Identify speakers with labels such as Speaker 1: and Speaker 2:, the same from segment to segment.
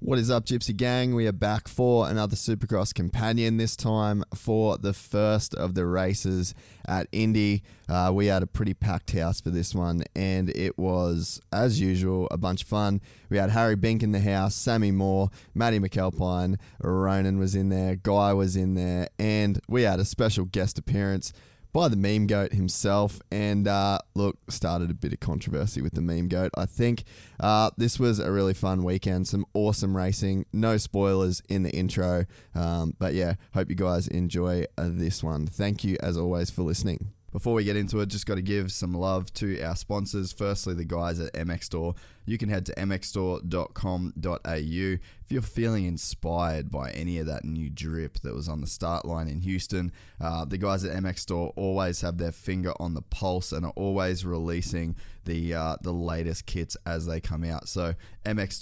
Speaker 1: What is up, Gypsy Gang? We are back for another Supercross companion, this time for the first of the races at Indy. Uh, we had a pretty packed house for this one, and it was, as usual, a bunch of fun. We had Harry Bink in the house, Sammy Moore, Matty McAlpine, Ronan was in there, Guy was in there, and we had a special guest appearance by the meme goat himself and uh, look started a bit of controversy with the meme goat i think uh, this was a really fun weekend some awesome racing no spoilers in the intro um, but yeah hope you guys enjoy uh, this one thank you as always for listening
Speaker 2: before we get into it, just got to give some love to our sponsors. Firstly, the guys at MX Store. You can head to mxstore.com.au. If you're feeling inspired by any of that new drip that was on the start line in Houston, uh, the guys at MX Store always have their finger on the pulse and are always releasing the uh, the latest kits as they come out. So,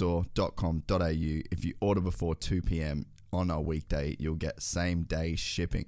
Speaker 2: mxstore.com.au. If you order before 2 p.m. on a weekday, you'll get same day shipping.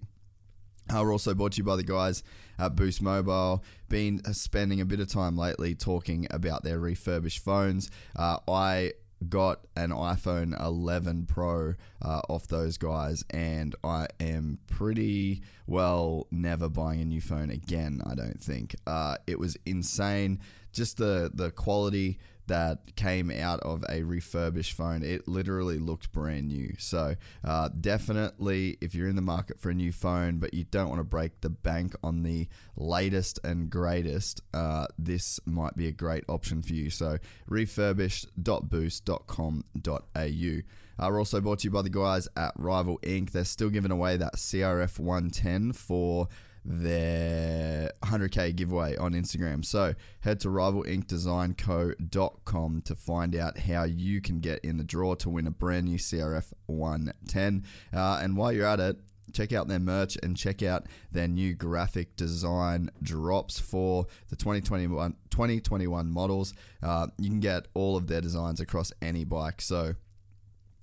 Speaker 2: Uh, we're also brought to you by the guys at Boost Mobile. Been spending a bit of time lately talking about their refurbished phones. Uh, I got an iPhone 11 Pro uh, off those guys, and I am pretty well never buying a new phone again. I don't think Uh, it was insane. Just the the quality that came out of a refurbished phone. It literally looked brand new. So, uh, definitely, if you're in the market for a new phone, but you don't want to break the bank on the latest and greatest, uh, this might be a great option for you. So, refurbished.boost.com.au. Uh, we're also brought to you by the guys at Rival Inc. They're still giving away that CRF 110 for their 100k giveaway on Instagram. So head to rivalinkdesignco.com to find out how you can get in the draw to win a brand new CRF 110. Uh, and while you're at it, check out their merch and check out their new graphic design drops for the 2021, 2021 models. Uh, you can get all of their designs across any bike. So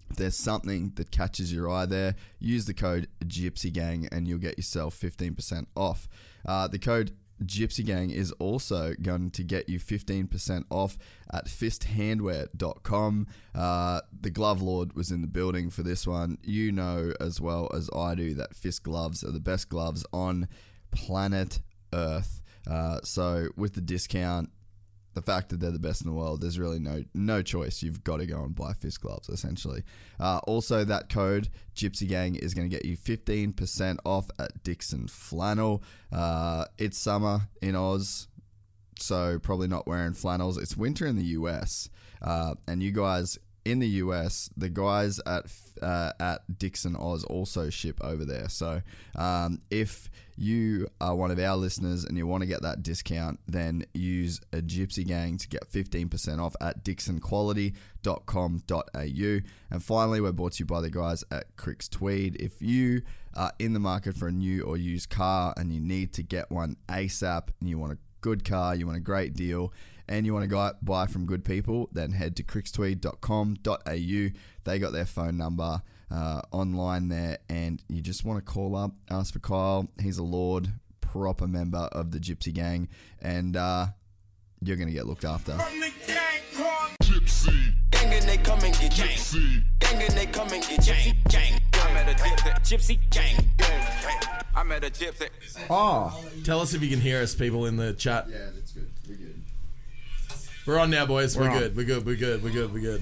Speaker 2: if there's something that catches your eye there, use the code Gypsy Gang and you'll get yourself 15% off. Uh, the code Gypsy Gang is also going to get you 15% off at fisthandwear.com. Uh, the Glove Lord was in the building for this one. You know as well as I do that fist gloves are the best gloves on planet Earth. Uh, so with the discount, the fact that they're the best in the world, there's really no no choice. You've got to go and buy fist gloves, essentially. Uh, also, that code Gypsy Gang is going to get you 15% off at Dixon Flannel. Uh, it's summer in Oz, so probably not wearing flannels. It's winter in the US, uh, and you guys in the US, the guys at uh, at Dixon Oz also ship over there. So um, if you are one of our listeners and you want to get that discount, then use a Gypsy Gang to get 15% off at dixonquality.com.au. And finally, we're brought to you by the guys at Cricks Tweed. If you are uh, in the market for a new or used car and you need to get one ASAP and you want a good car, you want a great deal, and you want to buy from good people, then head to cricktweed.com.au. They got their phone number uh, online there, and you just want to call up, ask for Kyle. He's a Lord, proper member of the Gypsy Gang, and uh, you're going to get looked after.
Speaker 3: Gypsy. Gang and they come and get gypsy. Gang and they come and get gypsy. Gang. I'm at a gypsy. Gypsy gang. I'm at a gypsy.
Speaker 4: Oh. Tell us if you can hear us, people in the chat.
Speaker 2: Yeah, that's good. We're good.
Speaker 4: We're on now, boys. We're,
Speaker 2: We're on.
Speaker 4: good. We're good. We're good. We're good. We're good.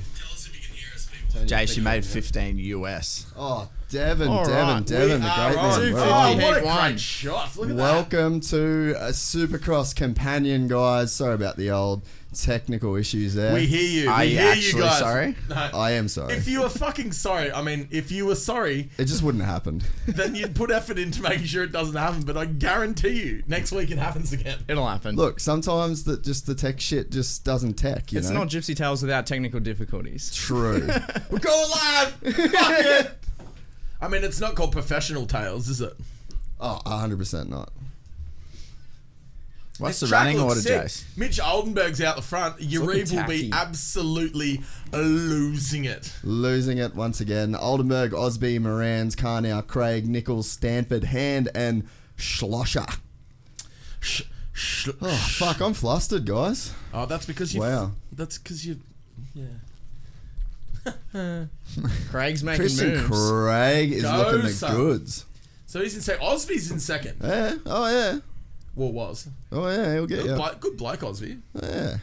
Speaker 5: Jay, she made 15 US.
Speaker 2: Oh, Devin,
Speaker 5: All
Speaker 2: Devin,
Speaker 5: right.
Speaker 2: Devin, the great man.
Speaker 5: Oh,
Speaker 2: Wow.
Speaker 5: what a
Speaker 4: great
Speaker 5: great
Speaker 4: shot. Look at
Speaker 2: Welcome to a Supercross companion, guys. Sorry about the old technical issues there.
Speaker 4: that. We hear you. We
Speaker 5: Are you
Speaker 4: hear
Speaker 5: actually
Speaker 4: you guys.
Speaker 5: sorry?
Speaker 4: No.
Speaker 2: I uh, am sorry.
Speaker 4: If you were fucking sorry, I mean, if you were sorry,
Speaker 2: it just wouldn't happen.
Speaker 4: then you'd put effort into making sure it doesn't happen. But I guarantee you, next week it happens again.
Speaker 5: It'll happen.
Speaker 2: Look, sometimes that just the tech shit just doesn't tech. You
Speaker 6: It's
Speaker 2: know?
Speaker 6: not Gypsy Tales without technical difficulties.
Speaker 2: true.
Speaker 4: We're going live. Fuck it. I mean, it's not called professional tales, is it?
Speaker 2: oh, hundred percent not.
Speaker 5: What's
Speaker 4: This
Speaker 5: the
Speaker 4: track
Speaker 5: running
Speaker 4: looks
Speaker 5: order,
Speaker 4: sick.
Speaker 5: Jace?
Speaker 4: Mitch Oldenburg's out the front. Yureve will
Speaker 6: tacky.
Speaker 4: be absolutely losing it.
Speaker 2: Losing it once again. Oldenburg, Osby, Morans, Carnow, Craig, Nichols, Stanford, Hand, and Schlosser.
Speaker 4: Sh- sh-
Speaker 2: Oh fuck, I'm flustered, guys.
Speaker 4: Oh, that's because you.
Speaker 2: Wow.
Speaker 4: That's because you. Yeah.
Speaker 6: Craig's making
Speaker 2: Christian
Speaker 6: moves.
Speaker 2: Craig is
Speaker 4: Go,
Speaker 2: looking the
Speaker 4: son.
Speaker 2: goods.
Speaker 4: So he's in second. Osby's in second.
Speaker 2: Yeah. Oh yeah.
Speaker 4: Well, was.
Speaker 2: Oh yeah. He'll get
Speaker 4: Good,
Speaker 2: you.
Speaker 4: bloke, good bloke, Osby.
Speaker 2: Yeah.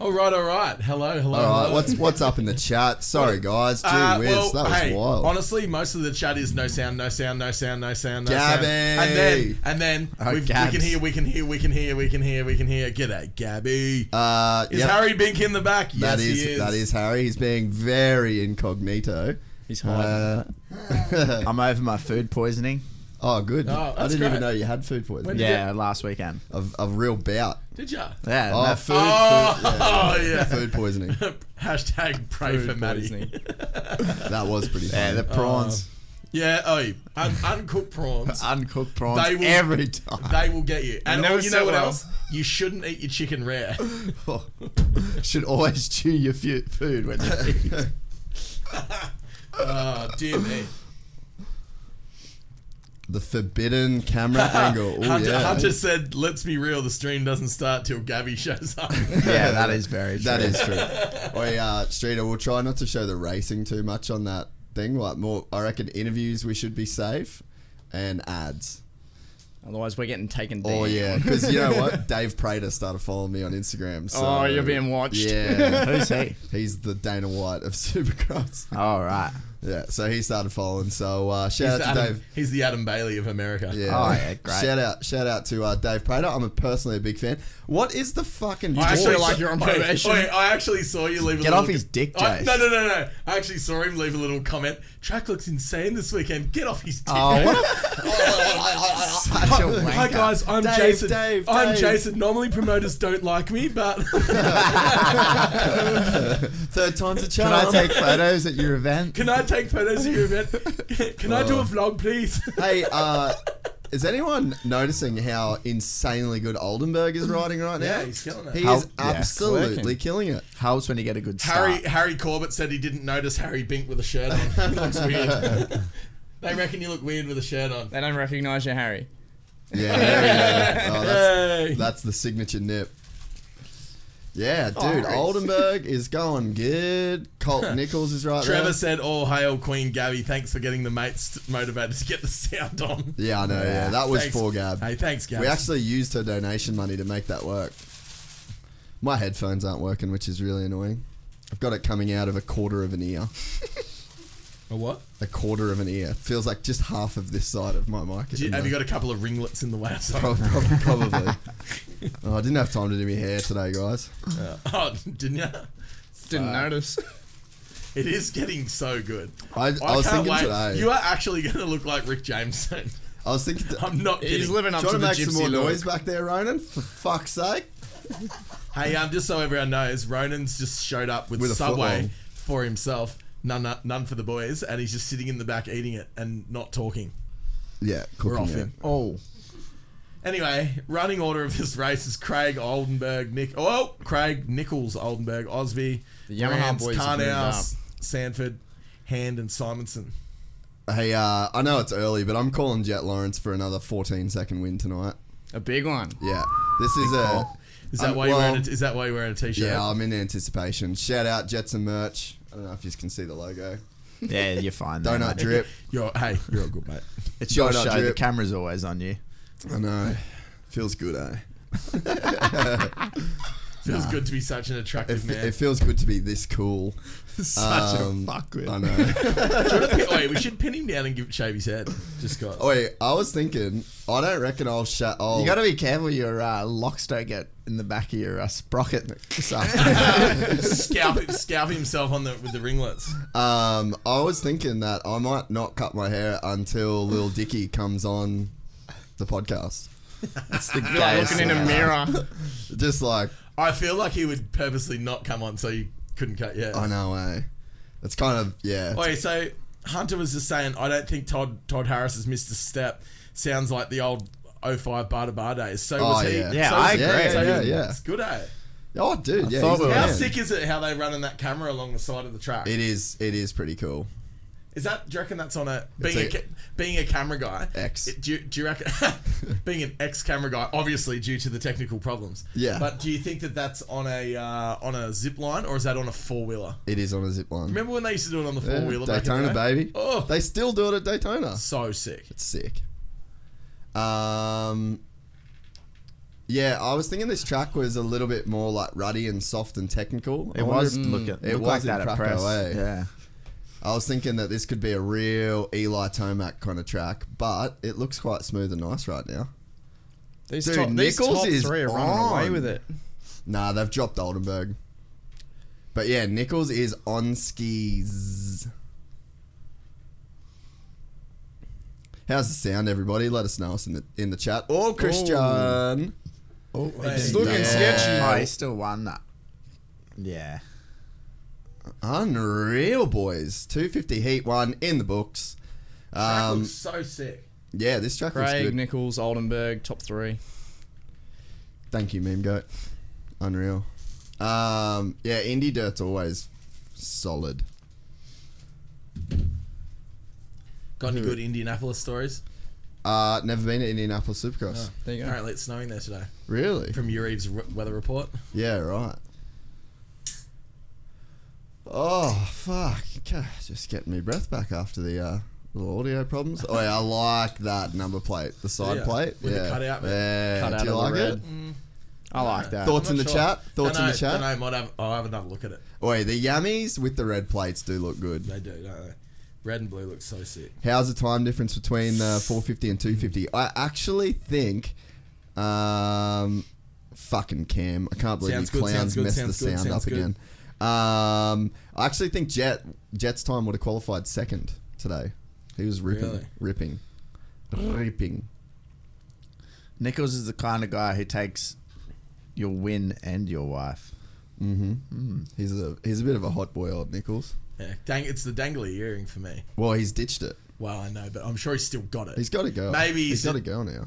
Speaker 4: All right, all right. Hello, hello.
Speaker 2: All right.
Speaker 4: hello.
Speaker 2: What's what's up in the chat? Sorry, guys. Gee
Speaker 4: Uh,
Speaker 2: whiz,
Speaker 4: well,
Speaker 2: that was
Speaker 4: hey,
Speaker 2: wild.
Speaker 4: Honestly, most of the chat is no sound, no sound, no sound, no sound, no
Speaker 2: Gabby.
Speaker 4: sound. And then, and then
Speaker 5: Oh,
Speaker 4: we've, we
Speaker 5: Gabs.
Speaker 4: can hear, we can hear, we can hear, we can hear, we can hear. Get that, Gabby.
Speaker 2: uh,
Speaker 4: is
Speaker 2: yep,
Speaker 4: Harry Bink in the back? Yes,
Speaker 2: that
Speaker 4: he is.
Speaker 2: that is Harry. He's being very incognito.
Speaker 6: He's hiding.
Speaker 2: Uh,
Speaker 5: I'm over my food poisoning.
Speaker 2: oh, good.
Speaker 4: Oh,
Speaker 2: I
Speaker 4: that's
Speaker 2: didn't even
Speaker 4: great.
Speaker 2: know you had food poisoning.
Speaker 4: When-
Speaker 5: Yeah, last weekend.
Speaker 2: A, a real bout.
Speaker 4: Did ya?
Speaker 5: Yeah.
Speaker 2: Oh,
Speaker 5: no,
Speaker 2: food,
Speaker 4: Oh,
Speaker 2: food, yeah.
Speaker 4: yeah.
Speaker 2: food poisoning.
Speaker 4: Hashtag pray for Maddie.
Speaker 6: poisoning.
Speaker 2: That was pretty
Speaker 5: yeah,
Speaker 2: funny.
Speaker 5: the prawns.
Speaker 4: Yeah, oh, un- uncooked prawns.
Speaker 5: uncooked prawns
Speaker 4: They will-
Speaker 5: every time.
Speaker 4: They will get you. And
Speaker 6: never
Speaker 4: you know
Speaker 6: sit
Speaker 4: what
Speaker 6: well.
Speaker 4: else? You shouldn't eat your chicken rare.
Speaker 5: Should always chew your fu- food when you eat.
Speaker 4: Oh, dear me.
Speaker 2: The forbidden camera angle. Oh,
Speaker 4: Hunter,
Speaker 2: yeah.
Speaker 4: Hunter said, let's be real, the stream doesn't start till Gabby shows up.
Speaker 5: yeah, that is very true.
Speaker 2: That is true. we, uh, Streeter, we'll try not to show the racing too much on that thing. Like more, I reckon interviews we should be safe, and ads.
Speaker 6: Otherwise, we're getting taken down.
Speaker 2: Oh yeah, because you know what? Dave Prater started following me on Instagram. So
Speaker 6: Oh, you're being watched.
Speaker 2: Yeah,
Speaker 5: Who's he? Oh.
Speaker 2: he's the Dana White of Supercross.
Speaker 5: All right.
Speaker 2: Yeah, so he started following. So uh,
Speaker 4: He's,
Speaker 2: shout
Speaker 4: the
Speaker 2: out to
Speaker 4: Adam,
Speaker 2: Dave.
Speaker 4: he's the Adam Bailey of America.
Speaker 2: Yeah.
Speaker 5: Oh, yeah, great.
Speaker 2: Shout out, shout out to uh, Dave Prater. I'm a personally a big fan. What is the fucking?
Speaker 4: I
Speaker 2: talk?
Speaker 4: actually
Speaker 6: feel like
Speaker 4: saw-
Speaker 6: you're on
Speaker 4: Oi,
Speaker 6: probation.
Speaker 4: oi, I actually saw you leave. A
Speaker 5: Get
Speaker 4: little
Speaker 5: off his dick,
Speaker 4: I-
Speaker 5: Jace.
Speaker 4: No, no, no, no. I actually saw him leave a little comment. Track looks insane this weekend. Get off his dick.
Speaker 5: Oh, what
Speaker 2: Such a wanker.
Speaker 4: Hi guys, I'm
Speaker 2: Dave,
Speaker 4: Jason.
Speaker 2: Dave,
Speaker 4: I'm
Speaker 2: Dave.
Speaker 4: Jason. Normally promoters don't like me, but
Speaker 2: Third time's a
Speaker 5: Can
Speaker 2: charm.
Speaker 5: I take photos at your event?
Speaker 4: can I take photos of your event? Can I
Speaker 2: Oh.
Speaker 4: do a vlog, please?
Speaker 2: Hey, uh, is anyone noticing how insanely good Oldenburg is riding right now?
Speaker 4: Yeah, he's killing it.
Speaker 2: He
Speaker 5: How-
Speaker 2: is
Speaker 5: yeah, it's
Speaker 2: absolutely
Speaker 5: working.
Speaker 2: killing it.
Speaker 5: Helps when you get a good start.
Speaker 4: Harry Harry Corbett said he didn't notice Harry Bink with a shirt on. He looks weird. they reckon you look weird with a shirt on.
Speaker 6: They don't recognise you, Harry.
Speaker 2: Yeah, there we go. Oh, that's,
Speaker 4: Hey.
Speaker 2: that's the signature nip. Yeah,
Speaker 4: Oh,
Speaker 2: dude,
Speaker 6: Harry's-
Speaker 2: Oldenburg is going good. Colt Nichols is right
Speaker 4: Trevor
Speaker 2: there.
Speaker 4: said, "All hail Queen Gabby! Thanks for getting the mates motivated to get the sound on."
Speaker 2: Yeah, I know. Yeah, that was
Speaker 4: Thanks.
Speaker 2: for Gab.
Speaker 4: Hey, thanks, Gab.
Speaker 2: We actually used her donation money to make that work. My headphones aren't working, which is really annoying. I've got it coming out of a quarter of an ear.
Speaker 4: a what?
Speaker 2: a quarter of an ear. Feels like just half of this side of my mic.
Speaker 4: Do you- have you got a couple of ringlets in the way? or something?
Speaker 2: Probably. probably. oh, I didn't have time to do my hair today, guys.
Speaker 4: Oh, didn't you?
Speaker 6: Didn't notice.
Speaker 4: It is getting so good.
Speaker 2: I, I, was
Speaker 4: can't
Speaker 2: thinking
Speaker 4: wait.
Speaker 2: today.
Speaker 4: You are actually going to look like Rick Jameson.
Speaker 2: I was thinking. Th-
Speaker 4: I'm not kidding.
Speaker 6: He's living up
Speaker 2: Do you
Speaker 6: to
Speaker 2: want
Speaker 6: the
Speaker 2: to make some
Speaker 6: gypsy
Speaker 2: more
Speaker 6: look.
Speaker 2: noise back there, Ronan? For fuck's sake.
Speaker 4: hey, um, just so everyone knows, Ronan's just showed up with,
Speaker 2: With a
Speaker 4: Subway
Speaker 2: footlong.
Speaker 4: for himself, none none for the boys, and he's just sitting in the back eating it and not talking.
Speaker 2: Yeah, cooking
Speaker 4: We're off
Speaker 2: it.
Speaker 4: him.
Speaker 5: Oh.
Speaker 4: Anyway, running order of this race is Craig Oldenburg, Nick. Oh, Craig Nichols Oldenburg, Osby,
Speaker 6: The Yamaha boys have moved
Speaker 4: Carnouse, Sanford, Hand, and Simonson.
Speaker 2: Hey, uh, I know it's early, but I'm calling Jet Lawrence for another 14 second win tonight.
Speaker 6: A big one.
Speaker 2: Yeah, this is a.
Speaker 4: Is that
Speaker 2: Um,
Speaker 4: why you're
Speaker 2: well,
Speaker 4: wearing? A, is that why you're wearing a t-shirt?
Speaker 2: Yeah, I'm in anticipation. Shout out Jetson merch. I don't know if you can see the logo.
Speaker 5: Yeah, you're fine. man.
Speaker 2: Donut drip.
Speaker 4: You're hey, you're all good, mate.
Speaker 5: It's your
Speaker 2: Donut
Speaker 5: show. The
Speaker 2: drip.
Speaker 5: camera's always on you.
Speaker 2: I know. Feels good, eh?
Speaker 4: feels good to be such an attractive
Speaker 2: It,
Speaker 4: man.
Speaker 2: it feels good to be this cool.
Speaker 5: Such
Speaker 2: Um,
Speaker 5: a fuckwit.
Speaker 2: I know.
Speaker 4: Wait, we should pin him down and give, shave his head. Just got.
Speaker 2: Oh, Wait, I was thinking. I don't reckon I'll shut. I'll,
Speaker 5: You got to be careful your uh, locks don't get in the back of your uh, sprocket this afternoon.
Speaker 4: scalp, scalp himself on the with the ringlets.
Speaker 2: Um, I was thinking that I might not cut my hair until Lil Dicky comes on the podcast.
Speaker 6: You're like looking in a mirror.
Speaker 2: Just like
Speaker 4: I feel like he would purposely not come on so you couldn't cut your
Speaker 2: I
Speaker 4: hair.
Speaker 2: know, eh? It's kind of yeah.
Speaker 4: Wait, so Hunter was just saying, I don't think Todd Todd Harris has missed a step. Sounds like the old 05 Bar to Bar days. So was
Speaker 2: Oh,
Speaker 4: he.
Speaker 2: yeah.
Speaker 5: Yeah,
Speaker 4: so was
Speaker 5: I
Speaker 4: he.
Speaker 5: agree.
Speaker 4: So
Speaker 2: Yeah,
Speaker 4: he-
Speaker 2: yeah.
Speaker 4: It's good, eh?
Speaker 2: Oh, dude, yeah.
Speaker 5: thought
Speaker 2: he's
Speaker 5: we
Speaker 2: the
Speaker 5: were-
Speaker 4: How
Speaker 2: man.
Speaker 4: sick is it how they running that camera along the side of the track?
Speaker 2: It is. It is pretty cool.
Speaker 4: Is that do you reckon that's on a being a,
Speaker 2: a-
Speaker 4: ca- being a camera guy?
Speaker 2: Ex.
Speaker 4: it- Do you, do you reckon being an ex camera guy, obviously due to the technical problems?
Speaker 2: Yeah.
Speaker 4: But do you think that that's on a uh, on a zip line or is that on a four wheeler?
Speaker 2: It is on a zip line.
Speaker 4: Remember when they used to do it on the four wheeler?
Speaker 2: Yeah, Daytona, baby.
Speaker 4: Oh,
Speaker 2: They still do it at Daytona.
Speaker 4: so sick.
Speaker 2: It's sick. Um, yeah, I was thinking this track was a little bit more like ruddy and soft and technical. I
Speaker 5: it
Speaker 2: wonder
Speaker 5: was
Speaker 2: if-
Speaker 5: look at
Speaker 2: Mm. it
Speaker 5: look
Speaker 2: was
Speaker 5: like
Speaker 2: in
Speaker 5: that at
Speaker 2: Krakow,
Speaker 5: press.
Speaker 2: eh?
Speaker 5: Yeah.
Speaker 2: I was thinking that this could be a real Eli Tomac kind of track, but it looks quite smooth and nice right now.
Speaker 6: These,
Speaker 2: Dude,
Speaker 6: top, these
Speaker 2: Nichols
Speaker 6: top
Speaker 2: is
Speaker 6: three are running away
Speaker 2: on.
Speaker 6: with it.
Speaker 2: Nah, they've dropped Oldenburg. But yeah, Nichols is on skis. How's the sound, everybody? Let us know us in the in the chat. Oh, Christian.
Speaker 5: Oh,
Speaker 4: It's
Speaker 6: looking sketchy.
Speaker 5: Oh, he still won that. Yeah.
Speaker 2: Unreal, boys. 250 Heat 1 in the books.
Speaker 4: That
Speaker 2: Um,
Speaker 4: looks so sick.
Speaker 2: yeah, this track looks
Speaker 6: Craig,
Speaker 2: good.
Speaker 6: Nichols, Oldenburg, top three.
Speaker 2: Thank you, Meme Goat. Unreal. Um, yeah, Indie Dirt's always solid.
Speaker 4: Got any good Indianapolis stories?
Speaker 2: Uh, never been to Indianapolis Supercross.
Speaker 6: There you go.
Speaker 4: Apparently it's snowing there today.
Speaker 2: Really?
Speaker 4: From Uri's r- weather report.
Speaker 2: Yeah, right. Oh fuck! God, Just getting me breath back after the uh, little audio problems. Oh yeah, I like that number plate, the side
Speaker 4: Yeah,
Speaker 2: plate
Speaker 4: with the
Speaker 2: yeah.
Speaker 4: cutout, mate.
Speaker 2: Yeah,
Speaker 6: Cut out
Speaker 2: do you
Speaker 6: of the
Speaker 2: like
Speaker 6: red.
Speaker 2: it?
Speaker 6: I like that.
Speaker 2: Thoughts
Speaker 4: I'm
Speaker 2: in the
Speaker 4: not sure.
Speaker 2: chat? Thoughts
Speaker 4: Dunno,
Speaker 2: in the chat?
Speaker 4: dunno, might have, I'll have another look at it.
Speaker 2: Oi, the yummies with the red plates do look good.
Speaker 4: They do, don't they? Red and blue looks so sick.
Speaker 2: How's the time difference between uh, 450 and 250? I actually think, um, fucking Cam, I can't believe you
Speaker 4: Sounds good,
Speaker 2: clowns
Speaker 4: sounds good,
Speaker 2: messed the
Speaker 4: sounds good,
Speaker 2: sound up
Speaker 4: sounds good.
Speaker 2: again. Um, I actually think Jet Jet's time would have qualified second today. He was ripping,
Speaker 4: Really?
Speaker 2: ripping, ripping.
Speaker 5: Nichols is the kind of guy who takes your win and your wife.
Speaker 2: Mm-hmm.
Speaker 5: Hmm.
Speaker 2: He's a he's a bit of a hot boy, old Nichols.
Speaker 4: Yeah, dang, it's the dangly earring for me.
Speaker 2: Well, he's ditched it.
Speaker 4: Well, I know, but I'm sure he's still got it.
Speaker 2: He's got a girl.
Speaker 4: Maybe
Speaker 2: he's
Speaker 4: he's-
Speaker 2: got a girl now.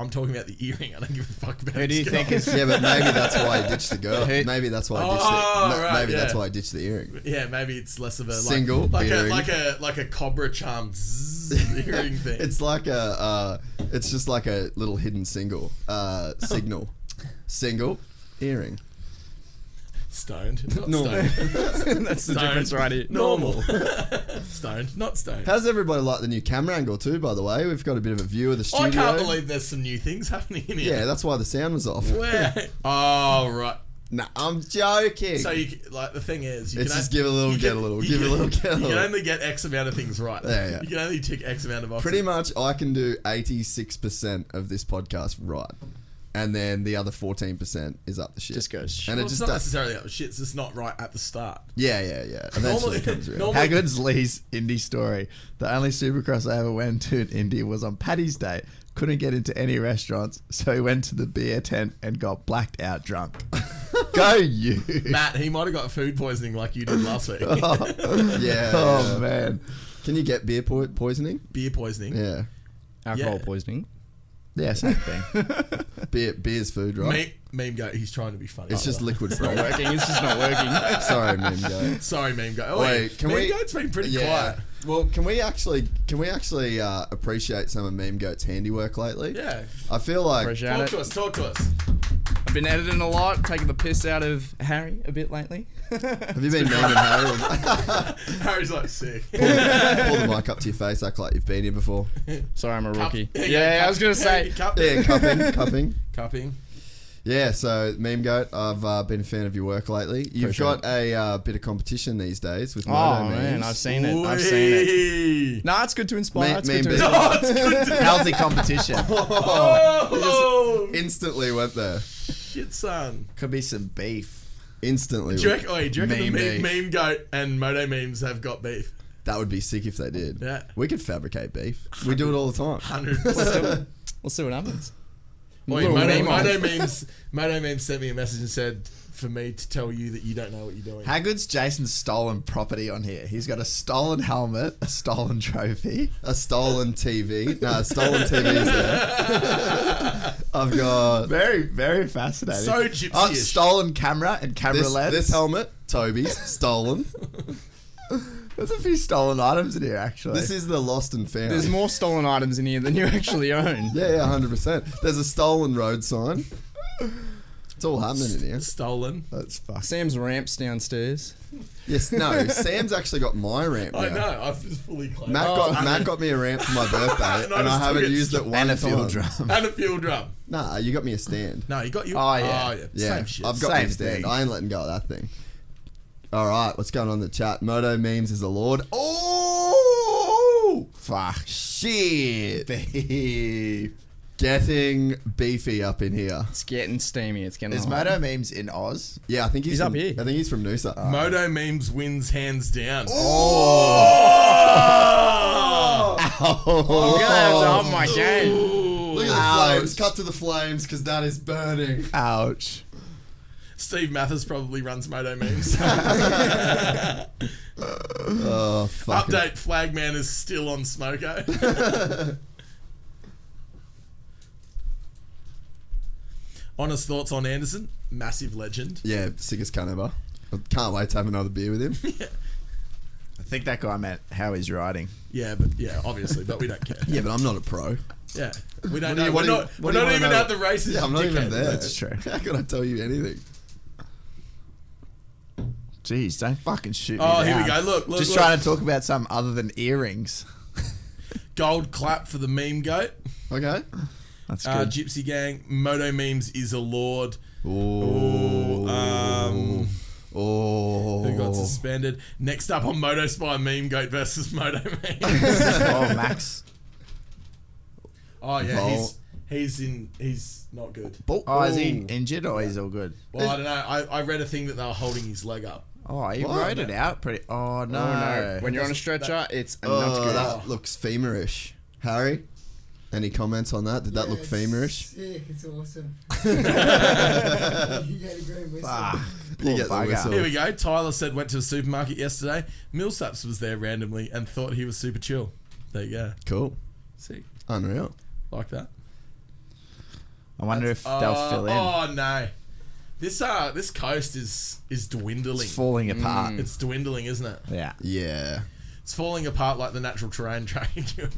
Speaker 4: I'm talking about the earring. I don't give a fuck about.
Speaker 6: Who do you
Speaker 4: his
Speaker 6: think
Speaker 4: girl.
Speaker 6: is
Speaker 2: Yeah, but maybe that's why he ditched the girl.
Speaker 6: Who-
Speaker 2: Maybe that's why he ditched
Speaker 4: Oh,
Speaker 2: the, ma-
Speaker 4: right,
Speaker 2: Maybe that's
Speaker 4: yeah.
Speaker 2: why he ditched the earring.
Speaker 4: Yeah, maybe it's less of a like,
Speaker 2: Single
Speaker 4: like a
Speaker 2: earring.
Speaker 4: like a like a cobra charm zzz earring thing.
Speaker 2: It's like a, uh, it's just like a little hidden single, uh,
Speaker 4: Oh.
Speaker 2: signal, single, earring.
Speaker 4: stoned, not
Speaker 2: Normal.
Speaker 4: stoned.
Speaker 6: That's the difference right here.
Speaker 4: Normal, stoned, not stoned.
Speaker 2: How's everybody like the new camera angle too? By the way, we've got a bit of a view of the studio.
Speaker 4: I can't believe there's some new things happening in
Speaker 2: Yeah,
Speaker 4: here.
Speaker 2: that's why the sound was off.
Speaker 4: Where? Oh right.
Speaker 2: Nah, I'm joking.
Speaker 4: So you c- like the thing is, you
Speaker 2: It's
Speaker 4: can
Speaker 2: just
Speaker 4: o-
Speaker 2: give a little,
Speaker 4: you
Speaker 2: get
Speaker 4: can-
Speaker 2: a little,
Speaker 4: you
Speaker 2: give a
Speaker 4: can-
Speaker 2: little, get a
Speaker 4: You can
Speaker 2: little.
Speaker 4: only get X amount of things right.
Speaker 2: Yeah, yeah.
Speaker 4: You can only tick X amount of boxes.
Speaker 2: Pretty much, I can do 86% of this podcast right, and then the other 14% is up the shit.
Speaker 6: Just goes.
Speaker 2: And it
Speaker 4: Well, it's
Speaker 2: just
Speaker 4: not
Speaker 2: does.
Speaker 4: necessarily up shit. It's just not right at the start.
Speaker 2: Yeah, yeah, yeah. Eventually,
Speaker 4: Normally,
Speaker 2: it comes around.
Speaker 4: normally
Speaker 5: How good's Lee's indie story? The only supercross I ever went to in India was on Paddy's Day. Couldn't get into any restaurants, so he went to the beer tent and got blacked out drunk. Go you!
Speaker 4: Matt, he might have got food poisoning like you did last week.
Speaker 2: yeah.
Speaker 5: Oh man,
Speaker 2: Can you get beer po- poisoning?
Speaker 4: Beer poisoning.
Speaker 2: Yeah.
Speaker 6: Alcohol
Speaker 4: Yeah.
Speaker 6: poisoning.
Speaker 5: yeah, same thing.
Speaker 2: Beer, beer's food, right?
Speaker 4: Meme, meme go. He's trying to be funny.
Speaker 2: It's just
Speaker 5: Oh.
Speaker 2: liquid
Speaker 6: Not
Speaker 2: food.
Speaker 6: working. It's just not working.
Speaker 2: Sorry, meme guy.
Speaker 4: Sorry, meme go. Oh,
Speaker 2: Wait,
Speaker 4: wait,
Speaker 2: can
Speaker 4: meme
Speaker 2: we-
Speaker 4: goat's been pretty
Speaker 2: Yeah.
Speaker 4: quiet.
Speaker 2: Well, can we actually can we actually uh, appreciate some of Meme Goat's handiwork lately?
Speaker 4: Yeah.
Speaker 2: I feel like
Speaker 6: Appreciate
Speaker 4: Talk
Speaker 6: it.
Speaker 4: to us. Talk to us.
Speaker 6: I've been editing a lot, taking the piss out of Harry a bit lately.
Speaker 2: have you been memeing Harold?
Speaker 4: Harry's like sick.
Speaker 2: Pull the mic up to your face, act like you've been here before.
Speaker 6: Sorry, I'm a rookie.
Speaker 4: Cup-
Speaker 6: yeah, I was gonna say.
Speaker 4: cup-
Speaker 2: Yeah, cupping, cupping.
Speaker 4: cupping.
Speaker 2: Yeah, so Meme Goat, I've uh, been a fan of your work lately. You've got a uh, bit of competition these days with
Speaker 6: Oh
Speaker 2: Moto
Speaker 6: man,
Speaker 2: memes.
Speaker 6: I've seen it. I've seen it.
Speaker 4: Whee!
Speaker 6: No, it's good to inspire.
Speaker 2: Me-
Speaker 6: it's
Speaker 2: me
Speaker 6: good to
Speaker 2: and
Speaker 6: inspire.
Speaker 5: Healthy competition.
Speaker 4: Oh,
Speaker 2: Instantly went there.
Speaker 4: shit, son.
Speaker 5: Could be some beef.
Speaker 2: Instantly.
Speaker 4: Do you reckon, wait, do you reckon
Speaker 2: Meme
Speaker 4: the meme, meme goat and Moto memes have got beef?
Speaker 2: That would be sick if they did.
Speaker 4: Yeah.
Speaker 2: We could fabricate beef. We do it all the time.
Speaker 4: 100%.
Speaker 6: We'll see what happens.
Speaker 4: Wait,
Speaker 6: Little
Speaker 4: Moto,
Speaker 6: meme
Speaker 4: Moto memes. Moto memes sent me a message and said for me to tell you that you don't know what you're doing.
Speaker 5: How good's Jason's stolen property on here? He's got a stolen helmet, a stolen trophy.
Speaker 2: A stolen TV. No, a stolen TV is there. I've got
Speaker 5: Very, very fascinating.
Speaker 4: So gypsy-ish.
Speaker 5: Oh, stolen camera and camera
Speaker 2: this,
Speaker 5: lens.
Speaker 2: this helmet, Toby's, stolen.
Speaker 5: There's a few stolen items in here, actually.
Speaker 2: This is the lost and found.
Speaker 6: There's more stolen items in here than you actually own.
Speaker 2: Yeah, yeah, 100%. There's a stolen road sign. It's all happening in here.
Speaker 4: Stolen.
Speaker 2: Oh,
Speaker 5: That's fucked.
Speaker 6: Sam's ramps downstairs.
Speaker 2: Yes, no. Sam's actually got my ramp now.
Speaker 4: I know. I've just fully claimed.
Speaker 2: Matt
Speaker 5: Oh,
Speaker 2: got Matt got me a ramp for my birthday,
Speaker 4: No,
Speaker 2: and I
Speaker 4: it's
Speaker 2: haven't
Speaker 4: good.
Speaker 2: used it one
Speaker 5: And a
Speaker 2: time.
Speaker 5: field drum.
Speaker 4: and a field drum.
Speaker 2: Nah, you got me a stand.
Speaker 4: No, you got you.
Speaker 5: Oh, yeah.
Speaker 2: Yeah,
Speaker 4: Same shit.
Speaker 2: I've got
Speaker 5: Same
Speaker 2: me a stand.
Speaker 5: thing.
Speaker 2: I ain't letting go of that thing. All right, what's going on in the chat? Moto memes is a lord. Oh,
Speaker 5: Fuck.
Speaker 2: shit!
Speaker 5: Beef.
Speaker 2: Getting beefy up in here. Oh.
Speaker 6: It's getting steamy. It's getting
Speaker 5: Is
Speaker 6: hot.
Speaker 5: Moto memes in Oz? Oh.
Speaker 2: Yeah, I think he's,
Speaker 6: He's
Speaker 2: from,
Speaker 6: up here.
Speaker 2: I think he's from Noosa.
Speaker 4: Moto memes wins hands down.
Speaker 2: Oh,
Speaker 6: I'm gonna have to up my game.
Speaker 2: Look at the flames. Cut to the flames because that is burning.
Speaker 5: Ouch.
Speaker 4: Steve Mathis probably runs Moto memes.
Speaker 2: Oh fuck! it.
Speaker 4: Update: Flagman is still on Smoko. Honest thoughts on Anderson? Massive legend.
Speaker 2: Yeah, sickest cunt ever. I can't wait to have another beer with him.
Speaker 5: I think that guy meant how he's riding.
Speaker 4: Yeah, but yeah, obviously, but we don't care.
Speaker 2: yeah, but I'm not a pro.
Speaker 4: Yeah, we don't.
Speaker 2: do
Speaker 4: know.
Speaker 2: you-
Speaker 4: we're
Speaker 2: what do you-
Speaker 4: not,
Speaker 2: what
Speaker 4: we're
Speaker 2: do you
Speaker 4: not
Speaker 2: wanna
Speaker 4: even
Speaker 2: know?
Speaker 4: at the races.
Speaker 2: Yeah, I'm not even
Speaker 4: dickhead.
Speaker 2: there.
Speaker 5: That's true.
Speaker 2: How can I tell you anything?
Speaker 5: Jeez, don't fucking shoot me
Speaker 4: Oh, here we
Speaker 5: down.
Speaker 4: go. Look, look,
Speaker 5: Just
Speaker 4: look.
Speaker 5: trying to talk about something other than earrings.
Speaker 4: Gold clap for the meme goat.
Speaker 2: Okay.
Speaker 5: That's
Speaker 4: Uh,
Speaker 5: good.
Speaker 4: Gypsy gang. Moto memes is a lord.
Speaker 2: Oh.
Speaker 4: Um,
Speaker 2: oh.
Speaker 4: who got suspended? Next up on Moto Spy meme goat versus Moto memes.
Speaker 5: oh, Max.
Speaker 4: oh yeah,
Speaker 2: Vol-
Speaker 4: he's he's in. He's not good.
Speaker 5: Oh, is he injured or he's all good?
Speaker 4: Well, I don't know. I, I read a thing that they were holding his leg up.
Speaker 5: Oh, he rode it out pretty.
Speaker 6: Oh
Speaker 5: Oh no,
Speaker 6: no! When you're on a stretcher, it's a
Speaker 2: Oh,
Speaker 6: nut good.
Speaker 2: that looks femurish. Harry, any comments on that? Did that look femurish?
Speaker 7: Sick, it's awesome. you get a great whistle.
Speaker 2: Ah, You get the
Speaker 5: bugger.
Speaker 2: whistle.
Speaker 4: Here we go. Tyler said went to a supermarket yesterday. Millsaps was there randomly and thought he was super chill. There you go.
Speaker 2: Cool.
Speaker 4: Sick.
Speaker 2: Unreal.
Speaker 4: Like that.
Speaker 5: I wonder if they'll
Speaker 4: Uh,
Speaker 5: fill in.
Speaker 4: Oh no, this uh this coast is is dwindling.
Speaker 5: it's falling
Speaker 6: Mm.
Speaker 5: apart.
Speaker 4: It's dwindling, isn't it?
Speaker 5: Yeah.
Speaker 2: Yeah.
Speaker 4: It's falling apart like the natural terrain trying to.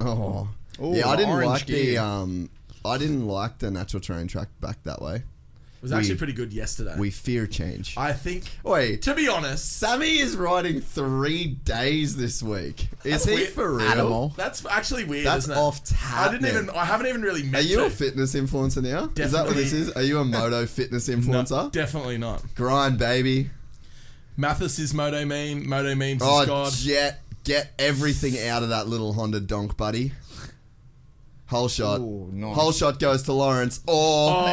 Speaker 2: Oh.
Speaker 6: Ooh,
Speaker 2: yeah, I
Speaker 6: the
Speaker 2: didn't
Speaker 6: orange
Speaker 2: like the
Speaker 6: gear.
Speaker 2: um. I didn't like the natural terrain track back that way.
Speaker 4: It was actually
Speaker 2: We-
Speaker 4: pretty good yesterday.
Speaker 2: We fear change.
Speaker 4: I think.
Speaker 2: Wait.
Speaker 4: To be honest,
Speaker 2: Sammy is riding three days this week. Is he
Speaker 4: weird.
Speaker 2: for real?
Speaker 5: Animal.
Speaker 4: that's actually weird.
Speaker 2: That's
Speaker 4: isn't it?
Speaker 2: off tap,
Speaker 4: I didn't
Speaker 2: man.
Speaker 4: even. I haven't even really
Speaker 2: Are
Speaker 4: met.
Speaker 2: you
Speaker 4: to.
Speaker 2: a fitness influencer now? Is that what this
Speaker 4: Definitely.
Speaker 2: is? Are you a moto fitness
Speaker 4: No,
Speaker 2: influencer?
Speaker 4: definitely not.
Speaker 2: Grind, baby.
Speaker 4: Mathis is Moto meme. Moto memes
Speaker 2: Oh,
Speaker 4: is God.
Speaker 2: jet. Get everything out of that little Honda donk, buddy. Whole shot.
Speaker 6: Ooh, nice.
Speaker 2: Whole shot goes to Lawrence. Oh,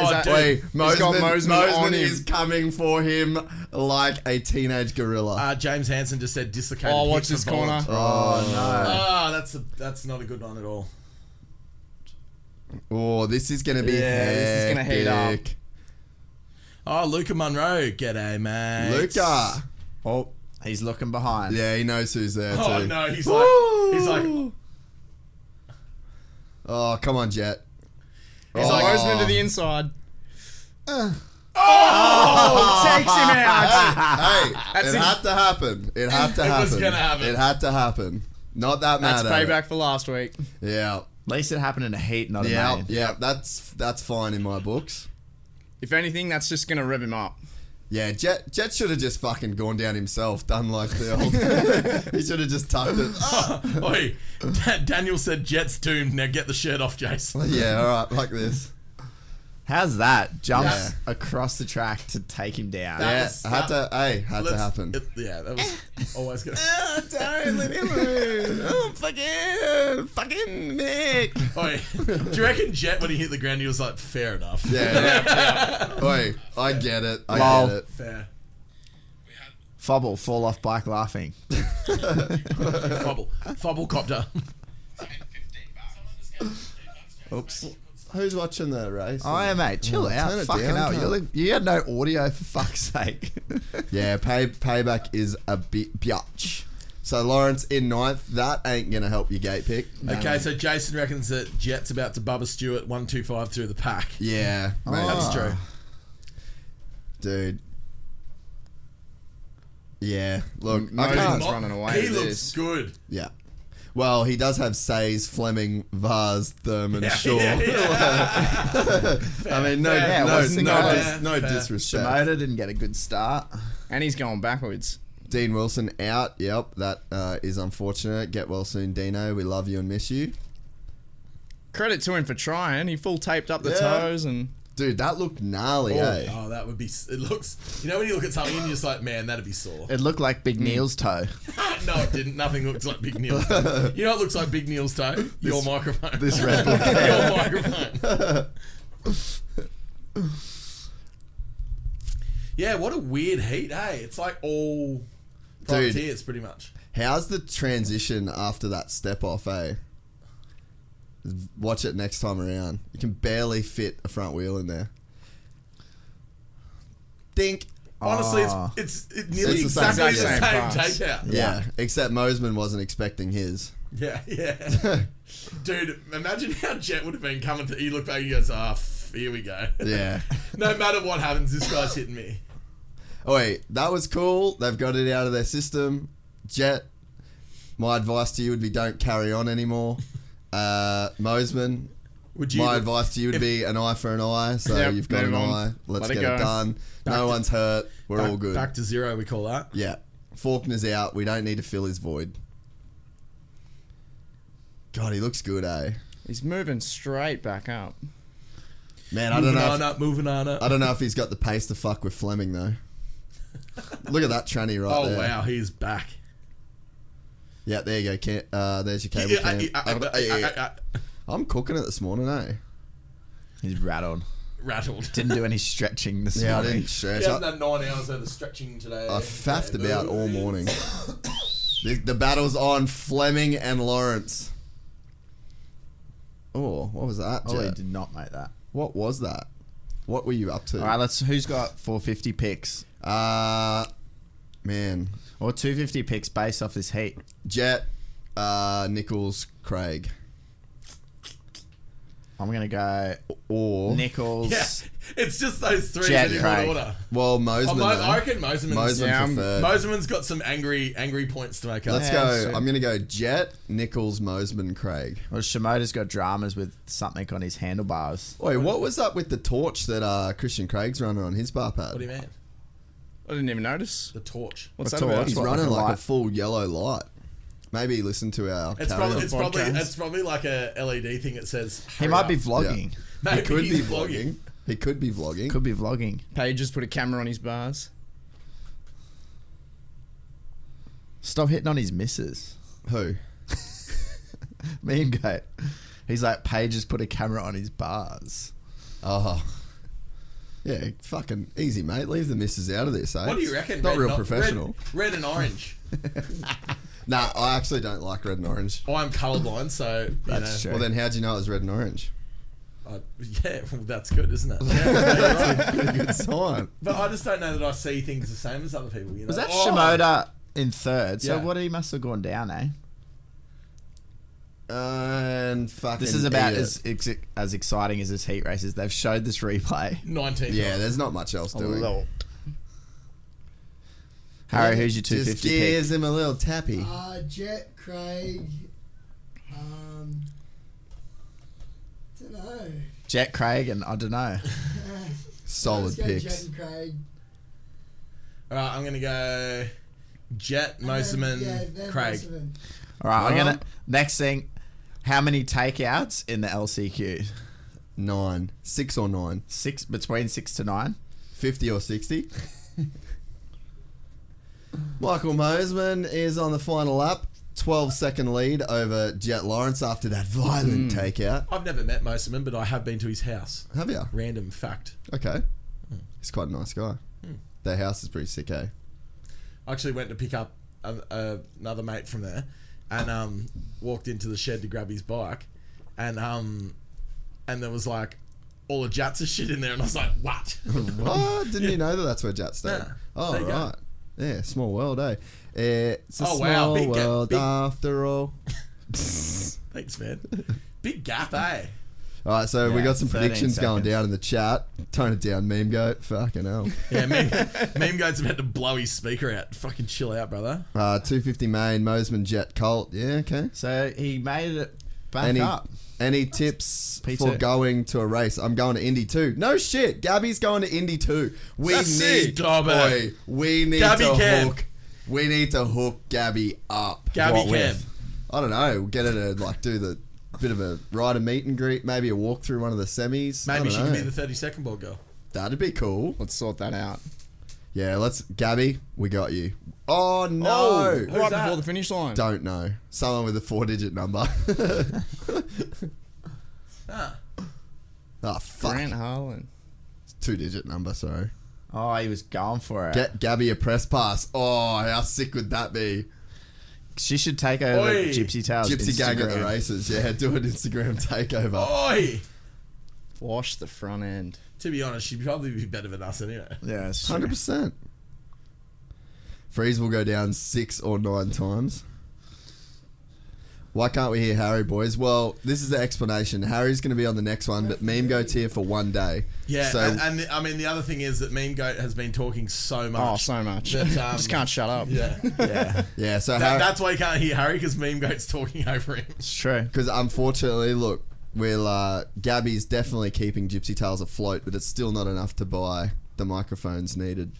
Speaker 4: Oh, Is that- dude.
Speaker 2: wait,
Speaker 4: He's
Speaker 2: Mosman,
Speaker 6: got Mosman
Speaker 2: Mosman
Speaker 6: on him.
Speaker 2: is coming for him like a teenage gorilla.
Speaker 4: Uh, James Hansen just said dislocated.
Speaker 6: Oh,
Speaker 4: hip
Speaker 6: watch this
Speaker 4: for
Speaker 6: corner.
Speaker 4: Volant.
Speaker 2: oh, no.
Speaker 4: Ah, that's a that's not a good one at all.
Speaker 2: Oh, this is going to be
Speaker 6: Yeah, this is gonna heat up.
Speaker 2: hectic.
Speaker 4: Oh, Luca Munro, g'day, man.
Speaker 2: Luca.
Speaker 5: Oh, he's looking behind.
Speaker 2: Yeah, he knows who's there,
Speaker 4: Oh
Speaker 2: too.
Speaker 4: no, he's like, he's like, he's
Speaker 2: Oh, come on, Jet.
Speaker 6: He's like,
Speaker 2: Oh.
Speaker 6: Osman to the inside.
Speaker 5: Uh.
Speaker 6: Oh, takes him out.
Speaker 2: hey,
Speaker 6: That's
Speaker 2: it
Speaker 6: it.
Speaker 2: had to happen. It had to
Speaker 4: It
Speaker 2: happen.
Speaker 4: was gonna happen.
Speaker 2: It had to happen. Not that
Speaker 6: That's
Speaker 2: mad. at it.
Speaker 6: payback for last week.
Speaker 2: Yeah,
Speaker 5: At least it happened in a heat, not a
Speaker 2: yeah,
Speaker 5: main.
Speaker 2: yeah. That's that's fine in my books.
Speaker 6: If anything, that's just gonna rev him up.
Speaker 2: Yeah, Jet Jet should have just fucking gone down himself. Done like the old. he should have just tucked it. Ah!
Speaker 4: like, oi. Da- Daniel said Jet's doomed. Now get the shirt off, Jason.
Speaker 2: yeah, all right, like this.
Speaker 5: How's that? Jumps across the track to take him down.
Speaker 4: That
Speaker 2: Yeah,
Speaker 4: was-
Speaker 2: had to. Hey, had to
Speaker 4: Let's-
Speaker 2: happen.
Speaker 4: it- yeah, that was always gonna.
Speaker 5: Don't let him lose. Oh, fucking, fucking Nick.
Speaker 4: Oh, yeah. Do you reckon Jet when he hit the ground he was like, fair enough?
Speaker 2: Yeah. Oi, I get it. I
Speaker 5: Lol.
Speaker 2: get it.
Speaker 4: Fair.
Speaker 5: Fobble, fall off bike laughing.
Speaker 4: Fobble. Fobble copter.
Speaker 2: Oops. Who's watching the race?
Speaker 5: Oh, yeah, mate, chill
Speaker 2: Yeah, turn
Speaker 5: out.
Speaker 2: it
Speaker 5: Fucking
Speaker 2: down,
Speaker 5: hell.
Speaker 2: cunt.
Speaker 5: You're like- you had no audio, for fuck's sake.
Speaker 2: Yeah, pay, payback is a bit biatch. So Lawrence in ninth, that ain't gonna help your gate pick.
Speaker 4: Okay, so Jason reckons that Jet's about to Bubba Stewart one two five through the pack.
Speaker 2: Yeah,
Speaker 5: Oh,
Speaker 2: mate,
Speaker 4: That's true.
Speaker 2: dude. Yeah, look, I
Speaker 6: Mosin's
Speaker 2: can't.
Speaker 6: running away.
Speaker 4: he
Speaker 6: with
Speaker 4: looks
Speaker 6: this.
Speaker 4: good.
Speaker 2: Yeah. Well, he does have Says, Fleming, Vars, Thurman,
Speaker 4: Yeah,
Speaker 2: Shaw.
Speaker 4: yeah,
Speaker 2: I mean, no, no,
Speaker 5: Fair. Yeah,
Speaker 2: no,
Speaker 5: fair.
Speaker 2: dis- no
Speaker 4: Fair.
Speaker 2: disrespect.
Speaker 5: Shimoda didn't get a good start.
Speaker 6: and he's going backwards.
Speaker 2: Dean Wilson out. Yep, that uh, is unfortunate. Get well soon, Dino. We love you and miss you.
Speaker 6: Credit to him for trying. He full taped up the
Speaker 2: Yeah.
Speaker 6: toes and
Speaker 2: Dude, that looked gnarly, eh?
Speaker 4: Oh, that would be. It looks. You know when you look at something and you're just like, man, that'd be sore.
Speaker 5: It looked like
Speaker 2: Hmm.
Speaker 5: Big Neil's toe.
Speaker 4: no, it didn't. Nothing looks like Big Neil's toe. You know what looks like Big Neil's toe? Your microphone.
Speaker 5: This red book.
Speaker 4: Your microphone. yeah, what a weird heat, hey? It's like all privateers, pretty much.
Speaker 2: How's the transition after that step off, eh? Watch it next time around. You can barely fit a front wheel in there. Dink.
Speaker 4: Honestly,
Speaker 5: Ah.
Speaker 4: it's, it's it nearly
Speaker 2: It's the same-
Speaker 4: exactly the same,
Speaker 6: exact same
Speaker 4: takeout.
Speaker 2: Yeah. except Mosman wasn't expecting his.
Speaker 4: Yeah, yeah. Dude, imagine how Jet would have been coming to. He looked back, he goes, ah, f- here we go.
Speaker 2: Yeah.
Speaker 4: no matter what happens, this guy's hitting me.
Speaker 2: oh, wait, that was cool. They've got it out of their system. Jet, my advice to you would be don't carry on anymore. Uh, Mosman,
Speaker 4: Would you?
Speaker 2: my advice to you would be an eye for an eye. So
Speaker 6: Yep,
Speaker 2: you've got
Speaker 6: move
Speaker 2: an
Speaker 6: on.
Speaker 2: eye. Let's
Speaker 6: Let it
Speaker 2: get
Speaker 6: go.
Speaker 2: it done. no one's hurt. We're
Speaker 4: back,
Speaker 2: all good.
Speaker 4: Back to zero, we call that.
Speaker 2: Yeah. Faulkner's out. We don't need to fill his void. God, he looks good, eh?
Speaker 6: he's moving straight back up.
Speaker 2: Man, I don't
Speaker 4: moving
Speaker 2: know.
Speaker 4: on
Speaker 2: If,
Speaker 4: up, moving on up.
Speaker 2: I don't know if he's got the pace to fuck with Fleming though. Look at that tranny right
Speaker 4: Oh
Speaker 2: there.
Speaker 4: wow, he's back.
Speaker 2: Yeah, there you go. Cam, uh, there's your cable
Speaker 4: Yeah, I-
Speaker 2: cam.
Speaker 4: I- I- I- I- I- I-
Speaker 2: I'm cooking it this morning, eh?
Speaker 5: He's rattled.
Speaker 4: Rattled.
Speaker 5: Didn't do any stretching this
Speaker 2: Yeah, I
Speaker 5: morning.
Speaker 2: didn't stretch.
Speaker 4: He hasn't
Speaker 2: I,
Speaker 4: had nine hours of stretching today.
Speaker 2: I faffed about all morning. the, the battle's on Fleming and Lawrence. Oh, what was that?
Speaker 5: Ollie
Speaker 2: Jet?
Speaker 5: did not make that.
Speaker 2: What was that? What were you up to?
Speaker 5: All right, let's. Who's got 450 picks
Speaker 2: Uh, man,
Speaker 5: or 250 picks based off this heat?
Speaker 2: Jet, uh, Nichols, Craig,
Speaker 5: I'm gonna go
Speaker 2: or
Speaker 5: Nichols.
Speaker 4: Yeah, it's just those three
Speaker 5: Jet
Speaker 4: that in
Speaker 5: Craig.
Speaker 4: order.
Speaker 2: well, Mosman.
Speaker 4: Oh, Mo-
Speaker 2: though.
Speaker 4: I reckon Moseman's,
Speaker 2: Mosman
Speaker 6: Yeah,
Speaker 2: for
Speaker 6: I'm-
Speaker 2: third.
Speaker 4: Moseman's got some angry, angry points to make up.
Speaker 2: Let's
Speaker 5: Yeah,
Speaker 2: go.
Speaker 5: that's
Speaker 2: I'm gonna go Jet, Nichols, Mosman, Craig.
Speaker 5: Well, Shimoda's got dramas with something on his handlebars.
Speaker 2: Wait, what was up with the torch that uh, Christian Craig's running on his bar pad?
Speaker 4: What do you mean?
Speaker 6: I didn't even notice.
Speaker 4: The torch.
Speaker 6: What's
Speaker 5: A
Speaker 6: that about?
Speaker 5: torch?
Speaker 2: He's
Speaker 5: What,
Speaker 2: running
Speaker 5: like a
Speaker 2: like a
Speaker 5: light?
Speaker 2: full yellow light. Maybe listen to our.
Speaker 4: It's
Speaker 2: carry
Speaker 4: probably,
Speaker 2: on.
Speaker 4: it's probably,
Speaker 6: podcast.
Speaker 4: it's probably like a LED thing that says.
Speaker 5: He
Speaker 4: "Hurry
Speaker 5: might
Speaker 4: up."
Speaker 5: be vlogging.
Speaker 4: Maybe
Speaker 2: he could
Speaker 4: he's
Speaker 2: be vlogging. He could be vlogging.
Speaker 5: Could be vlogging.
Speaker 6: Paige just put a camera on his bars.
Speaker 5: Stop hitting on his missus.
Speaker 2: Who?
Speaker 5: Me and Goat. He's like, Paige has put a camera on his bars.
Speaker 2: Oh. Yeah, fucking easy, mate. Leave the misses out of this, eh?
Speaker 4: What do you reckon?
Speaker 2: Not
Speaker 4: red
Speaker 2: real
Speaker 4: and o-
Speaker 2: professional.
Speaker 4: Red, red and orange.
Speaker 2: Nah, I actually don't like red and orange.
Speaker 4: Oh, I'm colorblind, so you know.
Speaker 2: Well, then how'd you know it was red and orange?
Speaker 4: I, yeah, well, that's good, isn't it?
Speaker 2: Good sign.
Speaker 4: But I just don't know that I see things the same as other people. You know?
Speaker 5: Was that
Speaker 4: Oh,
Speaker 5: Shimoda in third? So
Speaker 4: Yeah.
Speaker 5: what he must have gone down, eh?
Speaker 2: And fucking.
Speaker 5: This is about
Speaker 2: idiot.
Speaker 5: as ex- as exciting as this heat race is. They've showed this replay.
Speaker 4: 19.
Speaker 2: Yeah, there's not much else doing.
Speaker 5: Harry, who's your
Speaker 2: Just
Speaker 5: 250 pick?
Speaker 2: gives him a little tappy.
Speaker 7: Uh, Jet, Craig. Um, don't know.
Speaker 5: Jack Craig and I don't know.
Speaker 2: Solid
Speaker 7: Let's go Jet
Speaker 2: picks.
Speaker 7: and Craig.
Speaker 4: All right, I'm going to go Jet, Moseman,
Speaker 7: Yeah, they're
Speaker 4: Craig.
Speaker 7: Moseman.
Speaker 5: All right, I'm
Speaker 2: Um,
Speaker 5: gonna next thing. How many takeouts in the LCQ?
Speaker 2: nine. Six or nine.
Speaker 5: Six between six to nine.
Speaker 2: 50 or 60. Michael Mosman is on the final lap. 12 second lead over Jet Lawrence after that violent
Speaker 4: Hmm.
Speaker 2: takeout.
Speaker 4: I've never met most of them, but I have been to his house.
Speaker 2: Have you?
Speaker 4: Random fact.
Speaker 2: Okay. He's quite a nice guy.
Speaker 4: Hmm.
Speaker 2: Their house is pretty sick, eh?
Speaker 4: I actually went to pick up a, a, another mate from there, and um, walked into the shed to grab his bike, and um, and there was like all the jats of shit in there, and I was like, what?
Speaker 2: What? Oh, Didn't you know that that's where Jet stayed?
Speaker 4: Nah.
Speaker 2: oh,
Speaker 4: There you go.
Speaker 2: right. Yeah, small world, eh? It's a
Speaker 4: Oh, wow.
Speaker 2: small
Speaker 4: Big gap.
Speaker 2: world
Speaker 4: Big-
Speaker 2: after all.
Speaker 4: Thanks, man. Big gap, eh?
Speaker 2: All right, so we
Speaker 5: Yeah,
Speaker 2: got some
Speaker 5: 13
Speaker 2: predictions going
Speaker 5: seconds.
Speaker 2: down in the chat. Tone it down, meme goat. Fucking hell.
Speaker 4: Yeah, meme, meme goat's about to blow his speaker out. Fucking chill out, brother.
Speaker 2: Uh, 250 main, Mosman, Jet, Colt. Yeah, okay.
Speaker 5: So he made it back
Speaker 2: Any,
Speaker 5: up.
Speaker 2: any tips
Speaker 5: P2.
Speaker 2: for going to a race? I'm going to Indy 2. No shit. Gabby's going to Indy 2. We
Speaker 4: That's
Speaker 2: need,
Speaker 4: it, Dobbo.
Speaker 2: boy, we need
Speaker 4: Gabby
Speaker 2: to
Speaker 4: can.
Speaker 2: hook. We need to hook Gabby up.
Speaker 4: Gabby
Speaker 2: What with?
Speaker 4: can.
Speaker 2: I don't know. We'll get her to like do the bit of a ride a meet and greet, maybe a walk through one of the semis. I
Speaker 4: Maybe
Speaker 2: don't
Speaker 4: she can
Speaker 2: know.
Speaker 4: be the 30 second ball girl.
Speaker 2: That'd be cool.
Speaker 5: Let's sort that out.
Speaker 2: Yeah, let's. Gabby, we got you. Oh no!
Speaker 6: right
Speaker 4: that?
Speaker 6: before the finish line.
Speaker 2: Don't know. Someone with a four-digit number.
Speaker 4: Ah.
Speaker 2: Ah, fuck.
Speaker 6: Grant Harlan.
Speaker 2: Two-digit number. Sorry.
Speaker 5: Oh, he was going for it.
Speaker 2: Get Gabby a press pass. Oh, how sick would that be?
Speaker 5: she should take over
Speaker 4: Oi.
Speaker 5: Gypsy Tails.
Speaker 2: Gypsy gang at the
Speaker 5: Instagram.
Speaker 2: races. Yeah, do an Instagram takeover.
Speaker 4: Oi!
Speaker 6: Wash the front end.
Speaker 4: To be honest, she'd probably be better than us anyway.
Speaker 5: Yeah, it's true.
Speaker 2: Hundred percent. Freeze will go down six or nine times. Why can't we hear Harry, boys? Well, this is the explanation. Harry's going to be on the next one, but Meme Goat's here for one day.
Speaker 4: Yeah,
Speaker 2: So
Speaker 4: and, and the, I mean, the other thing is that Meme Goat has been talking so much.
Speaker 6: Oh, so much.
Speaker 4: But, um,
Speaker 6: Just can't shut up.
Speaker 4: Yeah.
Speaker 2: yeah, so
Speaker 4: That-
Speaker 2: Harry,
Speaker 4: that's why you can't hear Harry because Meme Goat's talking over him.
Speaker 5: It's true.
Speaker 2: Because unfortunately, look, we'll uh, Gabby's definitely keeping Gypsy Tales afloat, but it's still not enough to buy the microphones needed.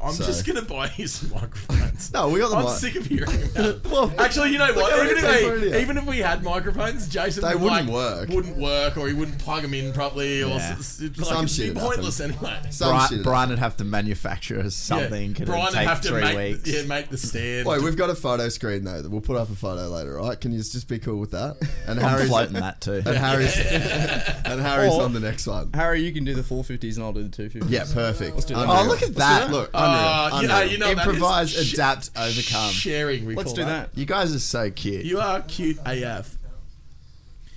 Speaker 4: I'm
Speaker 2: So-
Speaker 4: just gonna buy his microphones.
Speaker 2: No, we got the
Speaker 4: I'm
Speaker 2: mic.
Speaker 4: sick of hearing that.
Speaker 2: Well,
Speaker 4: Actually, you know
Speaker 2: look how
Speaker 4: what?
Speaker 2: many
Speaker 4: Even if,
Speaker 2: people are in here.
Speaker 4: we, even if we had microphones, Jason
Speaker 2: They
Speaker 4: would,
Speaker 2: wouldn't
Speaker 4: like,
Speaker 2: work.
Speaker 4: Wouldn't work, or he wouldn't plug them in properly, or
Speaker 5: Yeah.
Speaker 4: s- s- like,
Speaker 2: Some
Speaker 4: it'd
Speaker 2: shit
Speaker 4: be
Speaker 2: would
Speaker 4: pointless anyway.
Speaker 2: Some
Speaker 5: Brian,
Speaker 2: shit.
Speaker 5: Brian would have to manufacture us something.
Speaker 4: Yeah.
Speaker 5: Could
Speaker 4: Brian
Speaker 5: it
Speaker 4: would
Speaker 5: take
Speaker 4: have to
Speaker 5: three
Speaker 4: make,
Speaker 5: weeks?
Speaker 4: Yeah, make the stand.
Speaker 2: Wait, we've got a photo screen though that we'll put up a photo later, right? Can you just be cool with that? And
Speaker 5: I'm
Speaker 2: Harry's
Speaker 5: floating that too.
Speaker 2: and Harry's and Harry's
Speaker 6: Or-
Speaker 2: on the next one.
Speaker 6: Harry, you can do the 450s and I'll do the 250s.
Speaker 2: Yeah, perfect.
Speaker 6: do that.
Speaker 2: Unreal.
Speaker 5: Oh, look at
Speaker 2: Let's do
Speaker 5: that.
Speaker 2: Look, unreal.
Speaker 4: Uh, you know,
Speaker 2: unreal.
Speaker 4: you know that is
Speaker 5: Improvise,
Speaker 4: sh-
Speaker 5: adapt, overcome.
Speaker 4: Sharing. We
Speaker 6: Let's
Speaker 4: call
Speaker 6: do that.
Speaker 5: You guys are so cute.
Speaker 4: You are cute AF.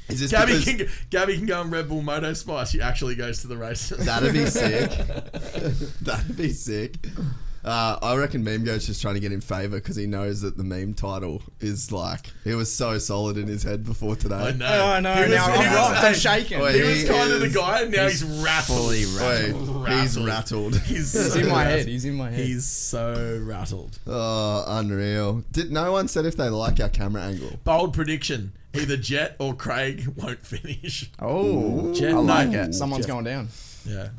Speaker 2: Is this
Speaker 4: Gabby
Speaker 2: because-
Speaker 4: can go- Gabby can go on Red Bull Moto Spa. She actually goes to the races.
Speaker 2: That'd be sick. That'd be sick. Uh, I reckon Meme Goat's just trying to get in favour because he knows that the meme title is like it was so solid in his head before today.
Speaker 4: I know.
Speaker 6: Oh, no,
Speaker 4: He was-
Speaker 6: now
Speaker 4: he
Speaker 6: I'm
Speaker 4: was-
Speaker 6: rocked. I'm
Speaker 4: hey,
Speaker 6: shaking.
Speaker 2: Wait.
Speaker 4: He was
Speaker 2: Oh, He
Speaker 4: kind of the
Speaker 2: is-
Speaker 4: guy, and now he's, rattled.
Speaker 5: fully rattled.
Speaker 2: Wait, he's rattled.
Speaker 4: He's,
Speaker 6: He's
Speaker 4: so
Speaker 6: in my head.
Speaker 4: rattled.
Speaker 6: He's in my head.
Speaker 4: He's so rattled.
Speaker 2: Oh, unreal! Did no one said if they like our camera angle?
Speaker 4: Bold prediction: either Jet or Craig won't finish.
Speaker 5: Oh,
Speaker 4: Jet,
Speaker 5: I like
Speaker 4: no.
Speaker 5: it.
Speaker 6: Someone's going down.
Speaker 4: Yeah.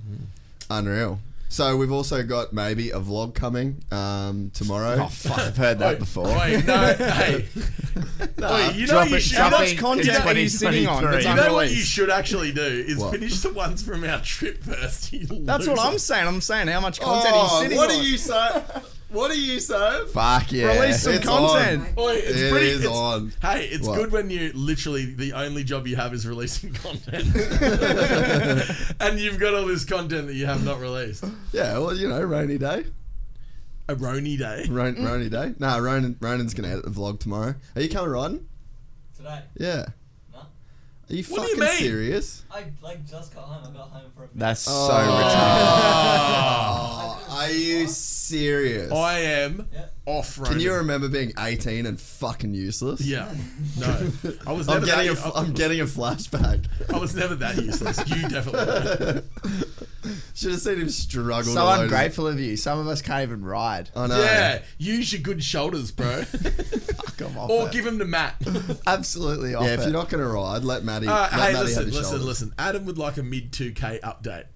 Speaker 2: Unreal. So we've also got maybe a vlog coming um, tomorrow.
Speaker 5: Oh fuck, I've heard that
Speaker 4: Wait,
Speaker 5: before.
Speaker 4: Wait, no, hey. Wait, you know
Speaker 5: drop
Speaker 4: you
Speaker 5: it,
Speaker 4: should.
Speaker 5: drop
Speaker 4: you know-
Speaker 5: it.
Speaker 6: Much content are you sitting on? That's
Speaker 5: 2023.
Speaker 4: You know what
Speaker 6: unreleased.
Speaker 4: you should actually do is
Speaker 2: What?
Speaker 4: finish the ones from our trip first. You
Speaker 6: That's what
Speaker 4: loser.
Speaker 6: I'm saying. I'm saying how much content are
Speaker 2: Oh,
Speaker 6: you sitting
Speaker 2: what
Speaker 6: on?
Speaker 2: are you saying? What are you saying?
Speaker 5: Fuck yeah.
Speaker 6: Release some
Speaker 2: It's
Speaker 6: content.
Speaker 2: on.
Speaker 4: Oi, it's
Speaker 2: It
Speaker 4: pretty,
Speaker 2: is
Speaker 4: it's-
Speaker 2: on.
Speaker 4: Hey, it's
Speaker 2: What?
Speaker 4: good when you literally the only job you have is releasing content, and you've got all this content that you have not released.
Speaker 2: Yeah, well, you know, rainy day.
Speaker 4: A Rony day.
Speaker 2: Ron, Rony Day. No, Ronan, Ronan's gonna edit the vlog tomorrow. Are you coming riding?
Speaker 7: Today?
Speaker 2: Yeah.
Speaker 7: No.
Speaker 2: Are you
Speaker 4: What do you
Speaker 2: fucking
Speaker 4: mean?
Speaker 2: serious?
Speaker 7: I like just got home. I got home for a bit.
Speaker 5: That's so
Speaker 2: Oh, are you serious?
Speaker 4: I am off road.
Speaker 2: Can you remember being 18 and fucking useless?
Speaker 4: Yeah. uh, No, I was
Speaker 2: I'm
Speaker 4: never
Speaker 2: getting, a,
Speaker 4: that.
Speaker 2: f- I'm getting a flashback.
Speaker 4: I was never that useless. You definitely. were.
Speaker 2: Should have seen him struggle. to
Speaker 5: retarded. So
Speaker 2: load it.
Speaker 5: ungrateful of you. Some of us can't even ride.
Speaker 8: Uh,
Speaker 2: I know.
Speaker 4: Yeah, use your good shoulders, bro.
Speaker 5: Come off
Speaker 4: or
Speaker 5: it.
Speaker 4: give him to Matt.
Speaker 5: absolutely off
Speaker 2: Yeah, if
Speaker 5: it.
Speaker 2: you're not gonna ride, let Maddie.
Speaker 4: Uh,
Speaker 2: let
Speaker 4: hey,
Speaker 2: Maddie
Speaker 4: listen,
Speaker 2: have his
Speaker 4: listen,
Speaker 2: shoulders.
Speaker 4: listen. Adam would like a mid 2K update.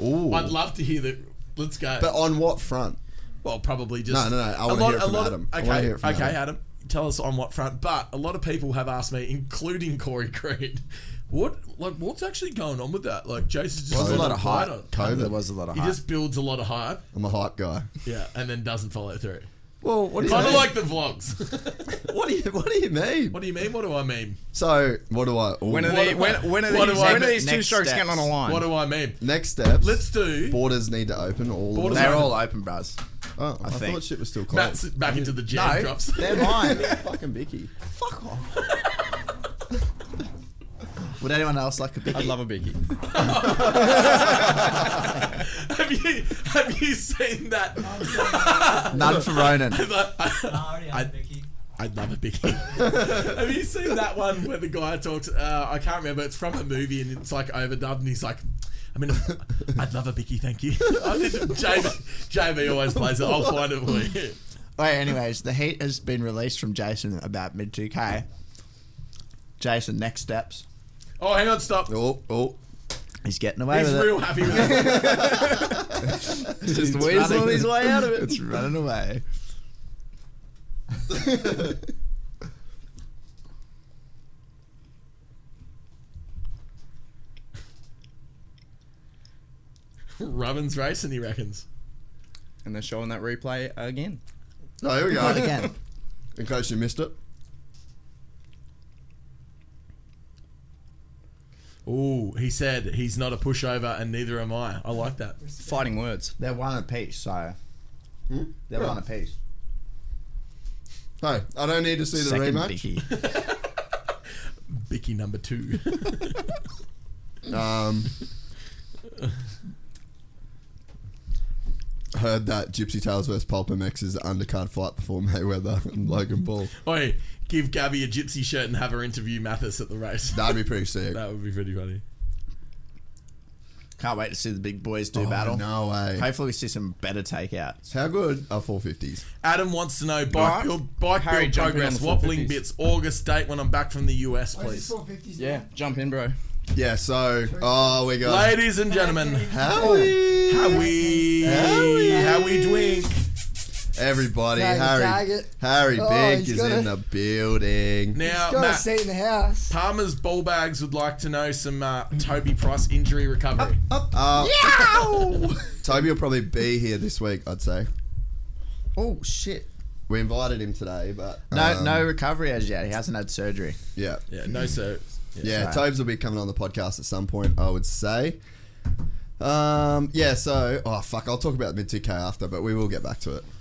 Speaker 2: Ooh.
Speaker 4: I'd love to hear that. Let's go.
Speaker 2: But on what front?
Speaker 4: Well, probably just
Speaker 2: No, no, no, I
Speaker 4: a
Speaker 2: wanna
Speaker 4: lot-
Speaker 2: hear it
Speaker 4: a
Speaker 2: from
Speaker 4: lot of-
Speaker 2: Adam. I
Speaker 4: Okay,
Speaker 2: wanna hear it from
Speaker 4: okay,
Speaker 2: Adam.
Speaker 4: Adam. Tell us on what front. But a lot of people have asked me, including Corey Creed, What like what's actually going on with that? Like Jason's just
Speaker 2: Well, there's a lot of
Speaker 4: hype.
Speaker 2: hype. COVID.
Speaker 9: There was a lot of
Speaker 4: He
Speaker 9: hype.
Speaker 4: just builds a lot of hype,
Speaker 2: I'm a hype guy.
Speaker 4: yeah, and then doesn't follow through.
Speaker 2: Well, what do you
Speaker 4: Kind of
Speaker 2: mean?
Speaker 4: like the vlogs.
Speaker 2: what do you what do you mean?
Speaker 4: what e- do you mean? What do I mean?
Speaker 2: So what do I? ooh.
Speaker 8: When are,
Speaker 4: What
Speaker 8: they,
Speaker 4: do
Speaker 8: when,
Speaker 4: I-
Speaker 8: when are
Speaker 4: what
Speaker 8: these,
Speaker 4: do I-
Speaker 8: when are these two
Speaker 9: next
Speaker 8: strokes
Speaker 9: steps?
Speaker 8: getting on a line?
Speaker 4: What do I mean?
Speaker 2: Next steps.
Speaker 4: Let's do-
Speaker 2: Borders need to open. All
Speaker 4: Borders-
Speaker 2: of them.
Speaker 4: They're
Speaker 5: They're
Speaker 4: all
Speaker 5: all open, bros.
Speaker 2: Oh, I,
Speaker 5: think.
Speaker 2: thought shit was still closed.
Speaker 4: Matt's back into the jam drops.
Speaker 5: They're mine.
Speaker 2: fucking Vicky.
Speaker 5: Fuck off. Would anyone else like a big?
Speaker 9: I'd love a biggie.
Speaker 4: have you have you seen that?
Speaker 5: None for Ronan.
Speaker 4: I, I'd love a biggie. Have you seen that one where the guy talks? Uh, I can't remember. It's from a movie and it's like overdubbed, and he's like, "I mean, I'd love a biggie, thank you." I did, JB, JB always plays it. I'll find it for you.
Speaker 5: Wait, anyways, the heat has been released from Jason about mid 2K. Jason, next steps.
Speaker 4: Oh, hang on, stop.
Speaker 2: Oh, oh.
Speaker 5: He's getting away
Speaker 4: He's
Speaker 5: with
Speaker 4: real happy with it.
Speaker 5: it. He's
Speaker 2: weaseling his way out of it.
Speaker 5: It's running away.
Speaker 4: Rubbin's racing, he reckons.
Speaker 8: And they're showing that replay again.
Speaker 2: No, here we go.
Speaker 5: Again.
Speaker 2: In case you missed it.
Speaker 4: Ooh, he said he's not a pushover, and neither am I. I like that.
Speaker 8: Fighting words.
Speaker 5: They're one apiece, so. They're one apiece.
Speaker 2: Hey, I don't need to see the rematch.
Speaker 5: biggie.
Speaker 4: Bicky number two.
Speaker 2: Um, heard that Gypsy Tales vs Pulp MX is the undercard fight before Mayweather and Logan Paul.
Speaker 4: Oi, give Gabby a gypsy shirt and have her interview Mathis at the race.
Speaker 2: That'd be pretty sick.
Speaker 4: That would be pretty funny.
Speaker 5: Can't wait to see the big boys do
Speaker 2: Oh,
Speaker 5: battle.
Speaker 2: No way.
Speaker 5: Hopefully, we see some better takeouts.
Speaker 2: How good are 450s?
Speaker 4: Adam wants to know bike
Speaker 8: Right.
Speaker 4: build, bike
Speaker 8: Harry,
Speaker 4: build
Speaker 8: jump in
Speaker 4: progress,
Speaker 8: on the
Speaker 4: wobbling
Speaker 8: 450s.
Speaker 4: bits, August date when I'm back from the US, please.
Speaker 8: Yeah, jump in, bro.
Speaker 2: Yeah, so. Oh, we got.
Speaker 4: Ladies and gentlemen,
Speaker 2: Howie!
Speaker 4: Howie, Howie, Howie Dwing.
Speaker 2: Everybody, Harry. Harry
Speaker 5: Oh,
Speaker 2: Bink is in the building.
Speaker 4: Now,
Speaker 10: Got a
Speaker 4: Matt,
Speaker 10: seat in the house.
Speaker 4: Palmer's ball bags would like to know some uh, Toby Price injury recovery.
Speaker 2: Uh, Toby will probably be here this week, I'd say.
Speaker 5: Oh, shit.
Speaker 2: We invited him today, but.
Speaker 5: No,
Speaker 2: um,
Speaker 5: no recovery as yet. He hasn't had surgery.
Speaker 2: Yeah.
Speaker 4: Yeah, no sir.
Speaker 2: Yeah, Tobes will be coming on the podcast at some point, I would say. Um, yeah, so oh fuck, I'll talk about mid two K after, but we will get back to it.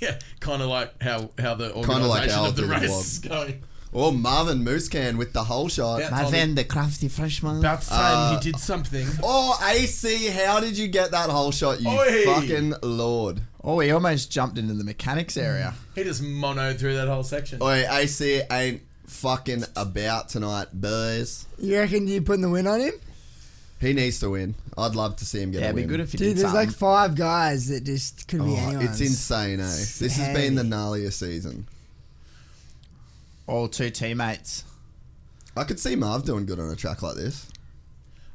Speaker 4: Yeah, kind of like how how the
Speaker 2: Kinda
Speaker 4: organisation
Speaker 2: like our
Speaker 4: of the
Speaker 2: big
Speaker 4: race
Speaker 2: wob.
Speaker 4: is going.
Speaker 2: Or Marvin Moose can with the whole shot.
Speaker 4: Yeah.
Speaker 5: My
Speaker 4: Tommy.
Speaker 5: then the crafty freshman.
Speaker 4: About
Speaker 2: Uh,
Speaker 4: time he did something.
Speaker 2: Oh AC, how did you get that whole shot, you
Speaker 4: Oi.
Speaker 2: fucking lord?
Speaker 5: Oh, he almost jumped into the mechanics area.
Speaker 4: He just monoed through that whole section.
Speaker 2: Oi, AC ain't fucking about tonight, boys.
Speaker 10: You reckon you putting the win on him?
Speaker 2: He needs to win. I'd love to see him get
Speaker 5: Yeah,
Speaker 2: a
Speaker 5: it'd be
Speaker 2: win.
Speaker 5: good if he
Speaker 10: Dude,
Speaker 5: did
Speaker 10: there's
Speaker 5: something.
Speaker 10: like five guys that just could be
Speaker 2: Oh,
Speaker 10: anyone.
Speaker 2: it's insane, eh? This has been the gnarliest season.
Speaker 5: all two teammates.
Speaker 2: I could see Marv doing good on a track like this.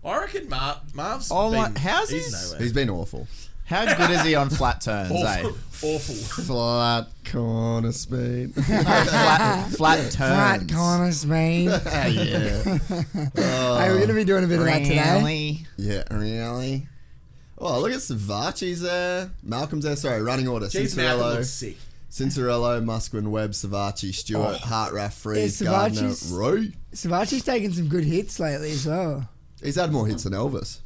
Speaker 4: I reckon Mar- Marv's.
Speaker 5: Oh my-
Speaker 4: been,
Speaker 5: how's
Speaker 4: he's
Speaker 5: this?
Speaker 4: nowhere.
Speaker 2: He's been awful.
Speaker 5: How good is he on flat turns, eh?
Speaker 4: Awful. Awful.
Speaker 2: Flat corner speed.
Speaker 5: Flat, flat turns.
Speaker 10: Ah. Flat corners, man. hey,
Speaker 2: yeah.
Speaker 10: we're gonna be doing a bit of that today.
Speaker 5: Really?
Speaker 2: Yeah, really? Oh, look at Savachi's there. Malcolm's there. Sorry, running order.
Speaker 4: Jeez, Malcolm
Speaker 2: Cincerello,
Speaker 4: looks sick.
Speaker 2: Cincerello, Musquin, Webb, Savachi, Stewart,
Speaker 5: Oh.
Speaker 2: Hartraff, Freeze,
Speaker 10: Yeah,
Speaker 2: Gardner,
Speaker 10: Savachi's-
Speaker 2: Roy.
Speaker 10: Savachi's taken some good hits lately as well.
Speaker 2: He's had more hits than Elvis.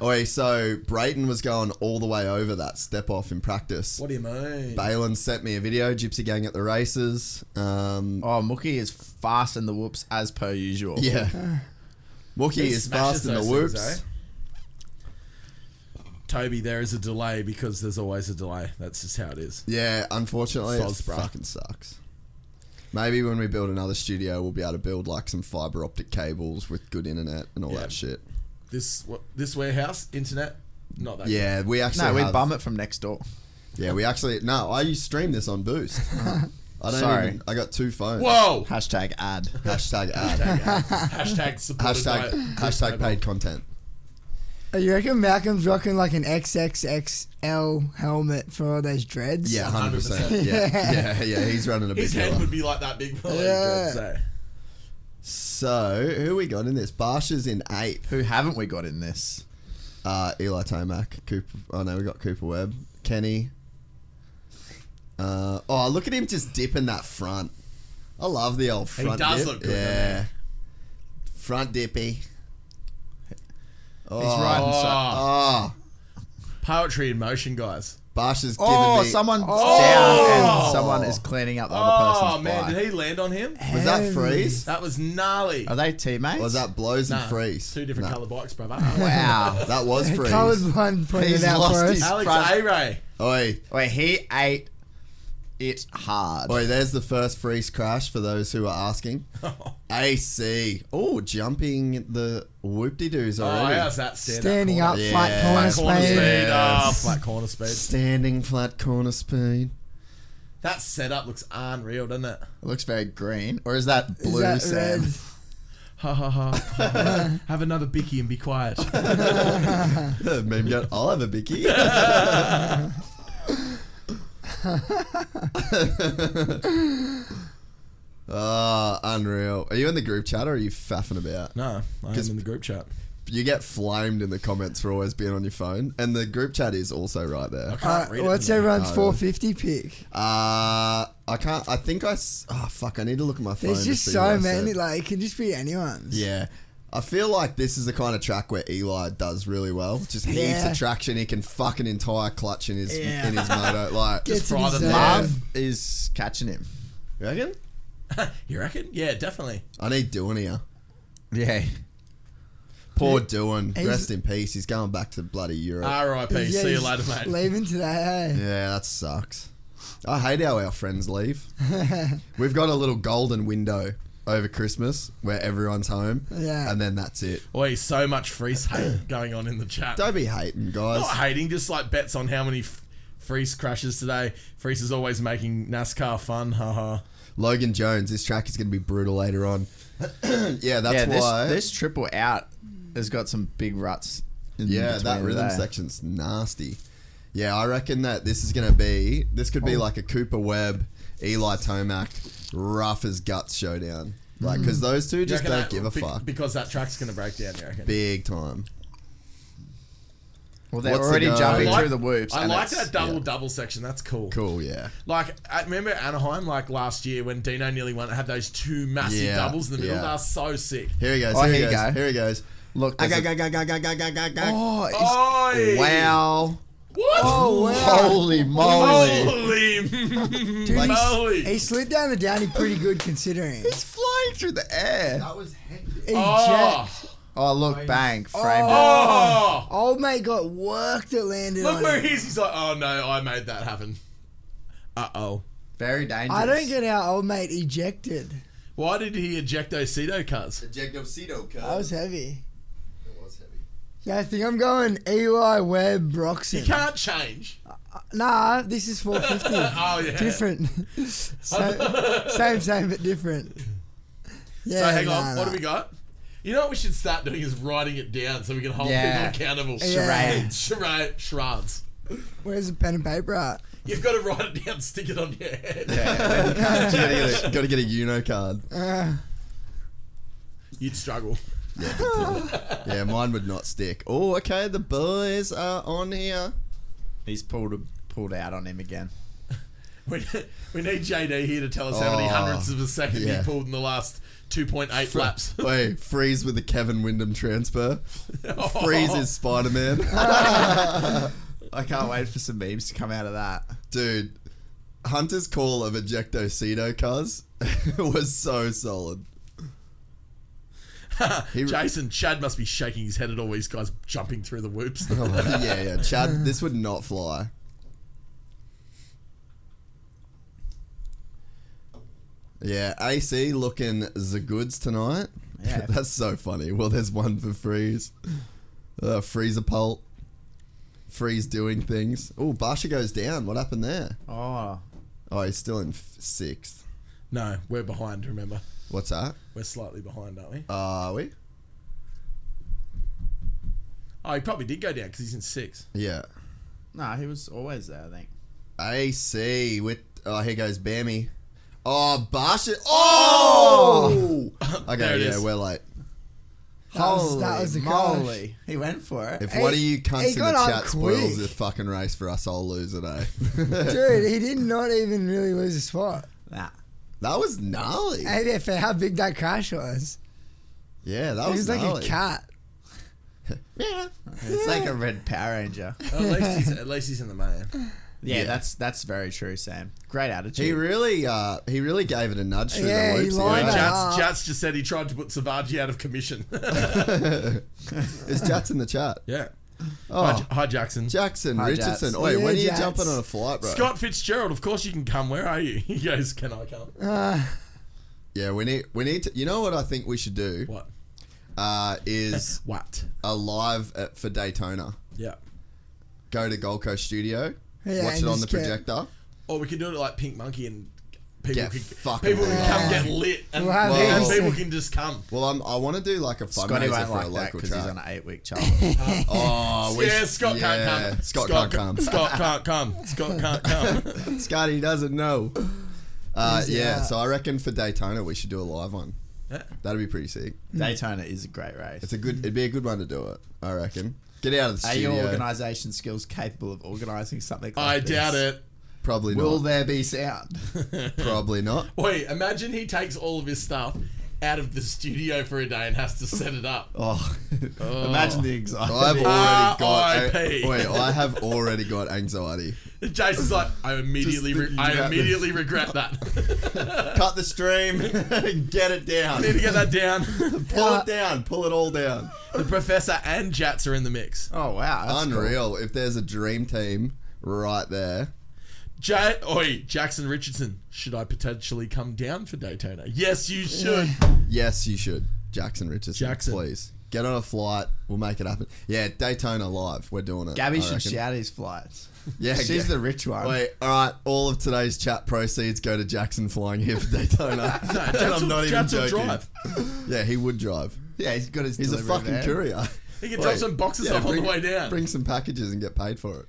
Speaker 2: Oi, so Brayton was going all the way over that step off in practice.
Speaker 4: What do you mean?
Speaker 2: Balin sent me a video, Gypsy Gang at the races. Um,
Speaker 5: Oh, Mookie is fast in the whoops as per usual.
Speaker 2: Yeah. Mookie
Speaker 4: He
Speaker 2: is
Speaker 4: smashes
Speaker 2: fast in the
Speaker 4: those things, eh?
Speaker 2: whoops.
Speaker 4: Toby, there is a delay because there's always a delay. That's just how it is.
Speaker 2: Yeah, unfortunately,
Speaker 4: Soz,
Speaker 2: it
Speaker 4: bruh.
Speaker 2: fucking sucks. Maybe when we build another studio, we'll be able to build like some fiber optic cables with good internet and all
Speaker 4: Yeah.
Speaker 2: that shit.
Speaker 4: This what, this warehouse internet, not that.
Speaker 2: Yeah, we actually.
Speaker 5: No, we
Speaker 2: have-
Speaker 5: bum it from next door.
Speaker 2: Yeah, we actually. No, I used stream this on Boost. I don't
Speaker 5: Sorry.
Speaker 2: even. I got two phones.
Speaker 4: good. Whoa!
Speaker 5: Hashtag ad.
Speaker 2: Hashtag ad.
Speaker 4: Hashtag supported
Speaker 2: hashtag
Speaker 4: by
Speaker 2: hashtag paid content.
Speaker 10: Oh, you reckon Malcolm's rocking like an XXXL helmet for all those dreads?
Speaker 2: Yeah, hundred
Speaker 4: 100%.
Speaker 2: percent. Yeah, yeah, yeah. He's running a big
Speaker 4: His head
Speaker 2: killer.
Speaker 4: would be like that big.
Speaker 10: Yeah.
Speaker 4: Yeah.
Speaker 2: So, who we got in this? Barsha's in eight. Who haven't we got in this? Uh, Eli Tomac. Cooper. Oh, no, we got Cooper Webb. Kenny. Uh, oh, look at him just dipping that front. I love the old
Speaker 4: He
Speaker 2: front
Speaker 4: does
Speaker 2: dip.
Speaker 4: look good,
Speaker 2: Yeah. Front dippy. Oh,
Speaker 4: riding so-
Speaker 2: Oh.
Speaker 4: Poetry in motion, guys.
Speaker 2: Barsha's
Speaker 5: Oh, someone's
Speaker 2: Oh!
Speaker 5: down and someone is cleaning up the other
Speaker 4: Oh
Speaker 5: person's
Speaker 4: man,
Speaker 5: bike.
Speaker 4: did he land on him?
Speaker 5: Was that
Speaker 2: Oh!
Speaker 5: Heavy. freeze?
Speaker 4: That was gnarly.
Speaker 5: Are they teammates?
Speaker 2: Was that blows
Speaker 4: Nah,
Speaker 2: and freeze?
Speaker 4: Two different
Speaker 2: Nah. Ah,
Speaker 4: colour bikes, brother.
Speaker 5: Wow.
Speaker 2: That was freeze.
Speaker 10: Colorblind pointed
Speaker 5: He's
Speaker 10: out
Speaker 5: lost
Speaker 10: for us.
Speaker 5: his
Speaker 4: Alex
Speaker 5: front-
Speaker 4: Aray.
Speaker 2: Oi.
Speaker 5: Wait, he ate it hard.
Speaker 2: Boy, there's the first freeze crash for those who are asking. AC. Oh, jumping the whoop de doos
Speaker 4: Oh,
Speaker 2: already.
Speaker 4: how's that stand-up
Speaker 10: Standing up,
Speaker 2: corner?
Speaker 10: flat
Speaker 2: Yeah.
Speaker 10: corner
Speaker 2: Flat
Speaker 4: Corner
Speaker 10: speed.
Speaker 4: speed. Oh,
Speaker 2: Yes.
Speaker 4: flat corner speed.
Speaker 2: Standing flat corner speed.
Speaker 4: That setup looks unreal, doesn't it?
Speaker 5: It looks very green. Or is that blue,
Speaker 10: that
Speaker 5: Sam?
Speaker 10: red?
Speaker 4: Ha ha ha. Have another bicky and be quiet.
Speaker 2: Maybe got- I'll have a bicky. Ah, unreal. Are you in the group chat or are you faffing about?
Speaker 4: No, I am
Speaker 2: Just-
Speaker 4: in the group chat.
Speaker 2: You get flamed in the comments for always being on your phone, and the group chat is also right there.
Speaker 4: I
Speaker 10: Uh,
Speaker 4: can't read
Speaker 10: what's
Speaker 4: it.
Speaker 10: everyone's 450 pick?
Speaker 2: Uh, I can't. I think I. s- Oh fuck! I need to look at my phone.
Speaker 10: There's
Speaker 2: to
Speaker 10: just
Speaker 2: see
Speaker 10: so
Speaker 2: what I
Speaker 10: many.
Speaker 2: said.
Speaker 10: Like, it can just be anyone's.
Speaker 2: yeah, I feel like this is the kind of track where Eli does really well. Just heaps
Speaker 10: Yeah.
Speaker 2: of traction. He can fuck an entire clutch in his
Speaker 10: Yeah.
Speaker 2: in his moto. Like
Speaker 10: Gets in
Speaker 4: private
Speaker 10: his zone.
Speaker 2: Yeah.
Speaker 5: Love is catching him.
Speaker 2: You reckon?
Speaker 4: You reckon? Yeah, definitely.
Speaker 2: I need doing here.
Speaker 5: Yeah.
Speaker 2: Poor Doohan.
Speaker 10: He's-
Speaker 2: Rest in peace. He's going back to bloody Europe.
Speaker 4: R.I.P.
Speaker 10: Yeah,
Speaker 4: See you
Speaker 10: he's
Speaker 4: later, mate.
Speaker 10: Leaving today, hey?
Speaker 2: Yeah, that sucks. I hate how our friends leave. We've got a little golden window over Christmas where everyone's home.
Speaker 10: Yeah.
Speaker 2: And then that's it.
Speaker 4: Oi, so much freeze hate going on in the chat.
Speaker 2: Don't be hating, guys.
Speaker 4: Not hating, just like bets on how many f- Freeze crashes today. Freeze is always making NASCAR fun. Haha.
Speaker 2: Logan Jones, this track is going to be brutal later on. yeah, that's
Speaker 5: yeah, this,
Speaker 2: why.
Speaker 5: this triple out has got some big ruts. in
Speaker 2: yeah,
Speaker 5: between
Speaker 2: that rhythm
Speaker 5: there.
Speaker 2: section's nasty. Yeah, I reckon that this is going to be, this could
Speaker 5: Oh.
Speaker 2: be like a Cooper Webb, Eli Tomac, rough as guts showdown. Like,
Speaker 5: Hmm.
Speaker 2: because those two just
Speaker 4: You reckon
Speaker 2: don't
Speaker 4: that-
Speaker 2: give a
Speaker 4: be-
Speaker 2: fuck.
Speaker 4: Because that track's going to break down, you reckon?
Speaker 2: Big time.
Speaker 5: Well, they're
Speaker 2: What's the
Speaker 5: already
Speaker 2: go?
Speaker 5: jumping
Speaker 2: I
Speaker 5: through the whoops.
Speaker 4: I
Speaker 5: and
Speaker 4: like
Speaker 5: it's-
Speaker 4: that double double section. That's cool.
Speaker 2: Cool, yeah.
Speaker 4: Like, I remember Anaheim, like last year when Dino nearly won, it had those two massive
Speaker 2: Yeah,
Speaker 4: doubles in the middle.
Speaker 2: yeah.
Speaker 4: That's so sick.
Speaker 2: Here he goes.
Speaker 5: Oh,
Speaker 2: here,
Speaker 5: here
Speaker 2: he
Speaker 5: you
Speaker 2: goes.
Speaker 5: go.
Speaker 2: Here he goes.
Speaker 5: Look,
Speaker 2: I
Speaker 5: there's
Speaker 2: got, got, got, got, got, got, got, got.
Speaker 5: Oh, it's-
Speaker 4: Oi!
Speaker 2: wow.
Speaker 4: What?
Speaker 2: Holy moly.
Speaker 4: Holy Mm.
Speaker 10: Dude,
Speaker 4: moly!
Speaker 10: he, he slid down the downy pretty good considering.
Speaker 5: It's flying through the air.
Speaker 2: That was hectic.
Speaker 10: He
Speaker 4: Oh,
Speaker 10: jacked.
Speaker 5: Oh, look, bang, framed
Speaker 4: oh.
Speaker 10: Old mate got worked. It landed
Speaker 4: Look
Speaker 10: on
Speaker 4: where
Speaker 10: him.
Speaker 4: he is. He's like, oh no, I made that happen. Uh oh.
Speaker 5: it. Very dangerous.
Speaker 10: I don't get how old mate ejected.
Speaker 4: Why did he eject Ocedo, cuz?
Speaker 10: That was heavy.
Speaker 2: It was heavy.
Speaker 10: Yeah, I think I'm going Eli Webb
Speaker 4: You
Speaker 10: Broxton.
Speaker 4: can't change.
Speaker 10: Nah, this is 450.
Speaker 4: Oh, yeah.
Speaker 10: Different. same, same, same, but different. Yeah.
Speaker 4: so hang on,
Speaker 10: nah, nah.
Speaker 4: what do we got? You know what we should start doing is writing it down so we can hold
Speaker 5: Yeah.
Speaker 4: people accountable.
Speaker 10: Charades.
Speaker 4: Charade, charades.
Speaker 10: Where's the pen and paper at?
Speaker 4: You've got to write it down, stick it on your head.
Speaker 2: Got to get a Uno card.
Speaker 10: Uh,
Speaker 4: You'd struggle.
Speaker 2: Yeah, mine would not stick. Oh, okay. The boys are on here.
Speaker 5: He's pulled pulled out on him again.
Speaker 4: We, we need JD here to tell us how many
Speaker 2: Oh,
Speaker 4: hundredths of a second
Speaker 2: yeah.
Speaker 4: he pulled in the last 2.8 laps.
Speaker 2: Wait, freeze with the Kevin Wyndham transfer. Freeze is Spider Man.
Speaker 5: I can't wait for some memes to come out of that.
Speaker 2: Dude, Hunter's call of Ejecto Cedo cuz was so solid. He-
Speaker 4: Oh, Jason, Chad must be shaking his head at all these guys jumping through the whoops.
Speaker 2: yeah, yeah. Chad, this would not fly. Yeah, AC looking the goods tonight.
Speaker 5: Yeah.
Speaker 2: That's so funny. Well, there's one for Freeze. Uh, freezer pulp. Freeze doing things. Oh, Barsha goes down. What happened there?
Speaker 5: Oh,
Speaker 2: Oh, he's still in f- sixth.
Speaker 4: no, we're behind, remember.
Speaker 2: What's that?
Speaker 4: We're slightly behind, aren't we?
Speaker 2: Are we?
Speaker 4: Oh, he probably did go down because he's in six.
Speaker 2: Yeah.
Speaker 5: no, he was always there. I think.
Speaker 2: AC with. Oh, here goes Bammy. Oh, Barsha. Oh!
Speaker 4: There it
Speaker 2: okay, yeah,
Speaker 4: is.
Speaker 2: we're late.
Speaker 10: That was, that was a
Speaker 5: moly.
Speaker 10: gosh.
Speaker 5: He went for it.
Speaker 2: If one of you
Speaker 10: he
Speaker 2: cunts in
Speaker 10: got
Speaker 2: the
Speaker 10: up
Speaker 2: chat spoils
Speaker 10: quick.
Speaker 2: the fucking race for us, I'll lose it, eh?
Speaker 10: Dude, he did not even really lose a spot.
Speaker 5: Nah.
Speaker 2: That was gnarly.
Speaker 10: And yeah, for how big that crash was.
Speaker 2: Yeah, that
Speaker 10: It
Speaker 2: was,
Speaker 10: was like
Speaker 2: gnarly.
Speaker 10: a cat.
Speaker 5: It's like a red Power Ranger.
Speaker 4: At least he's, at least he's in the man.
Speaker 5: Yeah, that's that's very true, Sam. Great attitude.
Speaker 2: He really, uh, he really gave it a nudge through
Speaker 10: Yeah,
Speaker 2: the
Speaker 10: he
Speaker 2: loops.
Speaker 10: lined
Speaker 2: yeah.
Speaker 10: up.
Speaker 4: Jats, Jats just said he tried to put Savaji out of commission.
Speaker 2: Is Jats in the chat?
Speaker 4: yeah.
Speaker 2: Oh,
Speaker 4: Hi, J- hi, Jackson.
Speaker 2: Jackson
Speaker 5: Hi,
Speaker 2: Richardson.
Speaker 5: Jats.
Speaker 2: Oi,
Speaker 10: Yeah,
Speaker 2: when are you
Speaker 10: Jats.
Speaker 2: jumping on a flight, bro?
Speaker 4: Scott Fitzgerald, of course you can come. Where are you? He goes, Can I come?
Speaker 2: Yeah, we need, we need to. You know what I think we should do?
Speaker 4: What?
Speaker 2: Uh, is
Speaker 4: What?
Speaker 2: a live at, for Daytona.
Speaker 4: Yeah.
Speaker 2: Go to Gold Coast Studio.
Speaker 10: Yeah,
Speaker 2: watch
Speaker 10: and
Speaker 2: it on
Speaker 10: just
Speaker 2: the
Speaker 10: get-
Speaker 2: projector.
Speaker 4: Or we can do it like Pink Monkey and people
Speaker 2: Get
Speaker 4: can
Speaker 2: fucking
Speaker 4: people can
Speaker 2: lit.
Speaker 4: come get lit and,
Speaker 10: We'll have
Speaker 4: and
Speaker 2: heaps
Speaker 4: people
Speaker 10: of-
Speaker 4: can just come.
Speaker 2: Well, I'm, I want to do like a
Speaker 5: Scotty
Speaker 2: fundraiser
Speaker 5: won't
Speaker 2: for a
Speaker 5: like that
Speaker 2: local
Speaker 5: because he's on
Speaker 2: track.
Speaker 5: an eight-week challenge.
Speaker 2: Oh, we
Speaker 4: yeah,
Speaker 2: should-
Speaker 4: Scott
Speaker 2: yeah,
Speaker 4: can't come.
Speaker 2: Scott, can't come.
Speaker 4: Scott can't come. Scott can't come.
Speaker 2: Scotty doesn't know. Uh,
Speaker 10: He's
Speaker 2: yeah,
Speaker 10: out.
Speaker 2: so I reckon for Daytona we should do a live one.
Speaker 4: Yeah.
Speaker 2: That'd be pretty sick.
Speaker 5: Daytona is a great race.
Speaker 2: It's a good. It'd be a good one to do it. I reckon. Get out of the
Speaker 5: Are
Speaker 2: studio.
Speaker 5: your organisation skills capable of organising something like
Speaker 4: I
Speaker 5: this?
Speaker 4: doubt it.
Speaker 2: Probably
Speaker 5: Will
Speaker 2: not.
Speaker 5: there be sound?
Speaker 2: Probably not.
Speaker 4: Wait, imagine he takes all of his stuff out of the studio for a day and has to set it up.
Speaker 5: Oh, imagine the anxiety.
Speaker 2: I've already got.
Speaker 4: R.I.P..
Speaker 2: wait, I have already got anxiety.
Speaker 4: Jason's like, I immediately,
Speaker 2: Just
Speaker 4: re- I
Speaker 2: thinking
Speaker 4: immediately regret that.
Speaker 2: Cut the stream. Get it down.
Speaker 4: Need to get that down.
Speaker 5: Uh,
Speaker 2: Pull it down. Pull it all down.
Speaker 4: the professor and Jats are in the mix.
Speaker 5: Oh wow, that's
Speaker 2: Unreal. If there's a dream team right there.
Speaker 4: Ja- Oi, Jackson Richardson, should I potentially come down for Daytona? Yes, you should.
Speaker 2: Yes, you should. Jackson Richardson.
Speaker 4: Jackson.
Speaker 2: Please. Get on a flight. We'll make it happen. Yeah, Daytona live. We're doing it.
Speaker 5: Gabby
Speaker 2: I
Speaker 5: should
Speaker 2: reckon.
Speaker 5: shout his flights.
Speaker 2: Yeah,
Speaker 5: she's
Speaker 2: yeah.
Speaker 5: the rich one.
Speaker 2: Wait, all right. All of today's chat proceeds go to Jackson flying here for Daytona.
Speaker 4: No,
Speaker 2: And
Speaker 4: Jats will- Jats will drive.
Speaker 2: Yeah, he would drive.
Speaker 5: Yeah, he's got his.
Speaker 2: He's a
Speaker 5: delivery
Speaker 2: fucking
Speaker 5: van.
Speaker 2: courier.
Speaker 4: He can drop some boxes off on
Speaker 2: bring,
Speaker 4: the way down.
Speaker 2: Bring some packages and get paid for it.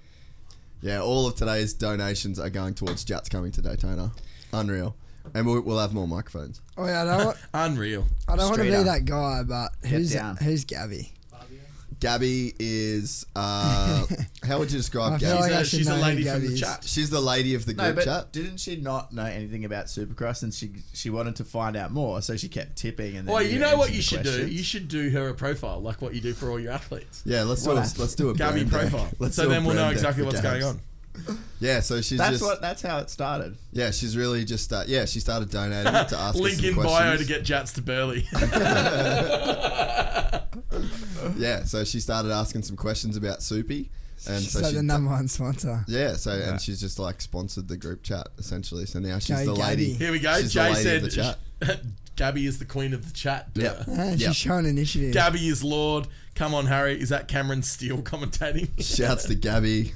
Speaker 2: Yeah, all of today's donations are going towards Jats coming to Daytona. Unreal. And we'll, we'll have more microphones.
Speaker 10: Oh yeah, I don't, want-
Speaker 4: Unreal.
Speaker 10: I don't want to be
Speaker 5: Straight up.
Speaker 10: that guy, but who's
Speaker 5: down.
Speaker 10: who's Gabby?
Speaker 2: Gabby is. Uh, how would you describe
Speaker 10: I
Speaker 2: Gabby?
Speaker 10: feel like
Speaker 4: She's
Speaker 10: I
Speaker 4: a-
Speaker 10: should
Speaker 4: she's a
Speaker 10: know who
Speaker 4: lady from
Speaker 10: Gabby
Speaker 4: the
Speaker 10: is.
Speaker 4: chat.
Speaker 2: She's the lady of the
Speaker 5: No,
Speaker 2: group
Speaker 5: but
Speaker 2: chat.
Speaker 5: didn't she not know anything about Supercross, and she she wanted to find out more, so she kept tipping. And then
Speaker 4: Well,
Speaker 5: we
Speaker 4: you know what
Speaker 5: answered
Speaker 4: you
Speaker 5: the
Speaker 4: should do?
Speaker 5: questions.
Speaker 4: You should do her a profile, like what you do for all your athletes.
Speaker 2: Yeah, let's do a, let's do a
Speaker 4: Gabby
Speaker 2: brand deck.
Speaker 4: profile.
Speaker 2: Let's
Speaker 4: so
Speaker 2: do a
Speaker 4: then we'll know
Speaker 2: brand deck
Speaker 4: exactly
Speaker 2: for
Speaker 4: what's
Speaker 2: Gabs.
Speaker 4: going on.
Speaker 2: Yeah, so she's
Speaker 5: That's
Speaker 2: just
Speaker 5: what. That's how it started.
Speaker 2: yeah, she's really just uh, yeah, she started donating to ask us
Speaker 4: Link
Speaker 2: some
Speaker 4: in
Speaker 2: questions.
Speaker 4: bio to get Jats to Burley.
Speaker 2: Yeah, so she started asking some questions about Soupy, and
Speaker 10: She's
Speaker 2: so
Speaker 10: like
Speaker 2: she
Speaker 10: the number one sponsor.
Speaker 2: yeah, so and she's just like sponsored the group chat essentially. So now she's
Speaker 10: Okay,
Speaker 2: the lady.
Speaker 10: Gabby.
Speaker 4: Here we go.
Speaker 2: She's the
Speaker 4: Jay
Speaker 2: lady of
Speaker 4: said
Speaker 2: the chat.
Speaker 4: Gabby is the queen of the chat.
Speaker 2: Yeah,
Speaker 10: Ah,
Speaker 2: yeah.
Speaker 10: She's showing initiative.
Speaker 4: Gabby is Lord. Come on, Harry. Is that Cameron Steele commentating?
Speaker 2: Shouts to Gabby.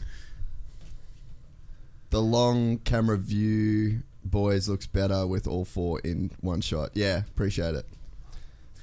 Speaker 2: The long camera view, boys, looks better with all four in one shot. Yeah, appreciate it.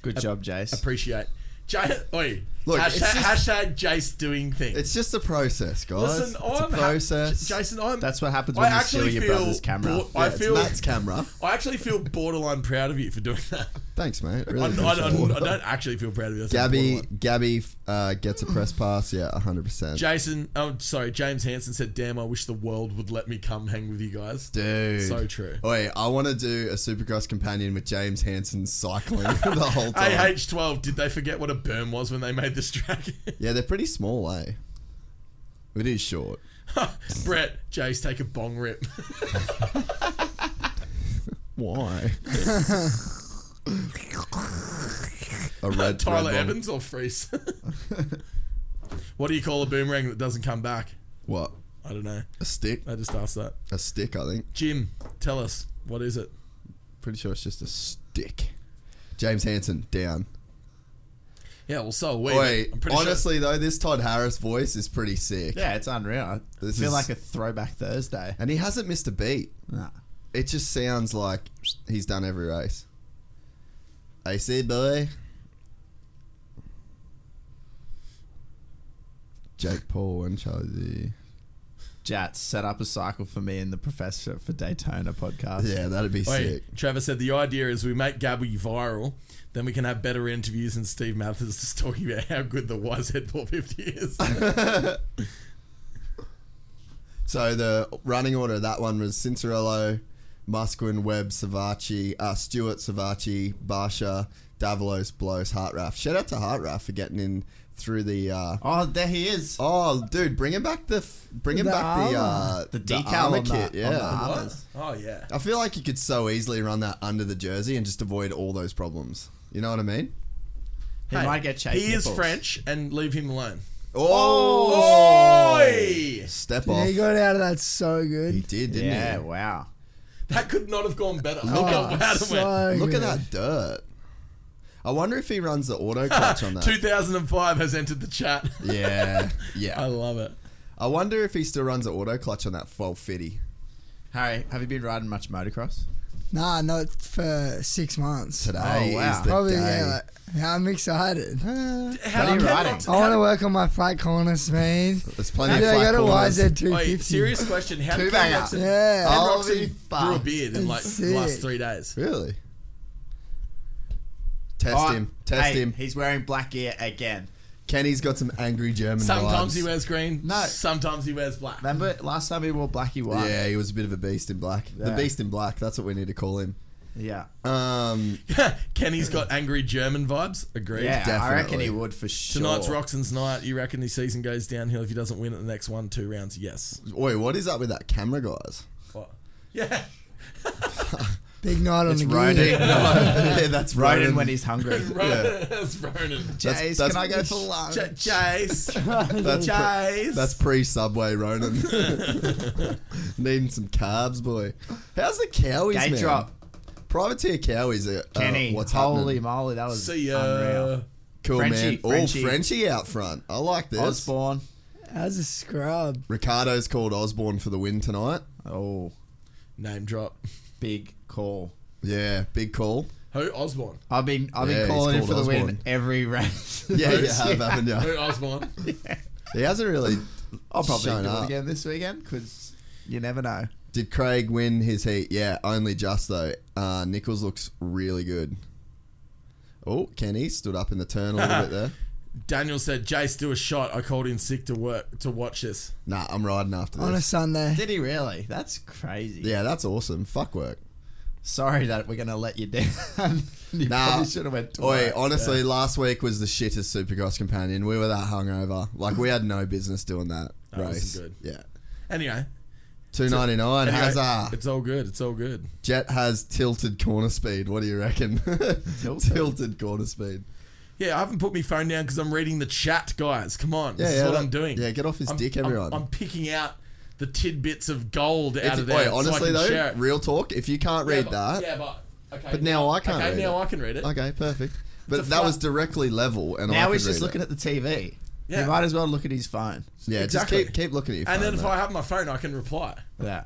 Speaker 5: Good job, Jace.
Speaker 4: Appreciate. Jay, oi.
Speaker 2: Look,
Speaker 4: hashtag,
Speaker 2: it's just-
Speaker 4: hashtag Jace doing things.
Speaker 2: It's just a process, guys.
Speaker 4: Listen,
Speaker 2: it's
Speaker 4: I'm
Speaker 2: a
Speaker 4: ha-
Speaker 2: process.
Speaker 4: J- Jason, I'm.
Speaker 5: That's what happens
Speaker 4: I
Speaker 5: when you steal
Speaker 4: actually
Speaker 5: your
Speaker 4: feel
Speaker 5: brother's camera.
Speaker 4: bo- I
Speaker 2: Yeah, it's
Speaker 4: feel.
Speaker 2: Matt's camera.
Speaker 4: I actually feel borderline proud of you for doing that.
Speaker 2: Thanks, mate.
Speaker 4: I,
Speaker 2: Really
Speaker 4: I- I- I
Speaker 2: appreciate it.
Speaker 4: don't actually feel proud of you. That's
Speaker 2: Gabby,
Speaker 4: borderline.
Speaker 2: Gabby uh, gets a press pass. Yeah, hundred percent.
Speaker 4: Jason, oh sorry, James Hansen said, "Damn, I wish the world would let me come hang with you guys."
Speaker 2: Dude,
Speaker 4: So true.
Speaker 2: Oi, I want to do a Supercross companion with James Hansen cycling the whole time.
Speaker 4: AH12, did they forget what a berm was when they made this track?
Speaker 2: Yeah, they're pretty small, eh? It is short.
Speaker 4: Brett, Jace, take a bong rip.
Speaker 2: Why? a red
Speaker 4: Tyler
Speaker 2: red one.
Speaker 4: Evans or Freeze? what do you call a boomerang that doesn't come back?
Speaker 2: What?
Speaker 4: I don't know.
Speaker 2: A stick?
Speaker 4: I just asked that.
Speaker 2: A stick, I think.
Speaker 4: Jim, tell us what is it?
Speaker 2: Pretty sure it's just a stick. James Hansen down.
Speaker 4: Yeah, well, so are we.
Speaker 2: Wait,
Speaker 4: I'm pretty sure-
Speaker 2: honestly though, this Todd Harris voice is pretty sick.
Speaker 5: Yeah, it's unreal. I
Speaker 2: This
Speaker 5: feel
Speaker 2: is-
Speaker 5: like a throwback Thursday.
Speaker 2: And he hasn't missed a beat.
Speaker 5: Nah.
Speaker 2: It just sounds like he's done every race. AC Billy. Jake Paul and Charlie.
Speaker 5: Jats, set up a cycle for me and the professor for Daytona podcast.
Speaker 2: Yeah, that'd be
Speaker 4: Wait, Trevor said the idea is we make Gabby viral, then we can have better interviews and Steve Mathers just talking about how good the Wise Head 450 is.
Speaker 2: So the running order of that one was Cincerillo, Musquin, Webb, Savachi, uh, Stewart, Savachi, Barsha, Davalos, Blows, Hartraff. Shout out to Hartraff for getting in through the. Uh,
Speaker 5: oh, there he is.
Speaker 2: Oh, dude, bring him back the f- bring him
Speaker 5: The
Speaker 2: back the uh,
Speaker 5: armor. The decal
Speaker 2: armor
Speaker 5: on the-
Speaker 2: kit.
Speaker 5: on
Speaker 2: Yeah,
Speaker 5: the armor.
Speaker 4: oh, yeah.
Speaker 2: I feel like you could so easily run that under the jersey and just avoid all those problems. You know what I mean?
Speaker 5: He might get chased.
Speaker 4: He is
Speaker 5: nipples.
Speaker 4: French and leave him alone.
Speaker 2: Oh,
Speaker 4: Oi!
Speaker 2: step
Speaker 10: Yeah,
Speaker 2: off.
Speaker 10: he got out of that so good.
Speaker 2: He did, didn't
Speaker 5: Yeah,
Speaker 2: he?
Speaker 5: wow.
Speaker 4: That could not have gone better. Look
Speaker 10: Oh,
Speaker 4: at how it went.
Speaker 10: so
Speaker 2: Look at
Speaker 10: good.
Speaker 2: that dirt. I wonder if he runs the auto clutch on that.
Speaker 4: 2005 has entered the chat.
Speaker 2: Yeah,
Speaker 4: I
Speaker 2: yeah.
Speaker 4: love it.
Speaker 2: I wonder if he still runs an auto clutch on that 1250.
Speaker 5: Harry, have you been riding much motocross?
Speaker 10: Nah, not for six months.
Speaker 2: Today
Speaker 5: Oh, wow.
Speaker 2: is the
Speaker 10: Probably,
Speaker 2: day.
Speaker 10: yeah. Like, I'm excited.
Speaker 4: How
Speaker 5: are you
Speaker 4: can
Speaker 5: riding?
Speaker 4: not-
Speaker 10: I want to work on my flat corners, man.
Speaker 2: There's plenty
Speaker 10: I
Speaker 2: of flat
Speaker 10: got a
Speaker 2: corners.
Speaker 4: Wait,
Speaker 10: YZ250.
Speaker 4: serious question. How did Ken
Speaker 2: banger.
Speaker 4: Roxon,
Speaker 10: Yeah.
Speaker 4: Ken
Speaker 2: Holy
Speaker 4: Roxon grew a
Speaker 2: fuck.
Speaker 4: beard in like the last
Speaker 10: Sick.
Speaker 4: three days?
Speaker 2: Really? Test
Speaker 5: Oh,
Speaker 2: him. Test
Speaker 5: hey,
Speaker 2: him.
Speaker 5: He's wearing black gear again.
Speaker 2: Kenny's got some angry German
Speaker 4: Sometimes
Speaker 2: vibes.
Speaker 4: he wears green.
Speaker 5: No.
Speaker 4: Sometimes he wears black.
Speaker 5: Remember last time he wore black, he white.
Speaker 2: Yeah, he was a bit of a beast in black. The
Speaker 5: Yeah.
Speaker 2: beast in black. That's what we need to call him.
Speaker 5: yeah,
Speaker 2: Um,
Speaker 4: Kenny's got angry German vibes. Agreed.
Speaker 5: yeah. I reckon
Speaker 2: definitely.
Speaker 5: he would for sure.
Speaker 4: Tonight's Roxon's night. You reckon his season goes downhill if he doesn't win at the next one, two rounds? Yes.
Speaker 2: oi, what is up with that camera, guys?
Speaker 4: What? Yeah.
Speaker 10: Big night on
Speaker 5: It's
Speaker 10: the
Speaker 5: Ronan.
Speaker 10: gear.
Speaker 2: yeah, that's
Speaker 5: Ronan
Speaker 2: Ronan.
Speaker 5: when he's hungry.
Speaker 4: Ronan. That's Ronan.
Speaker 2: That's-
Speaker 5: Jace,
Speaker 2: that's-
Speaker 5: can I go for lunch?
Speaker 4: Ch- Chase.
Speaker 2: That's, pre-
Speaker 4: Chase.
Speaker 2: that's pre-Subway Ronan. Needing some carbs, boy. How's the cowies,
Speaker 5: Gate
Speaker 2: man?
Speaker 5: drop.
Speaker 2: Privateer cowies. Are, uh,
Speaker 5: Kenny,
Speaker 2: what's
Speaker 5: holy
Speaker 2: happening?
Speaker 5: moly, that was
Speaker 4: See ya.
Speaker 5: unreal.
Speaker 2: Cool man.
Speaker 5: Frenchie,
Speaker 2: All
Speaker 5: Frenchie.
Speaker 2: Frenchie out front. I like this.
Speaker 5: Osborne.
Speaker 10: How's a scrub?
Speaker 2: Ricardo's called Osborne for the win tonight.
Speaker 5: Oh,
Speaker 4: Name drop.
Speaker 5: big call.
Speaker 2: Yeah, big call.
Speaker 4: Who? Osborne.
Speaker 5: I've been I've
Speaker 2: Yeah,
Speaker 5: been
Speaker 2: he's
Speaker 5: calling him
Speaker 2: called
Speaker 5: for the
Speaker 2: Osborne.
Speaker 5: win every race.
Speaker 2: Yeah, you have, haven't you?
Speaker 4: Who? Osborne.
Speaker 2: He hasn't really.
Speaker 5: I'll probably
Speaker 2: shown
Speaker 5: do
Speaker 2: up.
Speaker 5: it again this weekend because you never know.
Speaker 2: Did Craig win his heat? Yeah, only just though. Uh, Nichols looks really good. Oh, Kenny stood up in the turn a little bit there.
Speaker 4: Daniel said, "Jace, do a shot. I called in sick to work to watch this."
Speaker 2: Nah, I'm riding after
Speaker 10: On a
Speaker 2: this.
Speaker 10: Sunday.
Speaker 5: Did he really? That's crazy.
Speaker 2: Yeah, that's awesome. Fuck work.
Speaker 5: Sorry that we're gonna let you down. you
Speaker 2: Nah.
Speaker 5: probably should have went. to
Speaker 2: Oi,
Speaker 5: work.
Speaker 2: honestly, last week was the shittest Supercross companion. We were that hungover. Like we had no business doing that
Speaker 4: That wasn't
Speaker 2: race.
Speaker 4: good.
Speaker 2: Yeah,
Speaker 4: Anyway,
Speaker 2: two ninety nine.
Speaker 4: anyway,
Speaker 2: Hazard.
Speaker 4: it's all good. It's all good.
Speaker 2: Jet has tilted corner speed. What do you reckon? tilted. corner speed.
Speaker 4: Yeah, I haven't put my phone down because I'm reading the chat, guys. Come on,
Speaker 2: Yeah,
Speaker 4: this
Speaker 2: yeah,
Speaker 4: is what
Speaker 2: that-
Speaker 4: I'm doing.
Speaker 2: yeah, get off his
Speaker 4: I'm-
Speaker 2: dick,
Speaker 4: I'm-
Speaker 2: everyone.
Speaker 4: I'm, picking out the tidbits of gold out
Speaker 2: If-
Speaker 4: of there.
Speaker 2: oi, honestly
Speaker 4: so I can share
Speaker 2: though,
Speaker 4: it.
Speaker 2: real talk. If you can't
Speaker 4: Yeah,
Speaker 2: read
Speaker 4: but-
Speaker 2: that,
Speaker 4: Yeah, but okay.
Speaker 2: But now I can't
Speaker 4: Okay,
Speaker 2: read
Speaker 4: now
Speaker 2: it.
Speaker 4: I can read it.
Speaker 2: okay, perfect.
Speaker 4: It's
Speaker 2: But
Speaker 4: a
Speaker 2: that
Speaker 4: flat-
Speaker 2: was directly level, and I
Speaker 5: now
Speaker 2: could
Speaker 5: he's just
Speaker 2: read
Speaker 5: looking at the TV.
Speaker 4: Yeah.
Speaker 5: He might as well look at his phone.
Speaker 2: It. Yeah,
Speaker 4: Exactly.
Speaker 2: just keep keep looking at your
Speaker 4: And then
Speaker 2: phone,
Speaker 4: if
Speaker 2: mate.
Speaker 4: I have my phone, I can reply.
Speaker 5: Yeah.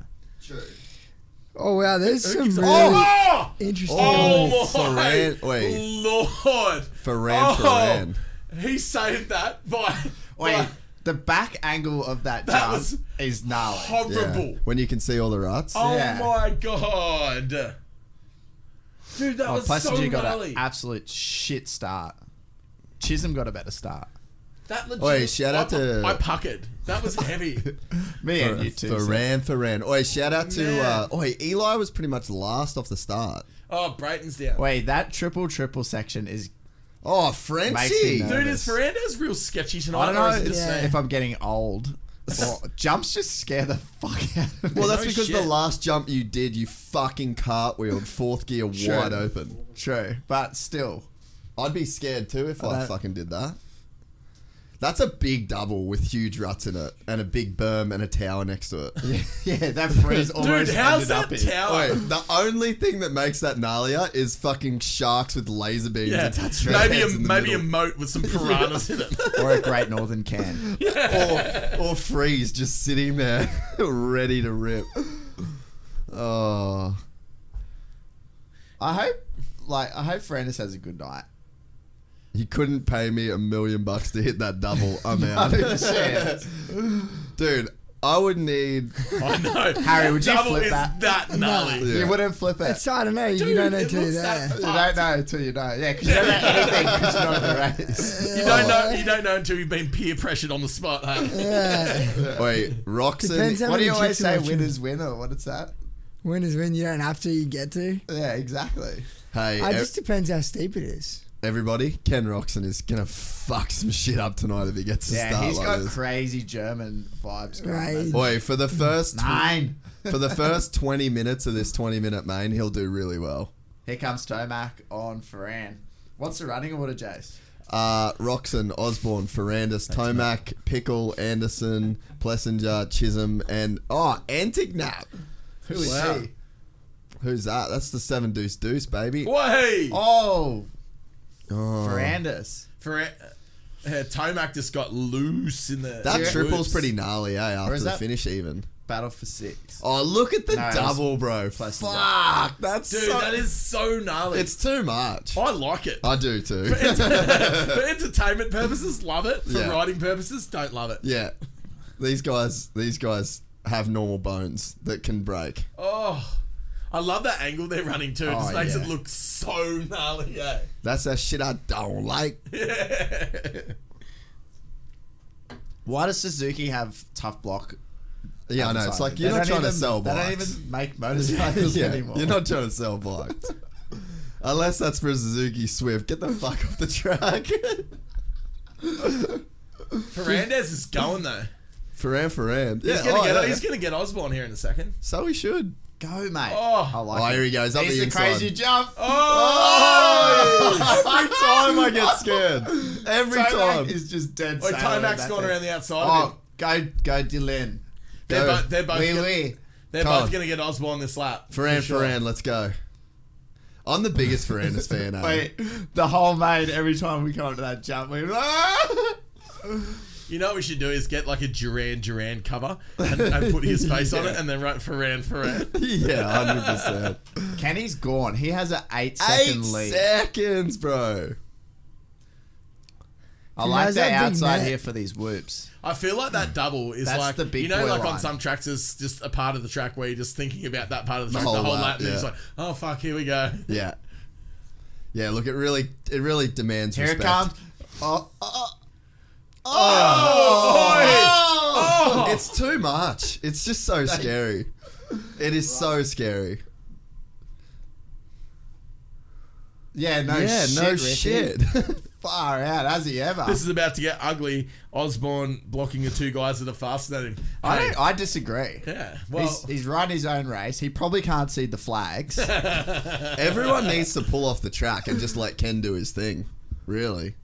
Speaker 10: Oh, wow. There's some
Speaker 4: Who gives a-
Speaker 10: really
Speaker 4: oh!
Speaker 10: interesting.
Speaker 4: Oh,
Speaker 2: Oh,
Speaker 4: my
Speaker 2: Ferran- wait.
Speaker 4: lord! Oh!
Speaker 2: Ferran, Ferran.
Speaker 4: He saved that by.
Speaker 5: Wait,
Speaker 4: by-
Speaker 5: the back angle of that,
Speaker 4: That
Speaker 5: jump
Speaker 4: was
Speaker 5: is gnarly.
Speaker 2: Yeah,
Speaker 4: horrible.
Speaker 2: when you can see all the ruts.
Speaker 4: Oh
Speaker 5: Yeah.
Speaker 4: my god, dude, that
Speaker 5: Oh,
Speaker 4: was so
Speaker 5: Placido got
Speaker 4: gnarly.
Speaker 5: an absolute shit start. Chisholm got a better start.
Speaker 4: that legit.
Speaker 2: Oi, shout out
Speaker 4: I,
Speaker 2: to-
Speaker 4: I puckered. That was heavy.
Speaker 5: Me
Speaker 2: For,
Speaker 5: and you too.
Speaker 2: Ferran,
Speaker 5: Sam.
Speaker 2: Ferran. Oi, shout out to uh,
Speaker 4: Man.
Speaker 2: Oi Eli was pretty much last off the start.
Speaker 4: oh, Brayton's down.
Speaker 5: Wait, that triple triple section is.
Speaker 2: Oh,
Speaker 5: Makes me
Speaker 2: Frenchie.
Speaker 5: nervous.
Speaker 4: dude, is Fernandez real sketchy tonight?
Speaker 5: I don't
Speaker 4: or
Speaker 5: know
Speaker 4: is it
Speaker 5: if-
Speaker 4: just me?
Speaker 5: if I'm getting old. Or jumps just scare the fuck out of me.
Speaker 2: Well, that's
Speaker 4: No
Speaker 2: because the
Speaker 4: shit.
Speaker 2: last jump you did, you fucking cartwheeled fourth gear wide open.
Speaker 5: true, but still.
Speaker 2: I'd be scared too if I
Speaker 5: that-
Speaker 2: fucking did that. That's a big double with huge ruts in it, and a big berm and a tower next to it.
Speaker 5: Yeah, that freeze
Speaker 4: Dude,
Speaker 5: almost
Speaker 4: how's
Speaker 5: ended
Speaker 4: that
Speaker 5: up in.
Speaker 4: tower?
Speaker 2: Wait, the only thing that makes that gnarlier is fucking sharks with laser beams
Speaker 4: yeah,
Speaker 2: attached to their
Speaker 4: maybe a
Speaker 2: heads in the
Speaker 4: maybe a
Speaker 2: middle.
Speaker 4: moat with some piranhas in it.
Speaker 5: or a Great Northern can.
Speaker 2: or, or freeze just sitting there ready to rip. Oh,
Speaker 5: I hope, like, I hope Ferrandis has a good night.
Speaker 2: you couldn't pay me a million bucks to hit that double. I'm out.
Speaker 5: Chance.
Speaker 2: Dude, I would need.
Speaker 4: I know.
Speaker 5: Harry, would you
Speaker 4: Double
Speaker 5: flip
Speaker 4: is
Speaker 5: that?
Speaker 4: that gnarly.
Speaker 5: You wouldn't flip it.
Speaker 10: It's, I don't know. you don't know
Speaker 4: it
Speaker 10: till you're
Speaker 4: looks
Speaker 10: there.
Speaker 4: that
Speaker 5: You don't know until you know. Yeah, because you don't know anything 'cause you're not in the race.
Speaker 4: You don't know. You don't know until you've been peer pressured on the spot. Hey?
Speaker 10: Yeah.
Speaker 2: Wait, Roxon.
Speaker 10: Depends how
Speaker 5: What do
Speaker 10: many
Speaker 5: you always
Speaker 10: chicks are
Speaker 5: say?
Speaker 10: watching.
Speaker 5: Winners win, or what is that?
Speaker 10: Win is when you don't have to, you get to.
Speaker 5: Yeah, exactly.
Speaker 2: Hey,
Speaker 10: It
Speaker 2: ev-
Speaker 10: just depends how steep it is.
Speaker 2: everybody, Ken Roxon is gonna fuck some shit up tonight if he gets to
Speaker 5: Yeah,
Speaker 2: start
Speaker 5: he's
Speaker 2: like
Speaker 5: got
Speaker 2: this.
Speaker 5: crazy German vibes. going
Speaker 10: Right.
Speaker 5: on.
Speaker 2: Oi, for the first
Speaker 5: Nine.
Speaker 2: for the first twenty minutes of this twenty minute main, he'll do really well.
Speaker 5: Here comes Tomac on Ferran. What's the running order, Jace?
Speaker 2: Uh, Roxon, Osborne, Ferrandis, Tomac, Pickle, Anderson, Plessinger, Chisholm, and oh, Antignap.
Speaker 5: Who is
Speaker 4: Wow.
Speaker 5: he?
Speaker 2: Who's that? That's the seven deuce deuce, baby.
Speaker 4: Wait.
Speaker 5: Oh,
Speaker 2: Oh.
Speaker 5: Ferrandis.
Speaker 4: For it, uh, Tomac just got loose in the.
Speaker 2: That
Speaker 4: in the
Speaker 2: triple's
Speaker 4: woods.
Speaker 2: pretty gnarly, eh? After
Speaker 5: is
Speaker 2: the
Speaker 5: that-
Speaker 2: finish, even.
Speaker 5: Battle for six.
Speaker 2: Oh, look at the
Speaker 5: No, it was
Speaker 2: double, bro.
Speaker 5: Plessinger.
Speaker 2: Fuck, that's
Speaker 4: Dude,
Speaker 2: so-
Speaker 4: that is so gnarly.
Speaker 2: It's Oh. too much.
Speaker 5: Oh.
Speaker 4: I like it.
Speaker 2: I do too.
Speaker 4: For entertainment purposes, love it. For
Speaker 2: Yeah.
Speaker 4: writing purposes, don't love it.
Speaker 2: yeah, these guys, these guys have normal bones that can break.
Speaker 4: Oh, I love that angle they're running too. It just
Speaker 2: Oh,
Speaker 4: makes
Speaker 2: yeah.
Speaker 4: it look so gnarly. eh? Yeah.
Speaker 2: That's that shit I don't like.
Speaker 5: Why does Suzuki have tough block?
Speaker 2: Yeah, I know. It's like
Speaker 5: They
Speaker 2: you're not trying
Speaker 5: don't
Speaker 2: to
Speaker 5: even-
Speaker 2: sell
Speaker 5: They don't
Speaker 2: bikes.
Speaker 5: even make motorcycles
Speaker 2: Yeah,
Speaker 5: anymore.
Speaker 2: You're not trying to sell bikes. Unless that's for Suzuki Swift. Get the fuck off the track.
Speaker 4: Fernandez is going though.
Speaker 2: Ferran, Ferran. Yeah,
Speaker 4: He's gonna
Speaker 2: oh,
Speaker 4: get.
Speaker 2: yeah.
Speaker 4: He's gonna get Osborne here in a second.
Speaker 2: So he should.
Speaker 5: Go, mate.
Speaker 4: Oh.
Speaker 5: I like
Speaker 2: Oh,
Speaker 5: it.
Speaker 2: here he goes. Up
Speaker 5: He's
Speaker 2: the
Speaker 5: the
Speaker 2: inside.
Speaker 5: crazy jump.
Speaker 2: Oh! Every time I get scared. Every
Speaker 5: Tomac
Speaker 2: time.
Speaker 5: is just dead.
Speaker 4: Wait,
Speaker 5: silent
Speaker 4: Tomac's
Speaker 5: at
Speaker 4: going
Speaker 5: that
Speaker 4: Oh, around
Speaker 5: thing.
Speaker 4: the outside. of
Speaker 5: Oh,
Speaker 4: him.
Speaker 5: go, go, Dylan.
Speaker 4: They're,
Speaker 2: go.
Speaker 4: bo- they're both.
Speaker 5: Wee
Speaker 4: gonna,
Speaker 5: wee.
Speaker 4: They're
Speaker 2: Come on.
Speaker 4: both gonna get Osborne this lap.
Speaker 2: Ferran,
Speaker 4: for sure.
Speaker 2: Ferran, let's go. I'm the biggest Ferrandis fan, eh?
Speaker 5: Wait, the whole main every time we come up to that jump, we ah!
Speaker 4: You know what we should do is get like a Duran Duran cover and, and put his face on it, and then write Ferran Ferran.
Speaker 2: Yeah, 100%.
Speaker 5: Kenny's gone. He has an eight
Speaker 2: Eight
Speaker 5: second lead.
Speaker 2: seconds, bro.
Speaker 5: I
Speaker 10: He
Speaker 5: like
Speaker 10: has
Speaker 5: the
Speaker 10: that big
Speaker 5: outside
Speaker 10: net.
Speaker 5: here for these whoops.
Speaker 4: I feel like that double is
Speaker 5: That's
Speaker 4: like
Speaker 5: the big
Speaker 4: you know,
Speaker 5: boy
Speaker 4: like on
Speaker 5: line.
Speaker 4: some tracks is just a part of the track where you're just thinking about that part of the track the
Speaker 2: whole
Speaker 4: whole,
Speaker 2: lap,
Speaker 4: lap, and
Speaker 2: yeah.
Speaker 4: it's like, oh fuck, here we go.
Speaker 2: Yeah. Yeah, look, it really it really demands
Speaker 5: Here
Speaker 2: respect.
Speaker 5: it comes.
Speaker 2: It's too much. It's just so scary. It is so scary.
Speaker 5: Yeah, no
Speaker 2: yeah,
Speaker 5: shit.
Speaker 2: no
Speaker 5: Ricky.
Speaker 2: shit.
Speaker 5: Far out. Has he ever?
Speaker 4: This is about to get ugly. Osborne blocking the two guys that are faster than him.
Speaker 5: I
Speaker 4: Hey,
Speaker 5: don't. I disagree.
Speaker 4: yeah. Well,
Speaker 5: he's, he's run his own race. He probably can't see the flags.
Speaker 2: Everyone needs to pull off the track and just let Ken do his thing. Really.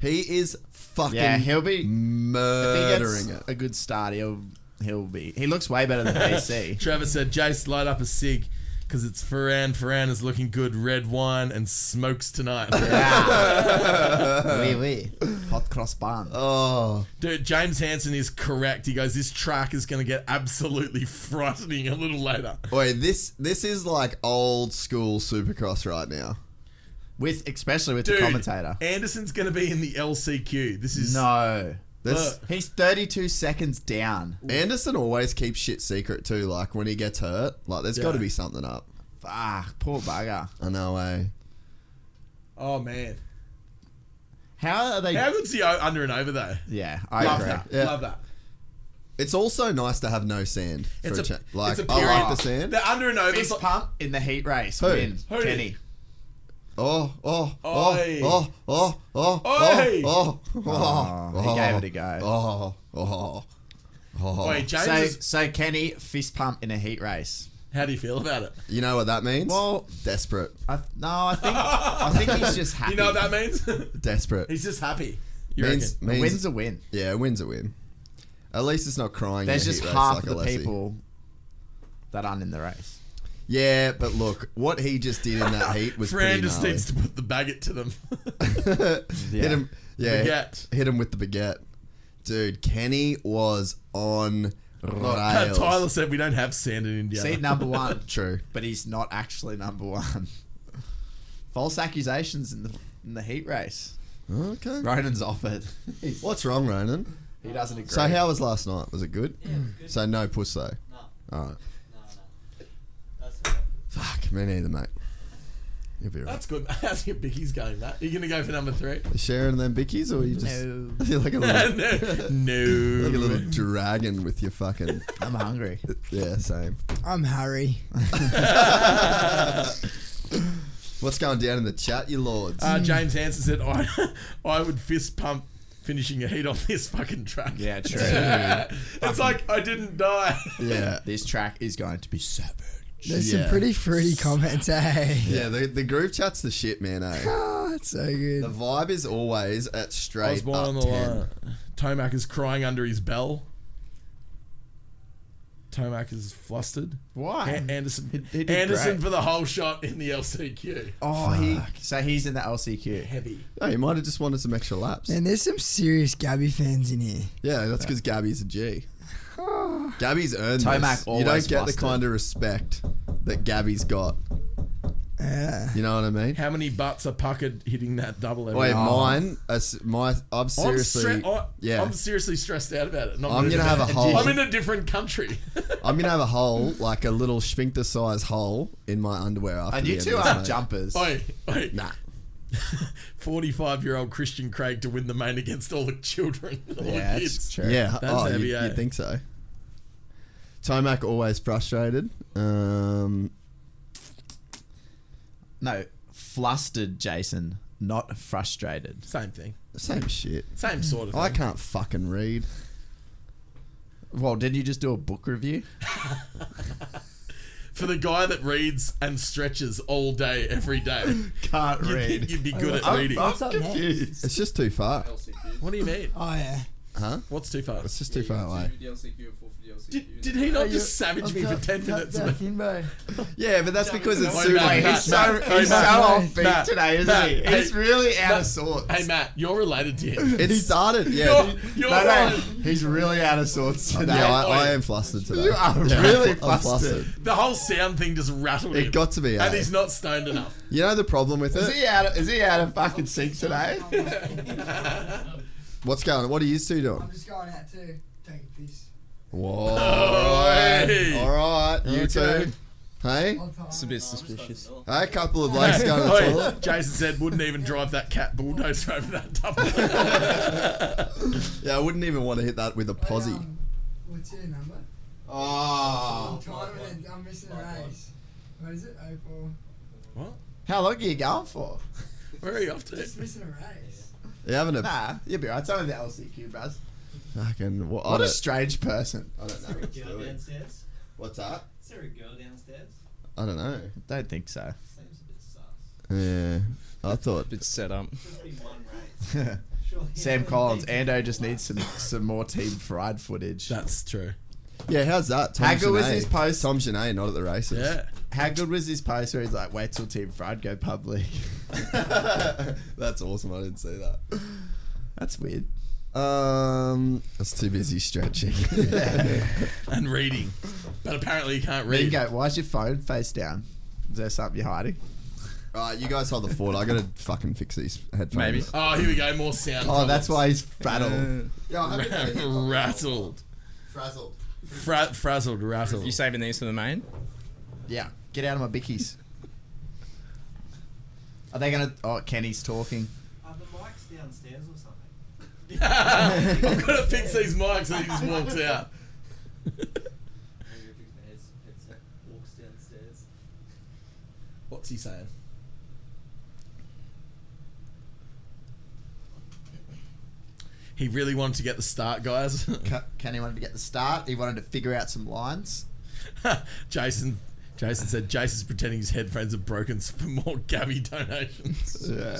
Speaker 2: He is fucking
Speaker 5: yeah, he'll be. If he
Speaker 2: murdering it.
Speaker 5: gets a good start, he'll he'll be. He looks way better than BC.
Speaker 4: Trevor said, Jace, light up a cig because it's Ferran. Ferran is looking good. Red wine and smokes tonight.
Speaker 5: Wee wee. Hot cross bun.
Speaker 2: Oh.
Speaker 4: Dude, James Hansen is correct. He goes, this track is going to get absolutely frightening a little later.
Speaker 2: Wait, this this is like old school supercross right now.
Speaker 5: With especially with
Speaker 4: Dude,
Speaker 5: the commentator.
Speaker 4: Anderson's going to be in the LCQ. This is
Speaker 5: No.
Speaker 2: This
Speaker 5: He's 32 seconds down.
Speaker 2: Anderson always keeps shit secret too, like when he gets hurt. Like there's gotta be something up.
Speaker 5: Fuck, Ah, poor bugger.
Speaker 2: I know, eh?
Speaker 4: oh man,
Speaker 5: How are they?
Speaker 4: how good's the o- under and over though?
Speaker 5: yeah, I
Speaker 4: Love
Speaker 5: agree.
Speaker 4: that.
Speaker 2: Yeah.
Speaker 4: Love that.
Speaker 2: It's also nice to have no sand. For
Speaker 4: It's
Speaker 2: a,
Speaker 4: a,
Speaker 2: cha- like
Speaker 4: it's a
Speaker 2: I
Speaker 4: period.
Speaker 2: like the sand.
Speaker 4: The under and over.
Speaker 5: Fist pump in the heat race.
Speaker 2: Who?
Speaker 5: Win.
Speaker 4: Who?
Speaker 5: Kenny.
Speaker 2: Oh, oh, oh,
Speaker 4: Oi.
Speaker 2: oh, oh, oh,
Speaker 4: Oi.
Speaker 2: oh, oh, oh,
Speaker 5: Oh, he gave it a go.
Speaker 2: Oh, oh, oh.
Speaker 4: Wait, James.
Speaker 5: So,
Speaker 4: is-
Speaker 5: so Kenny fist pump in a heat race.
Speaker 4: how do you feel about it?
Speaker 2: You know what that means?
Speaker 5: Well-
Speaker 2: desperate,
Speaker 5: I, no, I think I think he's just happy.
Speaker 4: You know what that means?
Speaker 2: desperate.
Speaker 4: He's just happy. You
Speaker 2: means,
Speaker 4: reckon?
Speaker 2: means,
Speaker 5: Win's a win.
Speaker 2: yeah, wins a win. At least it's not crying.
Speaker 5: There's
Speaker 2: in a
Speaker 5: just
Speaker 2: heat
Speaker 5: half
Speaker 2: race
Speaker 5: of
Speaker 2: like
Speaker 5: the
Speaker 2: Alessi.
Speaker 5: people that aren't in the race.
Speaker 2: Yeah, but look, what he just did in that heat was
Speaker 4: Fran
Speaker 2: pretty
Speaker 4: just
Speaker 2: gnarly.
Speaker 4: needs to put the baguette to them.
Speaker 2: Hit him, yeah,
Speaker 4: Baguette.
Speaker 2: hit him with the baguette, dude. Kenny was on rails.
Speaker 4: Tyler said we don't have sand in India.
Speaker 5: Seed number one.
Speaker 2: True.
Speaker 5: But he's not actually number one. False accusations in the in the heat race.
Speaker 2: Okay.
Speaker 5: Ronan's offered.
Speaker 2: What's wrong, Ronan?
Speaker 7: He doesn't agree.
Speaker 2: So how was last night? Was it good?
Speaker 7: Yeah, it was good.
Speaker 2: So no puss though.
Speaker 7: No.
Speaker 2: All right. Fuck me neither, mate. You'll be right.
Speaker 4: That's good. How's your Bicky's going, Matt? Are you going to go for number three?
Speaker 2: Sharing them bickies, or you just
Speaker 4: No.
Speaker 2: you're like a little
Speaker 4: No.
Speaker 2: like a little dragon with your fucking. I'm hungry. Yeah, same.
Speaker 10: I'm Harry.
Speaker 2: What's going down in the chat, you lords?
Speaker 4: Uh, James Hansen said, I, I would fist pump finishing a heat on this fucking track.
Speaker 7: Yeah, true.
Speaker 4: it's like, I didn't die.
Speaker 2: yeah.
Speaker 5: This track is going to be savage.
Speaker 10: There's
Speaker 2: Yeah.
Speaker 10: some pretty fruity comments, eh?
Speaker 2: Yeah, the, the group chat's the shit, man. Eh?
Speaker 10: Oh, it's so
Speaker 2: The
Speaker 10: good.
Speaker 2: vibe is always at
Speaker 4: I
Speaker 2: straight
Speaker 4: was born
Speaker 2: up
Speaker 4: on the
Speaker 2: 10.
Speaker 4: line. Tomac is crying under his bell. Tomac is flustered.
Speaker 5: Why?
Speaker 4: A- Anderson,
Speaker 5: He- he did
Speaker 4: Anderson
Speaker 5: great.
Speaker 4: for the whole shot in the LCQ.
Speaker 5: Oh, he. So he's in the LCQ.
Speaker 4: Heavy.
Speaker 2: Oh, you might have just wanted some extra laps.
Speaker 10: And there's some serious Gabby fans in here.
Speaker 2: Yeah, that's because Gabby's a G. Gabby's earned
Speaker 5: Tomac
Speaker 2: this. You
Speaker 5: always
Speaker 2: don't get the
Speaker 5: busted.
Speaker 2: kind of respect that Gabby's got.
Speaker 10: Yeah.
Speaker 2: You know what I mean?
Speaker 4: How many butts are puckered hitting that double? every
Speaker 2: Wait,
Speaker 4: night?
Speaker 2: mine, as my, I've
Speaker 4: I'm,
Speaker 2: seriously,
Speaker 4: stre- I,
Speaker 2: yeah,
Speaker 4: I'm seriously stressed out about it. Not
Speaker 2: I'm
Speaker 4: really
Speaker 2: gonna have a
Speaker 4: bad.
Speaker 2: hole.
Speaker 4: I'm in a different country.
Speaker 2: I'm gonna have a hole, like a little sphincter-sized hole in my underwear after.
Speaker 5: And
Speaker 2: the
Speaker 5: you
Speaker 2: end
Speaker 5: two
Speaker 2: of this,
Speaker 5: are
Speaker 2: mate.
Speaker 5: jumpers.
Speaker 4: Oi, oi.
Speaker 2: Nah,
Speaker 4: 45 year old Christian Craig to win the main against all the children. All
Speaker 5: Yeah,
Speaker 4: the
Speaker 5: that's
Speaker 4: kids.
Speaker 5: true.
Speaker 2: yeah,
Speaker 4: That's
Speaker 2: oh,
Speaker 4: heavy,
Speaker 2: you,
Speaker 4: eh?
Speaker 2: you think so? Tomac always frustrated. Um,
Speaker 5: No, flustered Jason, not frustrated.
Speaker 4: Same thing.
Speaker 2: same shit.
Speaker 4: Same sort of thing.
Speaker 2: I can't fucking read.
Speaker 5: Well, did you just do a book review?
Speaker 4: For the guy that reads and stretches all day, every day,
Speaker 5: Can't
Speaker 4: you'd, think you'd be good at reading.
Speaker 10: What's up next?
Speaker 2: It's just too far,
Speaker 4: What do you mean?
Speaker 10: Oh, yeah.
Speaker 2: huh?
Speaker 4: What's too far?
Speaker 2: It's just too far away.
Speaker 4: Did, did he not just savage me for 10 minutes?
Speaker 10: Back in, bro.
Speaker 2: Yeah, but that's because it's
Speaker 4: Wait,
Speaker 2: suited.
Speaker 4: Matt, Matt,
Speaker 5: He's so,
Speaker 4: Matt,
Speaker 5: he's so
Speaker 4: Matt,
Speaker 5: off beat
Speaker 4: Matt,
Speaker 5: today, isn't
Speaker 4: Matt,
Speaker 5: he?
Speaker 4: hey,
Speaker 5: He's really out of
Speaker 4: Matt,
Speaker 5: sorts.
Speaker 4: Hey, Matt, you're related to him.
Speaker 2: It started, yeah.
Speaker 4: You're- you're
Speaker 5: No, no,
Speaker 4: right.
Speaker 5: he's really out of sorts today.
Speaker 2: yeah, I,
Speaker 4: Oi.
Speaker 2: I am flustered today.
Speaker 5: You are
Speaker 2: Yeah,
Speaker 5: really
Speaker 2: I'm fl- I'm
Speaker 5: flustered.
Speaker 4: The whole sound thing just rattled him.
Speaker 2: It got to be,
Speaker 4: and
Speaker 2: eh?
Speaker 4: he's not stoned enough.
Speaker 2: You know the problem with
Speaker 5: Is
Speaker 2: it?
Speaker 5: he out? Of, is he out of fucking sync today?
Speaker 2: What's going on? What are you two doing?
Speaker 10: I'm just going out too. Take a piece.
Speaker 2: Whoa. All right, you
Speaker 4: Okay.
Speaker 2: two. Hey,
Speaker 10: It's
Speaker 7: a bit suspicious.
Speaker 2: hey, a couple of blokes going to the
Speaker 4: Oi,
Speaker 2: toilet.
Speaker 4: Jason said wouldn't even drive that cat bulldozer over that double.
Speaker 2: Yeah, I wouldn't even want to hit that with a posse.
Speaker 10: um, What's your number?
Speaker 2: Oh.
Speaker 10: Time and I'm missing a race. What is it? Oh, four.
Speaker 5: How long are you going for?
Speaker 4: Where are you off to?
Speaker 10: Just missing a race.
Speaker 2: You having a
Speaker 5: Nah, you'll be right. It's only the LCQ, bruv.
Speaker 2: fucking what?
Speaker 5: What a strange person.
Speaker 2: I don't know. what's doing.
Speaker 7: downstairs?
Speaker 2: What's that?
Speaker 7: Is there a girl downstairs?
Speaker 2: I don't know.
Speaker 5: Don't think so.
Speaker 7: Seems a bit sus.
Speaker 2: Yeah, I thought.
Speaker 11: It's set up.
Speaker 7: There's been one race. Surely
Speaker 5: Sam
Speaker 7: another
Speaker 5: Collins,
Speaker 7: league.
Speaker 5: Ando just needs some some more team fried footage.
Speaker 4: That's true.
Speaker 2: Yeah, how's that? Tom
Speaker 5: How good was
Speaker 2: Janae.
Speaker 5: his post?
Speaker 2: Tom Janae, not at the races.
Speaker 4: Yeah.
Speaker 5: How good was his post where he's like, "Wait till Team Fried go public."
Speaker 2: That's awesome. I didn't see that.
Speaker 5: That's weird.
Speaker 2: Um, I was too busy stretching.
Speaker 4: And reading. But apparently you can't read.
Speaker 5: Bingo. Why's your phone face down? Is there something you're hiding?
Speaker 2: Right, you guys hold the fort. I gotta fucking fix these headphones.
Speaker 11: Maybe.
Speaker 4: Oh, here we go. More sound.
Speaker 5: Oh, that's why he's fraddled.
Speaker 2: Yeah, I haven't done it.
Speaker 4: rattled.
Speaker 2: frazzled.
Speaker 4: Fra- frazzled, rattled.
Speaker 11: You saving these for the main?
Speaker 5: Yeah. Get out of my bickies. Are they gonna? Oh, Kenny's talking.
Speaker 7: Are the mics downstairs or something?
Speaker 4: I've got to fix these mics and he just walks out.
Speaker 7: Maybe if the heads- headset walks downstairs.
Speaker 4: What's he saying? He really wanted to get the start, guys.
Speaker 5: Ke- Kenny wanted to get the start. He wanted to figure out some lines.
Speaker 4: Jason Jason said Jason's pretending his headphones are broken for more Gabby donations.
Speaker 5: Yeah.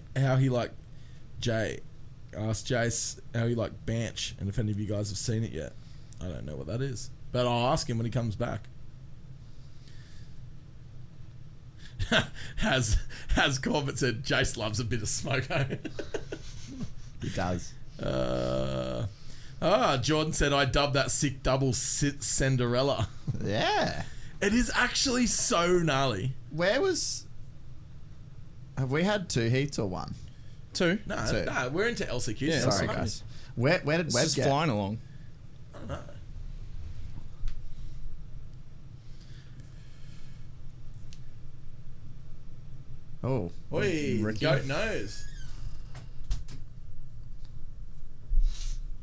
Speaker 4: H- How he like Jay asked Jace how he like Banch and if any of you guys have seen it yet. I don't know what that is. But I'll ask him when he comes back. has has Corbett said Jace loves a bit of smoke. eh?
Speaker 5: He does.
Speaker 4: Uh, ah, Jordan said I dubbed that sick double sit Cinderella.
Speaker 5: Yeah.
Speaker 4: It is actually so gnarly.
Speaker 5: Where was? Have we had two heats or one?
Speaker 6: Two.
Speaker 4: No,
Speaker 5: Two.
Speaker 4: no, we're into LCQs.
Speaker 6: Yeah,
Speaker 4: That's
Speaker 5: Sorry,
Speaker 4: fine.
Speaker 5: guys. Where, where did
Speaker 6: It's
Speaker 5: Web
Speaker 6: just
Speaker 5: get?
Speaker 6: flying along.
Speaker 5: Oh,
Speaker 4: Oi,
Speaker 5: Ricky.
Speaker 4: goat nose.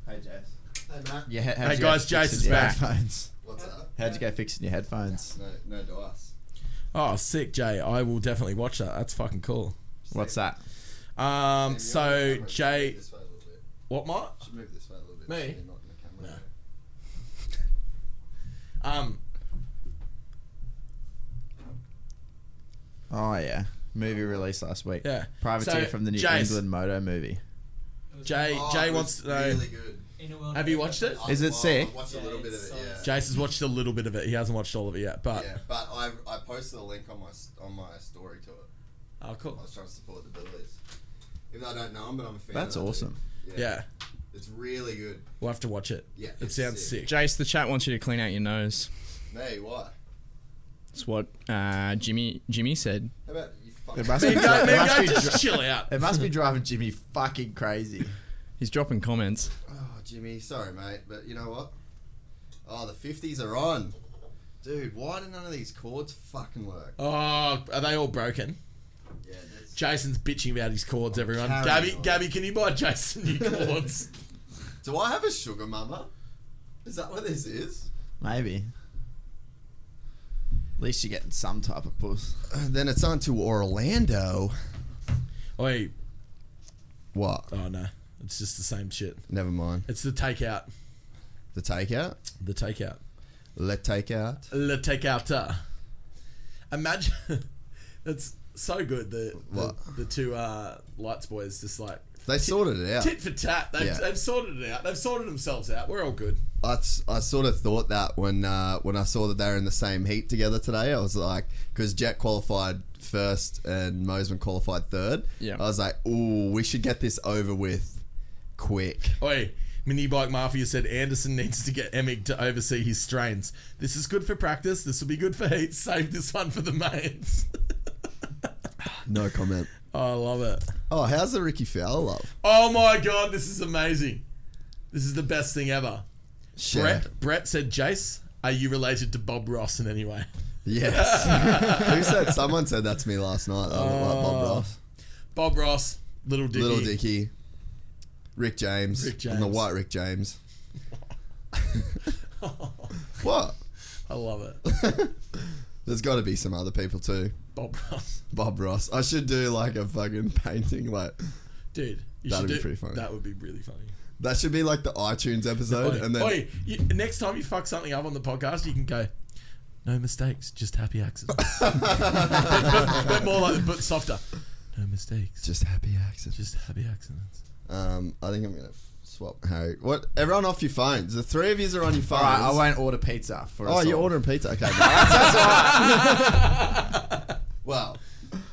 Speaker 7: Hey, Jess.
Speaker 5: Yeah, how- how'd
Speaker 4: Hey,
Speaker 5: you
Speaker 4: guys,
Speaker 5: go fixing
Speaker 4: Jason's
Speaker 5: your
Speaker 4: back.
Speaker 5: headphones?
Speaker 2: What's up?
Speaker 5: How'd you go fixing your headphones?
Speaker 2: No, no dice.
Speaker 4: Oh, sick, Jay. I will definitely watch that. That's fucking cool.
Speaker 5: What's that?
Speaker 4: Um, so Jay,
Speaker 2: This way a little bit.
Speaker 4: what Mark?
Speaker 2: Should move this way a little bit.
Speaker 4: Me?
Speaker 2: You're not in the camera.
Speaker 4: Um,
Speaker 5: Oh yeah, movie released last week.
Speaker 4: Yeah.
Speaker 5: Privateer
Speaker 4: So,
Speaker 5: from the New
Speaker 4: Jace.
Speaker 5: England moto movie.
Speaker 4: Jay,
Speaker 2: Oh,
Speaker 4: Jay
Speaker 2: it
Speaker 4: wants
Speaker 2: was
Speaker 4: to know.
Speaker 2: Really good.
Speaker 7: In a world
Speaker 4: Have you watched it?
Speaker 5: Is it
Speaker 2: Well,
Speaker 5: sick?
Speaker 2: I watched a
Speaker 7: Yeah,
Speaker 2: little bit of
Speaker 7: it's
Speaker 2: it,
Speaker 7: solid.
Speaker 2: yeah.
Speaker 4: Jace has watched a little bit of it. He hasn't watched all of it yet, but
Speaker 2: Yeah, but I, I posted a link on my s- on my story to it.
Speaker 4: oh,
Speaker 2: I
Speaker 4: cool.
Speaker 2: was trying to support the Billies, even though I don't know them, but I'm a fan.
Speaker 5: That's
Speaker 2: of that
Speaker 5: awesome.
Speaker 2: dude.
Speaker 4: Yeah,
Speaker 2: it's really good.
Speaker 4: we'll have to watch it.
Speaker 2: Yeah,
Speaker 4: it
Speaker 2: it's
Speaker 4: sounds
Speaker 2: sick.
Speaker 4: sick.
Speaker 6: Jace, the chat wants you to clean out your nose.
Speaker 2: Hey, why?
Speaker 6: It's what uh, Jimmy Jimmy said.
Speaker 2: How about you?
Speaker 5: It
Speaker 2: Fucking
Speaker 5: must be.
Speaker 4: Maybe go,
Speaker 5: it
Speaker 4: maybe
Speaker 5: must
Speaker 4: go
Speaker 5: be
Speaker 4: just
Speaker 5: dri-
Speaker 4: chill out.
Speaker 5: it must be driving Jimmy fucking crazy.
Speaker 6: He's dropping comments.
Speaker 2: Oh, Jimmy, sorry, mate, but you know what? Oh, the fifties are on, dude. Why do none of these chords fucking work?
Speaker 4: Oh, are they all broken?
Speaker 2: Yeah, that's
Speaker 4: Jason's bitching about his cords, everyone.
Speaker 2: Carry
Speaker 4: Gabby,
Speaker 2: on.
Speaker 4: Gabby, can you buy Jason new cords?
Speaker 2: Do I have a sugar mama? Is that what this is?
Speaker 5: Maybe. At least you're getting some type of puss.
Speaker 2: Uh, Then it's on to Orlando.
Speaker 4: Oi,
Speaker 2: What?
Speaker 4: oh no, it's just the same shit.
Speaker 2: Never mind.
Speaker 4: It's the takeout,
Speaker 2: The takeout.
Speaker 4: the takeout,
Speaker 2: Let takeout.
Speaker 4: the takeout. Imagine that's so good. The the,
Speaker 2: What?
Speaker 4: the two uh, lights boys just like
Speaker 2: They sorted it out.
Speaker 4: tit for tat. They've,
Speaker 2: Yeah.
Speaker 4: they've sorted it out. They've sorted themselves out. We're all good.
Speaker 2: I, s- I sort of thought that when uh, when I saw that they were in the same heat together today, I was like, because Jet qualified first and Mosman qualified third.
Speaker 6: Yeah.
Speaker 2: I was like, ooh, we should get this over with quick.
Speaker 4: Oi, Mini Bike Mafia said Anderson needs to get Emig to oversee his strains. This is good for practice. This will be good for heat. Save this one for the mains.
Speaker 2: No comment.
Speaker 4: I love it.
Speaker 2: Oh, how's the Ricky Fowler love?
Speaker 4: Oh my god, this is amazing. This is the best thing ever.
Speaker 2: Shit.
Speaker 4: Brett Brett said, Jace, are you related to Bob Ross in any way?
Speaker 2: Yes. Who said? Someone said that to me last night. I look like Bob Ross.
Speaker 4: Bob Ross, Little Dicky.
Speaker 2: Little Dicky. Rick James.
Speaker 4: Rick
Speaker 2: I'm the
Speaker 4: James.
Speaker 2: white Rick James. what?
Speaker 4: I love it.
Speaker 2: There's got to be some other people too.
Speaker 4: Bob Ross.
Speaker 2: Bob Ross. I should do like a fucking painting. Like
Speaker 4: Dude, you
Speaker 2: That'd
Speaker 4: should
Speaker 2: be
Speaker 4: do-
Speaker 2: pretty funny.
Speaker 4: That would be really funny.
Speaker 2: that should be like the iTunes episode,
Speaker 4: Oi,
Speaker 2: and then
Speaker 4: oi, you, next time you fuck something up on the podcast, you can go, no mistakes, just happy accidents. but, but- but more like, but softer. No mistakes,
Speaker 2: just happy accent.
Speaker 4: just happy accidents.
Speaker 2: Um, I think I'm gonna f- swap Harry. What? Everyone off your phones. The three of you are on your phones.
Speaker 5: All right, I won't order pizza for us.
Speaker 2: Oh, you're
Speaker 5: all.
Speaker 2: ordering pizza. Okay, no, that's, that's all right. well,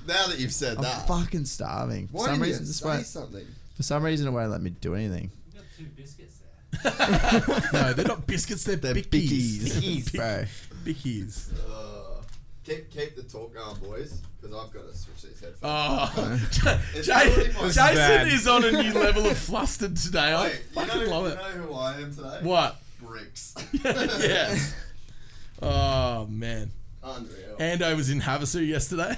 Speaker 2: now that you've said
Speaker 5: I'm
Speaker 2: that,
Speaker 5: fucking starving. For
Speaker 2: why
Speaker 5: Oh, some
Speaker 2: didn't you
Speaker 5: reason, this
Speaker 2: say
Speaker 5: won't,
Speaker 2: something?
Speaker 5: for some reason, it won't let me do anything.
Speaker 7: You've got two biscuits there.
Speaker 4: No, they're not biscuits, they're,
Speaker 5: They're
Speaker 4: bickies.
Speaker 5: bickies, bro.
Speaker 4: Bickies.
Speaker 2: Uh, keep keep the talk going, boys, because I've got to switch these headphones.
Speaker 4: Oh,
Speaker 2: It's
Speaker 4: Jason,
Speaker 2: really fun.
Speaker 4: Jason is on a new level of flustered today. I
Speaker 2: Wait, you
Speaker 4: fucking
Speaker 2: know,
Speaker 4: love
Speaker 2: you
Speaker 4: it.
Speaker 2: know who I am today?
Speaker 4: What?
Speaker 2: Bricks.
Speaker 4: yeah. Oh man,
Speaker 2: Unreal.
Speaker 4: Ando was in Havasu yesterday.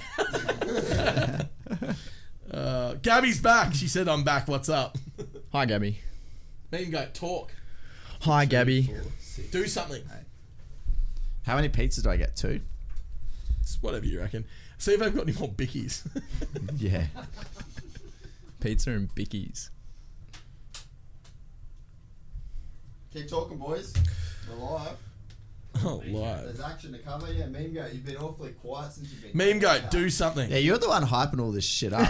Speaker 4: uh, Gabby's back. She said, "I'm back. What's up?"
Speaker 6: Hi, Gabby.
Speaker 4: Now you can go talk.
Speaker 6: Hi, Gabby.
Speaker 4: Do something.
Speaker 5: How many pizzas do I get? Two.
Speaker 4: It's whatever you reckon. See if I've got any more bickies.
Speaker 5: Yeah.
Speaker 6: Pizza and bickies.
Speaker 2: Keep talking, boys. We're live.
Speaker 4: oh, live.
Speaker 2: There's action to cover. Yeah, meme goat, you've been awfully quiet since you've been.
Speaker 4: Meme goat, do
Speaker 5: Yeah,
Speaker 4: something.
Speaker 5: you're the one hyping all this shit up.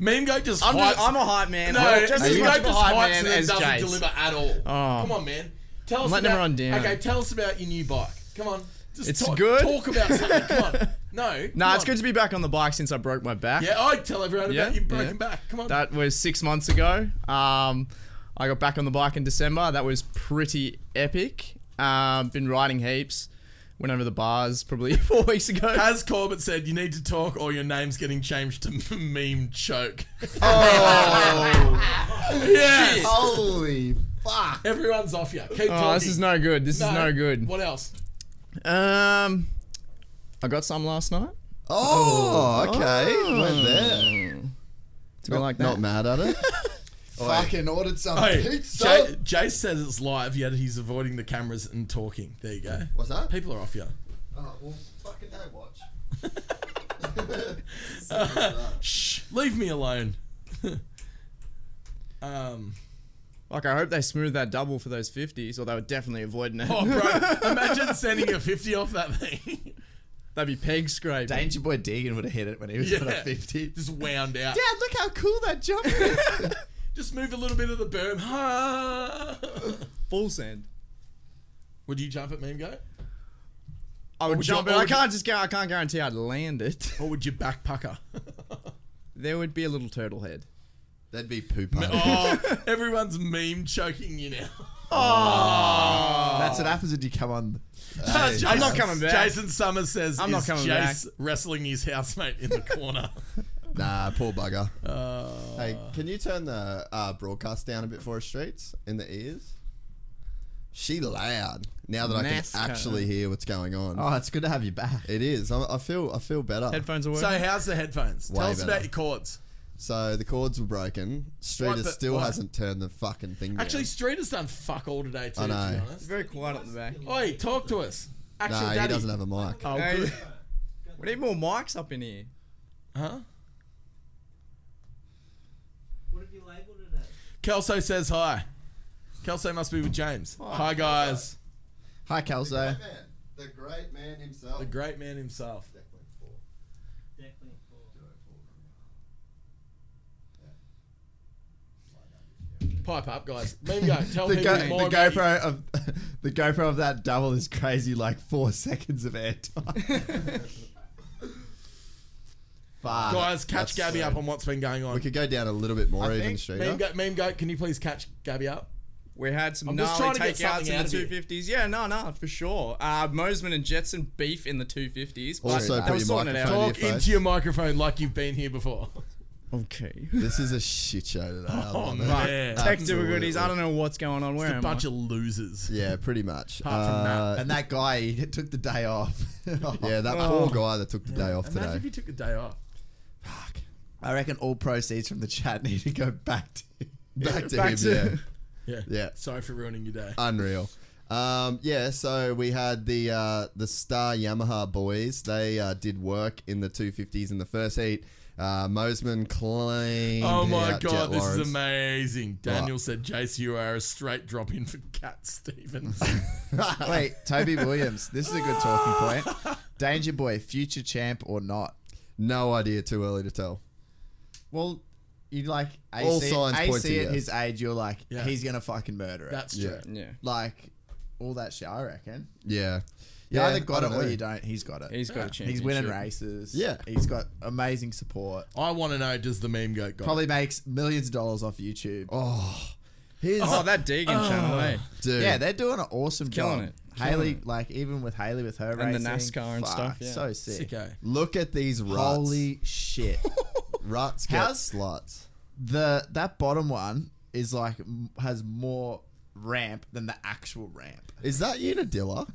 Speaker 4: Meme goat just.
Speaker 6: I'm,
Speaker 4: hypes-
Speaker 6: just, I'm a hype man.
Speaker 4: No,
Speaker 6: I'm
Speaker 4: just
Speaker 6: just
Speaker 4: as
Speaker 6: as
Speaker 4: Meme
Speaker 6: much
Speaker 4: goat
Speaker 6: of a
Speaker 4: just
Speaker 6: hype
Speaker 4: hype
Speaker 6: man
Speaker 4: and then
Speaker 6: as
Speaker 4: doesn't
Speaker 6: Jace.
Speaker 4: deliver at all.
Speaker 6: Oh.
Speaker 4: Come on, man. Tell us.
Speaker 6: letting
Speaker 4: about,
Speaker 6: everyone down.
Speaker 4: Okay, tell us about your new bike. Come on. Just
Speaker 6: It's
Speaker 4: talk,
Speaker 6: good.
Speaker 4: Talk about something. Come on. No.
Speaker 6: Nah,
Speaker 4: come
Speaker 6: it's
Speaker 4: on.
Speaker 6: good to be back on the bike since I broke my back.
Speaker 4: Yeah, I tell everyone
Speaker 6: Yeah,
Speaker 4: about your broken
Speaker 6: yeah.
Speaker 4: back. Come on.
Speaker 6: That was six months ago. Um, I got back on the bike in December. That was pretty epic. Um, been riding heaps. went over the bars probably four weeks ago.
Speaker 4: Has Corbett said you need to talk or your name's getting changed to meme choke?
Speaker 6: Oh.
Speaker 4: yes.
Speaker 5: Holy fuck.
Speaker 4: Everyone's off you. Keep
Speaker 6: oh,
Speaker 4: talking.
Speaker 6: this is no good. This is no good.
Speaker 4: What else?
Speaker 6: Um, I got some last night.
Speaker 2: Oh, okay. Went there.
Speaker 6: It's been like that.
Speaker 2: Not mad at it.
Speaker 5: Fucking ordered some
Speaker 4: Hey,
Speaker 5: pizza.
Speaker 4: Jay, Jay says it's live, yet he's avoiding the cameras and talking. There you go.
Speaker 2: What's that?
Speaker 4: People are off you.
Speaker 2: Oh, well, fucking don't watch.
Speaker 4: Shh, leave me alone. um,
Speaker 6: Like I hope they smooth that double for those fifties, or they were definitely avoiding it.
Speaker 4: oh, bro, imagine sending a 50 off that thing.
Speaker 6: That'd be peg scrape.
Speaker 5: Danger Boy Deegan would have hit it when he was on a
Speaker 4: Yeah.
Speaker 5: 50.
Speaker 4: Just wound out.
Speaker 5: Dad, look how cool that jump is.
Speaker 4: Just move a little bit of the berm. Ah.
Speaker 6: Full send.
Speaker 4: Would you jump at meme go?
Speaker 6: I would
Speaker 4: Would
Speaker 6: jump,
Speaker 4: you-
Speaker 6: but I
Speaker 4: would you-
Speaker 6: can't just go. I can't guarantee I'd land it.
Speaker 4: Or would you back pucker?
Speaker 6: There would be a little turtle head.
Speaker 2: That'd be poop. No.
Speaker 4: oh, everyone's meme choking you now.
Speaker 5: That's what happens when you come on.
Speaker 4: Jason-
Speaker 6: not coming back.
Speaker 4: Jason Summers says
Speaker 6: I'm
Speaker 4: I'm
Speaker 6: not
Speaker 4: is
Speaker 6: coming
Speaker 4: Jace wrestling his housemate in the corner.
Speaker 2: Nah, uh, poor bugger.
Speaker 4: Oh.
Speaker 2: hey, can you turn the uh, broadcast down a bit for us, Streets, in the ears? She loud. Now that I
Speaker 6: NASCAR.
Speaker 2: can actually hear what's going on.
Speaker 5: Oh, it's good to have you back.
Speaker 2: It is. I, I feel. I feel better.
Speaker 6: Headphones are
Speaker 4: so
Speaker 6: working.
Speaker 4: how's the headphones?
Speaker 2: Way
Speaker 4: Tell us about
Speaker 2: better.
Speaker 4: your cords.
Speaker 2: So the cords were broken.
Speaker 4: What
Speaker 2: Streeter
Speaker 4: the-
Speaker 2: still
Speaker 4: what?
Speaker 2: hasn't turned the fucking thing.
Speaker 4: Actually,
Speaker 2: down.
Speaker 4: Street has done fuck all today too.
Speaker 2: I
Speaker 4: To
Speaker 2: know.
Speaker 4: be honest.
Speaker 6: Very quiet at the back.
Speaker 4: Oi, talk to us. Actual
Speaker 2: nah,
Speaker 4: daddy.
Speaker 2: he doesn't have a mic.
Speaker 4: Oh,
Speaker 6: Hey,
Speaker 4: good.
Speaker 6: we need more mics up in here.
Speaker 4: Huh?
Speaker 7: What have you labelled it as?
Speaker 4: Kelso says hi. Kelso must be with James.
Speaker 6: Oh,
Speaker 4: hi guys.
Speaker 5: Hi, Kelso.
Speaker 2: The great man himself.
Speaker 4: The great man himself.
Speaker 7: Declan for
Speaker 4: Pipe up, guys. Meme go. Tell
Speaker 5: The,
Speaker 4: people
Speaker 5: Go-
Speaker 4: more
Speaker 5: the
Speaker 4: about you.
Speaker 5: GoPro of the GoPro of that double is crazy. Like four seconds of airtime. Fuck.
Speaker 4: Guys, catch
Speaker 2: That's
Speaker 4: Gabby
Speaker 2: so-
Speaker 4: up on what's been going on.
Speaker 2: We could go down a little bit more, even
Speaker 6: think
Speaker 2: Streeter.
Speaker 4: Meme goat, meme goat, can you please catch Gabby up?
Speaker 6: We had some
Speaker 4: I'm just
Speaker 6: gnarly
Speaker 4: trying to get
Speaker 6: takeouts
Speaker 4: something
Speaker 6: in
Speaker 4: out
Speaker 6: the
Speaker 4: of you.
Speaker 6: 250s. Yeah, no, no, for sure. Uh, Mosman and Jetson beef in the 250s. but
Speaker 2: Also,
Speaker 6: they
Speaker 2: put
Speaker 6: were
Speaker 2: your
Speaker 6: sorting it out.
Speaker 2: microphone
Speaker 4: Talk
Speaker 2: your face.
Speaker 4: into your microphone like you've been here before.
Speaker 6: Okay.
Speaker 2: This is a shit show today. I
Speaker 4: Oh,
Speaker 2: love it.
Speaker 4: man.
Speaker 6: Tech difficulties. I don't know what's going on. Where
Speaker 4: It's a
Speaker 6: am
Speaker 4: bunch
Speaker 6: I?
Speaker 4: of losers.
Speaker 2: Yeah, pretty much.
Speaker 4: Apart from
Speaker 2: Uh,
Speaker 5: And that guy, he took the day off.
Speaker 2: Yeah, that poor guy that took the day off
Speaker 4: Oh. Imagine
Speaker 2: today.
Speaker 4: if you took a day off.
Speaker 5: I reckon all proceeds from the chat need to go back to.
Speaker 2: back to
Speaker 6: Back
Speaker 2: him,
Speaker 6: to-
Speaker 2: yeah.
Speaker 4: Yeah.
Speaker 2: Yeah.
Speaker 4: Sorry for ruining your day.
Speaker 2: Unreal. Um, yeah, so we had the uh, the Star Yamaha boys. They uh, did work in the 250s in the first heat. Uh, Mosman clean.
Speaker 4: Oh my god, this is amazing. Daniel said, Jace, you are a straight drop in for Cat Stevens.
Speaker 5: Wait, Toby Williams. This is a good talking point. Danger Boy, future champ or not?
Speaker 2: No idea. Too early to tell.
Speaker 5: Well, you like AC,
Speaker 2: All signs point
Speaker 5: AC
Speaker 2: to
Speaker 5: at
Speaker 2: yes.
Speaker 5: his age, you're like,
Speaker 4: Yeah.
Speaker 5: he's gonna fucking murder it.
Speaker 4: That's
Speaker 2: Yeah.
Speaker 4: true.
Speaker 6: Yeah.
Speaker 5: like all that shit. I reckon.
Speaker 2: Yeah.
Speaker 5: You
Speaker 2: Yeah,
Speaker 5: either got
Speaker 2: I
Speaker 5: it
Speaker 2: don't
Speaker 5: or
Speaker 2: know.
Speaker 5: you don't. He's got it.
Speaker 6: He's got a chance.
Speaker 5: He's winning races.
Speaker 2: Yeah.
Speaker 5: He's got amazing support.
Speaker 4: I want to know does the meme goat got
Speaker 5: Probably makes millions of dollars off YouTube.
Speaker 2: Here's
Speaker 6: Oh, that Deegan channel,
Speaker 4: Oh.
Speaker 6: eh?
Speaker 2: Oh, dude.
Speaker 5: yeah, they're doing an awesome
Speaker 6: Killing
Speaker 5: job.
Speaker 6: it.
Speaker 5: Haley, like even with Haley with her
Speaker 6: the
Speaker 5: racing,
Speaker 6: NASCAR and
Speaker 5: fuck,
Speaker 6: stuff, yeah.
Speaker 5: So
Speaker 4: it?
Speaker 5: sick.
Speaker 4: Sicko.
Speaker 2: Look at these ruts.
Speaker 5: Holy shit.
Speaker 2: ruts get
Speaker 5: How's-
Speaker 2: sluts.
Speaker 5: the that bottom one is like m- has more ramp than the actual ramp.
Speaker 2: Is that Unadilla?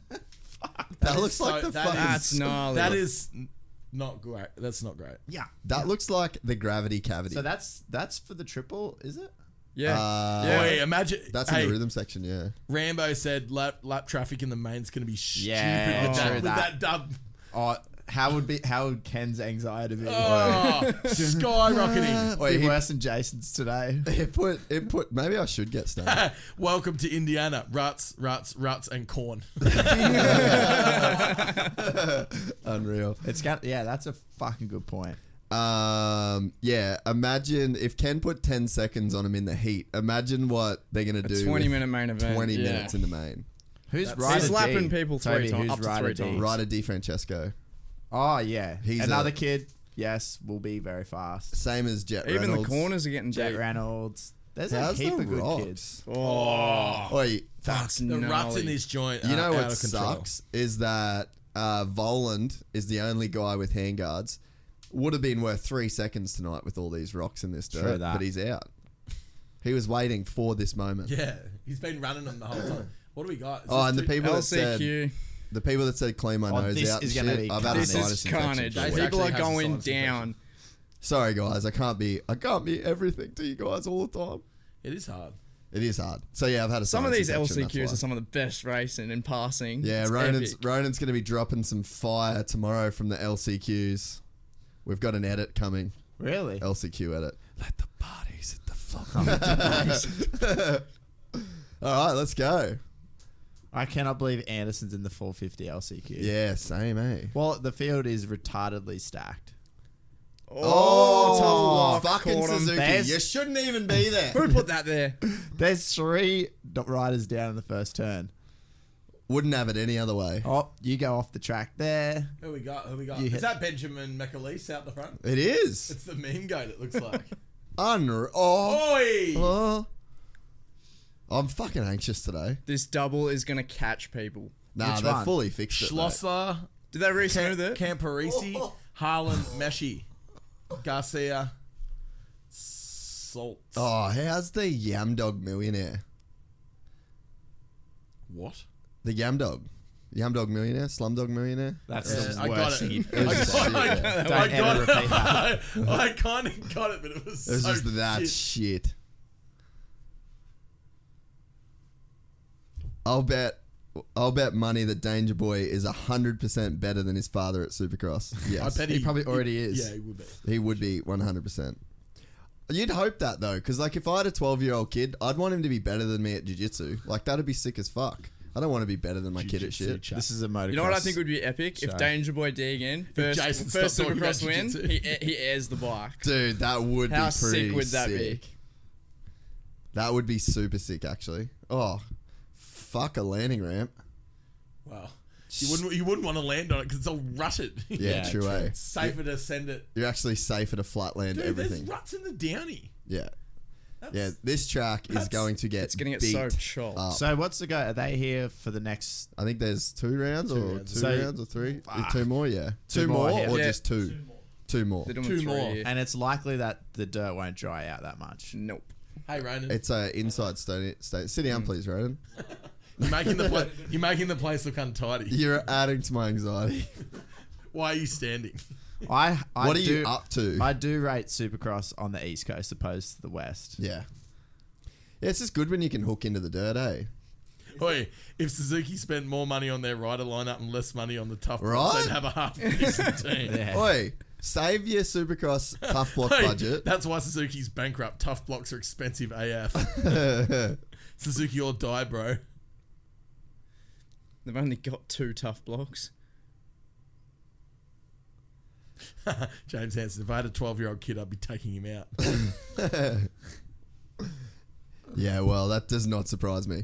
Speaker 2: That looks
Speaker 4: so-
Speaker 2: like the
Speaker 4: that
Speaker 2: fucking.
Speaker 6: That's gnarly.
Speaker 4: That is n- not great. That's not great.
Speaker 5: Yeah.
Speaker 2: that looks like the gravity cavity.
Speaker 5: So that's that's for the triple, is it?
Speaker 6: Yeah.
Speaker 2: Uh,
Speaker 6: yeah.
Speaker 4: Wait, imagine.
Speaker 2: that's
Speaker 4: hey,
Speaker 2: in the rhythm section. Yeah.
Speaker 4: Rambo said lap, lap traffic in the main's going to be stupid
Speaker 5: Yeah,
Speaker 4: with,
Speaker 5: true
Speaker 4: that, with that
Speaker 5: that.
Speaker 4: dub.
Speaker 5: Oh, how would be how would Ken's anxiety be?
Speaker 4: Oh, skyrocketing.
Speaker 5: It'd be worse than Jason's today.
Speaker 2: It put it put. Maybe I should get started.
Speaker 4: Welcome to Indiana. Ruts, ruts, ruts, and corn.
Speaker 2: Unreal.
Speaker 5: It's got yeah, that's a fucking good point.
Speaker 2: Um. Yeah. Imagine if Ken put ten seconds on him in the heat. Imagine what they're gonna do.
Speaker 6: 20
Speaker 2: with
Speaker 6: minute main event.
Speaker 2: Twenty
Speaker 6: yeah.
Speaker 2: minutes in the main.
Speaker 5: Who's
Speaker 6: He's
Speaker 5: right?
Speaker 6: lapping people three times- up to three times.
Speaker 2: Ryder Di Francesco.
Speaker 5: Oh yeah,
Speaker 2: He's
Speaker 5: another
Speaker 2: a-
Speaker 5: kid. Yes, will be very fast.
Speaker 2: Same as Jet.
Speaker 6: Even
Speaker 2: Reynolds.
Speaker 6: the corners are getting
Speaker 5: Jet
Speaker 6: deep.
Speaker 5: Reynolds. There's
Speaker 2: How's
Speaker 5: a heap
Speaker 2: the
Speaker 5: of good
Speaker 2: rocks?
Speaker 5: kids.
Speaker 4: Oh,
Speaker 2: Oi,
Speaker 5: That's
Speaker 4: the ruts in this joint.
Speaker 6: Uh,
Speaker 2: You
Speaker 4: are
Speaker 2: know
Speaker 4: out
Speaker 2: what
Speaker 4: of control.
Speaker 2: sucks is that uh, Voland is the only guy with handguards. Would have been worth three seconds tonight with all these rocks in this dirt,
Speaker 5: that.
Speaker 2: but he's out. He was waiting for this moment.
Speaker 4: Yeah, he's been running them the whole time. What do we got? Is
Speaker 2: Oh,
Speaker 4: this
Speaker 2: and the
Speaker 4: two-
Speaker 2: people that said
Speaker 6: LCQ.
Speaker 2: the people that said clean my
Speaker 5: Oh,
Speaker 2: nose
Speaker 5: this
Speaker 2: out. and
Speaker 5: is gonna
Speaker 2: shit,
Speaker 5: be
Speaker 2: I've had a
Speaker 6: This
Speaker 2: sinus
Speaker 6: is
Speaker 2: infection
Speaker 6: carnage.
Speaker 2: for a
Speaker 4: Jason
Speaker 2: week.
Speaker 6: People
Speaker 4: actually
Speaker 6: are
Speaker 4: has a
Speaker 6: going
Speaker 4: sinus
Speaker 6: down.
Speaker 2: Sorry guys, I can't be I can't be everything to you guys all the time.
Speaker 4: It is hard.
Speaker 2: It is hard. So yeah, I've had a
Speaker 6: Some of
Speaker 2: sinus
Speaker 6: these
Speaker 2: infection, that's
Speaker 6: LCQs
Speaker 2: why.
Speaker 6: are some of the best racing and passing.
Speaker 2: Yeah,
Speaker 6: It's
Speaker 2: Ronan's
Speaker 6: epic.
Speaker 2: Ronan's going to be dropping some fire tomorrow from the LCQs. We've got an edit coming.
Speaker 5: Really?
Speaker 2: LCQ edit. Let the parties at the floor. All right, let's go.
Speaker 5: I cannot believe Anderson's in the 450 LCQ.
Speaker 2: Yeah, same, eh?
Speaker 5: Well, the field is retardedly stacked.
Speaker 2: Oh, fucking
Speaker 6: caught 'em.
Speaker 2: Suzuki.
Speaker 5: There's-
Speaker 2: You shouldn't even be there.
Speaker 6: Who put that there?
Speaker 5: There's three do- riders down in the first turn.
Speaker 2: Wouldn't have it any other way.
Speaker 5: Oh, you go off the track there.
Speaker 4: Who we got? Who we got?
Speaker 5: You hit-
Speaker 4: Is that Benjamin McAleese out the front?
Speaker 2: It is.
Speaker 4: It's the meme guy that looks like.
Speaker 2: Unreal. Oh.
Speaker 4: Oi!
Speaker 2: Oh. I'm fucking anxious today.
Speaker 6: This double is going to catch people.
Speaker 2: Nah,
Speaker 5: Which
Speaker 2: they
Speaker 5: one?
Speaker 2: fully fixed it. mate.
Speaker 4: Schlosser,
Speaker 6: Did they re-smooth it?
Speaker 4: Camparisi, Harlan, Meshi, Garcia, Salt.
Speaker 2: Oh, how's the Yam Dog millionaire?
Speaker 4: What?
Speaker 2: The Yam Dog. Yam Dog millionaire? Slum Dog millionaire?
Speaker 5: That's
Speaker 4: Yeah,
Speaker 5: the
Speaker 4: I got
Speaker 5: worst
Speaker 4: it.
Speaker 5: thing you've
Speaker 4: I
Speaker 5: ever
Speaker 2: was
Speaker 5: said.
Speaker 4: got, I got, I
Speaker 5: Don't ever
Speaker 4: got
Speaker 5: repeat
Speaker 4: it.
Speaker 5: that.
Speaker 4: I, I kind of got it, but it was
Speaker 2: It was
Speaker 4: so
Speaker 2: just that
Speaker 4: shit.
Speaker 2: shit. I'll bet. I'll bet money that Danger Boy is hundred percent better than his father at Supercross. Yes,
Speaker 4: bet
Speaker 2: he,
Speaker 4: he-
Speaker 2: probably already is.
Speaker 4: Yeah, it would be.
Speaker 2: He would be one hundred percent. You'd hope that though, because like if I had a twelve-year-old kid, I'd want him to be better than me at jiu-jitsu. Like that'd be sick as fuck. I don't want to be better than my kid at shit.
Speaker 5: This is a motocross.
Speaker 6: You know what I think would be epic if
Speaker 5: Sorry.
Speaker 6: Danger Boy Deegan first,
Speaker 4: Jason
Speaker 6: first
Speaker 4: stopped talking
Speaker 6: Supercross
Speaker 4: about
Speaker 6: win,
Speaker 4: jiu-jitsu.
Speaker 6: he he airs the bike.
Speaker 2: Dude, that would
Speaker 6: How
Speaker 2: be pretty
Speaker 6: sick would that be?
Speaker 2: That would be super sick, actually. Oh, fuck a landing ramp.
Speaker 4: Wow. You wouldn't, you wouldn't want to land on it because they'll rut it.
Speaker 2: Yeah,
Speaker 5: Yeah,
Speaker 2: true.
Speaker 5: true.
Speaker 2: eh?
Speaker 4: It's safer to send it.
Speaker 2: You're actually safe at a flat land.
Speaker 4: Dude,
Speaker 2: everything.
Speaker 4: there's ruts in the downy.
Speaker 2: Yeah. Yeah, this track is going to get.
Speaker 6: It's gonna get
Speaker 2: beat.
Speaker 6: so choked.
Speaker 2: up.
Speaker 5: So what's the go? Are they here for the next?
Speaker 2: I think there's two rounds or
Speaker 4: rounds.
Speaker 2: two
Speaker 5: So-
Speaker 2: rounds or three. Two more, yeah. Two, more,
Speaker 5: more, yeah.
Speaker 2: or
Speaker 6: Yeah.
Speaker 2: just two? Two more.
Speaker 6: They're doing
Speaker 4: Two
Speaker 6: three
Speaker 4: more.
Speaker 6: here.
Speaker 5: And it's likely that the dirt won't dry out that much.
Speaker 6: Nope.
Speaker 4: Hey, Ronan,
Speaker 2: It's uh, inside state. state. Sit down, please, Ronan.
Speaker 4: you're making the pla- you're making the place look untidy.
Speaker 2: You're adding to my anxiety.
Speaker 4: Why are you standing?
Speaker 5: I, I
Speaker 2: what are
Speaker 5: do,
Speaker 2: you up to?
Speaker 5: I do rate Supercross on the East Coast opposed to the West.
Speaker 2: yeah. Yeah, it's just good when you can hook into the dirt, eh?
Speaker 4: Oi, if Suzuki spent more money on their rider lineup and less money on the tough
Speaker 2: Right?
Speaker 4: blocks, they'd have a half decent team.
Speaker 5: Yeah.
Speaker 2: Oi, save your Supercross tough block
Speaker 4: Eh. Hey,
Speaker 2: budget.
Speaker 4: That's why Suzuki's bankrupt. Tough blocks are expensive AF. Suzuki or die, bro.
Speaker 6: They've only got two tough blocks.
Speaker 4: James Hanson, if I had a 12 year old kid, I'd be taking him out.
Speaker 2: Yeah, well, that does not surprise me.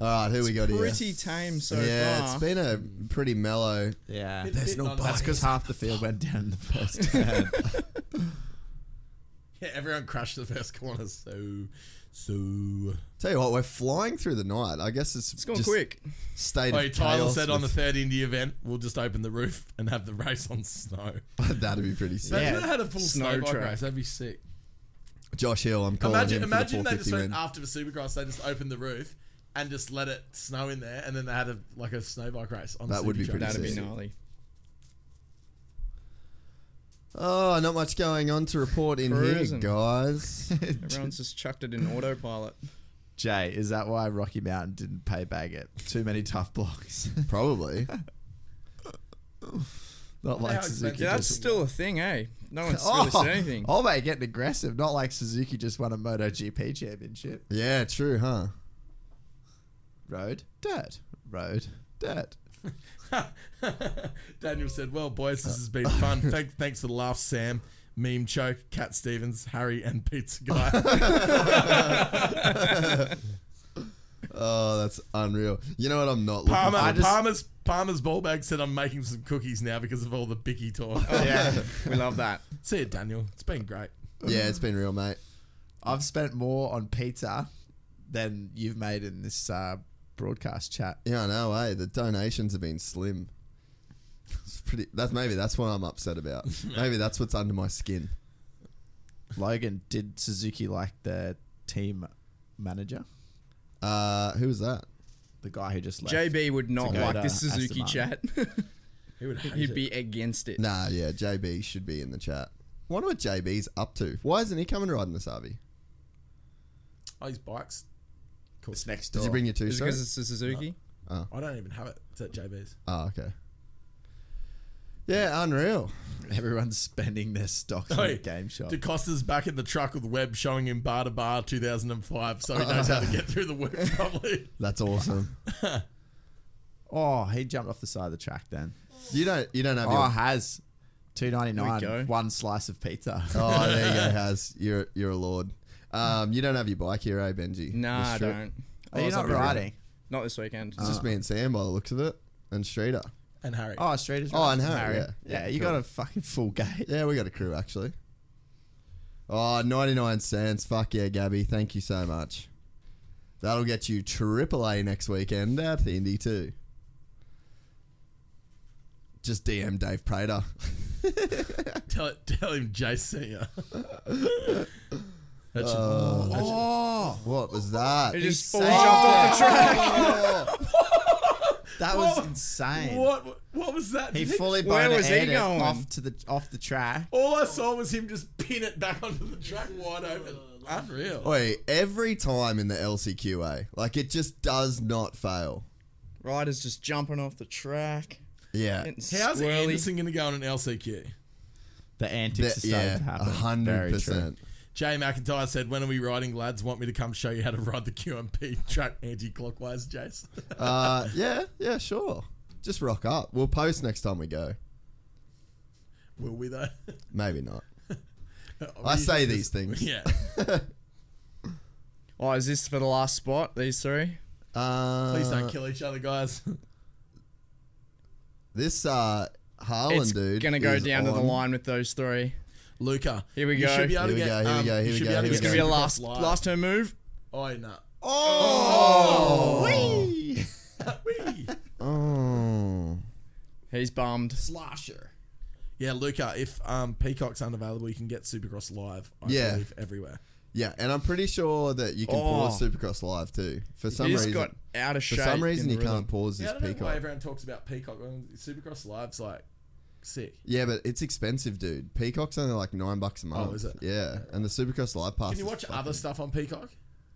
Speaker 2: All right, who we got here?
Speaker 6: Pretty tame so
Speaker 2: yeah,
Speaker 6: far.
Speaker 2: it's been a pretty mellow.
Speaker 5: Yeah.
Speaker 4: There's no
Speaker 5: That's
Speaker 4: bodies.
Speaker 5: because half the field went down in the first turn.
Speaker 4: yeah, everyone crashed the first corner, so. So.
Speaker 2: Tell you what, we're flying through the night. I guess it's,
Speaker 6: it's going
Speaker 2: just
Speaker 6: quick.
Speaker 2: State
Speaker 4: Oi,
Speaker 2: of
Speaker 4: Oh, Tyler
Speaker 2: chaos
Speaker 4: said on the
Speaker 2: with-
Speaker 4: third indie event, we'll just open the roof and have the race on snow.
Speaker 2: that'd be pretty sick.
Speaker 4: Imagine they had a full
Speaker 6: Snow
Speaker 4: snow, bike
Speaker 6: track.
Speaker 4: race. That'd be sick.
Speaker 2: Josh Hill, I'm calling
Speaker 4: Imagine,
Speaker 2: him
Speaker 4: imagine
Speaker 2: for the
Speaker 4: they just
Speaker 2: 450
Speaker 4: went
Speaker 2: win.
Speaker 4: after the Supercross. They just opened the roof and just let it snow in there, and then they had a like a snow bike race on.
Speaker 2: That would be
Speaker 4: Supercross.
Speaker 2: pretty
Speaker 6: That'd be
Speaker 2: sick.
Speaker 6: gnarly.
Speaker 2: Oh, not much going on to report in
Speaker 6: Cruising.
Speaker 2: here, guys.
Speaker 6: Everyone's just chucked it in autopilot.
Speaker 5: Jay, is that why Rocky Mountain didn't pay back it? Too many tough blocks.
Speaker 2: Probably.
Speaker 5: Not like
Speaker 4: expensive
Speaker 5: Suzuki.
Speaker 6: Yeah, that's
Speaker 5: just,
Speaker 6: still a thing, eh? No one's really
Speaker 5: oh,
Speaker 6: said anything.
Speaker 5: oh, mate, getting aggressive. Not like Suzuki just won a MotoGP championship.
Speaker 2: yeah, true, huh?
Speaker 5: Road, dirt. Road, dirt.
Speaker 4: Daniel said, "Well, boys, this has been fun. Thank, thanks for the laugh, Sam." Meme choke, Cat Stevens, Harry, and Pizza Guy.
Speaker 2: Oh, that's unreal. You know what? I'm not looking
Speaker 4: Palmer,
Speaker 2: for. Just,
Speaker 4: Palmer's Palmer's ball bag said, "I'm making some cookies now because of all the Bicky talk."
Speaker 6: Yeah, we love that.
Speaker 4: See you, Daniel. It's been great.
Speaker 2: Yeah, it's been real, mate.
Speaker 10: I've spent more on pizza than you've made in this uh, broadcast chat.
Speaker 2: Yeah, I know. Hey, the donations have been slim. It's pretty. That's maybe that's what I'm upset about. maybe that's what's under my skin.
Speaker 10: Logan, did Suzuki like the team manager?
Speaker 2: Uh, who was that?
Speaker 10: The guy who just left.
Speaker 5: JB would not
Speaker 10: go
Speaker 5: like
Speaker 10: to
Speaker 5: this Suzuki
Speaker 10: uh, Aston
Speaker 5: chat.
Speaker 4: He would hate
Speaker 5: He'd
Speaker 4: it.
Speaker 5: be against it.
Speaker 2: Nah, yeah, JB should be in the chat. Wonder what JB's up to. Why isn't he coming riding this RV?
Speaker 4: Oh, his bike's.
Speaker 10: It's next
Speaker 2: Did
Speaker 10: door.
Speaker 2: you bring your two
Speaker 5: Is it because
Speaker 2: shoes?
Speaker 5: it's a Suzuki?
Speaker 4: I don't even have it. It's at JB's.
Speaker 2: Oh, okay. Yeah, unreal.
Speaker 10: Everyone's spending their stocks on
Speaker 4: Hey,
Speaker 10: the game
Speaker 2: Oh.
Speaker 10: shop.
Speaker 4: DeCosta's back in the truck with Webb showing him bar to bar 2005 so he knows how to get through the work properly.
Speaker 2: That's awesome.
Speaker 10: Oh, he jumped off the side of the track then.
Speaker 2: you don't. You don't have.
Speaker 10: Oh,
Speaker 2: Your,
Speaker 10: has two ninety
Speaker 5: There we
Speaker 10: nine.
Speaker 5: go.
Speaker 10: One slice of pizza.
Speaker 2: oh, there you go, Has. You're you're a lord. Um, you don't have your bike here, eh, Benji?
Speaker 5: Nah, I
Speaker 2: This trip?
Speaker 5: don't.
Speaker 10: Are you
Speaker 5: Ours
Speaker 10: not
Speaker 5: up here.
Speaker 10: riding? Uh-huh.
Speaker 5: Not this weekend.
Speaker 2: It's just me and Sam by the looks of it, and Streeter.
Speaker 4: And Harry.
Speaker 10: Oh, straight as
Speaker 2: Oh, and Harry, yeah.
Speaker 10: yeah,
Speaker 2: Yeah,
Speaker 10: you
Speaker 2: cool.
Speaker 10: got a fucking full gate.
Speaker 2: Yeah, we got a crew actually. Oh, 99 cents. Fuck yeah, Gabby. Thank you so much. That'll get you AAA next weekend at the Indy too. Just DM Dave Prater.
Speaker 4: Tell, tell him Jay sent you. That should- that should-
Speaker 2: What was that? Oh!
Speaker 5: He just
Speaker 10: He
Speaker 5: full jumped off the track.
Speaker 10: That was insane.
Speaker 4: What, what was that?
Speaker 10: He
Speaker 4: Did
Speaker 10: fully
Speaker 5: Where
Speaker 10: bone
Speaker 5: was he
Speaker 10: aired it
Speaker 5: going?
Speaker 10: off to the off the track.
Speaker 4: All I saw was him just pin it back onto the track wide open. Unreal.
Speaker 2: Oi, every time in the LCQA, like it just does not fail.
Speaker 5: Riders just jumping off the track.
Speaker 2: Yeah.
Speaker 5: Getting
Speaker 4: How's
Speaker 5: squirrely.
Speaker 4: Anderson going to go on an LCQ?
Speaker 10: The antics
Speaker 2: That-
Speaker 10: are starting
Speaker 2: yeah,
Speaker 10: to happen. Very true.
Speaker 2: 100%.
Speaker 4: Jay McIntyre said, "When are we riding, lads? Want me to come show you how to ride the QMP track anti-clockwise, Jace?"
Speaker 2: Uh, yeah, yeah, sure. Just rock up. We'll post next time we go.
Speaker 4: Will we though?
Speaker 2: Maybe not.
Speaker 4: We
Speaker 2: I say
Speaker 4: usually
Speaker 2: these things.
Speaker 4: just- Yeah.
Speaker 5: Oh, is this for the last spot? These three.
Speaker 2: Uh,
Speaker 4: Please don't kill each other, guys.
Speaker 2: This uh, Harlan
Speaker 5: it's
Speaker 2: dude.
Speaker 5: gonna go
Speaker 2: is
Speaker 5: down to the
Speaker 2: on.
Speaker 5: line with those three.
Speaker 4: Luca,
Speaker 5: Here we
Speaker 4: you
Speaker 5: go.
Speaker 4: Should be able
Speaker 2: Here
Speaker 4: to
Speaker 2: we
Speaker 4: get,
Speaker 2: go, here we
Speaker 4: um,
Speaker 2: go, here
Speaker 4: you
Speaker 2: we
Speaker 4: should
Speaker 2: go,
Speaker 4: be able to
Speaker 2: here
Speaker 5: It's
Speaker 2: we
Speaker 4: get
Speaker 5: gonna be a
Speaker 4: Supercross
Speaker 5: last
Speaker 4: live.
Speaker 5: last turn move.
Speaker 4: Oh no.
Speaker 2: Oh.
Speaker 4: Whee!
Speaker 2: oh.
Speaker 5: He's bummed.
Speaker 10: Slosher.
Speaker 4: yeah, Luca. If um, Peacock's unavailable, you can get Supercross live. I
Speaker 2: Yeah.
Speaker 4: believe everywhere.
Speaker 2: Yeah, and I'm pretty sure that you can pause Supercross Live too. For some
Speaker 5: He's
Speaker 2: reason,
Speaker 5: Oh. got out of
Speaker 2: for
Speaker 5: shape.
Speaker 2: some reason,
Speaker 5: in
Speaker 2: you
Speaker 5: rhythm.
Speaker 2: can't pause this
Speaker 4: Yeah, I don't know why
Speaker 2: Peacock.
Speaker 4: everyone talks about Peacock. Well, Supercross live's like sick.
Speaker 2: Yeah, but it's expensive, dude. Peacock's only like nine bucks a month.
Speaker 4: Oh, is it?
Speaker 2: Yeah, and the Supercross Live pass.
Speaker 4: Can you
Speaker 2: is
Speaker 4: watch other
Speaker 2: fucking-
Speaker 4: stuff on Peacock?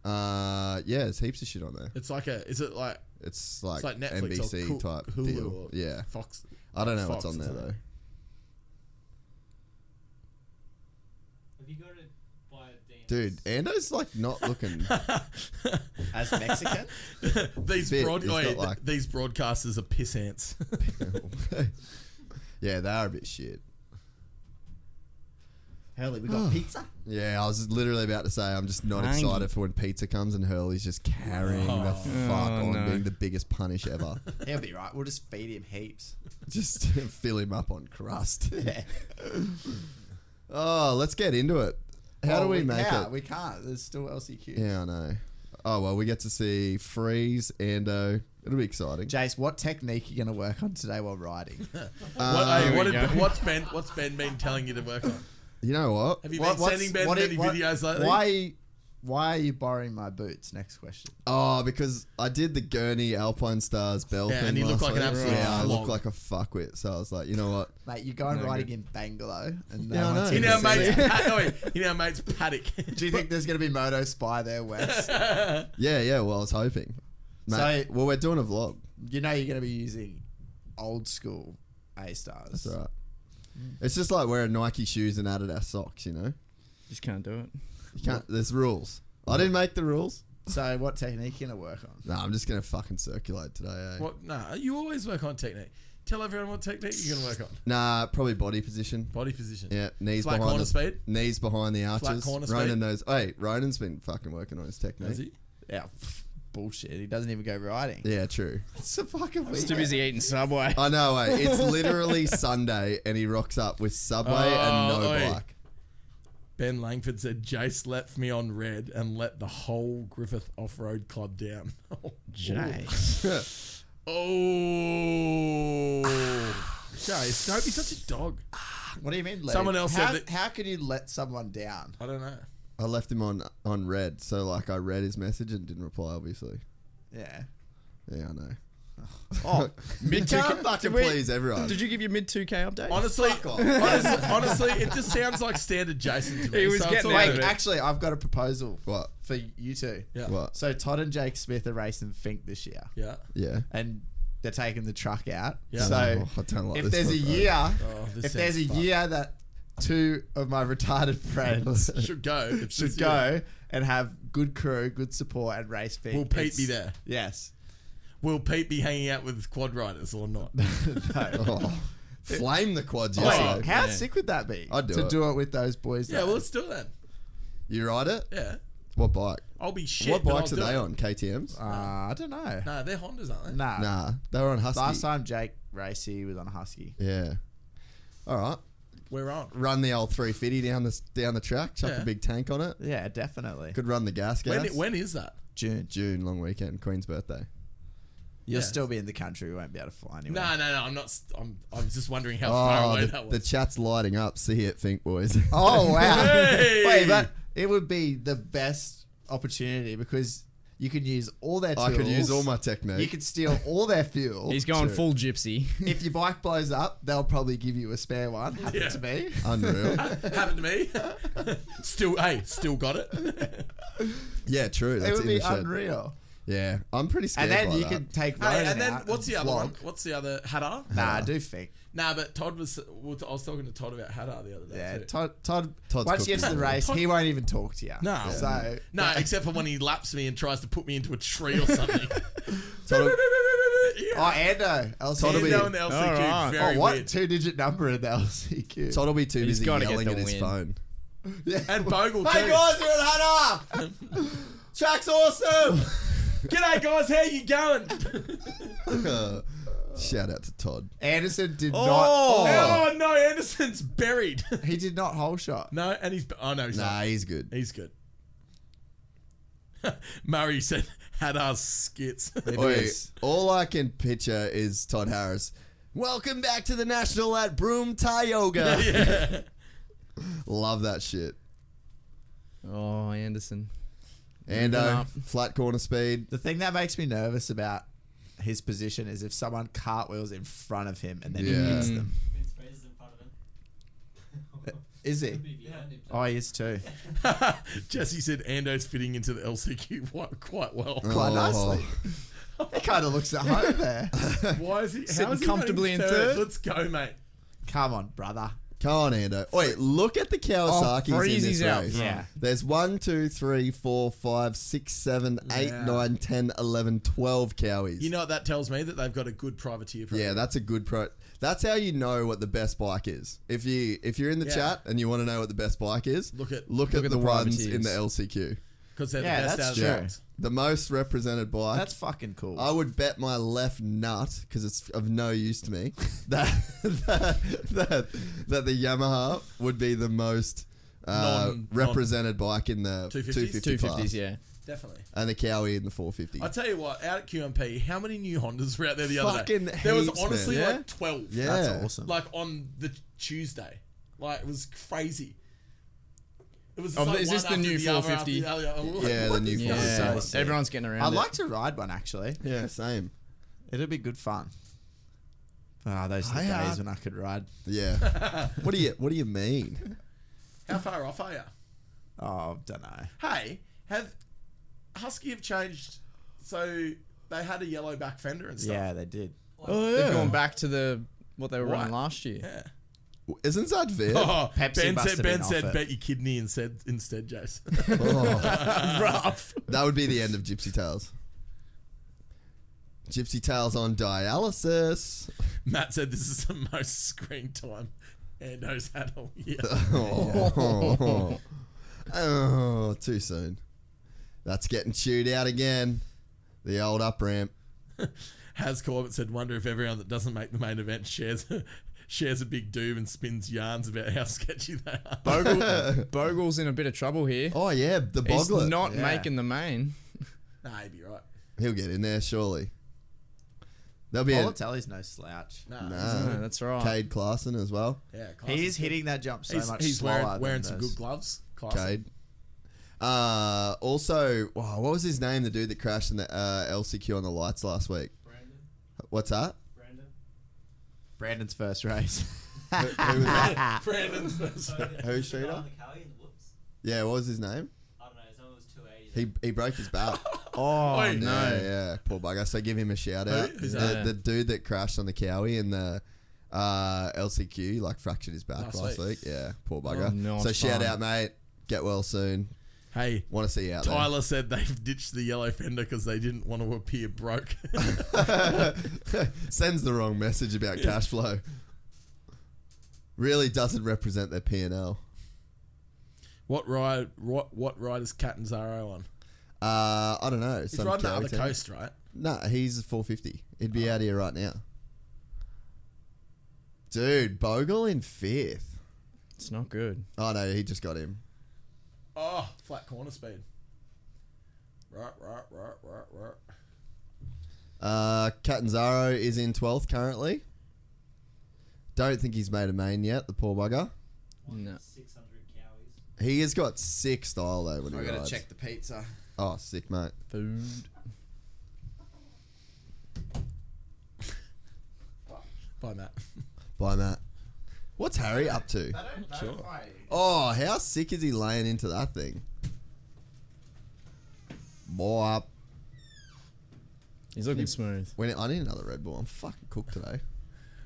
Speaker 2: Uh, yeah, there's heaps of shit on there.
Speaker 4: It's like a. Is it like
Speaker 2: It's like,
Speaker 4: it's like Netflix
Speaker 2: NBC
Speaker 4: or Cool-
Speaker 2: type
Speaker 4: Hulu
Speaker 2: deal.
Speaker 4: or
Speaker 2: yeah,
Speaker 4: Fox?
Speaker 2: I don't know
Speaker 4: Fox
Speaker 2: what's on
Speaker 4: or
Speaker 2: there though.
Speaker 4: something.
Speaker 7: Have you got to buy a dance?
Speaker 2: Dude, Ando's like not looking.
Speaker 10: As Mexican?
Speaker 4: These
Speaker 2: Fit,
Speaker 4: broad,
Speaker 2: he's
Speaker 4: oi,
Speaker 2: got
Speaker 4: th-
Speaker 2: like-
Speaker 4: these broadcasters are piss ants.
Speaker 2: yeah, they are a bit shit.
Speaker 10: Hurley, we got pizza.
Speaker 2: Yeah, I was literally about to say I'm just not
Speaker 5: Thank
Speaker 2: excited for when pizza comes and Hurley's just carrying
Speaker 4: Oh.
Speaker 2: the fuck on being the biggest punish ever.
Speaker 10: He'll be right. We'll just feed him heaps.
Speaker 2: just fill him up on crust. oh, let's get into it. How
Speaker 10: Oh,
Speaker 2: do we, make
Speaker 10: how?
Speaker 2: it?
Speaker 10: We can't. There's still LCQ.
Speaker 2: yeah, I know. Oh well, we get to see Freeze Ando. It'll be exciting.
Speaker 10: Jace, what technique are you going to work on today while riding?
Speaker 4: what,
Speaker 2: Ah,
Speaker 4: hey,
Speaker 5: Here
Speaker 4: what
Speaker 5: we
Speaker 4: did-
Speaker 5: go.
Speaker 4: what's Ben? What's Ben been telling you to work on?
Speaker 2: You know what?
Speaker 4: Have you
Speaker 10: What-
Speaker 4: been
Speaker 10: what's-
Speaker 4: sending Ben
Speaker 10: what
Speaker 4: any
Speaker 10: it- what-
Speaker 4: videos lately?
Speaker 10: Why, why are you borrowing my boots? Next question.
Speaker 2: Oh, because I did the Gurney Alpine Stars bell
Speaker 4: Yeah,
Speaker 2: thing.
Speaker 4: and he looked
Speaker 2: last
Speaker 4: like an
Speaker 2: week.
Speaker 4: absolute
Speaker 2: Yeah, I looked
Speaker 4: flog.
Speaker 2: like a fuckwit. So I was like, you know what?
Speaker 10: Mate, you're going riding in Bangalore. And no
Speaker 2: Yeah, I
Speaker 10: one's
Speaker 2: know.
Speaker 4: You
Speaker 10: gonna
Speaker 4: know,
Speaker 10: see
Speaker 4: mate's
Speaker 10: it.
Speaker 4: Pat, oi, you know, mate's paddock.
Speaker 10: Do you think there's going to be Moto Spy there, Wes?
Speaker 2: Yeah, yeah. Well, I was hoping. Mate,
Speaker 10: So-
Speaker 2: well, we're doing a vlog.
Speaker 10: you know you're going to be using old school A stars.
Speaker 2: That's all right. It's just like wearing Nike shoes and Adidas socks. You know,
Speaker 5: Just can't do it.
Speaker 2: you can't. There's rules. I didn't make the rules.
Speaker 10: So what technique you going to work on?
Speaker 2: No, I'm just gonna fucking circulate today. Eh?
Speaker 4: what? Nah, you always work on technique. Tell everyone what technique you're gonna work on.
Speaker 2: Nah, probably body position.
Speaker 4: Body position.
Speaker 2: Yeah, knees
Speaker 4: Flat
Speaker 2: behind
Speaker 4: corner
Speaker 2: the
Speaker 4: speed?
Speaker 2: knees behind the arches.
Speaker 4: corner
Speaker 2: Ronan
Speaker 4: speed?
Speaker 2: knows. Hey, Ronan's been fucking working on his technique.
Speaker 4: Is he?
Speaker 10: Yeah, pff, bullshit. He doesn't even go riding.
Speaker 2: Yeah, true.
Speaker 10: It's a fucking
Speaker 5: He's
Speaker 10: weird.
Speaker 5: too busy eating Subway.
Speaker 2: I know, eh? It's literally Sunday, and he rocks up with Subway and
Speaker 5: Oh,
Speaker 2: no
Speaker 5: oi.
Speaker 2: bike.
Speaker 4: Ben Langford said Jace left me on red and let the whole Griffith Off Road Club down. Oh, Jace. oh. Jace, don't be such a dog.
Speaker 5: What do you mean? let
Speaker 4: Someone
Speaker 5: him-
Speaker 4: else
Speaker 5: how,
Speaker 4: said that-
Speaker 5: How could you let someone down?
Speaker 4: I don't know.
Speaker 2: I left him on on red, so like I read his message and didn't reply. Obviously,
Speaker 5: Yeah.
Speaker 2: yeah, I know.
Speaker 6: Oh, mid two.
Speaker 2: Can't fucking please everyone.
Speaker 6: Did you give your mid two K update?
Speaker 4: Honestly, honestly, honestly, it just sounds like standard Jason to me.
Speaker 6: He was
Speaker 4: so it's
Speaker 6: getting
Speaker 4: all
Speaker 6: there.
Speaker 4: good.
Speaker 5: Wait, actually, I've got a proposal
Speaker 2: What?
Speaker 5: for you two.
Speaker 4: Yeah.
Speaker 2: What?
Speaker 5: So Todd and Jake Smith are racing Fink this year,
Speaker 4: Yeah.
Speaker 2: Yeah.
Speaker 5: and they're taking the truck out.
Speaker 4: Yeah.
Speaker 5: So
Speaker 2: Oh, I don't like
Speaker 5: if
Speaker 2: this
Speaker 5: there's a
Speaker 2: one, bro.
Speaker 5: year,
Speaker 4: Oh, this
Speaker 5: if there's a
Speaker 4: sounds fun.
Speaker 5: year that two of my retarded friends
Speaker 4: Should go. It's
Speaker 5: should
Speaker 4: just- yeah.
Speaker 5: go and have good crew, good support, and race Fink.
Speaker 4: Will Pete
Speaker 5: it's-
Speaker 4: be there?
Speaker 5: Yes.
Speaker 4: Will Pete be hanging out with quad riders or not?
Speaker 2: Oh, flame the quads.
Speaker 5: Wait,
Speaker 2: yeah.
Speaker 5: how sick would that be?
Speaker 2: I'd do
Speaker 5: to
Speaker 2: it.
Speaker 5: do it with those boys.
Speaker 4: yeah,
Speaker 5: though?
Speaker 4: well, let's do it then.
Speaker 2: You ride it?
Speaker 4: Yeah.
Speaker 2: What bike?
Speaker 4: I'll be shit.
Speaker 2: what
Speaker 4: but
Speaker 2: bikes are
Speaker 4: I'll do
Speaker 2: they
Speaker 4: it.
Speaker 2: on? KTM's?
Speaker 5: uh, I don't know.
Speaker 4: No, they're Hondas, aren't they?
Speaker 5: Nah.
Speaker 2: nah, they were on Husky.
Speaker 5: Last time Jake raced, he was on a Husky.
Speaker 2: Yeah. All right.
Speaker 4: We're on.
Speaker 2: Run the old 350 down the down the track. Chuck
Speaker 4: Yeah.
Speaker 2: a big tank on it.
Speaker 5: Yeah, definitely.
Speaker 2: Could run the gas gas.
Speaker 4: When, when is that?
Speaker 5: June.
Speaker 2: June long weekend, Queen's birthday.
Speaker 5: You'll
Speaker 4: Yeah.
Speaker 5: still be in the country. We won't be able to fly anywhere.
Speaker 4: No, no, no. I'm not. st- I'm. I was just wondering how far
Speaker 2: Oh,
Speaker 4: away
Speaker 2: the,
Speaker 4: that
Speaker 2: the
Speaker 4: was.
Speaker 2: chat's lighting up. See it, think boys.
Speaker 5: Oh wow!
Speaker 4: Hey!
Speaker 5: Wait, but it would be the best opportunity because you could use all their. Tools.
Speaker 2: I could use all my
Speaker 5: You
Speaker 2: technique.
Speaker 5: could steal all their fuel.
Speaker 6: He's going full gypsy.
Speaker 5: if your bike blows up, they'll probably give you a spare one. Happened
Speaker 4: Yeah.
Speaker 5: to me.
Speaker 2: Unreal.
Speaker 4: Happened to me. still, hey, still got it.
Speaker 2: yeah, true.
Speaker 5: It
Speaker 2: That's
Speaker 5: would
Speaker 2: in
Speaker 5: be
Speaker 2: the shed.
Speaker 5: unreal.
Speaker 2: Yeah, I'm pretty scared.
Speaker 5: And then
Speaker 2: by
Speaker 5: you
Speaker 2: that.
Speaker 5: could take Ronan
Speaker 4: Hey, and then
Speaker 5: out
Speaker 4: what's the
Speaker 5: and
Speaker 4: other one?
Speaker 5: flog.
Speaker 4: What's the other Hadar?
Speaker 5: Nah, I do think.
Speaker 4: Nah, but Todd was. well, I was talking to Todd about Hadar the other day.
Speaker 5: Yeah,
Speaker 4: too.
Speaker 5: Uh, Todd. Todd.
Speaker 2: Todd's
Speaker 5: once he
Speaker 2: cooked
Speaker 5: gets to the
Speaker 2: it.
Speaker 5: race,
Speaker 4: Todd-
Speaker 5: he won't even talk to you.
Speaker 4: No.
Speaker 5: So
Speaker 4: No, except for when he laps me and tries to put me into a tree or something.
Speaker 2: Todd-
Speaker 5: Oh, Ando.
Speaker 4: Todd
Speaker 5: LCQ.
Speaker 4: will be on the LCQ.
Speaker 6: Alright.
Speaker 4: Very
Speaker 5: oh, what
Speaker 4: weird.
Speaker 5: two digit number in the LCQ?
Speaker 2: Todd will be too
Speaker 6: He's
Speaker 2: busy
Speaker 6: gotta get
Speaker 2: yelling
Speaker 6: the
Speaker 2: at his
Speaker 6: win.
Speaker 2: phone.
Speaker 4: And Bogle
Speaker 5: hey
Speaker 4: too.
Speaker 5: guys, we're at Hunter. Track's awesome.
Speaker 4: G'day guys, how you going?
Speaker 2: Shout out to Todd.
Speaker 5: Anderson did not.
Speaker 4: Oh, no, Anderson's buried.
Speaker 5: He did not hole shot.
Speaker 4: no, and he's oh no, he's
Speaker 2: Nah,
Speaker 4: not.
Speaker 2: he's good.
Speaker 4: He's good. Murray said, "Had us skits."
Speaker 2: Oi,
Speaker 5: is.
Speaker 2: all I can picture is Todd Harris. Welcome back to the National at Broom Thai Yoga.
Speaker 4: yeah.
Speaker 2: Love that shit.
Speaker 6: Oh, Anderson.
Speaker 2: Ando,
Speaker 6: up.
Speaker 2: uh, flat corner speed.
Speaker 5: The thing that makes me nervous about his position is if someone cartwheels in front of him and then he
Speaker 2: Yeah.
Speaker 5: hits them.
Speaker 7: Vince Fraser's in front of him.
Speaker 5: Is he?
Speaker 7: Be behind him.
Speaker 5: Oh, he is too.
Speaker 4: Jesse said, "Ando's fitting into the LCQ quite, quite well."
Speaker 5: Quite
Speaker 2: Oh.
Speaker 5: nicely. He kind of looks at home there.
Speaker 4: Why is he
Speaker 6: Sitting
Speaker 4: how is he
Speaker 6: comfortably
Speaker 4: running
Speaker 6: in
Speaker 4: third?
Speaker 6: third.
Speaker 4: Let's go, mate.
Speaker 5: Come on, brother.
Speaker 2: Come on, Ando. Wait, look at the Kawasaki's in
Speaker 6: Freezy's
Speaker 2: this
Speaker 6: out
Speaker 2: race.
Speaker 6: front.
Speaker 5: Yeah.
Speaker 2: There's 1, 2, 3, 4, 5, 6, 7, 8, 9, 10, 11, 12 Cowies.
Speaker 4: You know what that tells me that they've got a good privateer program.
Speaker 2: yeah, that's a good pro. That's how you know what the best bike is. If you if you're in the
Speaker 4: Yeah.
Speaker 2: chat and you want to know what the best bike is,
Speaker 4: Look at-
Speaker 2: look, at,
Speaker 6: at
Speaker 2: the,
Speaker 6: the
Speaker 2: ones in
Speaker 6: privateers.
Speaker 2: the LCQ.
Speaker 4: because they're
Speaker 5: Yeah,
Speaker 4: the best
Speaker 5: that's
Speaker 4: out of
Speaker 5: true.
Speaker 4: the ones.
Speaker 2: The most represented bike.
Speaker 5: That's fucking cool.
Speaker 2: I would bet my left nut because it's of no use to me that that, that that the Yamaha would be the most uh,
Speaker 4: Non-
Speaker 2: represented bike in the
Speaker 4: 250s?
Speaker 2: 250,
Speaker 6: Two
Speaker 2: class,
Speaker 6: fifties, yeah.
Speaker 4: Definitely.
Speaker 2: and the Cowie in the 450.
Speaker 4: I tell you what, out at QMP, how many new Hondas were out there the
Speaker 2: Fucking
Speaker 4: other day? There was
Speaker 2: heaps, man.
Speaker 4: honestly
Speaker 2: Yeah?
Speaker 4: like twelve.
Speaker 2: yeah,
Speaker 5: That's awesome.
Speaker 4: Like on the Tuesday, like it was crazy. It was.
Speaker 6: Oh,
Speaker 4: like
Speaker 6: is
Speaker 4: one
Speaker 6: this the
Speaker 4: after
Speaker 6: new
Speaker 4: the other
Speaker 6: 450?
Speaker 4: after the other. I'm like,
Speaker 2: yeah, the
Speaker 4: what?
Speaker 2: new
Speaker 6: Yeah,
Speaker 2: 450.
Speaker 5: so sick.
Speaker 6: everyone's getting around.
Speaker 5: I'd
Speaker 6: it.
Speaker 5: like to ride one actually.
Speaker 2: Yeah, same.
Speaker 5: It'd be good fun. Ah, those are the
Speaker 2: I, uh,
Speaker 5: days when I could ride.
Speaker 2: Yeah. what do you What do you mean?
Speaker 4: How far off are you?
Speaker 5: Oh, don't know.
Speaker 4: Hey, have Husky have changed? So they had a yellow back fender and stuff.
Speaker 5: Yeah, they did.
Speaker 6: Oh, yeah. They've gone back to the what they were
Speaker 4: What?
Speaker 6: running last year.
Speaker 2: Isn't that fair?
Speaker 4: Oh,
Speaker 5: Pepsi
Speaker 4: ben
Speaker 5: must
Speaker 4: said,
Speaker 5: have
Speaker 4: ben
Speaker 5: been
Speaker 4: said
Speaker 5: off it.
Speaker 4: bet your kidney and said instead, Jace.
Speaker 2: Rough. Oh. That would be the end of Gypsy Tales. Gypsy Tales on dialysis.
Speaker 4: Matt said this is the most screen time Ando's had all year.
Speaker 2: Oh, Oh, too soon. That's getting chewed out again. The old up ramp.
Speaker 4: Has Corbett said, wonder if everyone that doesn't make the main event shares shares a big doom and spins yarns about how sketchy they are.
Speaker 6: Bogle, Bogle's in a bit of trouble here.
Speaker 2: Oh yeah, the
Speaker 6: He's
Speaker 2: boglet.
Speaker 6: not
Speaker 2: Yeah.
Speaker 6: making the main.
Speaker 4: nah, you'd be right.
Speaker 2: He'll get in there surely. There'll be a
Speaker 5: Politelli's no slouch.
Speaker 4: Nah,
Speaker 6: No, that's right.
Speaker 2: Cade Clarkson as well.
Speaker 4: yeah, Clarkson-
Speaker 5: He is hitting that jump so
Speaker 4: He's,
Speaker 5: much
Speaker 4: he's
Speaker 5: slower.
Speaker 4: wearing, wearing
Speaker 5: than
Speaker 4: some
Speaker 5: those.
Speaker 4: good gloves. Clarkson.
Speaker 2: Cade. Uh, also, wow, what was his name? The dude that crashed in the uh, LCQ on the lights last week.
Speaker 7: Brandon,
Speaker 2: What's that?
Speaker 7: Brandon,
Speaker 5: Brandon's first race.
Speaker 2: Who, who was that?
Speaker 4: Brandon's
Speaker 7: Oh, yeah.
Speaker 2: Who,
Speaker 7: The guy
Speaker 2: Shooter?
Speaker 7: on the Cowie in the whoops.
Speaker 2: Yeah, what was his name?
Speaker 7: I don't know. His number was 280.
Speaker 2: He he broke his back.
Speaker 5: oh
Speaker 4: Wait.
Speaker 5: no!
Speaker 2: Yeah, yeah, poor bugger. So give him a shout out.
Speaker 4: Who's
Speaker 2: The,
Speaker 6: that?
Speaker 2: the dude that crashed on the Cowie in the uh, LCQ, like fractured his back last,
Speaker 4: Last
Speaker 2: week.
Speaker 4: week.
Speaker 2: Yeah, poor bugger.
Speaker 6: Oh, nice
Speaker 2: so shout
Speaker 6: one.
Speaker 2: out, mate. Get well soon.
Speaker 4: Hey,
Speaker 2: Want to see you out
Speaker 4: Tyler said they've ditched the yellow fender because they didn't want to appear broke.
Speaker 2: there. Sends the wrong message about cash flow. Really doesn't represent their P and L.
Speaker 4: what ride? What what ride is Captain Zaro on?
Speaker 2: Uh, I don't know.
Speaker 4: He's riding the other coast, right?
Speaker 2: No, he's 450. He'd be out here right now. Dude, Bogle in fifth.
Speaker 6: It's not good.
Speaker 2: Oh no, he just got him.
Speaker 4: Oh, flat corner speed. Right, right, right, right, right.
Speaker 2: Uh, Catanzaro is in 12th currently. Don't think he's made a main yet, the poor bugger.
Speaker 7: One
Speaker 6: No.
Speaker 7: 600 cowies.
Speaker 2: He has got sick style though when he
Speaker 5: I gotta
Speaker 2: rides.
Speaker 5: check the pizza.
Speaker 2: Oh, sick mate.
Speaker 6: Food.
Speaker 4: Bye, Matt.
Speaker 2: Bye, Matt. What's Harry up to? Oh, how sick is he laying into that thing? More up.
Speaker 6: He's looking smooth.
Speaker 2: Went, I need another Red Bull. I'm fucking cooked today.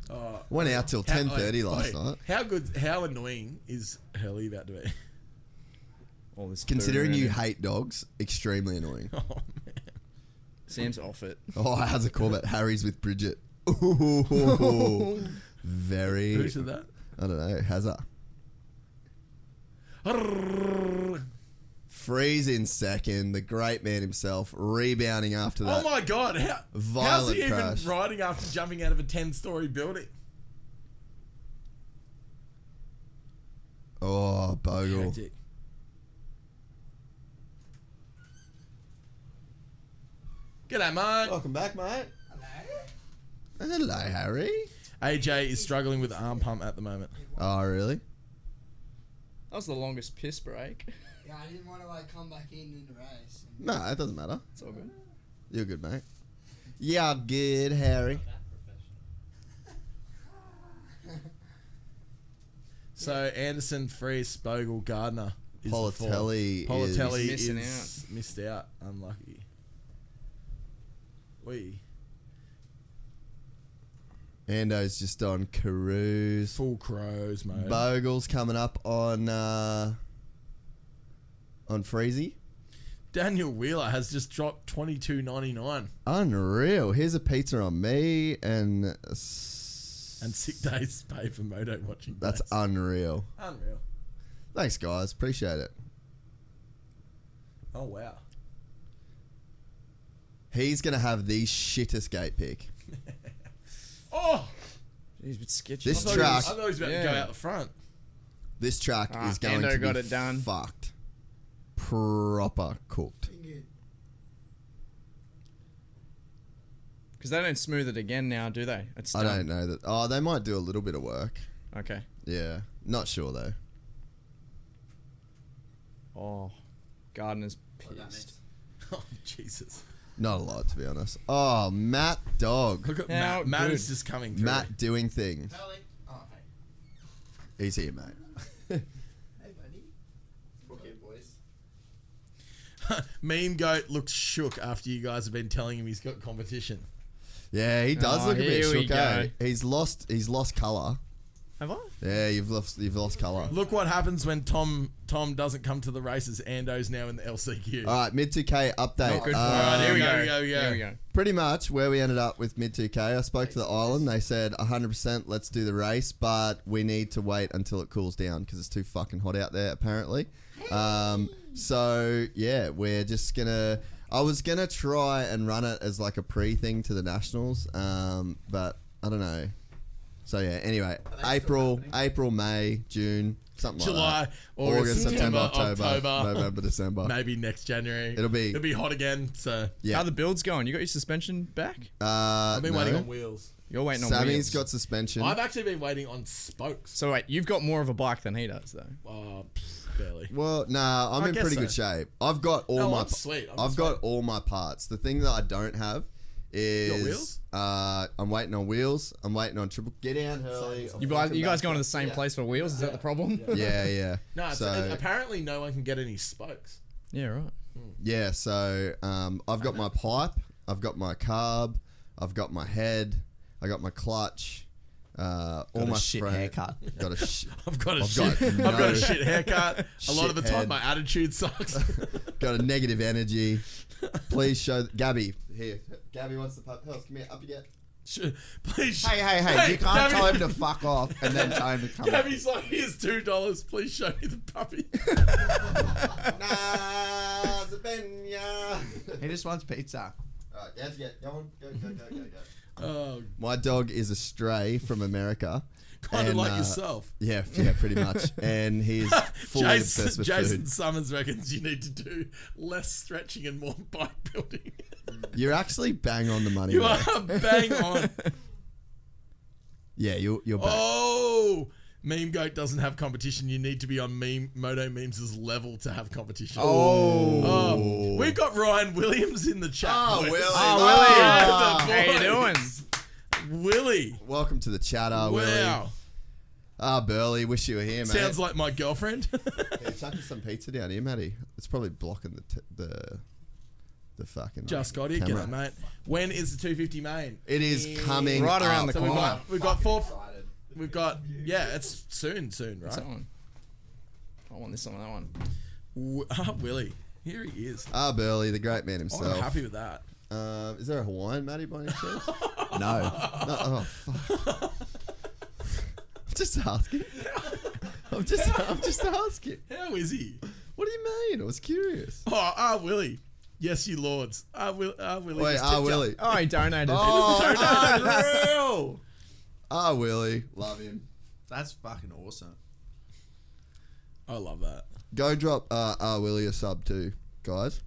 Speaker 4: Oh,
Speaker 2: Went out till ten thirty
Speaker 4: how-
Speaker 2: last
Speaker 4: oi,
Speaker 2: night.
Speaker 4: How good? How annoying is Hurley about to be?
Speaker 6: All this food
Speaker 2: Considering
Speaker 6: around
Speaker 2: you
Speaker 6: him.
Speaker 2: hate dogs, extremely annoying.
Speaker 4: Oh man.
Speaker 6: Sam's off it.
Speaker 2: Oh, how's a call about Harry's with Bridget? Ooh, very.
Speaker 4: Who said that?
Speaker 2: I don't know. Hazard.
Speaker 4: Oh
Speaker 2: Freeze in second. The great man himself rebounding after that.
Speaker 4: Oh my god! How, how's
Speaker 2: Violent
Speaker 4: he even
Speaker 2: crash.
Speaker 4: riding after jumping out of a ten-story building?
Speaker 2: Oh, Bogle.
Speaker 4: Hectic. G'day, mate.
Speaker 2: Welcome back, mate. Hello. Hello, Harry.
Speaker 4: AJ is struggling with arm pump at the moment.
Speaker 2: Oh, really?
Speaker 6: That was the longest piss break.
Speaker 10: Yeah, I didn't want to like come back in in the race.
Speaker 2: No, it doesn't matter.
Speaker 6: It's all good.
Speaker 2: You're good, mate. Yeah, I'm good, Harry.
Speaker 7: That professional.
Speaker 4: So Anderson, Freese, Bogle, Gardner. Is the four.
Speaker 2: Politelli
Speaker 4: Politelli
Speaker 2: is-
Speaker 6: Missing
Speaker 4: is missed out. Unlucky. We
Speaker 2: Ando's just on cruise.
Speaker 4: full crows, mate.
Speaker 2: Bogle's coming up on uh, on Freezy.
Speaker 4: Daniel Wheeler has just dropped twenty two ninety nine
Speaker 2: Unreal. Here's a pizza on me and s-
Speaker 4: and sick days pay for Moto watching.
Speaker 2: That's
Speaker 4: days.
Speaker 2: unreal.
Speaker 4: unreal.
Speaker 2: Thanks, guys. Appreciate it.
Speaker 4: Oh wow.
Speaker 2: He's gonna have the shittest gate pick.
Speaker 4: Oh,
Speaker 6: He's a bit sketchy.
Speaker 2: This
Speaker 4: I thought he
Speaker 2: track-
Speaker 4: was- I thought he was about
Speaker 6: Yeah.
Speaker 4: to go out the front.
Speaker 2: This track
Speaker 6: Ah,
Speaker 2: is going
Speaker 6: Ando
Speaker 2: to
Speaker 6: got
Speaker 2: be
Speaker 6: it done.
Speaker 2: fucked. Proper cooked.
Speaker 6: Because they don't smooth it again now, do they? It's
Speaker 2: I
Speaker 6: done.
Speaker 2: don't know that. Oh, they might do a little bit of work.
Speaker 6: Okay.
Speaker 2: Yeah, not sure though.
Speaker 6: Oh, Gardner's pissed.
Speaker 4: Oh Jesus!
Speaker 2: Not a lot to be honest. Oh, Matt Dog.
Speaker 4: Look at
Speaker 6: How
Speaker 4: Matt. Matt
Speaker 6: good.
Speaker 4: is just coming through.
Speaker 2: Matt doing things.
Speaker 10: Charlie. Oh, hey.
Speaker 2: He's here, mate.
Speaker 10: Hey, buddy. Okay, boys.
Speaker 4: Meme Goat looks shook after you guys have been telling him he's got competition.
Speaker 2: Yeah, he does
Speaker 6: Oh,
Speaker 2: look a bit
Speaker 6: here we
Speaker 2: shook. eh?
Speaker 6: go.
Speaker 2: He's lost. He's lost color.
Speaker 6: Have I?
Speaker 2: Yeah, you've lost. You've lost color.
Speaker 4: Look what happens when Tom Tom doesn't come to the races. Ando's now in the LCQ.
Speaker 2: All right, mid 2K update.
Speaker 6: Good.
Speaker 2: Uh,
Speaker 6: All right, here we
Speaker 4: here
Speaker 6: go.
Speaker 4: we go, here we go.
Speaker 6: Here we go.
Speaker 2: pretty much where we ended up with mid 2K. I spoke to the island. They said 100%. Let's do the race, but we need to wait until it cools down because it's too fucking hot out there apparently. Um, so yeah, we're just gonna. I was gonna try and run it as like a pre thing to the nationals, um, but I don't know. So yeah. Anyway, April, April, May, June, something
Speaker 4: July,
Speaker 2: like that.
Speaker 4: August, September, October.
Speaker 2: November, December.
Speaker 4: Maybe next January.
Speaker 2: It'll be-
Speaker 4: it'll be hot again. So
Speaker 2: Yeah.
Speaker 5: How the build's going? You got your suspension back?
Speaker 2: Uh,
Speaker 4: I've been waiting on wheels.
Speaker 5: You're waiting on
Speaker 2: Sammy's
Speaker 5: wheels.
Speaker 2: got suspension.
Speaker 4: I've actually been waiting on spokes.
Speaker 5: so wait, you've got more of a bike than he does, though.
Speaker 4: Uh, pff, barely.
Speaker 2: Well, nah, I'm
Speaker 4: I
Speaker 2: in
Speaker 4: guess
Speaker 2: pretty
Speaker 4: so.
Speaker 2: good shape. I've got all
Speaker 4: No,
Speaker 2: my.
Speaker 4: I'm
Speaker 2: pa-
Speaker 4: sweet, I'm
Speaker 2: I've got all my parts. The thing that I don't have is
Speaker 4: got wheels?
Speaker 2: Uh, I'm waiting on wheels. I'm waiting on triple. Get down, Hurley.
Speaker 5: You guys, you guys going to the same place for wheels? Is that the problem? Yeah,
Speaker 2: Yeah, yeah.
Speaker 4: No, it's,
Speaker 2: so
Speaker 4: apparently no one can get any spokes.
Speaker 5: right.
Speaker 2: yeah, so um, I've got my pipe. I've got my carb. I've got my head. I got my clutch. Uh, all
Speaker 10: Got a
Speaker 2: my
Speaker 10: shit
Speaker 2: friend-
Speaker 10: haircut.
Speaker 2: Got a shit.
Speaker 4: I've got a
Speaker 2: I've
Speaker 4: shit.
Speaker 2: got no-
Speaker 4: I've got a shit haircut. A lot of the time,
Speaker 2: Shithead.
Speaker 4: my attitude sucks.
Speaker 2: got a negative energy. Please show Gabby here. Gabby wants the pup. Hells, come here. Up you get.
Speaker 4: Sh- Please. sh-
Speaker 10: Hey, hey, hey, you can't
Speaker 4: Gabby-
Speaker 10: tell him to fuck off and then tell him to come back.
Speaker 4: Gabby's like, here's two dollars. Please show me the puppy.
Speaker 10: He just wants pizza.
Speaker 2: Alright, down you get. Go on. Go, go, go, go, go.
Speaker 4: oh,
Speaker 2: My dog is a stray from America.
Speaker 4: kind of
Speaker 2: And,
Speaker 4: like
Speaker 2: uh,
Speaker 4: yourself.
Speaker 2: Yeah, yeah, pretty much. And he's fully obsessed
Speaker 4: Jason,
Speaker 2: with
Speaker 4: Jason Summers reckons you need to do less stretching and more bike building.
Speaker 2: food. You're actually bang on the money.
Speaker 4: you
Speaker 2: there.
Speaker 4: are bang on.
Speaker 2: Yeah, you're, you're bang.
Speaker 4: Oh, Meme Goat doesn't have competition. You need to be on Meme Moto Memes' level to have competition. Oh. we've got Ryan Williams in the chat.
Speaker 2: Oh,
Speaker 4: boys.
Speaker 2: Willie.
Speaker 4: Oh,
Speaker 5: Ah. How you doing?
Speaker 4: Willie.
Speaker 2: Welcome to the chatter,
Speaker 4: Wow.
Speaker 2: Willie. Ah, Burley, wish you were here, mate.
Speaker 4: Sounds like my girlfriend.
Speaker 2: Hey, chucking some pizza down here, Matty. It's probably blocking the t- the the fucking.
Speaker 4: Just got here. Get
Speaker 2: camera.
Speaker 4: it, mate. When is the 250 main? Ah,
Speaker 2: It is coming
Speaker 5: Right around
Speaker 2: up.
Speaker 5: the
Speaker 4: So we've
Speaker 5: corner.
Speaker 4: got, we've got four. We've got, yeah, it's soon, soon, right?
Speaker 5: That one. I want this one. That one.
Speaker 4: W- Ah, Willie. Here he is.
Speaker 2: Ah, Burley, the great man
Speaker 4: Oh, I'm
Speaker 2: himself.
Speaker 4: happy with that.
Speaker 2: Uh, is there a Hawaiian Matty by any chance? no.
Speaker 10: No.
Speaker 2: Oh, fuck. I'm just asking. I'm just, I'm just asking.
Speaker 4: How is he?
Speaker 2: What do you mean? I was curious.
Speaker 4: Oh, ah, Willie. Yes, you lords. Ah, Will, ah Willie.
Speaker 2: Wait,
Speaker 4: just
Speaker 2: ah,
Speaker 4: tipped
Speaker 2: Willie.
Speaker 5: Oh, he donated.
Speaker 2: Oh, unreal. Ah, Willie. Love him.
Speaker 10: That's fucking awesome.
Speaker 4: up. I love that.
Speaker 2: Go drop uh, Ah, Willie a sub too, guys.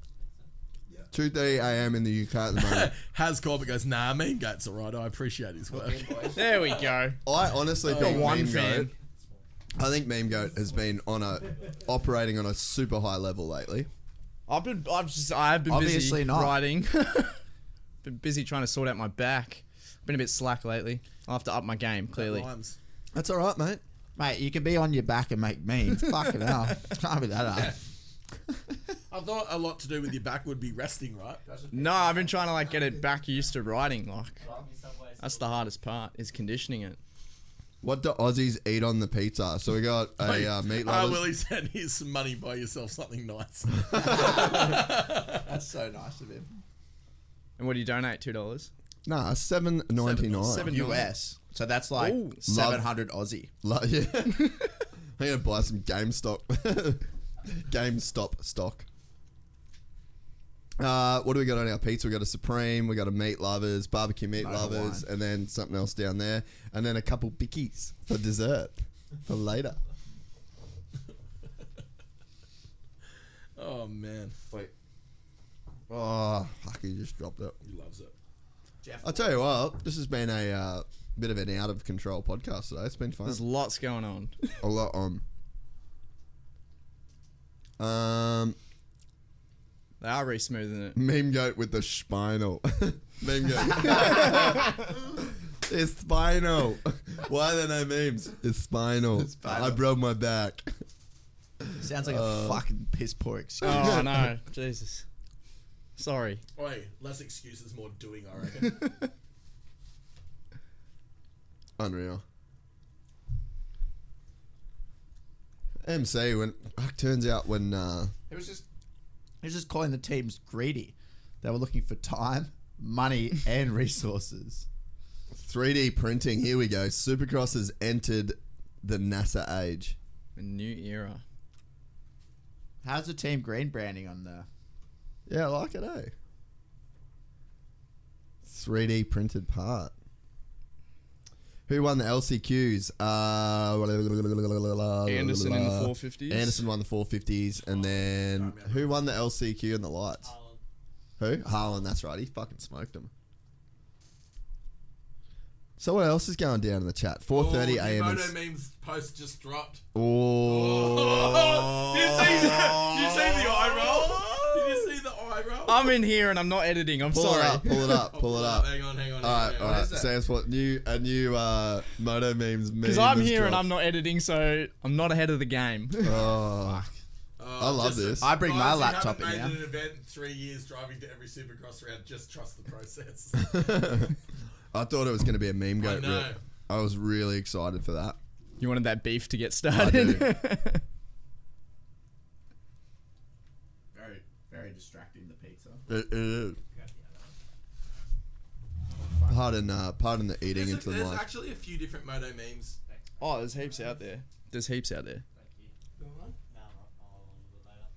Speaker 2: 2.30 a.m. in the UK at the moment.
Speaker 4: Has Corbett goes, nah, Mean Gate's all right. I appreciate his work.
Speaker 5: There we go.
Speaker 2: I honestly think
Speaker 5: Oh, one
Speaker 2: Meme
Speaker 5: fan.
Speaker 2: Goat. I think Meme Goat has been on a operating on a super high level lately.
Speaker 5: I've been, I've just, I've been
Speaker 10: Obviously
Speaker 5: busy
Speaker 10: not.
Speaker 5: riding. been busy trying to sort out my back. Been a bit slack lately. I'll have to up my game. Clearly,
Speaker 4: Rhymes.
Speaker 2: That's all right, mate.
Speaker 10: Mate, you can be on your back and make memes. fucking hell. Can't be that hard.
Speaker 4: I thought a lot to do with your back would be resting, right?
Speaker 5: no, I've been trying to like get it back used to riding. Like, that's the hardest part is conditioning it.
Speaker 2: What do Aussies eat on the pizza? So we got a uh, meat
Speaker 4: Ah,
Speaker 2: lovers.
Speaker 4: Willie said, here's some money, buy yourself something nice.
Speaker 10: That's so nice of him.
Speaker 5: And what do you donate? Two dollars.
Speaker 2: Nah, seven ninety
Speaker 5: Seven-
Speaker 2: nine.
Speaker 10: US. So that's like
Speaker 5: Ooh.
Speaker 10: 700 Aussie.
Speaker 2: yeah. I'm gonna buy some GameStop. GameStop stock. Uh, what do we got on our pizza? We got a supreme. We got a meat lovers, barbecue meat lovers, and then something else down there, and then a couple bickies for dessert for later.
Speaker 4: oh, man.
Speaker 2: Wait. Oh, fuck, he just dropped it.
Speaker 4: He loves it.
Speaker 2: I'll tell you what, this has been a uh, bit of an out of control podcast today. It's been fun.
Speaker 5: There's lots going on.
Speaker 2: a lot on. Um,
Speaker 5: They are re smoothing it.
Speaker 2: meme goat with the spinal. meme goat. it's spinal. Why are there no memes? It's spinal.
Speaker 10: spinal.
Speaker 2: I broke my back.
Speaker 10: Sounds like a fucking piss poor excuse.
Speaker 5: Oh no, Jesus. Sorry.
Speaker 4: Oi, less excuses, more doing, I reckon.
Speaker 2: Unreal. MC when turns out when uh,
Speaker 10: It was just it was just calling the teams greedy. They were looking for time, money, and resources.
Speaker 2: 3D printing. Here we go. Supercross has entered the NASA age.
Speaker 5: A new era.
Speaker 10: How's the team green branding on there?
Speaker 2: Yeah, I like it, eh? 3D printed part. Who won the LCQs? Uh,
Speaker 10: Anderson in the 450s.
Speaker 2: Anderson won the 450s. And then who won the LCQ and the lights? Who? Harlan, that's right. He fucking smoked him. So what else is going down in the chat? 4.30
Speaker 4: Oh,
Speaker 2: a.m.
Speaker 4: Moto
Speaker 2: is-
Speaker 4: memes post just dropped.
Speaker 2: Oh.
Speaker 4: you see the, you see the eye roll? Did you see the eye roll?
Speaker 10: I'm in here and I'm not editing. I'm
Speaker 2: Pull
Speaker 10: sorry.
Speaker 2: it up, pull it up,
Speaker 4: Oh,
Speaker 2: pull it up.
Speaker 4: Hang on, hang on.
Speaker 2: All right,
Speaker 4: hang on,
Speaker 2: all
Speaker 4: hang on.
Speaker 2: right. Sam's what new a new uh, Moto memes meme.
Speaker 10: Because I'm
Speaker 2: has
Speaker 10: here and
Speaker 2: dropped.
Speaker 10: I'm not editing, so I'm not ahead of the game.
Speaker 2: Oh,
Speaker 4: Uh,
Speaker 2: I love
Speaker 4: just-
Speaker 2: this.
Speaker 5: I bring my
Speaker 4: guys who
Speaker 5: laptop in
Speaker 4: haven't
Speaker 5: now.
Speaker 4: made it an event in three years driving to every supercross round. Just trust the process.
Speaker 2: I thought it was going to be a meme goat.
Speaker 4: know.
Speaker 2: rip. I was really excited for that.
Speaker 10: You wanted that beef to get
Speaker 2: I do.
Speaker 10: started.
Speaker 5: Very, very distracting. The pizza.
Speaker 2: It- it is. Pardon, uh, pardon the eating
Speaker 4: there's
Speaker 2: into the
Speaker 4: there's
Speaker 2: mic.
Speaker 4: actually a few different moto memes.
Speaker 10: oh, there's heaps out there. There's heaps out there.
Speaker 7: Nah, I'll follow along a little later.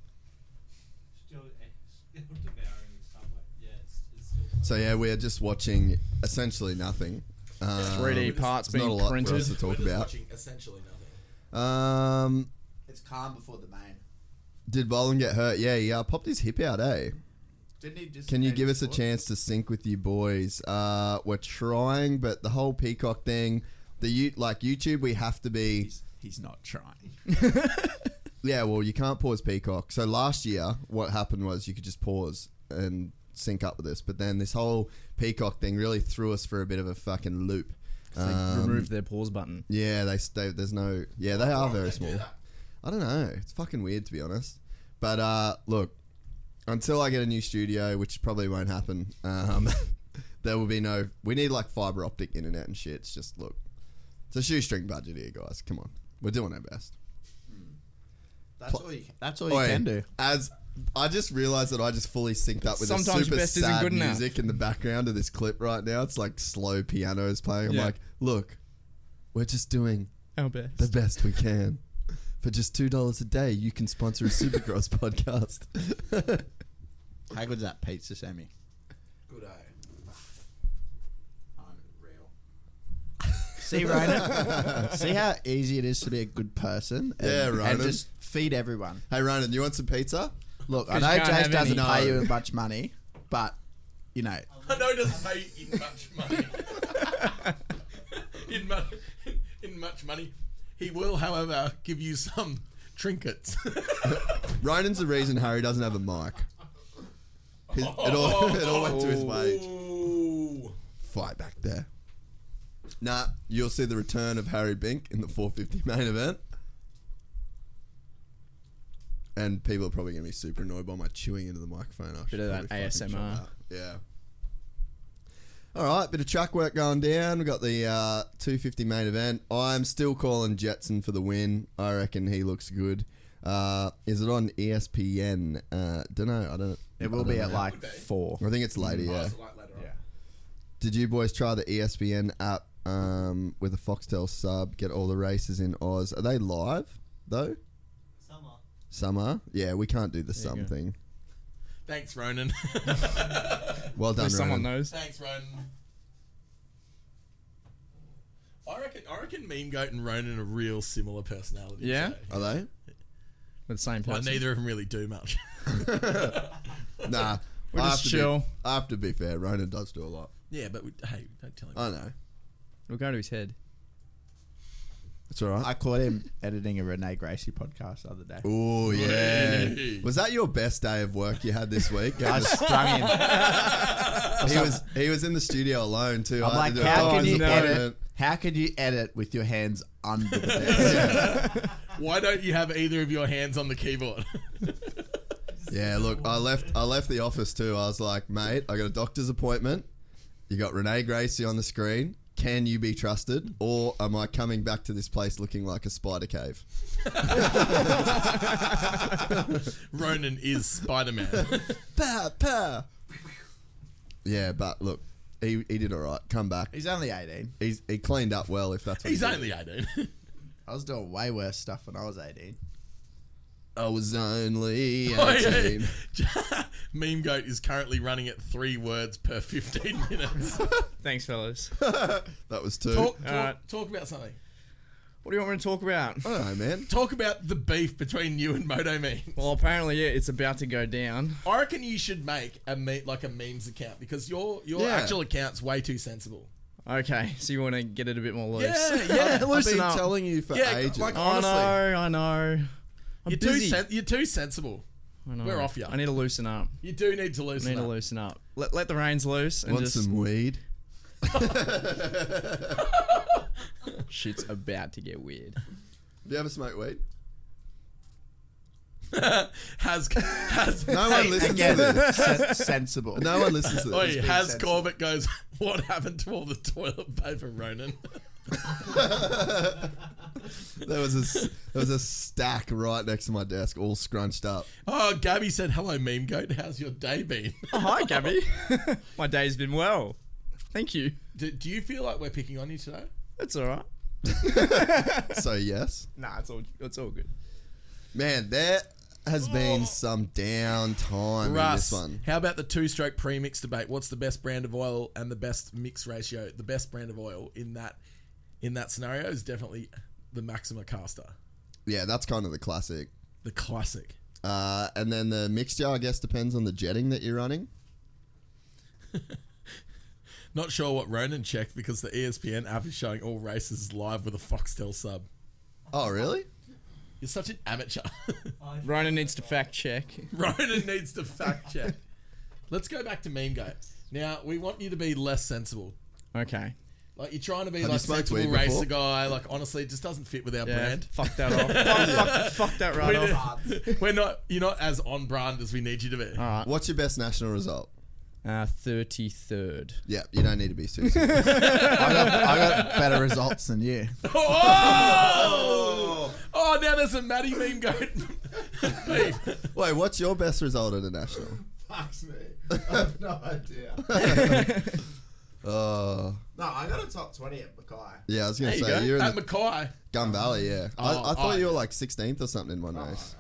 Speaker 7: Still, eh, still devouring the subway. Yeah, it's, it's still.
Speaker 2: so yeah, we are just watching essentially nothing. Um,
Speaker 10: 3D parts
Speaker 2: there's not a
Speaker 10: being
Speaker 2: lot for us
Speaker 10: printed.
Speaker 2: to talk
Speaker 4: We're just
Speaker 2: about.
Speaker 4: watching essentially nothing.
Speaker 2: Um,
Speaker 5: It's calm before the main.
Speaker 2: did Bolan get hurt? Yeah, he uh, popped his hip out, eh?
Speaker 5: Didn't he just?
Speaker 2: Can you give us a chance to sync with you boys? Uh, we're trying, but the whole peacock thing, the you like YouTube, we have to be.
Speaker 5: He's, he's not trying.
Speaker 2: Yeah, well, you can't pause Peacock. So last year, what happened was you could just pause and sync up with us. But then this whole Peacock thing really threw us for a bit of a fucking loop. Um,
Speaker 10: Remove their pause button.
Speaker 2: yeah, they, they there's no. Yeah, they are very small. I don't know. It's fucking weird to be honest. But uh, look, until I get a new studio, which probably won't happen, um, there will be no. We need like fiber optic internet and shit. It's just look, it's a shoestring budget here, guys. Come on, we're doing our best.
Speaker 5: That's all you. That's all
Speaker 2: Oi,
Speaker 5: you can do.
Speaker 2: As I just realized that I just fully synced up with the
Speaker 10: Sometimes
Speaker 2: super
Speaker 10: best isn't
Speaker 2: sad
Speaker 10: good enough.
Speaker 2: music in the background of this clip right now. It's like slow pianos playing. I'm
Speaker 10: Yeah.
Speaker 2: like, look, we're just doing
Speaker 10: Our best.
Speaker 2: the best we can. For just two dollars a day, you can sponsor a Supercross podcast.
Speaker 5: How good's that pizza, Sammy?
Speaker 4: Good eye.
Speaker 5: Unreal. See, Ronan. See how easy it is to be a good person. And,
Speaker 2: Yeah, Ronan.
Speaker 5: And just feed everyone.
Speaker 2: hey, Ronan, you want some pizza?
Speaker 5: Look, I
Speaker 10: Because you
Speaker 5: know
Speaker 10: can't
Speaker 5: Jace
Speaker 10: have
Speaker 5: doesn't
Speaker 10: any.
Speaker 5: pay
Speaker 2: No.
Speaker 5: you much money, but you know,
Speaker 4: I know it doesn't pay in much money. in, mu- in much money. He will, however, give you some trinkets.
Speaker 2: Ronan's the reason Harry doesn't have a mic. His- it, all, it all went to
Speaker 10: Oh.
Speaker 2: his wage.
Speaker 4: Ooh.
Speaker 2: Fight back there. Nah, you'll see the return of Harry Bink in the 450 main event. And people are probably going to be super annoyed by my chewing into the microphone. I should
Speaker 10: of
Speaker 2: probably
Speaker 10: that
Speaker 2: fucking shut
Speaker 10: ASMR.
Speaker 2: up. Yeah. All right, bit of track work going down. We've got the uh, 250 main event. I'm still calling Jetson for the win. I reckon he looks good. Uh, is it on ESPN? Uh, don't know. I don't.
Speaker 5: it will be at like
Speaker 4: be.
Speaker 5: four.
Speaker 2: I think it's later. Yeah.
Speaker 4: That's like later on.
Speaker 2: Did you boys try the E ESPN app um, with a Foxtel sub? Get all the races in Oz. Are they live though?
Speaker 7: Summer.
Speaker 2: Some are. Yeah, we can't do the sum thing.
Speaker 4: Thanks, Ronan.
Speaker 2: Well done,
Speaker 10: Someone
Speaker 2: Ronan.
Speaker 10: knows.
Speaker 4: Thanks, Ronan. I reckon, I reckon Meme Goat and Ronan are real similar personalities.
Speaker 10: Yeah?
Speaker 4: eh?
Speaker 2: Are they?
Speaker 10: With the same
Speaker 4: But
Speaker 10: person.
Speaker 4: neither of them really do much.
Speaker 2: Nah.
Speaker 10: We're
Speaker 2: I have to
Speaker 10: just
Speaker 2: be-
Speaker 10: chill.
Speaker 2: I have to be fair. Ronan does do a lot.
Speaker 4: yeah, but we, hey, don't tell him.
Speaker 2: I know.
Speaker 10: We'll go to his head.
Speaker 2: It's all right.
Speaker 5: I caught him editing a Renee Gracie podcast the other day.
Speaker 2: Oh yeah.
Speaker 4: Hey.
Speaker 2: Was that your best day of work you had this week?
Speaker 5: I sprung him.
Speaker 2: he was he was in the studio alone too.
Speaker 5: I'm
Speaker 2: I had
Speaker 5: like,
Speaker 2: to do it.
Speaker 5: how
Speaker 2: Oh,
Speaker 5: can you
Speaker 2: no.
Speaker 5: edit? How could you edit with your hands under the desk?
Speaker 4: Why don't you have either of your hands on the keyboard?
Speaker 2: Yeah, look, I left I left the office too. I was like, mate, I got a doctor's appointment. You got Renee Gracie on the screen. Can you be trusted? Or am I coming back to this place looking like a spider cave?
Speaker 4: Ronan is Spider Man.
Speaker 2: Pa, pa. Yeah, but look, he, he did all right. Come back.
Speaker 5: He's only 18.
Speaker 2: He's, he cleaned up well, if that's what
Speaker 4: He's
Speaker 2: he did.
Speaker 4: only 18.
Speaker 5: I was doing way worse stuff when I was 18.
Speaker 2: I was only 18.
Speaker 4: Oh, yeah. Meme Goat is currently running at three words per 15 minutes. talk,
Speaker 6: Thanks, fellas.
Speaker 2: That was two.
Speaker 4: talk,
Speaker 6: Alright.
Speaker 4: talk about something.
Speaker 6: What do you want me to talk about?
Speaker 2: I don't know, man.
Speaker 4: Talk about the beef between you and Moto Meme.
Speaker 6: Well, apparently, yeah, it's about to go down.
Speaker 4: I reckon you should make a me- like a memes account because your your
Speaker 2: Yeah.
Speaker 4: actual account's way too sensible.
Speaker 6: Okay, so you want to get it a bit more loose?
Speaker 4: yeah.
Speaker 2: I've been
Speaker 6: Listen up.
Speaker 2: telling you for
Speaker 4: Yeah,
Speaker 2: ages.
Speaker 4: like,
Speaker 6: I
Speaker 4: honestly,
Speaker 6: know, I know. I'm
Speaker 4: you're too
Speaker 6: busy.
Speaker 4: sen- you're too sensible.
Speaker 6: I know.
Speaker 4: We're off ya.
Speaker 6: I need to loosen up.
Speaker 4: You do need to loosen
Speaker 6: need to
Speaker 4: up.
Speaker 6: loosen up. Let, let the reins loose and
Speaker 2: Want
Speaker 6: just
Speaker 2: some weed?
Speaker 6: shit's about to get weird.
Speaker 2: Do you ever smoke weed?
Speaker 4: Has has
Speaker 2: No one listens to this.
Speaker 5: Sen- sensible.
Speaker 2: No one listens to this.
Speaker 4: Oi, has Corbett goes. What happened to all the toilet paper, Ronan?
Speaker 2: There was a s- there was a stack right next to my desk, all scrunched up.
Speaker 4: Oh, Gabby said, "Hello, meme goat. How's your day been?
Speaker 6: Oh, hi, Gabby. My day's been well. Thank you.
Speaker 4: do, do you feel like we're picking on you today?"
Speaker 6: That's all right.
Speaker 2: So yes,
Speaker 6: Nah, it's all it's all good.
Speaker 2: man, there has been some downtime
Speaker 4: Russ,
Speaker 2: in this one.
Speaker 4: how about the two-stroke premix debate? What's the best brand of oil and the best mix ratio? The best brand of oil in that in that scenario is definitely the Maxima Caster,
Speaker 2: Yeah, that's kind of the classic.
Speaker 4: the classic.
Speaker 2: Uh, and then the mixture, I guess, depends on the jetting that you're running.
Speaker 4: Not sure what Ronan checked because the E ESPN app is showing all races live with a Foxtel sub.
Speaker 2: Oh, really?
Speaker 4: You're such an amateur.
Speaker 6: Ronan needs to fact check.
Speaker 4: Ronan needs to fact check. Let's go back to meme goat. Now we want you to be less sensible.
Speaker 6: Okay.
Speaker 4: Like you're trying to be
Speaker 2: Have you
Speaker 4: like
Speaker 2: smoked
Speaker 4: sensible
Speaker 2: weed
Speaker 4: racer
Speaker 2: before?
Speaker 4: guy. Like honestly, it just doesn't fit with our
Speaker 6: Yeah.
Speaker 4: brand.
Speaker 6: Fuck that off. fuck, fuck, fuck that right
Speaker 4: We're,
Speaker 6: off.
Speaker 4: we're not. You're not as on brand as we need you to be.
Speaker 2: What's your best national result?
Speaker 6: Uh, 33rd.
Speaker 2: Yeah, you don't need to be serious. I
Speaker 5: I got, I got better results than you.
Speaker 4: Oh! oh, now there's a Matty meme goat. beef.
Speaker 2: Wait, what's your best result at a national?
Speaker 5: Fucks me. I have no idea.
Speaker 2: Uh,
Speaker 5: No, I got a top 20 at Mackay.
Speaker 2: yeah, I was gonna
Speaker 4: There you
Speaker 2: say
Speaker 4: go.
Speaker 2: you are
Speaker 4: At
Speaker 2: in the
Speaker 4: Mackay.
Speaker 2: Gun Valley. Yeah,
Speaker 4: Oh,
Speaker 2: I, I thought
Speaker 4: oh,
Speaker 2: you were like 16th or something in one race.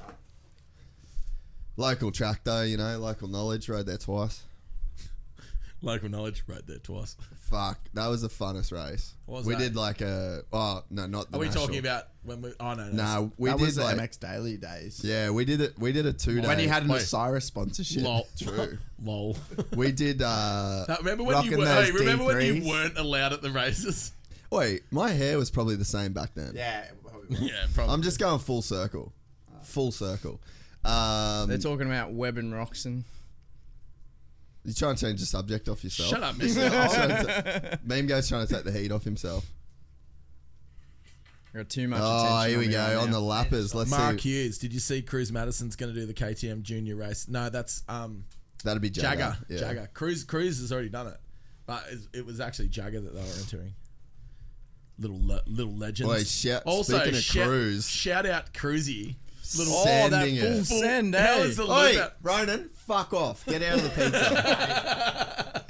Speaker 2: Local track day, you know, local knowledge. Rode there twice.
Speaker 4: Local knowledge, right there twice.
Speaker 2: Fuck, that was the funnest race.
Speaker 4: What was
Speaker 2: we
Speaker 4: that?
Speaker 2: did like a oh no, not. The
Speaker 4: Are we
Speaker 2: national.
Speaker 4: talking about when we? Oh no, no.
Speaker 2: Nah, we
Speaker 5: That
Speaker 2: did
Speaker 5: was the
Speaker 2: like
Speaker 5: MX Daily days.
Speaker 2: yeah, we did it. We did a two day.
Speaker 5: When you had an
Speaker 4: Wait.
Speaker 5: Osira sponsorship.
Speaker 4: Lol.
Speaker 2: True.
Speaker 4: Lol.
Speaker 2: we did. uh
Speaker 4: That- remember when you
Speaker 5: Rocking
Speaker 4: were, hey,
Speaker 5: those
Speaker 4: remember when you
Speaker 5: D3s.
Speaker 4: weren't allowed at the races?
Speaker 2: Wait, my hair was probably the same back then.
Speaker 5: Yeah. it probably was.
Speaker 4: Yeah, probably.
Speaker 2: I'm just going full circle. Full circle. Um,
Speaker 6: They're talking about Webb and Roxon.
Speaker 2: you trying to change the subject off yourself.
Speaker 4: Shut up, Mister.
Speaker 2: Meme guy's trying to take the heat off himself.
Speaker 6: Got too much
Speaker 2: Oh,
Speaker 6: attention.
Speaker 2: here we
Speaker 6: on me
Speaker 2: go
Speaker 6: right
Speaker 2: on
Speaker 6: now.
Speaker 2: the lappers. Let's
Speaker 4: Mark
Speaker 2: see.
Speaker 4: Hughes, did you see Cruz Madison's going to do the KTM Junior race? No, that's um
Speaker 2: That'd be Jagger.
Speaker 4: Jagger.
Speaker 2: Yeah.
Speaker 4: Jagger. Cruz Cruz has already done it, but it- it was actually Jagger that they were entering. Little le- little legends.
Speaker 2: Oi, shout-
Speaker 4: also,
Speaker 2: speaking of
Speaker 4: shout,
Speaker 2: Cruz.
Speaker 4: shout out Cruzy. Little Oh,
Speaker 2: Sending
Speaker 6: full
Speaker 2: it.
Speaker 6: full send,
Speaker 4: That
Speaker 6: eh?
Speaker 4: was the
Speaker 2: Oi,
Speaker 4: loop-
Speaker 2: Ronan, fuck off. Get out of the pizza.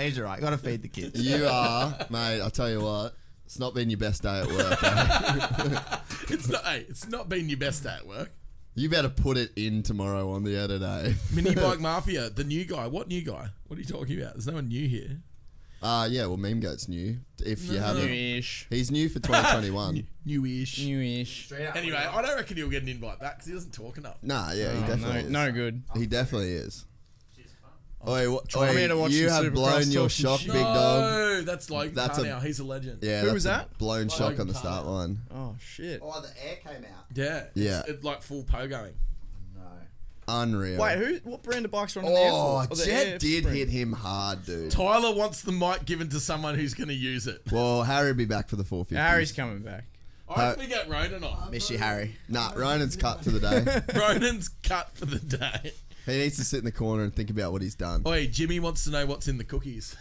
Speaker 5: He's alright. Got to feed the kids.
Speaker 2: you are, mate. I'll tell you what. It's not been your best day at work. eh?
Speaker 4: It's not. Hey, it's not been your best day at work.
Speaker 2: You better put it in tomorrow on the other day.
Speaker 4: Mini bike mafia, the new guy. What new guy? What are you talking about? There's no one new here.
Speaker 2: Uh, yeah, well, Meme Goat's new. If you haven't,
Speaker 6: Newish.
Speaker 2: he's new for 2021.
Speaker 4: Newish.
Speaker 6: Newish.
Speaker 4: Anyway, I don't reckon he'll get an invite back because he doesn't talk enough.
Speaker 2: nah, yeah, he
Speaker 6: Oh, no,
Speaker 2: definitely
Speaker 6: no
Speaker 2: is.
Speaker 6: good.
Speaker 2: He definitely is. Oh, Oi, wh-
Speaker 6: I'm here to
Speaker 2: oi
Speaker 6: watch
Speaker 2: you
Speaker 6: some
Speaker 2: have
Speaker 6: Supercross
Speaker 2: blown your
Speaker 6: talk some
Speaker 2: shock,
Speaker 6: shit.
Speaker 2: big dog.
Speaker 4: No, that's Logan
Speaker 2: That's a-
Speaker 4: Carnow. He's a legend.
Speaker 2: Yeah,
Speaker 6: Who
Speaker 2: that's
Speaker 6: was
Speaker 2: a
Speaker 6: that?
Speaker 2: Blown shock on the start line.
Speaker 6: Oh shit.
Speaker 5: Oh, the air came out.
Speaker 4: Yeah.
Speaker 2: Yeah.
Speaker 4: It's, it's like full pogoing.
Speaker 5: No.
Speaker 2: Unreal.
Speaker 6: Wait, who? What brand of bikes were on the air?
Speaker 2: Oh,
Speaker 6: Force? Or the Air
Speaker 2: Jet did
Speaker 6: Spring?
Speaker 2: hit him hard, dude.
Speaker 4: Tyler wants the mic given to someone who's going to use it.
Speaker 2: Well, Harry will be back for the 450.
Speaker 6: Harry's coming back.
Speaker 4: I reckon we get Ronan on.
Speaker 5: Miss you, Harry.
Speaker 2: Nah, Ronan's cut for the day.
Speaker 4: Ronan's cut for the day.
Speaker 2: he needs to sit in the corner and think about what he's done.
Speaker 6: Oh,
Speaker 4: Oi, Jimmy wants to know what's in the cookies.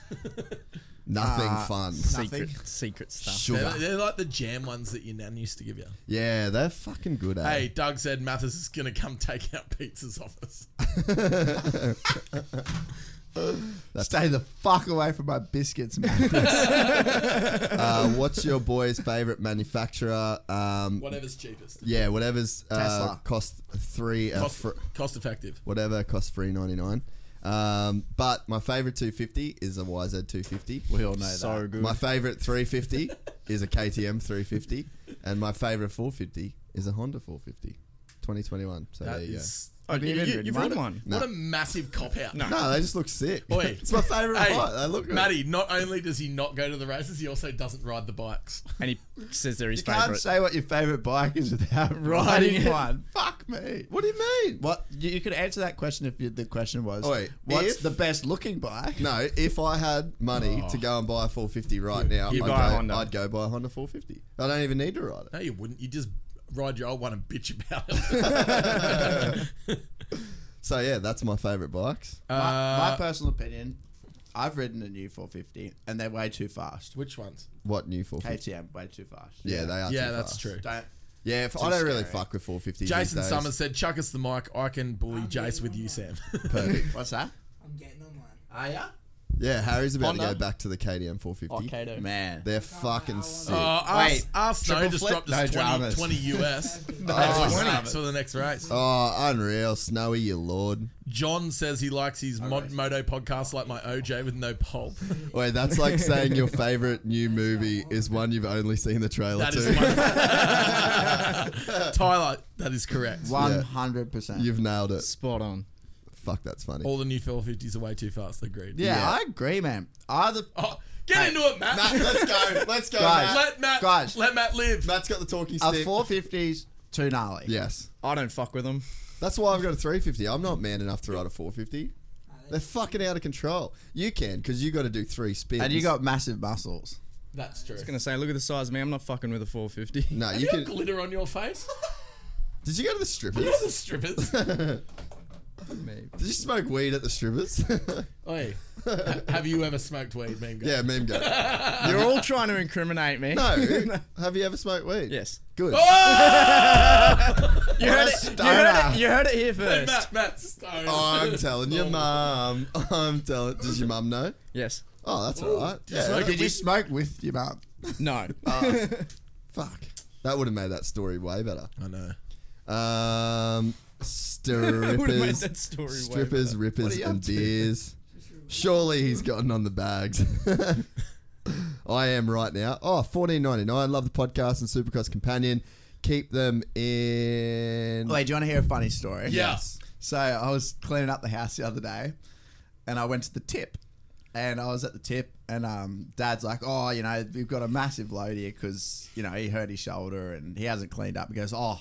Speaker 2: Nothing fun.
Speaker 6: Secret, secret stuff.
Speaker 4: they're,
Speaker 2: Sugar.
Speaker 4: they're like the jam ones that your nan used to give you.
Speaker 2: Yeah, they're fucking good at
Speaker 4: Hey, Doug said Mathis is going to come take out pizza's office.
Speaker 5: Stay the fuck away from my biscuits, man.
Speaker 2: uh, What's your boy's favorite manufacturer? Um,
Speaker 4: Whatever's cheapest.
Speaker 2: yeah, whatever's uh,
Speaker 5: Tesla.
Speaker 2: cost three, uh,
Speaker 4: Cost,
Speaker 2: fr-
Speaker 4: cost effective.
Speaker 2: whatever cost three ninety nine. Um, but my favorite 250 is a YZ 250.
Speaker 5: We all know
Speaker 6: So
Speaker 5: that.
Speaker 6: good.
Speaker 2: My favorite 350 is a KTM 350, and my favorite 450 is a Honda 450. 2021. So
Speaker 4: That
Speaker 2: there you
Speaker 4: is-
Speaker 6: Oh, you- you-
Speaker 4: you've
Speaker 6: you've had
Speaker 4: got a-
Speaker 6: one.
Speaker 4: What a massive cop out.
Speaker 2: go. No, they just look sick.
Speaker 4: Oi.
Speaker 2: it's my favorite
Speaker 4: Hey,
Speaker 2: part. They look good.
Speaker 4: Matty, not only does he not go to the races, he also doesn't ride the bikes.
Speaker 6: And he says they're his
Speaker 5: You can't
Speaker 6: favorite.
Speaker 5: say what your favorite bike is without riding one. Fuck me.
Speaker 2: What do you mean?
Speaker 5: What you, you could answer that question if you, the question was,
Speaker 2: Oi,
Speaker 5: "What's
Speaker 2: if-
Speaker 5: the best looking bike?"
Speaker 2: No, if I had
Speaker 5: Oh.
Speaker 2: money to go and buy a 450 right now, I'd
Speaker 6: You'd
Speaker 2: go,
Speaker 6: buy a Honda.
Speaker 2: I'd go buy a Honda 450. I don't even need to ride it.
Speaker 4: No, you wouldn't. You just ride your old one and bitch about it.
Speaker 2: So yeah, that's my favorite bikes.
Speaker 5: Uh,
Speaker 6: Uh,
Speaker 5: my, my personal opinion, I've ridden a new 450 and they're way too fast.
Speaker 4: Which ones?
Speaker 2: What new 450?
Speaker 5: KTM way too fast.
Speaker 2: Yeah, they are.
Speaker 4: yeah,
Speaker 2: too
Speaker 4: that's
Speaker 2: fast.
Speaker 4: true.
Speaker 5: Don't.
Speaker 2: Yeah, if, I don't really
Speaker 5: scary.
Speaker 2: fuck with 450.
Speaker 4: Jason Summers said, "Chuck us the mic. I can bully Jace with you, Sam."
Speaker 2: Perfect.
Speaker 5: What's that?
Speaker 10: I'm getting on one.
Speaker 5: Are ya?
Speaker 2: Yeah, Harry's about to
Speaker 5: Honda? Oh,
Speaker 2: go back to the KTM 450.
Speaker 5: Man.
Speaker 2: They're fucking sick.
Speaker 4: Oh, our,
Speaker 5: Wait,
Speaker 4: our Snow
Speaker 5: triple
Speaker 4: just
Speaker 5: flip?
Speaker 4: dropped
Speaker 5: No
Speaker 4: us 20,
Speaker 5: dramas.
Speaker 4: 20 US. That's what sucks for the next race.
Speaker 2: Oh, unreal. Snowy, you lord.
Speaker 4: John says he likes his mod, Moto podcast like my OJ with no pulp.
Speaker 2: Wait, that's like saying your favorite new movie is one you've only seen the trailer
Speaker 4: That
Speaker 2: to.
Speaker 4: is one. Tyler, that is correct.
Speaker 5: One hundred percent.
Speaker 2: you've nailed it.
Speaker 6: Spot on.
Speaker 2: Fuck, that's funny.
Speaker 4: All the new 450s are way too fast. Agreed.
Speaker 5: Yeah, I agree, man. Are the
Speaker 4: Oh, get into it, Matt.
Speaker 2: Ah, let's go. Let's go.
Speaker 5: Guys.
Speaker 4: let Matt.
Speaker 5: Guys.
Speaker 4: Let Matt live.
Speaker 2: Matt's got the talking
Speaker 5: are
Speaker 2: stick.
Speaker 5: four fifties too gnarly?
Speaker 2: Yes.
Speaker 6: I don't fuck with them.
Speaker 2: That's why I've got a 350. I'm not man enough to ride a 450. They're fucking out of control. You can, because you got to do three spins.
Speaker 5: And you got massive muscles.
Speaker 4: That's true.
Speaker 6: gonna say, look at the size of me. I'm not fucking with a 450.
Speaker 2: No, you
Speaker 4: You got
Speaker 2: can.
Speaker 4: glitter on your face?
Speaker 2: Did you go to the
Speaker 4: You're
Speaker 2: strippers?
Speaker 4: the strippers.
Speaker 2: Did you smoke weed at the strippers?
Speaker 4: Oi. ha- Have you ever smoked weed, man? guy?
Speaker 2: yeah, meme go.
Speaker 6: You're all trying to incriminate me.
Speaker 2: No. Have you ever smoked weed?
Speaker 6: Yes.
Speaker 4: Oh!
Speaker 2: Good.
Speaker 6: You heard, it, you, heard it, you heard it here first.
Speaker 4: Matt, Matt Stone.
Speaker 2: Oh, I'm telling your mum. I'm telling. Does your mum know?
Speaker 6: Yes.
Speaker 2: Oh, that's all right. Yeah.
Speaker 5: Did you smoke with your mum?
Speaker 6: No.
Speaker 2: Oh, Fuck. That would have made that story way better.
Speaker 4: I know.
Speaker 2: Um,
Speaker 6: Would've made
Speaker 2: strippers,
Speaker 6: that story way
Speaker 2: strippers,
Speaker 6: better.
Speaker 2: rippers, and beers. Surely he's gotten on the bags. I am right now. Oh, 14.99. Love the podcast and Supercross Companion. Keep them in.
Speaker 5: Wait, do you want to hear a funny story?
Speaker 4: Yes.
Speaker 5: So I was cleaning up the house the other day, and I went to the tip, and I was at the tip, and um, Dad's like, "Oh, you know, we've got a massive load here because you know he hurt his shoulder and he hasn't cleaned up." He goes, "Oh,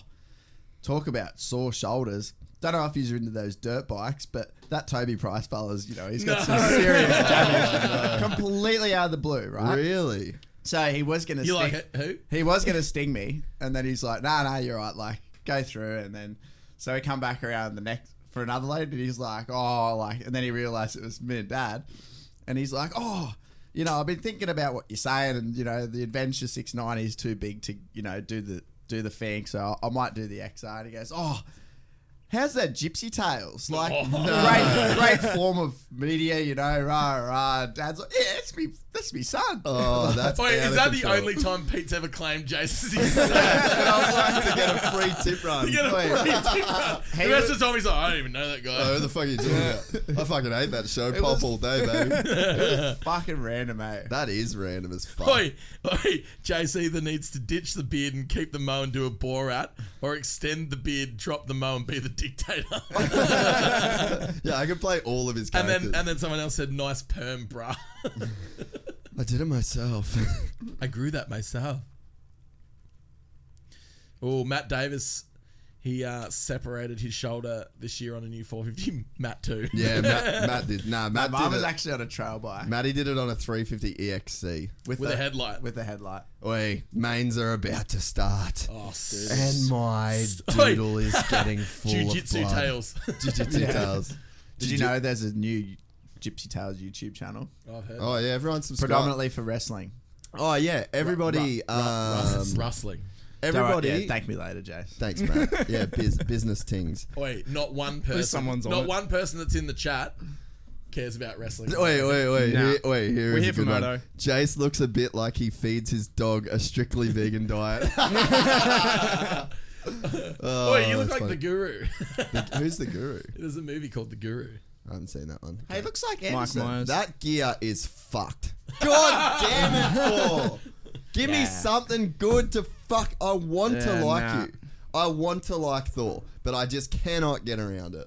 Speaker 5: talk about sore shoulders." Don't know if he's into those dirt bikes, but that Toby Price fella's, you know, he's got some serious damage, completely out of the blue, right?
Speaker 2: Really?
Speaker 5: So he was gonna.
Speaker 4: You like
Speaker 5: stick-
Speaker 4: it? Who?
Speaker 5: he was gonna sting me, and then he's like, "Nah, nah, you're right. Like, go through." And then, so we come back around the next for another load, and he's like, "Oh, like," and then he realised it was me and Dad, and he's like, "Oh, you know, I've been thinking about what you're saying, and you know, the Adventure 690 is too big to, you know, do the do the thing, so I, I might do the XR." And he goes, "Oh." How's that Gypsy Tales? Like,
Speaker 4: Oh.
Speaker 5: great, great form of media, you know, rah, rah. Dad's like, yeah, that's me, that's me son.
Speaker 2: Oh, that's.
Speaker 4: Wait,
Speaker 2: out
Speaker 4: is
Speaker 2: of
Speaker 4: that
Speaker 2: control.
Speaker 4: the only time Pete's ever claimed Jason's his son?
Speaker 2: I was like to get a free tip run.
Speaker 4: You get a
Speaker 2: Wait,
Speaker 4: free tip. The rest of the time he's like, I don't even know that
Speaker 2: oh,
Speaker 4: guy.
Speaker 2: who the fuck are you talking about? I fucking hate that show. Pop
Speaker 5: was-
Speaker 2: all day, baby.
Speaker 5: Fucking random, eh?" mate.
Speaker 2: That is random as fuck.
Speaker 4: Oi, oi, JC either needs to ditch the beard and keep the mow and do a Borat, or extend the beard, drop the mow, and be the dictator.
Speaker 2: Yeah, I could play all of his
Speaker 4: and
Speaker 2: characters.
Speaker 4: then, and then someone else said, "Nice perm, bruh."
Speaker 2: I did it myself.
Speaker 4: I grew that myself. Oh, Matt Davis, he uh, separated his shoulder this year on a new 450. Matt too.
Speaker 2: yeah, Matt, Matt did. Nah, Matt
Speaker 5: Mine
Speaker 2: did
Speaker 5: was
Speaker 2: it.
Speaker 5: actually on a trail bike
Speaker 2: Matty did it on a E 350 EXC.
Speaker 4: With a headlight.
Speaker 5: With a headlight.
Speaker 2: Oi, mains are about to start.
Speaker 4: Oh,
Speaker 2: and my
Speaker 4: Oi.
Speaker 2: doodle is getting full
Speaker 4: Jiu-jitsu
Speaker 2: of blood.
Speaker 4: tails.
Speaker 2: Jiu-jitsu tails.
Speaker 5: Did you know there's a new Gypsy Tales YouTube channel,
Speaker 4: I've heard.
Speaker 2: Oh, yeah, everyone's subscribed.
Speaker 5: predominantly for wrestling?
Speaker 2: Oh, yeah, everybody. um,
Speaker 4: It's rustling.
Speaker 2: everybody.
Speaker 5: Don't worry- yeah, thank me later, Jace.
Speaker 2: Thanks, Matt. Yeah, biz, business things.
Speaker 4: Wait, not one person.
Speaker 6: someone's on
Speaker 4: not
Speaker 6: it.
Speaker 4: one person that's in the chat cares about wrestling.
Speaker 2: Wait, wait, wait.
Speaker 6: Nah.
Speaker 2: Here, wait, here
Speaker 6: We're
Speaker 2: is
Speaker 6: here
Speaker 2: a
Speaker 6: for
Speaker 2: good one.
Speaker 6: Moto.
Speaker 2: Jace looks a bit like he feeds his dog a strictly vegan diet.
Speaker 4: Wait, you look
Speaker 2: that's
Speaker 4: like
Speaker 2: funny.
Speaker 5: Oh,
Speaker 2: Oh,
Speaker 4: the Guru.
Speaker 2: Who's the guru?
Speaker 4: There's a movie called The Guru.
Speaker 2: I haven't seen that one.
Speaker 1: Hey, looks like
Speaker 6: Mike
Speaker 1: Anderson.
Speaker 6: Myers.
Speaker 2: That gear is fucked. God damn it, Paul. Give me something good to fuck. I want
Speaker 6: Yeah,
Speaker 2: to like
Speaker 6: nah.
Speaker 2: you. I want to like Thor, but I just cannot get around it.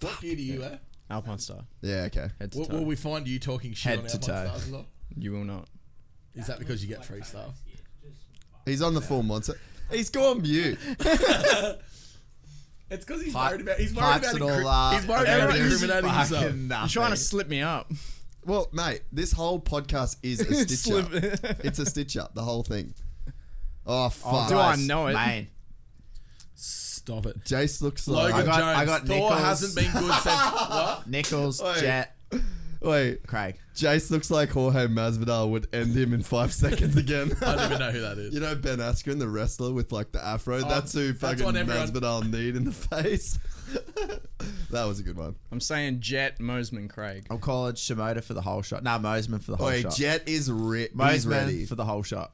Speaker 4: What gear do you have?
Speaker 6: Alpine Star.
Speaker 2: Yeah, okay.
Speaker 6: Head to
Speaker 4: Will,
Speaker 6: toe.
Speaker 4: will we find you talking shit
Speaker 5: Head
Speaker 4: on
Speaker 5: to
Speaker 4: our
Speaker 5: toe.
Speaker 4: Stars as well?
Speaker 6: you will not.
Speaker 4: Is that because you get free stuff?
Speaker 2: He's on the full monster. He's gone mute.
Speaker 4: It's because he's worried about he's worried
Speaker 2: hypes
Speaker 4: about
Speaker 2: it
Speaker 4: incri-
Speaker 2: all up.
Speaker 4: he's worried about
Speaker 2: Everything's
Speaker 4: incriminating himself.
Speaker 6: You're trying to slip me up.
Speaker 2: Well, mate, this whole podcast is a stitch up.
Speaker 6: Slip-
Speaker 2: It's a stitch up, the whole thing. Oh fuck!
Speaker 6: do I know it?
Speaker 5: Mate.
Speaker 4: Stop it.
Speaker 2: Jace looks like.
Speaker 4: Logan
Speaker 5: got-
Speaker 4: Jones.
Speaker 5: I got
Speaker 4: Thor
Speaker 5: Nichols.
Speaker 4: hasn't been good since what?
Speaker 5: Nichols,
Speaker 2: Oi.
Speaker 5: Jet,
Speaker 2: Wait,
Speaker 5: Craig.
Speaker 2: Jace looks like Jorge Masvidal would end him in five seconds again.
Speaker 4: I don't even know who that is.
Speaker 2: You know Ben Askren, the wrestler with like the afro. that's who
Speaker 4: that's
Speaker 2: fucking
Speaker 4: what everyone-
Speaker 2: Masvidal need in the face. that was a good one.
Speaker 6: I'm saying Jet, Mosman, Craig.
Speaker 5: I'll call it Shimoda for the whole shot. Nah, Moseman for the whole
Speaker 2: Oi,
Speaker 5: shot.
Speaker 2: Jet is ri- he's ready.
Speaker 5: Moseman for the whole shot.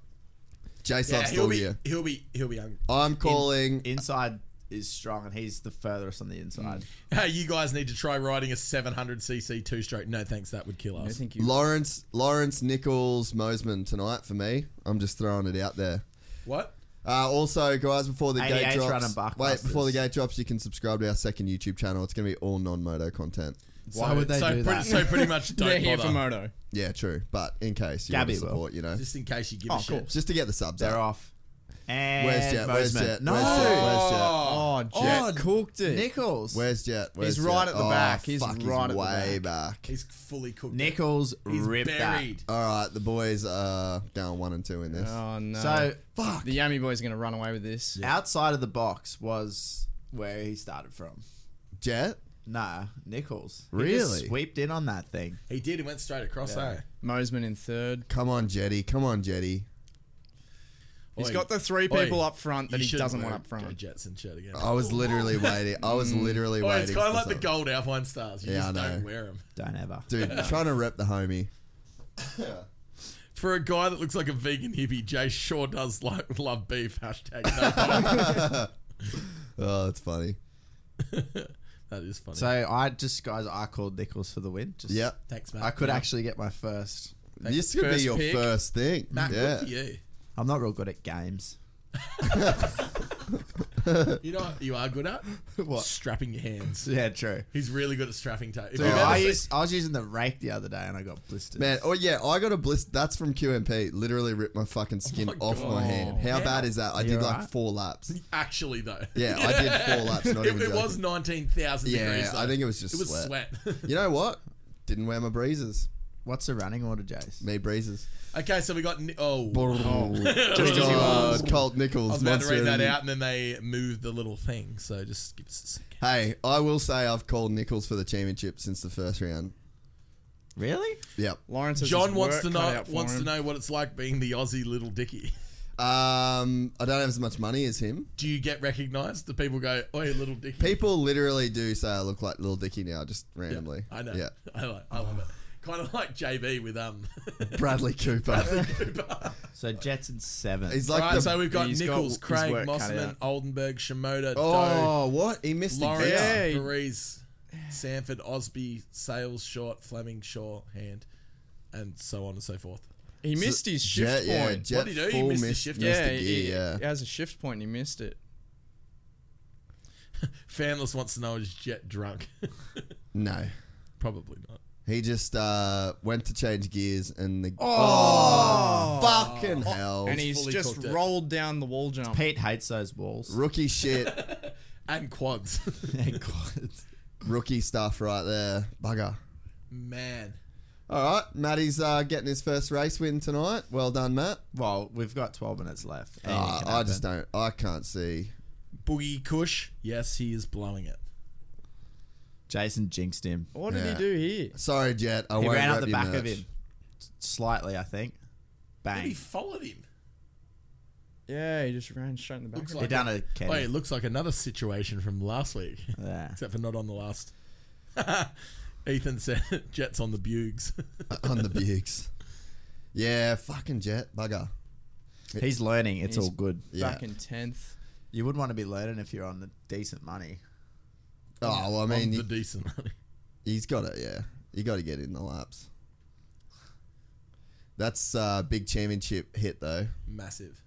Speaker 2: Jace
Speaker 4: yeah,
Speaker 2: loves
Speaker 4: he'll
Speaker 2: the
Speaker 4: be
Speaker 2: year.
Speaker 4: he'll be he'll be young.
Speaker 2: I'm calling.
Speaker 5: Inside is strong, and he's the furthest on the inside.
Speaker 4: Hey, you guys need to try riding a 700cc two stroke. No thanks, that would kill us.
Speaker 6: I think you.
Speaker 2: Lawrence, Lawrence, Nichols, Mosman tonight for me. I'm just throwing it out there.
Speaker 4: what?
Speaker 2: Uh, also, guys, before the gate
Speaker 5: 88's running
Speaker 2: drops,
Speaker 5: Barkbusters.
Speaker 2: wait, before the gate drops, you can subscribe to our second YouTube channel. It's going to be all non-moto content.
Speaker 5: Why would they
Speaker 4: so
Speaker 5: do
Speaker 4: pretty,
Speaker 5: that?
Speaker 4: So pretty much
Speaker 6: They're
Speaker 4: don't
Speaker 6: here for
Speaker 4: bother.
Speaker 6: Moto.
Speaker 2: Yeah, true. But in case you
Speaker 5: Gabby
Speaker 2: want to
Speaker 5: will.
Speaker 2: support, you know, just,
Speaker 4: Just in case you give a
Speaker 5: of
Speaker 4: shit.
Speaker 5: course.
Speaker 2: to get the subs.
Speaker 5: They're
Speaker 2: up.
Speaker 5: off. And
Speaker 2: Where's Jet? Where's
Speaker 5: Moseman.
Speaker 2: Jet?
Speaker 5: No.
Speaker 2: Where's Jet? Where's Jet?
Speaker 6: Oh, Jet cooked it.
Speaker 5: Nichols.
Speaker 2: Where's Jet? Where's Jet?
Speaker 6: right at the
Speaker 2: Oh,
Speaker 6: back. He's
Speaker 2: fuck,
Speaker 6: right at the
Speaker 2: way back.
Speaker 4: He's fully cooked.
Speaker 5: Nichols
Speaker 4: He's
Speaker 5: ripped
Speaker 4: buried.
Speaker 2: All right, the boys are down one and two in this.
Speaker 6: Oh no.
Speaker 5: that. So
Speaker 6: the Yummy Boy's gonna run away with this.
Speaker 5: outside of the box was where he started from.
Speaker 2: Jet,
Speaker 5: Nah, Nichols. He just
Speaker 2: Really?
Speaker 5: sweeped in on that thing.
Speaker 4: He did. He went straight across. eh?
Speaker 6: Mosman in third.
Speaker 2: come on, Jetty, come on, Jetty.
Speaker 6: He's
Speaker 4: Oi.
Speaker 6: got the three
Speaker 4: Oi.
Speaker 6: people up front that
Speaker 4: You
Speaker 6: he
Speaker 4: shouldn't
Speaker 6: doesn't want
Speaker 4: wear
Speaker 6: up front.
Speaker 4: a Jetson shirt again.
Speaker 2: I was literally waiting. I was literally
Speaker 4: Oh,
Speaker 2: waiting.
Speaker 4: it's kind
Speaker 2: for
Speaker 4: of like the
Speaker 2: something.
Speaker 4: gold Alpine stars. You
Speaker 2: Yeah,
Speaker 4: just
Speaker 2: I know.
Speaker 4: don't wear them.
Speaker 5: Don't ever.
Speaker 2: Dude, trying to rep the homie.
Speaker 4: For a guy that looks like a vegan hippie, Jay sure does like, love beef. Hashtag no
Speaker 2: Oh, that's funny.
Speaker 4: That is funny.
Speaker 5: So I just guys, I called Nichols for the win. Just,
Speaker 2: Yep.
Speaker 4: Thanks, mate.
Speaker 5: I could
Speaker 4: Yeah.
Speaker 5: actually get my first.
Speaker 2: This could be
Speaker 6: first
Speaker 2: your
Speaker 6: pick.
Speaker 2: first thing.
Speaker 4: Matt,
Speaker 2: yeah.
Speaker 4: good for you.
Speaker 5: I'm not real good at games.
Speaker 4: You know what you are good at? what? Strapping your hands.
Speaker 5: Yeah, true.
Speaker 4: He's really good at strapping tape. If
Speaker 5: Dude,
Speaker 4: you've
Speaker 5: I,
Speaker 4: ever
Speaker 5: used, I was using the rake the other day and I got blisters.
Speaker 2: Man, oh yeah, I got a blister. That's from QMP. Literally ripped my fucking skin
Speaker 4: Oh my
Speaker 2: off my
Speaker 4: God.
Speaker 2: hand. How bad is that? I did like
Speaker 5: alright?
Speaker 2: four laps.
Speaker 4: seen- actually, though.
Speaker 2: Yeah, I did four laps. Not
Speaker 4: It,
Speaker 2: even
Speaker 4: it was
Speaker 2: joking.
Speaker 4: 19,000
Speaker 2: Yeah,
Speaker 4: degrees. Though.
Speaker 2: I think it was just
Speaker 4: It was
Speaker 2: sweat.
Speaker 4: sweat.
Speaker 2: You know what? Didn't wear my breezes.
Speaker 5: What's the running order, Jace?
Speaker 2: Need breezes.
Speaker 4: okay, so we got. Ni- Oh.
Speaker 2: Just God, Colt Nichols.
Speaker 4: I was about to
Speaker 2: monster
Speaker 4: read that
Speaker 2: energy.
Speaker 4: out, and then they moved the little thing. So just give us a second.
Speaker 2: Hey, I will say I've called Nichols for the championship since the first round.
Speaker 5: Really?
Speaker 2: Yep. Um,
Speaker 6: Lawrence has
Speaker 4: John
Speaker 6: his
Speaker 4: wants
Speaker 6: work
Speaker 4: to
Speaker 6: cut
Speaker 4: know
Speaker 6: out for
Speaker 4: wants to
Speaker 6: him.
Speaker 4: know what it's like being the Aussie little dicky.
Speaker 2: Um, I don't have as much money as him.
Speaker 4: Do you get recognised? Do people go, "Oi, little dicky"?
Speaker 2: People literally do say I look like Little Dicky now, just
Speaker 4: Yeah,
Speaker 2: randomly.
Speaker 4: I know.
Speaker 2: Yeah.
Speaker 4: I, like, I love it. Kind of like JB with um.
Speaker 2: Bradley Cooper.
Speaker 5: So Jets in seven.
Speaker 2: He's like
Speaker 4: right,
Speaker 2: the
Speaker 4: so we've got
Speaker 6: he's got
Speaker 4: Nichols,
Speaker 6: his
Speaker 4: Craig,
Speaker 6: work cut
Speaker 4: Mossman,
Speaker 6: out.
Speaker 4: Oldenburg, Shimoda, Doe,
Speaker 2: Oh, what? He missed
Speaker 4: Lawrence,
Speaker 2: the
Speaker 6: Yeah.
Speaker 4: Breeze, Sanford, Osby, Sales, Short, Fleming, Shaw, Hand, and so on and so forth.
Speaker 6: He missed his shift
Speaker 2: yeah,
Speaker 6: point.
Speaker 2: Jet
Speaker 4: What'd he do? He
Speaker 2: full
Speaker 4: missed the
Speaker 2: missed,
Speaker 4: shift.
Speaker 2: missed
Speaker 6: Yeah,
Speaker 2: the
Speaker 6: he,
Speaker 2: gear, yeah.
Speaker 6: he has a shift point and he missed it.
Speaker 4: Fanless wants to know is Jet drunk?
Speaker 2: No.
Speaker 4: Probably not.
Speaker 2: He just uh, went to change gears and the. Oh, fucking hell.
Speaker 6: and he's
Speaker 4: fully
Speaker 6: just
Speaker 4: cooked it.
Speaker 6: rolled down the wall jump.
Speaker 5: Pete hates those walls.
Speaker 2: Rookie shit,
Speaker 4: And quads,
Speaker 2: rookie stuff right there. Bugger.
Speaker 4: man.
Speaker 2: All right, Matty's uh, getting his first race win tonight. Well done, Matt.
Speaker 5: well, we've got 12 minutes left. Anything
Speaker 2: Uh,
Speaker 5: can
Speaker 2: I just
Speaker 5: happen.
Speaker 2: don't. I can't see.
Speaker 4: Boogie Kush, yes, he is blowing it.
Speaker 5: Jason jinxed him.
Speaker 6: What did
Speaker 2: Yeah.
Speaker 6: he do here?
Speaker 2: Sorry, Jet. I
Speaker 5: He
Speaker 2: won't
Speaker 5: ran
Speaker 2: rep
Speaker 5: up the
Speaker 2: your
Speaker 5: back of
Speaker 2: merch.
Speaker 5: him. Slightly, I think.
Speaker 4: Maybe he
Speaker 5: Bang.
Speaker 4: followed him.
Speaker 6: Yeah, he just ran straight in the back.
Speaker 4: Looks
Speaker 5: He
Speaker 4: like
Speaker 5: done a
Speaker 4: Oh, it
Speaker 5: Kenny.
Speaker 4: looks like another situation from last week,
Speaker 5: Yeah.
Speaker 4: except for not on the last. Ethan said, "Jets on the Bugs."
Speaker 2: on the Bukes. Yeah, fucking Jet bugger.
Speaker 5: He's learning. It's all good.
Speaker 6: Back in tenth.
Speaker 5: You wouldn't want to be learning if you're on the decent money.
Speaker 2: Oh, well, I
Speaker 4: on
Speaker 2: mean,
Speaker 4: the
Speaker 2: you,
Speaker 4: decent.
Speaker 2: He's got it, yeah. You got to get in the laps. That's uh, big championship hit though.
Speaker 4: Massive.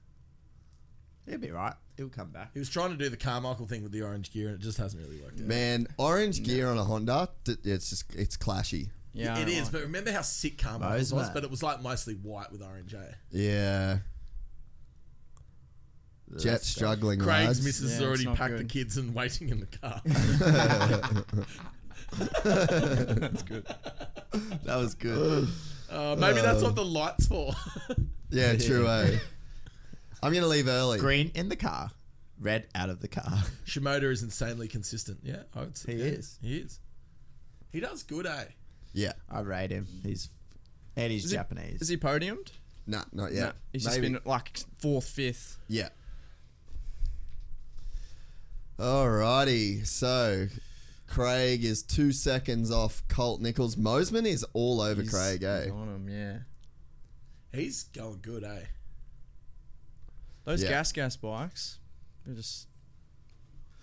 Speaker 5: He'll be right. He'll come back.
Speaker 4: He was trying to do the Carmichael thing with the orange gear, and it just hasn't really worked out.
Speaker 2: Man, orange gear on a Honda, d- it's just it's clashy.
Speaker 6: Yeah,
Speaker 4: it
Speaker 6: I
Speaker 4: is,
Speaker 6: like
Speaker 4: but remember how sick Carmichael
Speaker 5: Those,
Speaker 4: was?
Speaker 5: mate.
Speaker 4: But it was like mostly white with orange, eh?
Speaker 2: Yeah. Jet struggling lads.
Speaker 4: Craig's missus has
Speaker 6: Yeah,
Speaker 4: already
Speaker 6: it's not
Speaker 4: packed the
Speaker 6: good.
Speaker 4: kids and waiting in the car.
Speaker 5: That was good.
Speaker 4: Uh, maybe that's what the light's for.
Speaker 2: Yeah, true. Eh? I'm gonna leave early.
Speaker 5: Green in the car, red out of the car.
Speaker 4: Shimoda is insanely consistent. Yeah, I would say
Speaker 5: He
Speaker 4: yeah,
Speaker 5: is.
Speaker 4: He is. He does good, eh?
Speaker 2: Yeah.
Speaker 5: I rate him. He's and he's
Speaker 6: Is he-
Speaker 5: Japanese.
Speaker 6: Is he podiumed?
Speaker 2: Nah, not yet.
Speaker 6: No, he's just
Speaker 2: Maybe.
Speaker 6: been like fourth, fifth.
Speaker 2: Yeah. Alrighty. So Craig is two seconds off Colt Nichols. Mosman is all over
Speaker 6: He's-
Speaker 2: Craig, eh?
Speaker 6: he's on him, yeah.
Speaker 4: He's going good, eh?
Speaker 6: Those
Speaker 2: Yeah.
Speaker 6: gas gas bikes, they're just.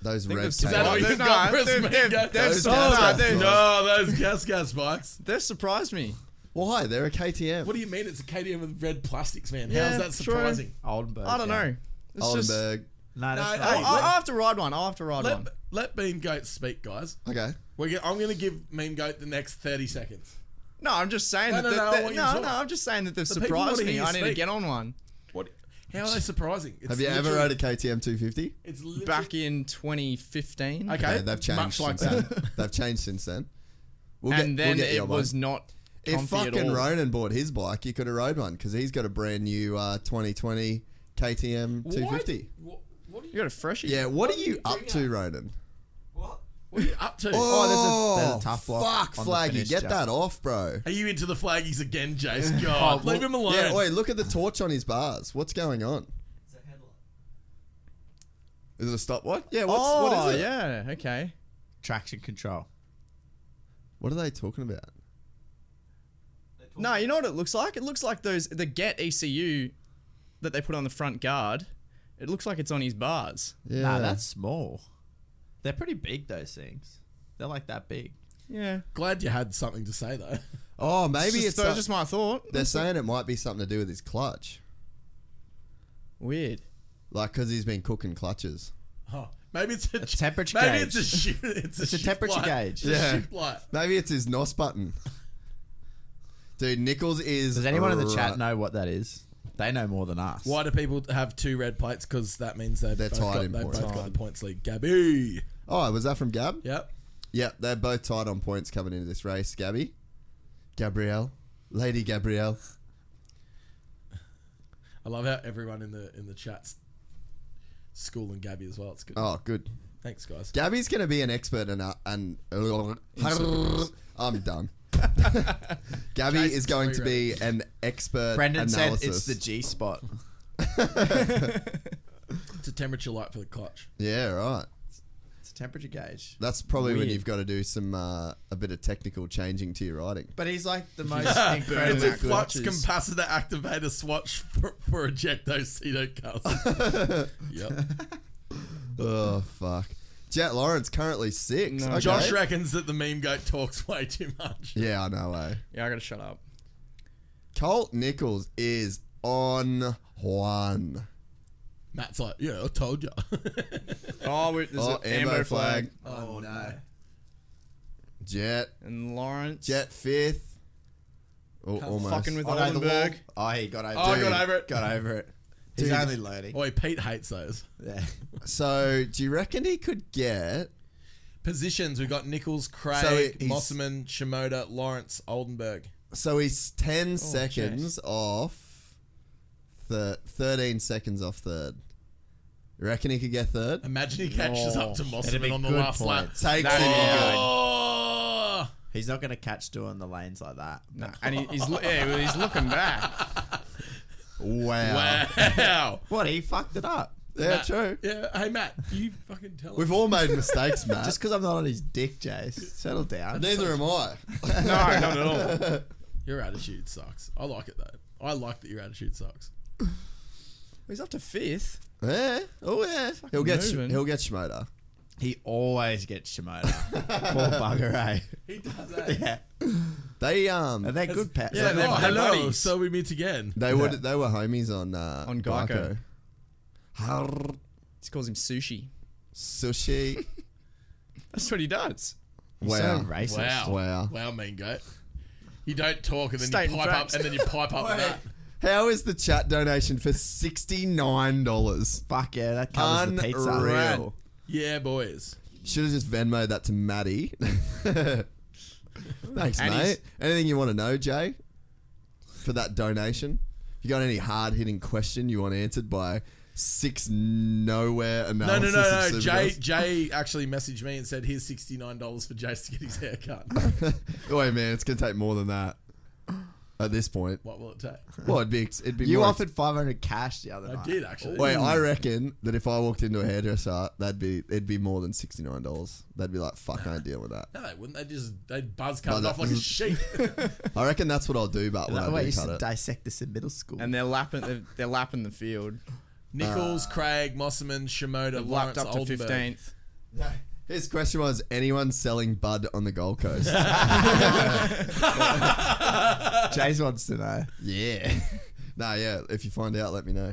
Speaker 2: Those
Speaker 6: think
Speaker 2: red
Speaker 6: they've- is that
Speaker 2: tails.
Speaker 6: all you-
Speaker 4: They've
Speaker 6: no,
Speaker 4: got
Speaker 6: they've-
Speaker 4: Chris
Speaker 6: they've-
Speaker 4: Mingus.
Speaker 6: they've
Speaker 4: Those
Speaker 6: sold
Speaker 4: gas
Speaker 6: out,
Speaker 4: gas
Speaker 6: they've-
Speaker 4: bikes. No, those gas gas bikes.
Speaker 6: They've surprised me.
Speaker 2: Why? They're a KTM.
Speaker 4: What do you mean? It's a KTM with red plastics, man. How
Speaker 6: Yeah,
Speaker 4: is that
Speaker 6: true.
Speaker 4: surprising?
Speaker 5: Oldenburg.
Speaker 6: I don't
Speaker 5: yeah.
Speaker 6: know. It's just.
Speaker 2: Oldenburg.
Speaker 5: No, that's
Speaker 4: No,
Speaker 5: not.
Speaker 4: hey,
Speaker 6: I, I have to ride one. I'll have to ride
Speaker 4: Let,
Speaker 6: one.
Speaker 4: let Bean Goat speak, guys.
Speaker 2: Okay.
Speaker 4: We're gonna, I'm going to give Mean Goat the next 30 seconds.
Speaker 6: No, I'm just saying
Speaker 4: No,
Speaker 6: that.
Speaker 4: no,
Speaker 6: that-
Speaker 4: no, I
Speaker 6: that-
Speaker 4: want you to
Speaker 6: no,
Speaker 4: talk.
Speaker 6: no, I'm just saying that they've
Speaker 4: The people
Speaker 6: surprised
Speaker 4: wanna
Speaker 6: me.
Speaker 4: hear
Speaker 6: I
Speaker 4: you
Speaker 6: need to
Speaker 4: speak.
Speaker 6: get on one.
Speaker 4: What? How are they surprising? It's
Speaker 2: Have you ever
Speaker 4: literally-
Speaker 2: rode a KTM 250?
Speaker 4: It's literally,
Speaker 6: Back in 2015.
Speaker 4: okay.
Speaker 2: Yeah, they've changed.
Speaker 4: Much like
Speaker 2: since
Speaker 4: that.
Speaker 2: then. they've changed since then. We'll
Speaker 6: and
Speaker 2: we'll
Speaker 6: then
Speaker 2: you
Speaker 6: it
Speaker 2: on
Speaker 6: was
Speaker 2: one.
Speaker 6: not
Speaker 2: If
Speaker 6: comfy at
Speaker 2: fucking
Speaker 6: all.
Speaker 2: Ronan bought his bike, you could have rode one because he's got a brand new uh, 2020 KTM 250.
Speaker 4: Why- What, what, are
Speaker 6: You
Speaker 4: you,
Speaker 6: got a freshie. Oh,
Speaker 2: Yeah, what, are you up to, Ronan?
Speaker 7: What?
Speaker 4: what are you up to?
Speaker 5: Oh, there's a- there's a tough lock
Speaker 2: Fuck,
Speaker 5: on the
Speaker 2: Flaggy,
Speaker 5: finish,
Speaker 2: get
Speaker 5: Jack.
Speaker 2: that off, bro.
Speaker 4: Are you into the flaggies again, Jace? God, leave him alone.
Speaker 2: Yeah, oi, look at the torch on his bars. What's going on?
Speaker 7: It's a headlight.
Speaker 2: Is it a stopwatch? Yeah, what's,
Speaker 6: Oh,
Speaker 2: what is it?
Speaker 6: yeah. Okay.
Speaker 5: Traction control.
Speaker 2: What are they talking about?
Speaker 7: They talk
Speaker 6: No, you know what it looks like? It looks like those the get ECU that they put on the front guard. It looks like it's on his bars.
Speaker 2: Yeah.
Speaker 5: Nah, that's small. They're pretty big. Those things. They're like that big.
Speaker 6: Yeah.
Speaker 4: Glad you had something to say though.
Speaker 2: oh, maybe it's,
Speaker 6: just, that was
Speaker 2: some-
Speaker 6: just my thought.
Speaker 2: they're saying it might be something to do with his clutch,
Speaker 6: Weird.
Speaker 2: like because he's been cooking clutches.
Speaker 4: Oh, maybe it's a, ch-
Speaker 5: temperature
Speaker 4: Maybe
Speaker 5: gauge.
Speaker 4: it's a shoot. It's a,
Speaker 5: It's a
Speaker 4: shift
Speaker 5: temperature
Speaker 4: light.
Speaker 5: gauge.
Speaker 4: It's a
Speaker 2: Yeah.
Speaker 4: shift light.
Speaker 2: Maybe it's his NOS button. Dude, Nichols is.
Speaker 5: Does anyone in the chat
Speaker 2: right-
Speaker 5: know what that is? They know more than us.
Speaker 4: Why do people have two red plates? Because that means they've
Speaker 2: They're
Speaker 4: both,
Speaker 2: tied
Speaker 4: got,
Speaker 2: in
Speaker 4: they've
Speaker 2: points.
Speaker 4: both got the points lead. Gabby.
Speaker 2: Oh, was that from Gab?
Speaker 4: Yep.
Speaker 2: Yep, they're both tied on points coming into this race. Gabby, Gabrielle, Lady Gabrielle.
Speaker 4: I love how everyone in the in the chat's school and Gabby as well. It's good.
Speaker 2: Oh, good.
Speaker 4: Thanks, guys.
Speaker 2: Gabby's gonna be an expert in uh, and I'm done. Gabby is going to be an expert.
Speaker 5: Brendan
Speaker 2: analysis.
Speaker 5: said it's the G spot.
Speaker 4: It's a temperature light for the clutch.
Speaker 2: yeah, right.
Speaker 5: It's a temperature gauge.
Speaker 2: That's probably when
Speaker 6: Weird.
Speaker 2: you've got to do some uh, a bit of technical changing to your riding.
Speaker 5: But he's like the most
Speaker 4: It's
Speaker 5: incredible.
Speaker 4: a flux
Speaker 6: clutches.
Speaker 4: capacitor activator swatch for, for ejecto ceto yep.
Speaker 2: Oh fuck! Jet Lawrence currently six.
Speaker 6: No.
Speaker 2: Okay.
Speaker 4: Josh reckons that the meme goat talks way too much.
Speaker 2: Yeah, I know. Eh?
Speaker 6: Yeah, I gotta shut up.
Speaker 2: Colt Nichols is on one.
Speaker 4: Matt's like, yeah, I told you.
Speaker 6: Oh, we there's
Speaker 2: Oh,
Speaker 6: an ambo, flag.
Speaker 4: oh no.
Speaker 2: Jet.
Speaker 6: And Lawrence.
Speaker 2: Jet fifth. Oh, almost.
Speaker 6: fucking with
Speaker 5: Oh, no, the wall.
Speaker 6: Oldenburg.
Speaker 5: Oh, he got over
Speaker 4: Oh, I
Speaker 5: it.
Speaker 4: got over it.
Speaker 5: Got over it. He's only learning.
Speaker 4: Oi, Pete hates those.
Speaker 5: Yeah.
Speaker 2: so, do you reckon he could get?
Speaker 4: Positions, we've got Nichols, Craig,
Speaker 2: So it- he's-
Speaker 4: Mosserman, Shimoda, Lawrence, Oldenburg.
Speaker 2: So he's ten seconds off. Thir- thirteen seconds off third. You reckon he could get third?
Speaker 4: Imagine he catches up to
Speaker 5: be
Speaker 4: Mosserman on the
Speaker 5: good
Speaker 4: last lap.
Speaker 5: points.
Speaker 2: Takes
Speaker 5: That'd be
Speaker 2: it.
Speaker 4: Oh!
Speaker 5: He's not going to catch doing the lanes like that.
Speaker 6: No, and he, he's lo- yeah, well, he's looking back.
Speaker 2: Wow.
Speaker 4: Wow.
Speaker 5: What? He fucked it up.
Speaker 2: Yeah, true.
Speaker 4: yeah, hey, Matt, you fucking tell
Speaker 2: We've
Speaker 4: him.
Speaker 2: all made mistakes, Matt.
Speaker 5: Just because I'm not on his dick, Jace. Settle down.
Speaker 2: Neither am I.
Speaker 6: No, not at all.
Speaker 4: Your attitude sucks. I like it though. I like that your attitude sucks.
Speaker 6: He's up to fifth.
Speaker 2: yeah. Oh yeah. He'll get Sh-
Speaker 6: moving.
Speaker 2: he'll get Schmoder.
Speaker 12: He always gets Shimoda. Poor bugger, eh?
Speaker 4: He does that.
Speaker 12: Yeah.
Speaker 2: They um
Speaker 12: Are they good pets?
Speaker 4: Yeah,
Speaker 12: Are they
Speaker 4: oh,
Speaker 12: good
Speaker 4: hello.
Speaker 12: buddies?
Speaker 4: So we meet again.
Speaker 2: they were they were homies on uh
Speaker 5: On Geico.
Speaker 2: Geico.
Speaker 5: He calls him sushi.
Speaker 2: Sushi.
Speaker 5: That's what he does.
Speaker 2: wow.
Speaker 12: So racist.
Speaker 4: Wow.
Speaker 2: Wow.
Speaker 4: Wow, mean goat. You don't talk and then
Speaker 5: Stating
Speaker 4: you pipe
Speaker 5: facts.
Speaker 4: up and then you pipe up with that.
Speaker 2: How is the chat donation for sixty nine dollars?
Speaker 12: Fuck yeah, that covers the pizza.
Speaker 2: Unreal.
Speaker 4: Yeah, boys.
Speaker 2: Should have just Venmo that to Maddie. Thanks,
Speaker 5: he's-
Speaker 2: mate. Anything you want to know, Jay, for that donation? You got any hard hitting question you want answered by six nowhere
Speaker 4: No, no,
Speaker 2: analysis?
Speaker 4: no, no.
Speaker 2: of
Speaker 4: Jay,
Speaker 2: Supergirls?
Speaker 4: Jay actually messaged me and said, "Here's sixty nine dollars for Jace to get his hair cut."
Speaker 2: Wait, man, it's gonna take more than that at this point.
Speaker 4: what will it take?
Speaker 2: Well, it'd be ex- it'd be
Speaker 10: You
Speaker 2: more
Speaker 10: offered 500 cash the other
Speaker 4: I
Speaker 10: night.
Speaker 4: did actually.
Speaker 2: Wait, I reckon that if I walked into a hairdresser, that'd be it'd be more than sixty nine dollars. That'd be like, fuck, I deal with that.
Speaker 4: No, they wouldn't. They just they buzz cut it
Speaker 2: Buzz
Speaker 4: off like a
Speaker 2: it.
Speaker 4: sheep.
Speaker 2: I reckon that's what I'll do, but when
Speaker 10: That
Speaker 2: I
Speaker 10: way you
Speaker 2: do
Speaker 10: used
Speaker 2: cut
Speaker 10: to
Speaker 2: it,
Speaker 10: dissect this in middle school.
Speaker 5: And they're lapping. They're, they're lapping the field.
Speaker 4: Nichols, Craig, Mosserman, Shimoda,
Speaker 5: They've lapped
Speaker 4: Lawrence,
Speaker 5: up to
Speaker 4: Oldenburg.
Speaker 5: fifteenth.
Speaker 2: his question was: anyone selling bud on the Gold Coast?
Speaker 10: Jays wants to know.
Speaker 2: yeah, nah, yeah. If you find out, let me know.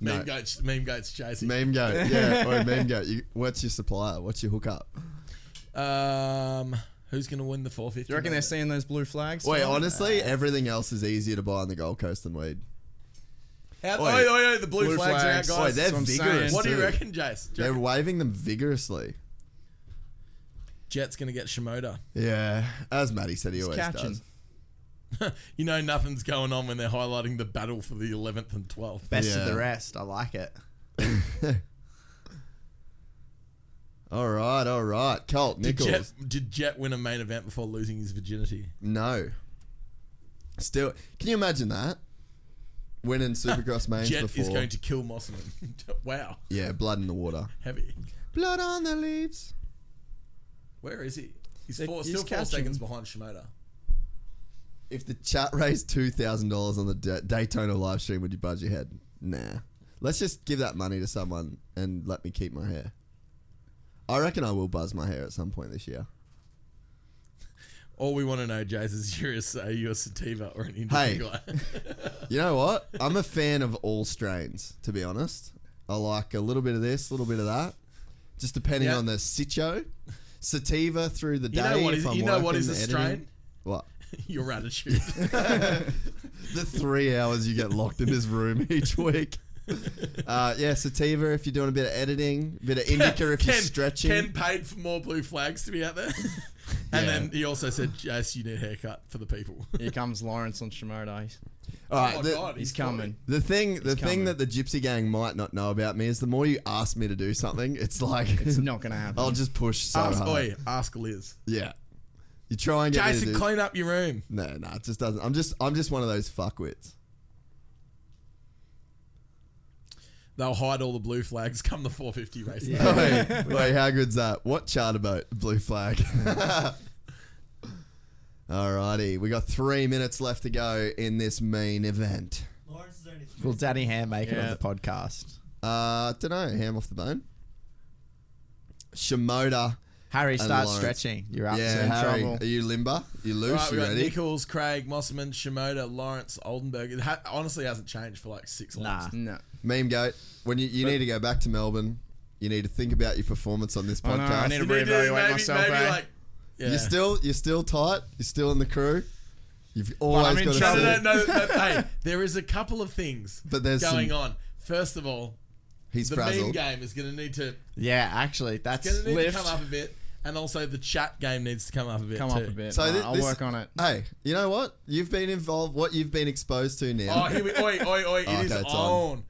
Speaker 4: Meme
Speaker 2: No.
Speaker 4: goats, meme goats chasing.
Speaker 2: Meme goat, yeah, or meme goat. You, what's your supplier? What's your hookup?
Speaker 4: Um, who's gonna win the four fifty?
Speaker 5: Do you reckon they're seeing those blue flags?
Speaker 2: Wait, honestly, everything else is easier to buy on the Gold Coast than weed.
Speaker 4: How,
Speaker 2: Oi.
Speaker 4: oh, oh, oh, the blue,
Speaker 5: Blue
Speaker 4: flags,
Speaker 5: flags.
Speaker 4: are out,
Speaker 2: Oi,
Speaker 4: guys.
Speaker 2: they're
Speaker 5: that's what I'm
Speaker 2: vigorous.
Speaker 5: saying.
Speaker 4: what do you
Speaker 2: too.
Speaker 4: reckon, Jace? Do you
Speaker 2: They're
Speaker 4: reckon
Speaker 2: waving them vigorously.
Speaker 4: Jet's gonna get Shimoda.
Speaker 2: Yeah, as Maddie said, he always
Speaker 5: catching.
Speaker 2: does.
Speaker 4: You know nothing's going on when they're highlighting the battle for the eleventh and twelfth.
Speaker 10: Best
Speaker 2: Yeah.
Speaker 10: of the rest. I like it.
Speaker 2: All right, all right. Colt
Speaker 4: Did
Speaker 2: Nichols.
Speaker 4: Jet, did Jet win a main event before losing his virginity?
Speaker 2: No. Still, can you imagine that? Winning Supercross mains
Speaker 4: Jet
Speaker 2: before.
Speaker 4: is going to kill Mossman. wow,
Speaker 2: yeah, blood in the water.
Speaker 4: heavy.
Speaker 2: Blood on the leaves.
Speaker 4: Where is he? He's,
Speaker 5: They-
Speaker 4: four,
Speaker 5: he's
Speaker 4: still four
Speaker 5: catching.
Speaker 4: seconds behind Shimoda.
Speaker 2: If the chat raised two thousand dollars on the Da- Daytona live stream, would you budge your head? Nah. Let's just give that money to someone and let me keep my hair. I reckon I will buzz my hair at some point this year.
Speaker 4: All we want to know, Jace, is you're a, are you a sativa or an indica
Speaker 2: Hey.
Speaker 4: guy?
Speaker 2: You know what? I'm a fan of all strains, to be honest. I like a little bit of this, a little bit of that. Just depending
Speaker 4: Yeah.
Speaker 2: on the sitio. Sativa through the
Speaker 4: You
Speaker 2: day.
Speaker 4: know what
Speaker 2: if
Speaker 4: is-
Speaker 2: I'm
Speaker 4: you know what
Speaker 2: working,
Speaker 4: is
Speaker 2: the
Speaker 4: a
Speaker 2: editing.
Speaker 4: strain?
Speaker 2: What?
Speaker 4: Your attitude.
Speaker 2: The three hours you get locked in this room each week. Uh, yeah, sativa if you're doing a bit of editing, a bit of indica if you're
Speaker 4: Ken-
Speaker 2: stretching.
Speaker 4: Ken paid for more blue flags to be out there. And
Speaker 2: Yeah.
Speaker 4: then he also said, Jace, you need a haircut for the people.
Speaker 5: Here comes Lawrence on Shimoda.
Speaker 2: All right,
Speaker 4: Oh,
Speaker 2: the,
Speaker 4: God,
Speaker 5: He's
Speaker 4: funny.
Speaker 5: coming.
Speaker 2: the thing, the thing
Speaker 5: coming.
Speaker 2: that the Gypsy Gang might not know about me is the more you ask me to do something, it's like
Speaker 5: It's not gonna happen.
Speaker 2: I'll just push so
Speaker 4: ask,
Speaker 2: hard.
Speaker 4: oi, ask Liz.
Speaker 2: Yeah, you try and get me to
Speaker 4: Jason,
Speaker 2: do-
Speaker 4: clean up your room.
Speaker 2: No, no, it just doesn't. I'm just, I'm just one of those fuckwits.
Speaker 4: They'll hide all the blue flags come the 450 race. day.
Speaker 2: wait, wait, how good's that? What charter boat? Blue flag. Alrighty, we got three minutes left to go in this main event.
Speaker 13: Lawrence is only three.
Speaker 10: Will Danny Ham make it on
Speaker 5: Yeah.
Speaker 10: the podcast?
Speaker 2: Uh, don't know. Ham off the bone. Shimoda.
Speaker 10: Harry, start
Speaker 2: Lawrence.
Speaker 10: stretching. You're up
Speaker 2: yeah,
Speaker 10: to
Speaker 2: Harry,
Speaker 10: trouble.
Speaker 2: are you limber? You loose?
Speaker 4: Right, we
Speaker 2: you
Speaker 4: got
Speaker 2: ready?
Speaker 4: Nichols, Craig, Mossman, Shimoda, Lawrence, Oldenburg. It ha- honestly hasn't changed for like six laps.
Speaker 5: No.
Speaker 2: Meme goat. When you, you need to go back to Melbourne, you need to think about your performance on this
Speaker 5: I know, I
Speaker 2: podcast.
Speaker 5: need to
Speaker 4: You need to
Speaker 5: Reevaluate
Speaker 4: maybe,
Speaker 5: myself,
Speaker 4: maybe
Speaker 5: eh?
Speaker 4: like, yeah.
Speaker 2: You're still, you're still tight. You're still in the crew. You've always got
Speaker 5: in
Speaker 4: No,
Speaker 2: to.
Speaker 5: trouble.
Speaker 4: no, no, no, no, hey, there is a couple of things
Speaker 2: But there's
Speaker 4: going
Speaker 2: some-
Speaker 4: on. First of all,
Speaker 2: He's
Speaker 4: the meme
Speaker 2: frazzled.
Speaker 4: game is going to need to
Speaker 10: yeah, actually, that's
Speaker 4: going to need
Speaker 10: lift.
Speaker 4: to come up a bit, and also the chat game needs to come up a bit.
Speaker 5: Come
Speaker 4: too.
Speaker 5: up a bit.
Speaker 2: So
Speaker 5: Alright,
Speaker 2: thi-
Speaker 5: I'll
Speaker 2: this-
Speaker 5: work on it.
Speaker 2: Hey, you know what? You've been involved. What you've been exposed to now.
Speaker 4: Oh, here we, oi, oi, oi! It
Speaker 2: Oh,
Speaker 4: is
Speaker 2: okay, it's on.
Speaker 4: on.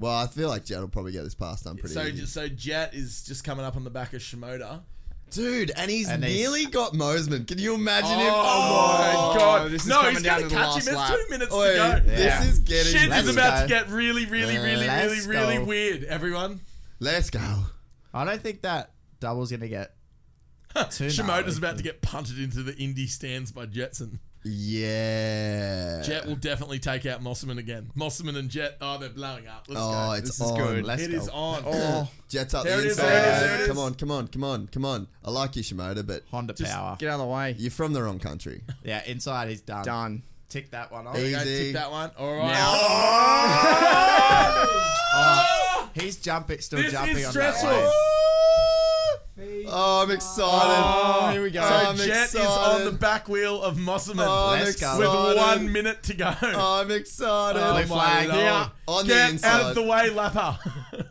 Speaker 2: well, I feel like Jed will probably get this past done pretty
Speaker 4: So,
Speaker 2: easy.
Speaker 4: so Jet is just coming up on the back of Shimoda.
Speaker 2: Dude, and he's
Speaker 10: And he's-
Speaker 2: nearly got Mosman. Can you imagine
Speaker 4: Oh,
Speaker 2: him?
Speaker 4: my
Speaker 5: Oh,
Speaker 4: god!
Speaker 5: this is
Speaker 4: no,
Speaker 5: coming
Speaker 4: he's
Speaker 5: down
Speaker 4: gonna
Speaker 5: to the
Speaker 4: catch
Speaker 5: last
Speaker 4: him. It's
Speaker 5: lap.
Speaker 4: two minutes
Speaker 2: Oi,
Speaker 4: to go.
Speaker 2: this is getting
Speaker 4: Shit
Speaker 2: let's
Speaker 4: is about
Speaker 2: go.
Speaker 4: to get really, really, really, really,
Speaker 10: Let's
Speaker 4: really
Speaker 10: go.
Speaker 4: weird. Everyone,
Speaker 2: Let's go.
Speaker 10: I don't think that double's going to get too
Speaker 4: Shimoda's
Speaker 10: gnarly.
Speaker 4: about to get punted into the indie stands by Jetson.
Speaker 2: Yeah.
Speaker 4: Jet will definitely take out Mosman again. Mosman and Jet, oh, they're blowing up. Let's
Speaker 2: oh,
Speaker 4: go.
Speaker 2: it's on. Let's
Speaker 4: It
Speaker 2: go.
Speaker 4: is on.
Speaker 2: Oh, Jets up
Speaker 4: There
Speaker 2: the
Speaker 4: it is,
Speaker 2: inside.
Speaker 4: there it is, there it is.
Speaker 2: Come on, come on, come on, come on. I like you, Shimoda, but Honda
Speaker 5: power.
Speaker 2: Get out of the way. You're from the wrong country.
Speaker 5: Yeah, inside he's done.
Speaker 14: Done.
Speaker 5: Tick that one off.
Speaker 4: There we go. Tick that one. All right.
Speaker 5: Oh, he's jumping, still
Speaker 4: This
Speaker 5: jumping
Speaker 4: is
Speaker 5: on
Speaker 4: stressful.
Speaker 5: that wave.
Speaker 2: Oh, I'm excited.
Speaker 4: Oh,
Speaker 5: here we go.
Speaker 4: So
Speaker 5: I'm
Speaker 4: Jet is on
Speaker 2: excited.
Speaker 4: the back wheel of Mosman
Speaker 2: Oh, I'm
Speaker 4: with
Speaker 2: excited.
Speaker 4: one minute to go.
Speaker 2: I'm excited.
Speaker 4: Oh, my
Speaker 5: flag.
Speaker 4: Lord.
Speaker 5: Yeah.
Speaker 2: Oh, On
Speaker 4: Get
Speaker 2: the inside.
Speaker 4: out of the way, Lapper.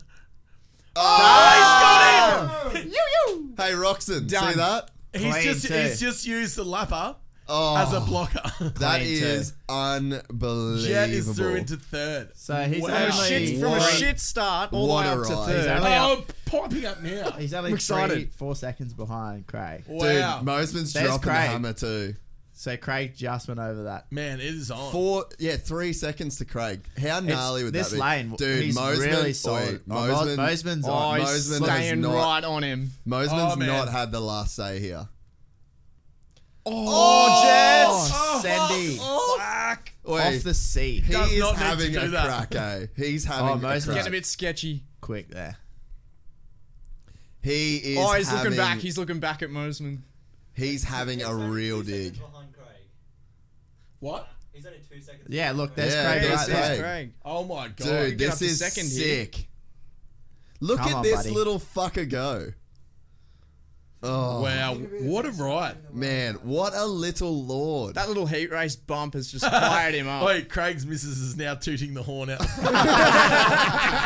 Speaker 2: Oh, Hey, Roxon,
Speaker 5: Done.
Speaker 2: see that?
Speaker 4: he's
Speaker 5: Clean
Speaker 4: just
Speaker 5: too.
Speaker 4: he's just used the Lapper
Speaker 2: Oh,
Speaker 4: as a blocker.
Speaker 2: that
Speaker 5: Clean too.
Speaker 2: is unbelievable.
Speaker 4: Jet is through into third.
Speaker 5: So he's
Speaker 4: Wow.
Speaker 5: only
Speaker 14: Shit, from a
Speaker 2: What?
Speaker 14: shit start all the
Speaker 2: What
Speaker 14: way
Speaker 2: a
Speaker 14: up to
Speaker 2: ride.
Speaker 14: third.
Speaker 5: Exactly.
Speaker 4: Oh, popping up now.
Speaker 5: He's only
Speaker 14: I'm
Speaker 5: three,
Speaker 14: excited.
Speaker 5: four seconds behind Craig.
Speaker 2: Dude,
Speaker 4: Wow.
Speaker 2: Mosman's
Speaker 5: There's
Speaker 2: dropping the
Speaker 5: Craig.
Speaker 2: hammer too.
Speaker 5: So Craig just went over that.
Speaker 4: Man, it is on.
Speaker 2: Four, yeah, three seconds to Craig. How gnarly would
Speaker 5: this
Speaker 2: that be?
Speaker 5: lane,
Speaker 2: dude?
Speaker 5: he's
Speaker 2: Mosman,
Speaker 5: really
Speaker 2: oi,
Speaker 5: solid. Oh,
Speaker 2: Mosman,
Speaker 5: Mos- Mosman's
Speaker 2: oh,
Speaker 5: on.
Speaker 14: Oh, he's
Speaker 2: Mosman has
Speaker 14: staying
Speaker 2: not,
Speaker 14: right on him.
Speaker 2: Mosman's
Speaker 4: Oh, man.
Speaker 2: not had the last say here.
Speaker 5: Oh, Jets! Sandy.
Speaker 4: Oh, Fuck.
Speaker 2: Oi,
Speaker 5: Off the seat.
Speaker 2: he
Speaker 4: does
Speaker 2: is
Speaker 4: not need to
Speaker 2: having
Speaker 4: do
Speaker 2: a
Speaker 4: that.
Speaker 2: crack, eh? He's
Speaker 5: Oh,
Speaker 2: having a
Speaker 5: Mosman's
Speaker 2: crack.
Speaker 14: Getting a bit sketchy.
Speaker 5: Quick there.
Speaker 2: he is.
Speaker 14: oh, he's
Speaker 2: having-
Speaker 14: looking back. He's looking back at Mosman.
Speaker 2: he's having a real dig.
Speaker 7: Behind Craig.
Speaker 4: What?
Speaker 7: He's only two seconds.
Speaker 5: Yeah,
Speaker 7: behind
Speaker 5: look,
Speaker 7: Craig.
Speaker 5: there's
Speaker 2: Yeah,
Speaker 5: Craig
Speaker 2: there's
Speaker 5: right
Speaker 2: Craig.
Speaker 5: there.
Speaker 14: There's Craig.
Speaker 4: Oh my god.
Speaker 2: Dude,
Speaker 14: get up
Speaker 2: this
Speaker 14: to
Speaker 2: is
Speaker 14: second here.
Speaker 2: sick. Look
Speaker 5: Come
Speaker 2: at
Speaker 5: on,
Speaker 2: this
Speaker 5: buddy.
Speaker 2: little fucker go. Oh
Speaker 4: Wow, what a ride.
Speaker 2: man, what a little lord.
Speaker 14: That little heat race bump has just fired him up.
Speaker 4: Wait, Craig's missus is now tooting the horn out. the front.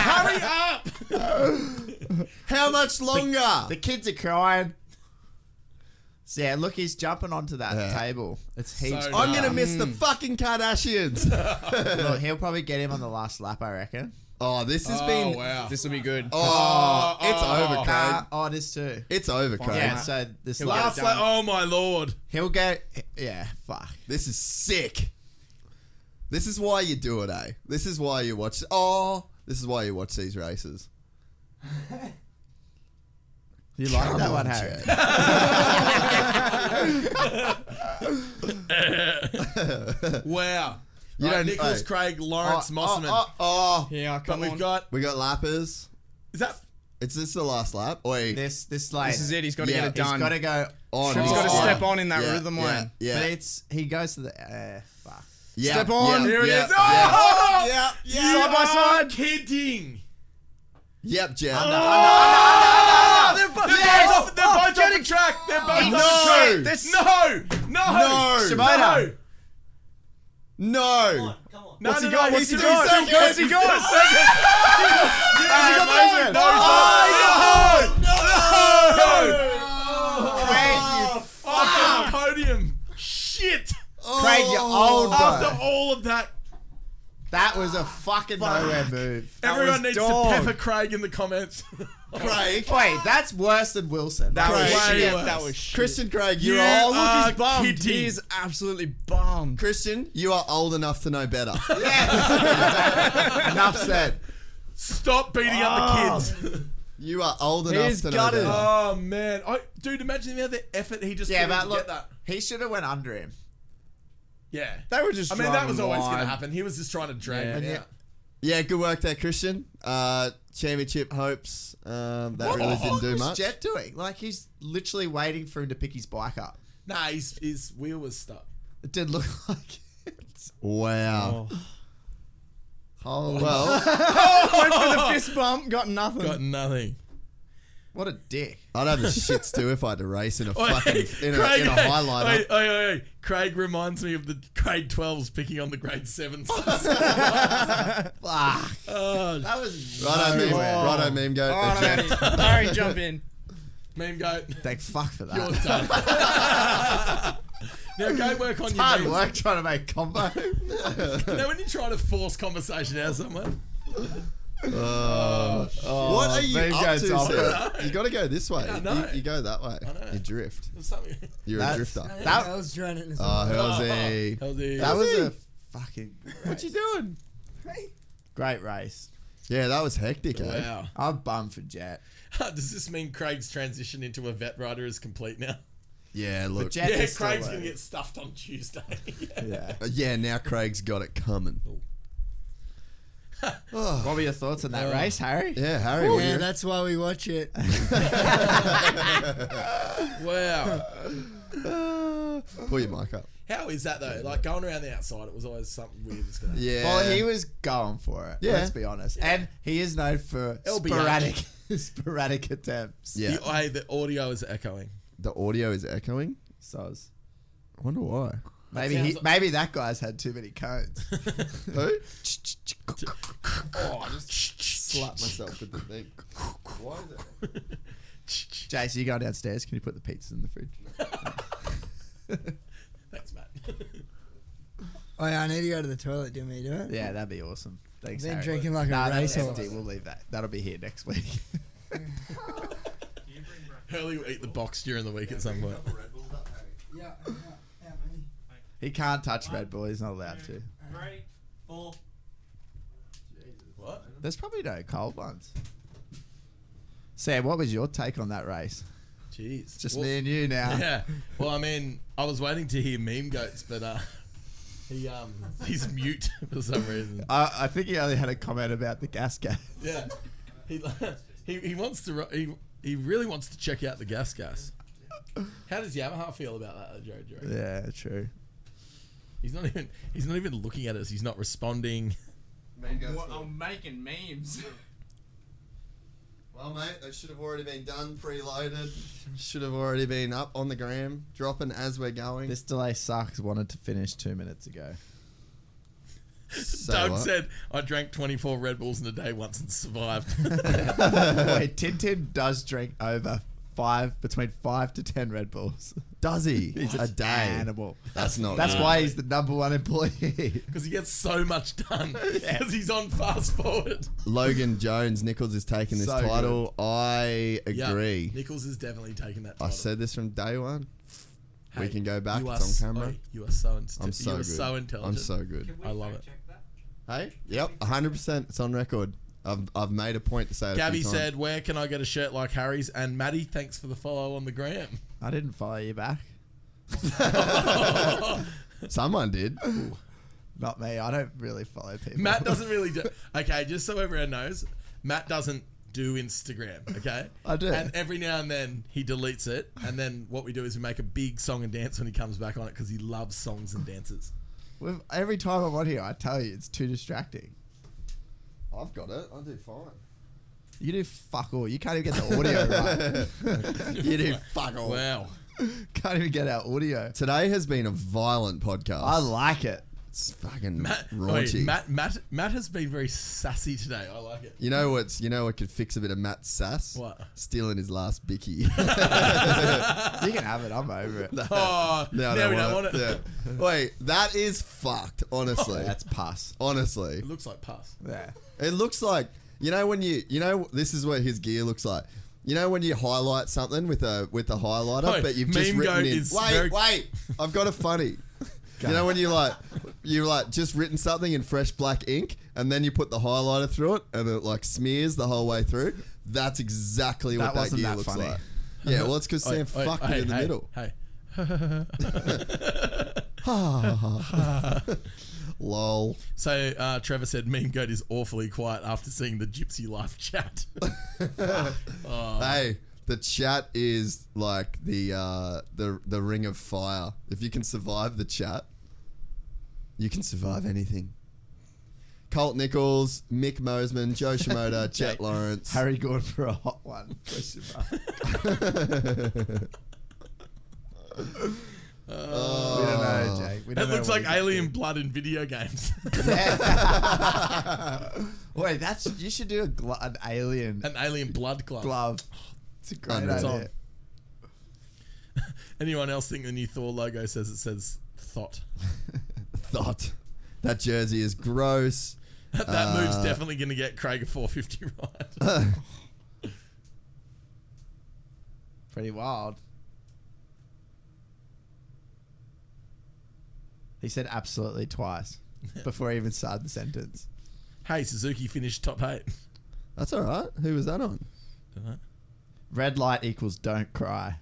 Speaker 4: Hurry up!
Speaker 2: How much longer?
Speaker 5: The kids are crying. So yeah, look, he's jumping onto that table. It's heaps.
Speaker 4: So
Speaker 2: I'm
Speaker 5: hard.
Speaker 14: Ah.
Speaker 2: gonna miss the
Speaker 14: Mm.
Speaker 2: fucking Kardashians.
Speaker 5: Look, he'll probably get him on the last lap, I reckon.
Speaker 2: oh, this has
Speaker 4: Oh,
Speaker 2: been.
Speaker 4: wow.
Speaker 14: This will be good.
Speaker 2: Oh, it's over, Craig.
Speaker 14: Ah.
Speaker 5: Uh, oh, this too.
Speaker 2: It's over, Craig.
Speaker 5: Yeah, so this
Speaker 14: He'll get
Speaker 5: last
Speaker 14: it
Speaker 4: Last lap. Oh my lord.
Speaker 5: he'll go. Yeah, fuck.
Speaker 2: This is sick. This is why you do it, eh? This is why you watch. Oh, this is why you watch these races.
Speaker 5: You like that one, Harry?
Speaker 4: Wow.
Speaker 2: You
Speaker 4: right,
Speaker 2: don't-
Speaker 4: Nicholas
Speaker 2: oh.
Speaker 4: Craig, Lawrence
Speaker 2: oh,
Speaker 4: Mossman.
Speaker 2: oh, oh.
Speaker 14: Yeah,
Speaker 4: but
Speaker 14: come
Speaker 4: we've
Speaker 14: on.
Speaker 4: got
Speaker 2: We got lappers.
Speaker 4: is that
Speaker 2: Is this the last lap? Oi,
Speaker 5: This this lane.
Speaker 14: This is it. He's got to
Speaker 2: Yeah,
Speaker 14: get it done.
Speaker 5: He's got to go
Speaker 2: on.
Speaker 14: He's
Speaker 2: on,
Speaker 14: gotta
Speaker 2: on.
Speaker 14: step on in that
Speaker 2: yeah,
Speaker 14: rhythm
Speaker 2: yeah,
Speaker 14: lane.
Speaker 2: Yeah,
Speaker 5: But it's he goes to the uh, fuck.
Speaker 2: yeah,
Speaker 14: step on.
Speaker 2: Yeah,
Speaker 14: Here it
Speaker 2: yeah,
Speaker 14: is.
Speaker 2: Yeah.
Speaker 4: Oh!
Speaker 2: yeah, yeah.
Speaker 14: Side by
Speaker 4: I'm
Speaker 14: side. Oh,
Speaker 4: kidding.
Speaker 2: Yep, Jet.
Speaker 4: They're both, they're both, they're both off the track. They're both
Speaker 2: No.
Speaker 4: off the track. No, no,
Speaker 2: No.
Speaker 4: no.
Speaker 2: No.
Speaker 7: Come on.
Speaker 4: No,
Speaker 2: What's
Speaker 4: no,
Speaker 2: he
Speaker 4: no,
Speaker 2: got?
Speaker 4: he's
Speaker 2: What's he
Speaker 4: still
Speaker 2: got?
Speaker 4: second.
Speaker 2: What's he got?
Speaker 4: He's still second. He's still second. No, he's not.
Speaker 5: Craig, you
Speaker 4: Off the podium. Shit.
Speaker 2: Oh.
Speaker 5: Craig, you're old, bro.
Speaker 4: After all of that,
Speaker 5: That was a fucking nowhere move. That
Speaker 4: everyone
Speaker 5: was
Speaker 4: needs
Speaker 5: dog.
Speaker 4: to pepper Craig in the comments.
Speaker 2: Craig.
Speaker 5: Wait, that's worse than Wilson. That
Speaker 4: was
Speaker 5: was
Speaker 4: shit.
Speaker 5: shit.
Speaker 4: worse.
Speaker 5: That was shit.
Speaker 2: Christian Craig, you're
Speaker 4: You
Speaker 2: old.
Speaker 4: are
Speaker 2: Look, he's bummed.
Speaker 4: kidding.
Speaker 14: He is absolutely bummed.
Speaker 2: Christian, you are old enough to know better.
Speaker 5: Enough said.
Speaker 4: Stop beating up the kids.
Speaker 2: you are old enough
Speaker 14: He's
Speaker 2: to know
Speaker 14: gutted.
Speaker 2: better.
Speaker 4: Oh man, I, dude, imagine the other effort he just
Speaker 5: Yeah,
Speaker 4: put in
Speaker 5: but
Speaker 4: to
Speaker 5: look,
Speaker 4: get that.
Speaker 5: he should have went under him.
Speaker 4: Yeah,
Speaker 14: They were just.
Speaker 4: I mean that was always going to
Speaker 14: to
Speaker 4: happen. He was just trying to drag
Speaker 5: Yeah.
Speaker 4: it
Speaker 5: And
Speaker 4: out.
Speaker 5: yet-
Speaker 2: Yeah, good work there, Christian. Uh, championship hopes. Um, that really didn't
Speaker 5: What
Speaker 2: do
Speaker 5: was
Speaker 2: much.
Speaker 5: Jet doing? Like he's literally waiting for him to pick his bike up.
Speaker 4: Nah, his, his wheel was stuck.
Speaker 5: It did look like. It.
Speaker 2: Wow.
Speaker 5: Oh,
Speaker 2: Well,
Speaker 14: Went for the fist bump, Oh. got nothing.
Speaker 4: Got nothing.
Speaker 5: what a dick!
Speaker 2: I'd have the shits too if I had to race in a
Speaker 4: Oi,
Speaker 2: fucking in a, in a
Speaker 4: hey,
Speaker 2: highlighter.
Speaker 4: oi, oi, oi, oi. Craig reminds me of the grade 12s picking on the grade 7s.
Speaker 5: Fuck.
Speaker 4: oh,
Speaker 5: That was
Speaker 2: Righto meme,
Speaker 5: nowhere.
Speaker 2: righto meme goat.
Speaker 14: All
Speaker 2: That's
Speaker 14: right,
Speaker 2: it.
Speaker 14: Harry, jump in.
Speaker 4: meme goat,
Speaker 5: Thank fuck for
Speaker 4: you're done.
Speaker 5: that.
Speaker 4: now go work on
Speaker 5: Hard
Speaker 4: your memes.
Speaker 5: work trying to make combo.
Speaker 4: Now when you try to force conversation out of someone,
Speaker 2: what are you
Speaker 5: meme
Speaker 2: up
Speaker 5: goat's
Speaker 2: to?
Speaker 5: off
Speaker 2: Seb? You got to go this way.
Speaker 4: know.
Speaker 2: You, you go that way. You drift.
Speaker 4: there's something.
Speaker 2: You're
Speaker 5: That's-
Speaker 2: a drifter.
Speaker 10: That I was drowning in his
Speaker 2: Oh, Halsey.
Speaker 4: That was the-
Speaker 5: That was a fucking
Speaker 2: What you doing?
Speaker 5: great race.
Speaker 2: Yeah, that was hectic. Eh?
Speaker 4: wow.
Speaker 5: I'm bummed for Jet.
Speaker 4: Does this mean Craig's transition into a vet rider is complete now?
Speaker 2: Yeah, look.
Speaker 4: yeah, Craig's gonna get stuffed on Tuesday.
Speaker 2: Yeah. Uh, yeah, now Craig's got it coming.
Speaker 5: What were your thoughts on that
Speaker 15: Oh.
Speaker 5: race, Harry?
Speaker 2: Yeah, Harry.
Speaker 10: yeah,
Speaker 2: what you-
Speaker 10: that's why we watch it.
Speaker 4: wow.
Speaker 2: Pull your mic up.
Speaker 4: How is that though? Like going around the outside, it was always something weird that's gonna happen.
Speaker 2: Yeah.
Speaker 5: Well, he was going for it.
Speaker 2: Yeah.
Speaker 5: Let's be honest. And he is known for
Speaker 4: LBH.
Speaker 5: sporadic, sporadic attempts.
Speaker 2: Yeah.
Speaker 4: The, I, the audio is echoing.
Speaker 2: The audio is echoing.
Speaker 5: So
Speaker 2: I wonder why.
Speaker 5: maybe
Speaker 4: sounds
Speaker 5: he,
Speaker 4: like-
Speaker 5: maybe that guy's had too many cones.
Speaker 2: Who? oh, I just slapped myself with the thing. Why is it?
Speaker 5: Jace, you go downstairs. Can you put the pizzas in the fridge?
Speaker 4: Thanks, Matt.
Speaker 10: Oh, yeah, I need to go to the toilet. Do you want me to do it?
Speaker 5: Yeah, that'd be awesome. Thanks.
Speaker 10: Been
Speaker 5: Harry.
Speaker 10: drinking like a
Speaker 5: Nah, that's
Speaker 10: racehorse.
Speaker 5: empty. We'll leave that. That'll be here next week.
Speaker 4: Hurley will eat the box during the week at some point.
Speaker 10: Yeah.
Speaker 5: he can't touch Red Bull. He's not allowed to.
Speaker 7: Three, four.
Speaker 4: What?
Speaker 5: There's probably no cold ones. Sam, what was your take on that race?
Speaker 4: Jeez.
Speaker 5: Just
Speaker 4: Well-
Speaker 5: me and you now.
Speaker 4: Yeah. Well, I mean, I was waiting to hear meme goats, but uh, he um he's mute for some reason.
Speaker 5: I, I think he only had a comment about the gas gas.
Speaker 4: Yeah. He he, he wants to ru- he he really wants to check out the gas gas. How does Yamaha feel about that, though, Jared? do you reckon?
Speaker 5: Yeah, true.
Speaker 4: He's not even he's not even looking at us. He's not responding.
Speaker 2: Mango.
Speaker 15: I'm making memes.
Speaker 2: Well, mate, they should have already been done, preloaded. Should have already been up on the gram, dropping as we're going.
Speaker 5: This delay sucks. Wanted to finish two minutes ago.
Speaker 2: So
Speaker 4: Doug
Speaker 2: what?
Speaker 4: said, "I drank 24 Red Bulls in a day once and survived."
Speaker 5: Wait, Tintin does drink over five between five to ten Red Bulls.
Speaker 2: "Does he
Speaker 5: He's
Speaker 2: a day?
Speaker 5: animal.
Speaker 2: That's not.
Speaker 5: That's
Speaker 2: good.
Speaker 5: why he's the number one employee.
Speaker 4: Because he gets so much done. Because he's on fast forward.
Speaker 2: Logan Jones Nichols is taking this
Speaker 5: So
Speaker 2: title. I
Speaker 4: Yeah,
Speaker 2: agree.
Speaker 4: Nichols is definitely taking that. Title.
Speaker 2: I said this from day one.
Speaker 4: Hey,
Speaker 2: we can go back.
Speaker 4: you are
Speaker 2: It's
Speaker 4: so-
Speaker 2: on camera.
Speaker 4: you are so. intelligent.
Speaker 2: I'm so
Speaker 4: you are
Speaker 2: good.
Speaker 4: so intelligent.
Speaker 2: I'm so good.
Speaker 7: Can we
Speaker 4: I love
Speaker 7: fact
Speaker 4: it.
Speaker 7: check that?
Speaker 2: Hey, yep, 100. percent It's on record. I've, I've made a point to say. It a few
Speaker 4: Gabby
Speaker 2: times.
Speaker 4: said, "Where can I get a shirt like Harry's?" And Maddie, thanks for the follow on the gram.
Speaker 5: I didn't follow you back.
Speaker 2: someone did.
Speaker 5: Not me. I don't really follow people.
Speaker 4: Matt doesn't really do. Okay, just so everyone knows, Matt doesn't do Instagram. Okay,
Speaker 5: I do.
Speaker 4: And every now and then he deletes it, and then what we do is we make a big song and dance when he comes back on it because he loves songs and dances.
Speaker 5: With- Every time I'm on here, I tell you it's too distracting.
Speaker 2: I've got it. I do fine.
Speaker 5: You do fuck all. You can't even get the audio right.
Speaker 2: you do fuck all.
Speaker 4: Wow.
Speaker 5: Can't even get our audio.
Speaker 2: Today has been a violent podcast.
Speaker 5: I like it.
Speaker 2: it's fucking
Speaker 4: Matt,
Speaker 2: raunchy.
Speaker 4: wait, Matt, Matt, Matt has been very sassy today. I like it.
Speaker 2: You know what's you know what could fix a bit of Matt's sass?
Speaker 4: What?
Speaker 2: Stealing his last bicky.
Speaker 5: You can have it. I'm over it.
Speaker 4: Oh, now, we don't want it. Oh,
Speaker 2: Yeah. Wait, that is fucked, honestly.
Speaker 5: That's pass.
Speaker 2: honestly.
Speaker 4: It looks like pus.
Speaker 5: Yeah.
Speaker 2: It looks like you know when you you know this is what his gear looks like. You know when you highlight something with a with a highlighter,
Speaker 4: Oh,
Speaker 2: but you've just
Speaker 4: meme
Speaker 2: written
Speaker 4: goat
Speaker 2: in.
Speaker 4: is
Speaker 2: Wait,
Speaker 4: very-
Speaker 2: wait! I've got a funny. you know when you like you like just written something in fresh black ink, and then you put the highlighter through it, and it like smears the whole way through. That's exactly
Speaker 5: That
Speaker 2: what that
Speaker 5: wasn't
Speaker 2: gear
Speaker 5: that
Speaker 2: looks
Speaker 5: funny.
Speaker 2: like. Yeah, well, it's because
Speaker 4: Oi,
Speaker 2: Sam
Speaker 4: oi,
Speaker 2: fucked
Speaker 4: hey,
Speaker 2: it in the
Speaker 4: hey,
Speaker 2: middle.
Speaker 4: Hey.
Speaker 2: Lol.
Speaker 4: So uh, Trevor said, "Meme goat is awfully quiet after seeing the Gypsy Life chat."
Speaker 2: Hey, the chat is like the uh, the the ring of fire. If you can survive the chat, you can survive anything. Colt Nichols, Mick Mosman, Joe Shimoda, Jet Lawrence.
Speaker 5: Harry Gordon for a hot one. Question mark. we don't know,
Speaker 2: Oh,
Speaker 5: Jake. We
Speaker 4: It
Speaker 5: don't know
Speaker 4: looks
Speaker 5: what
Speaker 4: like
Speaker 5: he's-
Speaker 4: alien blood in video games.
Speaker 5: Wait, that's you should do a glo- an alien
Speaker 4: An alien blood club.
Speaker 5: glove. It's a great
Speaker 2: Unreal.
Speaker 5: idea.
Speaker 4: Anyone else think the new Thor logo says it says "thot"?
Speaker 2: Thought. That jersey is gross.
Speaker 4: That move's definitely going to get Craig a 450 right.
Speaker 5: Pretty wild. He said absolutely twice before he even started the sentence.
Speaker 4: hey, Suzuki finished top eight.
Speaker 2: That's all right. Who was that on?
Speaker 5: Red light equals don't cry.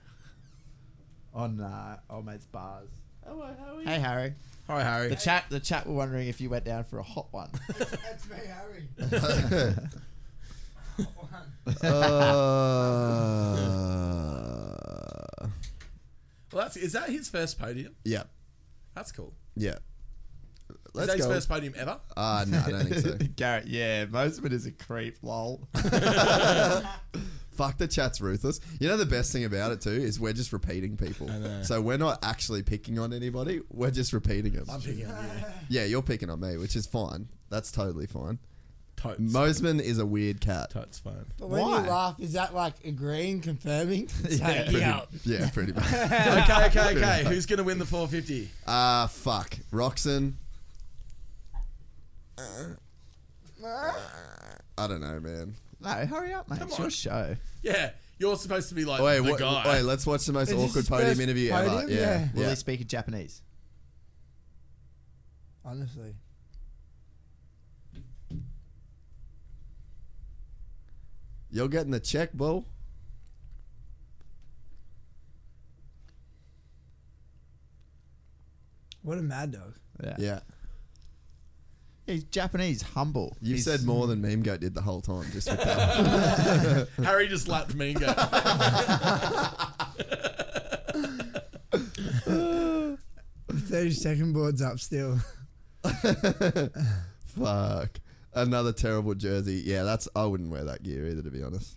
Speaker 5: on uh, old mate's bars.
Speaker 15: Hello, how are you?
Speaker 5: Hey Harry.
Speaker 4: Hi Harry.
Speaker 5: The chat the chat were wondering if you went down for a hot one.
Speaker 10: That's me, Harry.
Speaker 1: Uh,
Speaker 4: Well, that's, is that his first podium?
Speaker 1: yeah,
Speaker 4: That's cool.
Speaker 1: yeah.
Speaker 4: Is
Speaker 1: Let's
Speaker 4: that his
Speaker 1: go.
Speaker 4: first podium ever?
Speaker 1: Ah, no, I don't think so.
Speaker 5: Garrett, yeah, most of it is a creep, lol.
Speaker 2: Fuck the chat's ruthless. You know the best thing about it too is we're just repeating people. So we're not actually picking on anybody. We're just repeating them.
Speaker 4: I'm picking on you.
Speaker 2: yeah, you're picking on me, which is fine. That's totally fine.
Speaker 4: Totes.
Speaker 2: Mosman is a weird cat.
Speaker 4: Totes fine.
Speaker 10: But when
Speaker 2: Why?
Speaker 10: you laugh, is that like agreeing, confirming? It's like,
Speaker 2: pretty,
Speaker 10: yeah.
Speaker 2: yeah, pretty much.
Speaker 4: okay, okay, okay. Who's gonna win the 450?
Speaker 2: Ah, fuck. Roxon. I don't know, man.
Speaker 5: no, hurry up, mate. It's
Speaker 4: on.
Speaker 5: your show.
Speaker 4: Yeah, you're supposed to be like
Speaker 2: Wait,
Speaker 4: the
Speaker 2: what,
Speaker 4: guy.
Speaker 2: wait. Let's watch the most
Speaker 10: Is this
Speaker 2: awkward
Speaker 10: his
Speaker 2: podium
Speaker 10: first
Speaker 2: interview ever.
Speaker 10: podium?
Speaker 2: Yeah,
Speaker 10: Yeah.
Speaker 5: Will
Speaker 2: yeah.
Speaker 5: they speak in Japanese?
Speaker 10: Honestly.
Speaker 2: You're getting the check, bro.
Speaker 10: What a mad dog.
Speaker 2: Yeah.
Speaker 5: He's Japanese, humble.
Speaker 2: You've
Speaker 5: He's-
Speaker 2: said more than Meme Goat did the whole time, just with that. one.
Speaker 4: Harry just lapped me and go.
Speaker 10: Thirty second board's up still.
Speaker 2: Fuck. Another terrible jersey. Yeah, that's. I wouldn't wear that gear either, to be honest.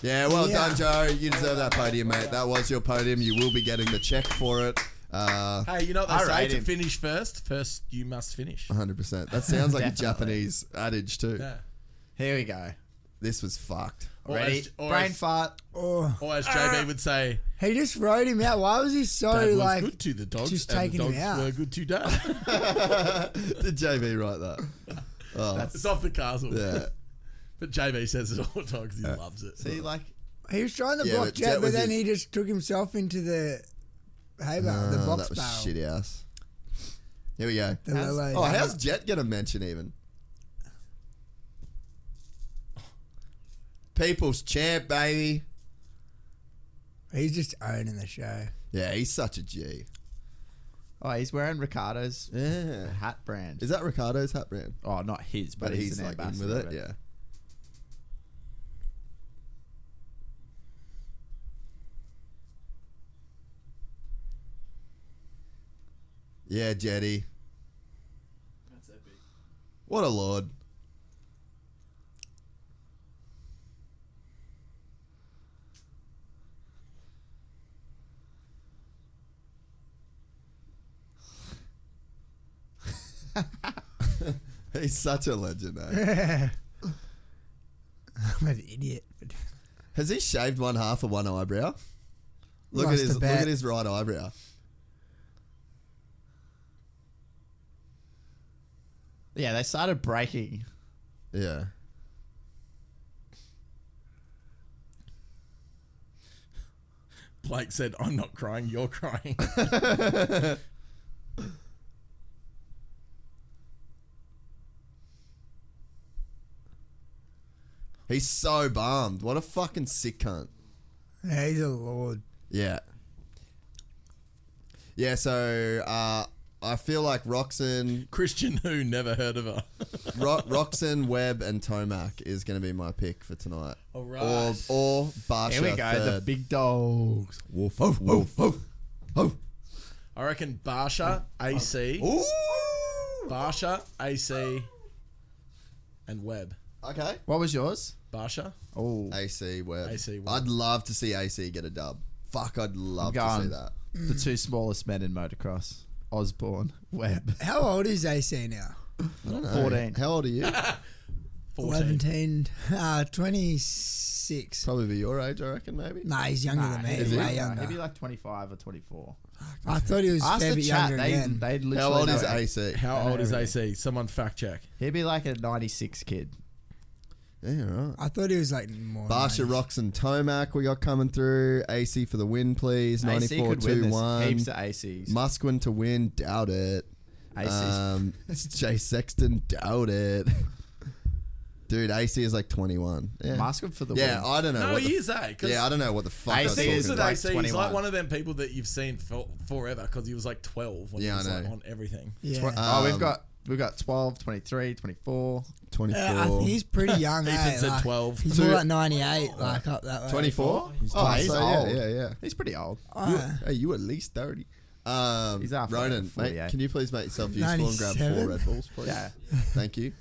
Speaker 2: Yeah, well
Speaker 10: Yeah.
Speaker 2: done, Joe. You deserve that podium, mate. That was your podium. You will be getting the check for it. Uh,
Speaker 4: Hey, you know what they
Speaker 5: I
Speaker 4: say
Speaker 5: rate
Speaker 4: to
Speaker 5: him.
Speaker 4: finish first. First, you must finish.
Speaker 2: 100%. That sounds like a Japanese adage, too.
Speaker 4: Yeah.
Speaker 5: Here we go.
Speaker 2: This was fucked.
Speaker 4: Or
Speaker 5: Ready?
Speaker 4: as, or
Speaker 5: Brain Ah.
Speaker 4: as,
Speaker 5: fart.
Speaker 10: Oh,
Speaker 4: or as JB would say,
Speaker 10: he just rode him out. Why was he so
Speaker 4: Dad was
Speaker 10: like?
Speaker 4: good to the dogs,
Speaker 10: just
Speaker 4: and the
Speaker 10: taking him
Speaker 4: dogs
Speaker 10: out.
Speaker 4: were good to Dad.
Speaker 2: Did JB write that?
Speaker 4: it's off the castle.
Speaker 2: Yeah.
Speaker 4: But JB says it all the time because he loves it.
Speaker 5: See, like,
Speaker 10: He was trying to
Speaker 2: Yeah,
Speaker 10: block
Speaker 2: but
Speaker 10: Jet,
Speaker 2: Jet was
Speaker 10: but then
Speaker 2: his-
Speaker 10: he just took himself into the hay barrel, the
Speaker 2: Oh,
Speaker 10: box
Speaker 2: that was
Speaker 10: barrel.
Speaker 2: shitty ass. Here we go.
Speaker 10: The Lele.
Speaker 2: oh, how's Jet get a mention even? People's champ, baby.
Speaker 10: He's just owning the show.
Speaker 2: Yeah, he's such a G.
Speaker 5: oh, he's wearing Ricardo's
Speaker 2: Yeah.
Speaker 5: hat brand.
Speaker 2: Is that Ricardo's hat brand?
Speaker 5: oh, not his, but,
Speaker 2: But he's,
Speaker 5: an
Speaker 2: like in
Speaker 5: ambassador
Speaker 2: with it.
Speaker 5: of
Speaker 2: Yeah. Yeah, Jetty.
Speaker 7: That's epic.
Speaker 2: What a lord. He's such a legend, eh? though.
Speaker 10: I'm an idiot.
Speaker 2: Has he shaved one half of one eyebrow? Look
Speaker 10: Lost
Speaker 2: at
Speaker 10: a
Speaker 2: his look
Speaker 10: bet.
Speaker 2: at his right eyebrow.
Speaker 5: Yeah, they started breaking.
Speaker 2: Yeah.
Speaker 4: Blake said, "I'm not crying. You're crying."
Speaker 2: He's so bummed. What a fucking sick cunt.
Speaker 10: Yeah, he's a lord.
Speaker 2: Yeah. Yeah, so uh, I feel like Roxon,
Speaker 4: Christian, who never heard of her.
Speaker 2: Ro- Roxon, Webb, and Tomac is going to be my pick for tonight. All
Speaker 4: right.
Speaker 2: Or, or Barsha.
Speaker 5: Here we go, the
Speaker 2: Third.
Speaker 5: big dogs.
Speaker 2: Woof, woof, woof, woof. Oh.
Speaker 4: I reckon Barsha, AC,
Speaker 2: Ooh.
Speaker 4: Barsha, AC, and Webb.
Speaker 2: Okay.
Speaker 5: What was yours?
Speaker 4: Barsha.
Speaker 5: Oh,
Speaker 2: AC Webb.
Speaker 4: AC Webb.
Speaker 2: I'd love to see AC get a dub. Fuck, I'd love to see
Speaker 5: gone.
Speaker 2: that.
Speaker 5: the two smallest men in motocross Osborne, Webb.
Speaker 10: How old is AC now?
Speaker 5: 14.
Speaker 2: How old are you?
Speaker 4: 14.
Speaker 10: 17, uh, 26.
Speaker 2: Probably be your age, I reckon, maybe.
Speaker 10: Nah, he's younger
Speaker 5: Nah,
Speaker 10: than me.
Speaker 5: he'd be-
Speaker 10: Way
Speaker 5: nah,
Speaker 10: younger.
Speaker 5: He'd be like 25 or 24.
Speaker 10: I thought he was a
Speaker 5: Ask
Speaker 10: fair
Speaker 5: the
Speaker 10: bit
Speaker 5: chat.
Speaker 10: younger
Speaker 5: They,
Speaker 10: again.
Speaker 5: they literally
Speaker 2: How old
Speaker 5: know
Speaker 2: is
Speaker 5: it.
Speaker 2: AC?
Speaker 4: How old is
Speaker 5: Everything.
Speaker 4: AC? Someone fact check.
Speaker 5: He'd be like a 96 kid.
Speaker 2: Yeah, right.
Speaker 10: I thought he was like more.
Speaker 2: Barsha
Speaker 10: 90s.
Speaker 2: Rocks and Tomac we got coming through. AC for the win, please.
Speaker 5: AC could
Speaker 2: 94
Speaker 5: win this.
Speaker 2: 1.
Speaker 5: Heaps of ACs.
Speaker 2: Musquin to win, doubt it.
Speaker 5: ACs.
Speaker 2: Um, Jay Sexton, doubt it. Dude, AC is like 21. Yeah.
Speaker 5: Mask him for the
Speaker 2: Yeah,
Speaker 5: win.
Speaker 2: I don't know.
Speaker 4: No,
Speaker 2: what
Speaker 4: he
Speaker 2: the
Speaker 4: is eh? 'Cause
Speaker 2: Yeah, I don't know what the fuck. I was
Speaker 4: AC is
Speaker 2: talking
Speaker 4: at
Speaker 2: about.
Speaker 4: AC. He's like one of them people that you've seen for, forever because he was like 12 when
Speaker 2: Yeah,
Speaker 4: he
Speaker 2: I
Speaker 4: was like
Speaker 2: know.
Speaker 4: on everything.
Speaker 5: Tw-
Speaker 10: Uh,
Speaker 5: oh, we've got we've got 12, 23, 24.
Speaker 2: 24.
Speaker 10: Yeah, I
Speaker 4: Uh,
Speaker 10: think he's pretty young.
Speaker 4: Ethan
Speaker 10: eh?
Speaker 4: said
Speaker 10: like,
Speaker 4: 12.
Speaker 10: He's more like 98, like up that way.
Speaker 2: 24?
Speaker 5: Oh, he's
Speaker 2: so,
Speaker 5: old.
Speaker 2: Yeah, yeah, yeah.
Speaker 5: He's pretty old.
Speaker 2: You,
Speaker 10: Ah.
Speaker 2: hey, you at least 30. Um,
Speaker 5: He's after
Speaker 2: Ronan, mate,
Speaker 5: 48.
Speaker 2: can you please make yourself useful and grab four
Speaker 10: 97?
Speaker 2: Red Bulls, please?
Speaker 5: Yeah.
Speaker 2: Thank you.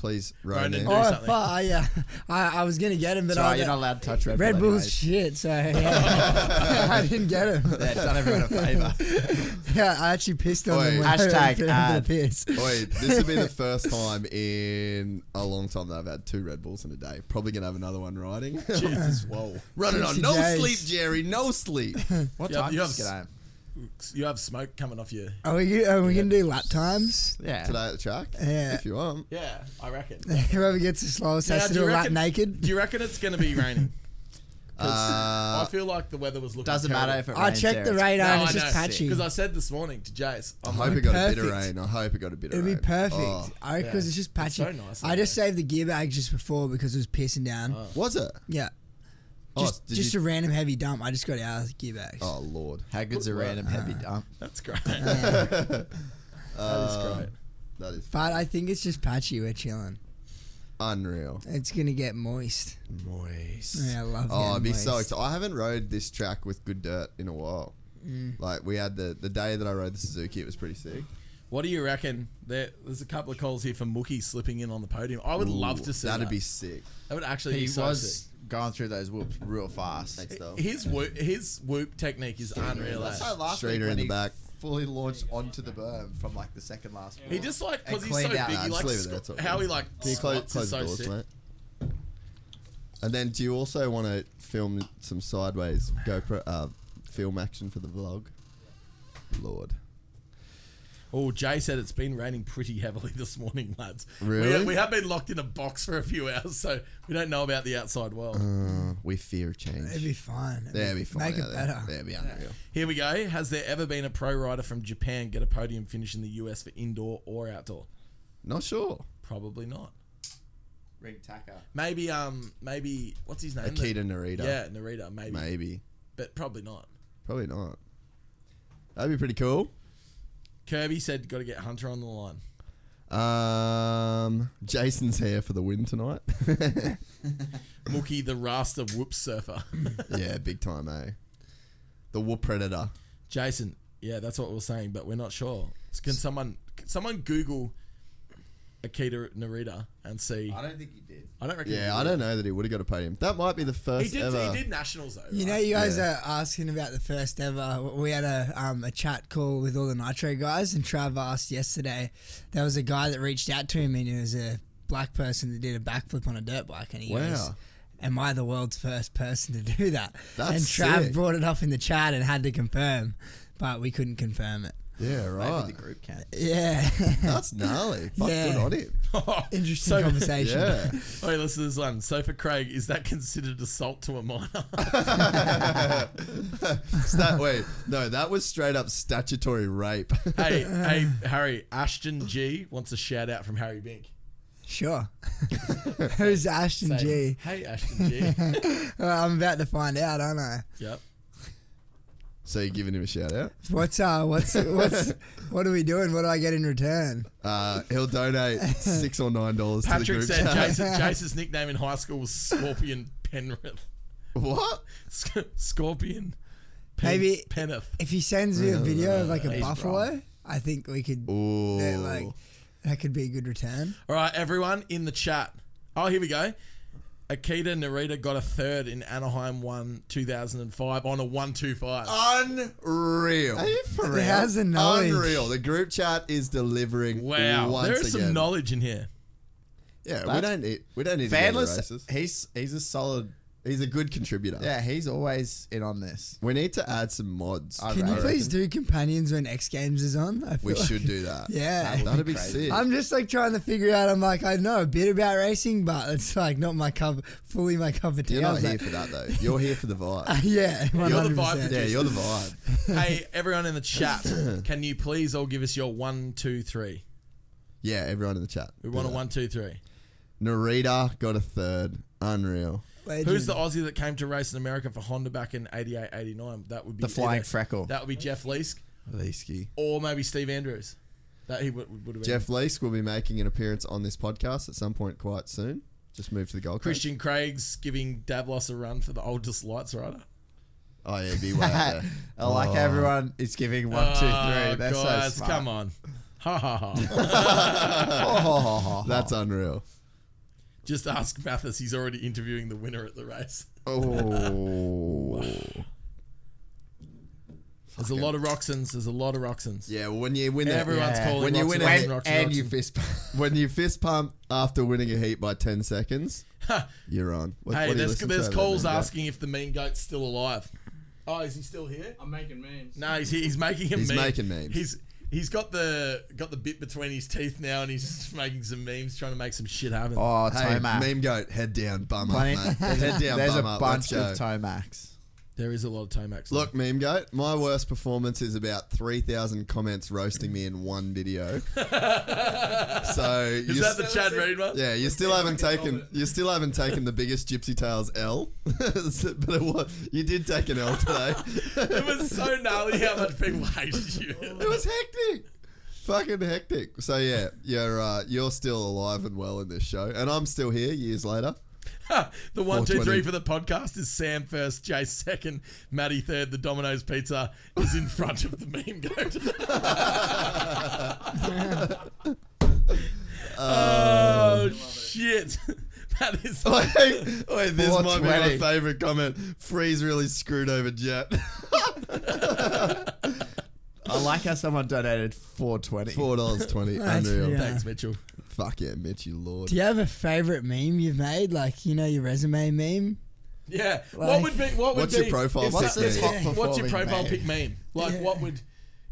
Speaker 2: Please, Ronan.
Speaker 4: Ronan,
Speaker 10: Oh,
Speaker 4: something.
Speaker 10: fuck, I, yeah. I, I was going to get him, but I.
Speaker 5: Sorry, you're not allowed to touch Red,
Speaker 10: Red
Speaker 5: Bull.
Speaker 10: Bull's
Speaker 5: anyways.
Speaker 10: shit, so yeah. I didn't get him.
Speaker 5: Yeah, it's done everyone a favour.
Speaker 10: Yeah, I actually pissed on
Speaker 2: Oi.
Speaker 10: them.
Speaker 5: Hashtag ad.
Speaker 10: piss.
Speaker 2: Wait, this will be the first time in a long time that I've had two Red Bulls in a day. Probably gonna have another one riding.
Speaker 4: Jesus, whoa.
Speaker 2: Running on
Speaker 10: Gypsy
Speaker 2: no
Speaker 10: days.
Speaker 2: sleep, Jerry. No sleep.
Speaker 5: What
Speaker 4: You have-
Speaker 5: time
Speaker 4: you
Speaker 5: did
Speaker 4: have
Speaker 5: you get home?
Speaker 4: You have smoke coming off your.
Speaker 10: Are we, gonna- are we going to do lap times?
Speaker 5: Yeah.
Speaker 2: Today at the track,
Speaker 10: Yeah.
Speaker 2: if you want.
Speaker 4: Yeah, I reckon.
Speaker 10: Whoever gets the slowest
Speaker 4: Now,
Speaker 10: has to
Speaker 4: do
Speaker 10: do a
Speaker 4: you
Speaker 10: lap
Speaker 4: reckon-
Speaker 10: naked.
Speaker 4: Do you reckon it's going to be raining? 'Cause
Speaker 2: Uh,
Speaker 4: I feel like the weather was looking.
Speaker 5: Doesn't matter if it
Speaker 10: I
Speaker 5: rains
Speaker 10: checked the
Speaker 5: there, it's-
Speaker 10: radar and
Speaker 4: I
Speaker 10: it's just patchy.
Speaker 4: Because I said this morning to Jace,
Speaker 2: I
Speaker 4: I'm
Speaker 2: hope it got a bit of
Speaker 10: perfect.
Speaker 2: rain. I hope it got a bit of
Speaker 10: It'd
Speaker 2: rain.
Speaker 10: be perfect.
Speaker 2: Oh.
Speaker 10: I because
Speaker 4: Yeah.
Speaker 10: it's just
Speaker 4: It's
Speaker 10: patchy.
Speaker 4: so nice
Speaker 10: I
Speaker 4: out
Speaker 10: just saved the gear bag just before because it was pissing down.
Speaker 2: Was it?
Speaker 10: Yeah.
Speaker 2: Oh,
Speaker 10: Just,
Speaker 2: did
Speaker 10: just
Speaker 2: you-
Speaker 10: a random heavy dump. I just got it out of the gear bags.
Speaker 2: Oh Lord. Ah,
Speaker 5: How good's a random heavy dump?
Speaker 4: That's great. Um, that is great.
Speaker 2: That is
Speaker 10: But I think it's just patchy. We're chilling.
Speaker 2: unreal.
Speaker 10: It's gonna get moist.
Speaker 4: Moist.
Speaker 10: Yeah, I love
Speaker 2: Oh,
Speaker 10: getting
Speaker 2: I'd be so
Speaker 10: moist.
Speaker 2: excited. I haven't rode this track with good dirt in a while.
Speaker 10: Mm.
Speaker 2: Like we had the the day that I rode the Suzuki, it was pretty sick.
Speaker 4: What do you reckon? There, there's a couple of calls here for Mookie slipping in on the podium. I would love
Speaker 2: Ooh,
Speaker 4: to see
Speaker 2: That'd
Speaker 4: that.
Speaker 2: be sick.
Speaker 4: That would actually
Speaker 5: He
Speaker 4: be so
Speaker 5: was going through those whoops real fast.
Speaker 2: Thanks, though.
Speaker 4: sick. His whoop, his whoop technique is unreal. eh?
Speaker 5: last
Speaker 2: Streeter in the back.
Speaker 5: fully launched onto the berm from like the second last.
Speaker 4: He just like because
Speaker 5: And
Speaker 4: he's so
Speaker 5: cleaned
Speaker 4: big,
Speaker 5: out.
Speaker 2: Nah,
Speaker 4: he
Speaker 2: just
Speaker 4: like
Speaker 2: leave it there,
Speaker 4: squ-
Speaker 2: it's all good.
Speaker 4: how he like
Speaker 2: Can you close,
Speaker 4: squats
Speaker 2: close
Speaker 4: is
Speaker 2: the
Speaker 4: so
Speaker 2: doors,
Speaker 4: sick.
Speaker 2: mate? And then, do you also want to film some sideways GoPro uh, film action for the vlog? Lord,
Speaker 4: Oh, Jay said it's been raining pretty heavily this morning, lads. We-
Speaker 2: Really?
Speaker 4: We, have been locked in a box for a few hours, so we don't know about the outside world.
Speaker 2: Uh. we fear change.
Speaker 10: It'd be fun.
Speaker 2: That'd be fine.
Speaker 10: Make it better.
Speaker 2: That'd be unreal.
Speaker 4: Here we go. Has there ever been a pro rider from Japan get a podium finish in the US for indoor or outdoor?
Speaker 2: Not sure.
Speaker 4: Probably not.
Speaker 5: ring tacker.
Speaker 4: Maybe um maybe what's his name?
Speaker 2: Akita Narita.
Speaker 4: Yeah, Narita. Maybe,
Speaker 2: Maybe.
Speaker 4: but probably not.
Speaker 2: Probably not. That'd be pretty cool.
Speaker 4: Kirby said, "Got to get Hunter on the line."
Speaker 2: Um, Jason's here for the win tonight.
Speaker 4: Mookie the Rasta Whoop Surfer.
Speaker 2: yeah, big time, eh? The Whoop Predator.
Speaker 4: Jason, yeah, that's what we're saying, but we're not sure. Can someone can someone Google Akita Narita and see? I don't,
Speaker 5: think he did.
Speaker 4: reckon.
Speaker 2: Yeah,
Speaker 4: he
Speaker 2: I
Speaker 4: did.
Speaker 2: don't know that he would have got a podium. That might be the first
Speaker 4: He did.
Speaker 2: ever.
Speaker 4: He did nationals though.
Speaker 10: You
Speaker 4: right?
Speaker 10: know, you guys are asking about the first ever. We had a um, a chat call with all the Nitro guys, and Trav asked yesterday. There was a guy that reached out to him, and it was a black person that did a backflip on a dirt bike, and he goes,
Speaker 2: Wow.
Speaker 10: "Am I the world's first person to do that?"
Speaker 2: That's
Speaker 10: and Trav
Speaker 2: sick.
Speaker 10: brought it up in the chat and had to confirm, but we couldn't confirm it.
Speaker 2: Yeah,
Speaker 5: Maybe
Speaker 2: right.
Speaker 5: the group can.
Speaker 10: Yeah,
Speaker 2: That's gnarly. Fuck, good
Speaker 10: Yeah.
Speaker 2: on him.
Speaker 10: interesting
Speaker 4: So-
Speaker 10: conversation.
Speaker 2: Yeah.
Speaker 4: Wait, listen to this one. um, So for Craig, is that considered assault to a minor?
Speaker 2: Stat, wait, no, that was straight up statutory rape.
Speaker 4: hey, hey, Harry, Ashton G wants a shout out from Harry Bink.
Speaker 10: Sure. Who's Ashton
Speaker 4: Say,
Speaker 10: G?
Speaker 4: Hey, Ashton G.
Speaker 10: Well, I'm about to find out, aren't I?
Speaker 4: yep.
Speaker 2: so you're giving him a shout out?
Speaker 10: What's uh, what's what's what are we doing? What do I get in return?
Speaker 2: Uh, he'll donate six or nine dollars to the
Speaker 4: Patrick
Speaker 2: group.
Speaker 4: said
Speaker 2: chat.
Speaker 4: Jason, Jason's nickname in high school was Scorpion Penrith.
Speaker 2: What?
Speaker 4: Sc- Scorpion Pen-
Speaker 10: Maybe-
Speaker 4: Penrith.
Speaker 10: If he sends me a video of like a
Speaker 4: He's
Speaker 10: buffalo, I think we could.
Speaker 2: Ooh.
Speaker 10: that, like that could be a good return.
Speaker 4: All right, everyone in the chat. Oh, here we go. Akita Narita got a third in Anaheim 1 2005 on a 125.
Speaker 10: Oh.
Speaker 2: Unreal. Are you for real?
Speaker 10: How's the knowledge?
Speaker 2: Unreal. The group chat is delivering.
Speaker 4: wow.
Speaker 2: Once
Speaker 4: there is some
Speaker 2: again.
Speaker 4: knowledge in here.
Speaker 2: Yeah, we
Speaker 5: That's-
Speaker 2: don't need. We don't need. to go to races.
Speaker 5: Fanless, he's he's a solid.
Speaker 2: He's a good contributor.
Speaker 5: Yeah, he's always in on this.
Speaker 2: We need to add some mods.
Speaker 10: Can you please do companions when X Games is on? I
Speaker 2: We
Speaker 10: feel like-
Speaker 2: should do that.
Speaker 10: Yeah.
Speaker 2: That would be, sick.
Speaker 10: I'm just like trying to figure out. I'm like, I know a bit about racing, but it's like not my cup, fully my cup of tea.
Speaker 2: You're
Speaker 10: I
Speaker 2: not
Speaker 10: was
Speaker 2: here
Speaker 10: like,
Speaker 2: for that though. You're here for the vibe.
Speaker 10: yeah, one
Speaker 4: You're the
Speaker 10: hundred
Speaker 4: vibe
Speaker 10: percent.
Speaker 2: yeah, you're the vibe.
Speaker 4: hey, everyone in the chat, can you please all give us your one, two, three?
Speaker 2: Yeah, everyone in the chat.
Speaker 4: We want
Speaker 2: Do
Speaker 4: a
Speaker 2: that.
Speaker 4: one, two, three.
Speaker 2: Narita got a third. Unreal.
Speaker 4: Who's the Aussie that came to race in America for Honda back in 88, 89? That would be
Speaker 2: The Flying
Speaker 4: either-
Speaker 2: Freckle.
Speaker 4: That would be Jeff Leask
Speaker 2: Leesky.
Speaker 4: or maybe Steve Andrews. That he would, would have been.
Speaker 2: Jeff Leask will be making an appearance on this podcast at some point quite soon. Just move to the Gold Coast.
Speaker 4: Christian Craig's giving Davlos a run for the oldest lights rider.
Speaker 2: Oh yeah, be way out there.
Speaker 5: I like
Speaker 2: Oh.
Speaker 5: how everyone is giving one, two, three.
Speaker 4: Oh,
Speaker 5: They're
Speaker 4: guys,
Speaker 5: so smart.
Speaker 4: come on. Ha ha ha.
Speaker 2: That's unreal.
Speaker 4: Just ask Mathis. He's already interviewing the winner at the race.
Speaker 2: Oh.
Speaker 4: There's a lot of Roxans. There's a lot of Roxans.
Speaker 2: Yeah, well, when you win that,
Speaker 4: Everyone's
Speaker 2: yeah.
Speaker 4: calling
Speaker 2: when you
Speaker 4: Roxanne,
Speaker 2: win a
Speaker 4: Roxanne,
Speaker 2: heat
Speaker 4: Roxanne,
Speaker 2: and you
Speaker 4: Roxanne.
Speaker 2: fist pump, when you fist pump after winning a heat by ten seconds, you're on. What- what
Speaker 4: hey,
Speaker 2: do you
Speaker 4: there's,
Speaker 2: listen to
Speaker 4: there's
Speaker 2: over
Speaker 4: calls
Speaker 2: there, Jack?
Speaker 4: asking if the mean goat's still alive. Oh, is he still here?
Speaker 16: I'm making memes.
Speaker 4: No, he's he's making a
Speaker 2: He's
Speaker 4: meme.
Speaker 2: making memes.
Speaker 4: He's he's got the got the bit between his teeth now, and he's just making some memes, trying to make some shit happen.
Speaker 5: Oh,
Speaker 2: Hey,
Speaker 5: Tomac.
Speaker 2: meme goat, head down, bum up,
Speaker 5: Plenty-
Speaker 2: mate.
Speaker 5: there's
Speaker 2: Head down,
Speaker 5: there's a
Speaker 2: bum up.
Speaker 5: bunch of
Speaker 2: let's go.
Speaker 5: Tomacs.
Speaker 4: there is a lot of Tomax.
Speaker 2: Look, meme goat, my worst performance is about three thousand comments roasting me in one video. so
Speaker 4: is that the Chad Reed one?
Speaker 2: Yeah, you still haven't taken you still haven't taken the biggest Gypsy Tales L, but it was, you did take an L today.
Speaker 4: It was so gnarly how much people hated you.
Speaker 2: it was hectic, fucking hectic. So yeah, you're uh, you're still alive and well in this show, and I'm still here years later.
Speaker 4: the one, two,
Speaker 2: 420.
Speaker 4: three for the podcast is Sam first, Jay second, Maddie third. The Domino's pizza is in front of the meme goat. oh
Speaker 2: Um,
Speaker 4: shit! That is.
Speaker 2: Wait, wait, this might be my
Speaker 5: 420.
Speaker 2: favorite comment. Freeze really screwed over Jet.
Speaker 5: I like how someone donated 420.
Speaker 2: Four dollars twenty.
Speaker 10: That's
Speaker 2: Unreal.
Speaker 10: pretty
Speaker 4: Thanks, Mitchell.
Speaker 2: Fuck yeah, Mitch, you lord.
Speaker 10: Do you have a favorite meme you've made? Like you know your resume meme.
Speaker 4: Yeah. what
Speaker 10: Like-
Speaker 4: would be? What would
Speaker 2: What's your
Speaker 4: be-
Speaker 2: profile
Speaker 4: if
Speaker 2: pic
Speaker 4: some-
Speaker 2: meme?
Speaker 4: if-
Speaker 2: Top
Speaker 4: What's your
Speaker 5: performing
Speaker 4: profile
Speaker 5: meme.
Speaker 4: pick meme? Like,
Speaker 10: Yeah.
Speaker 4: what would?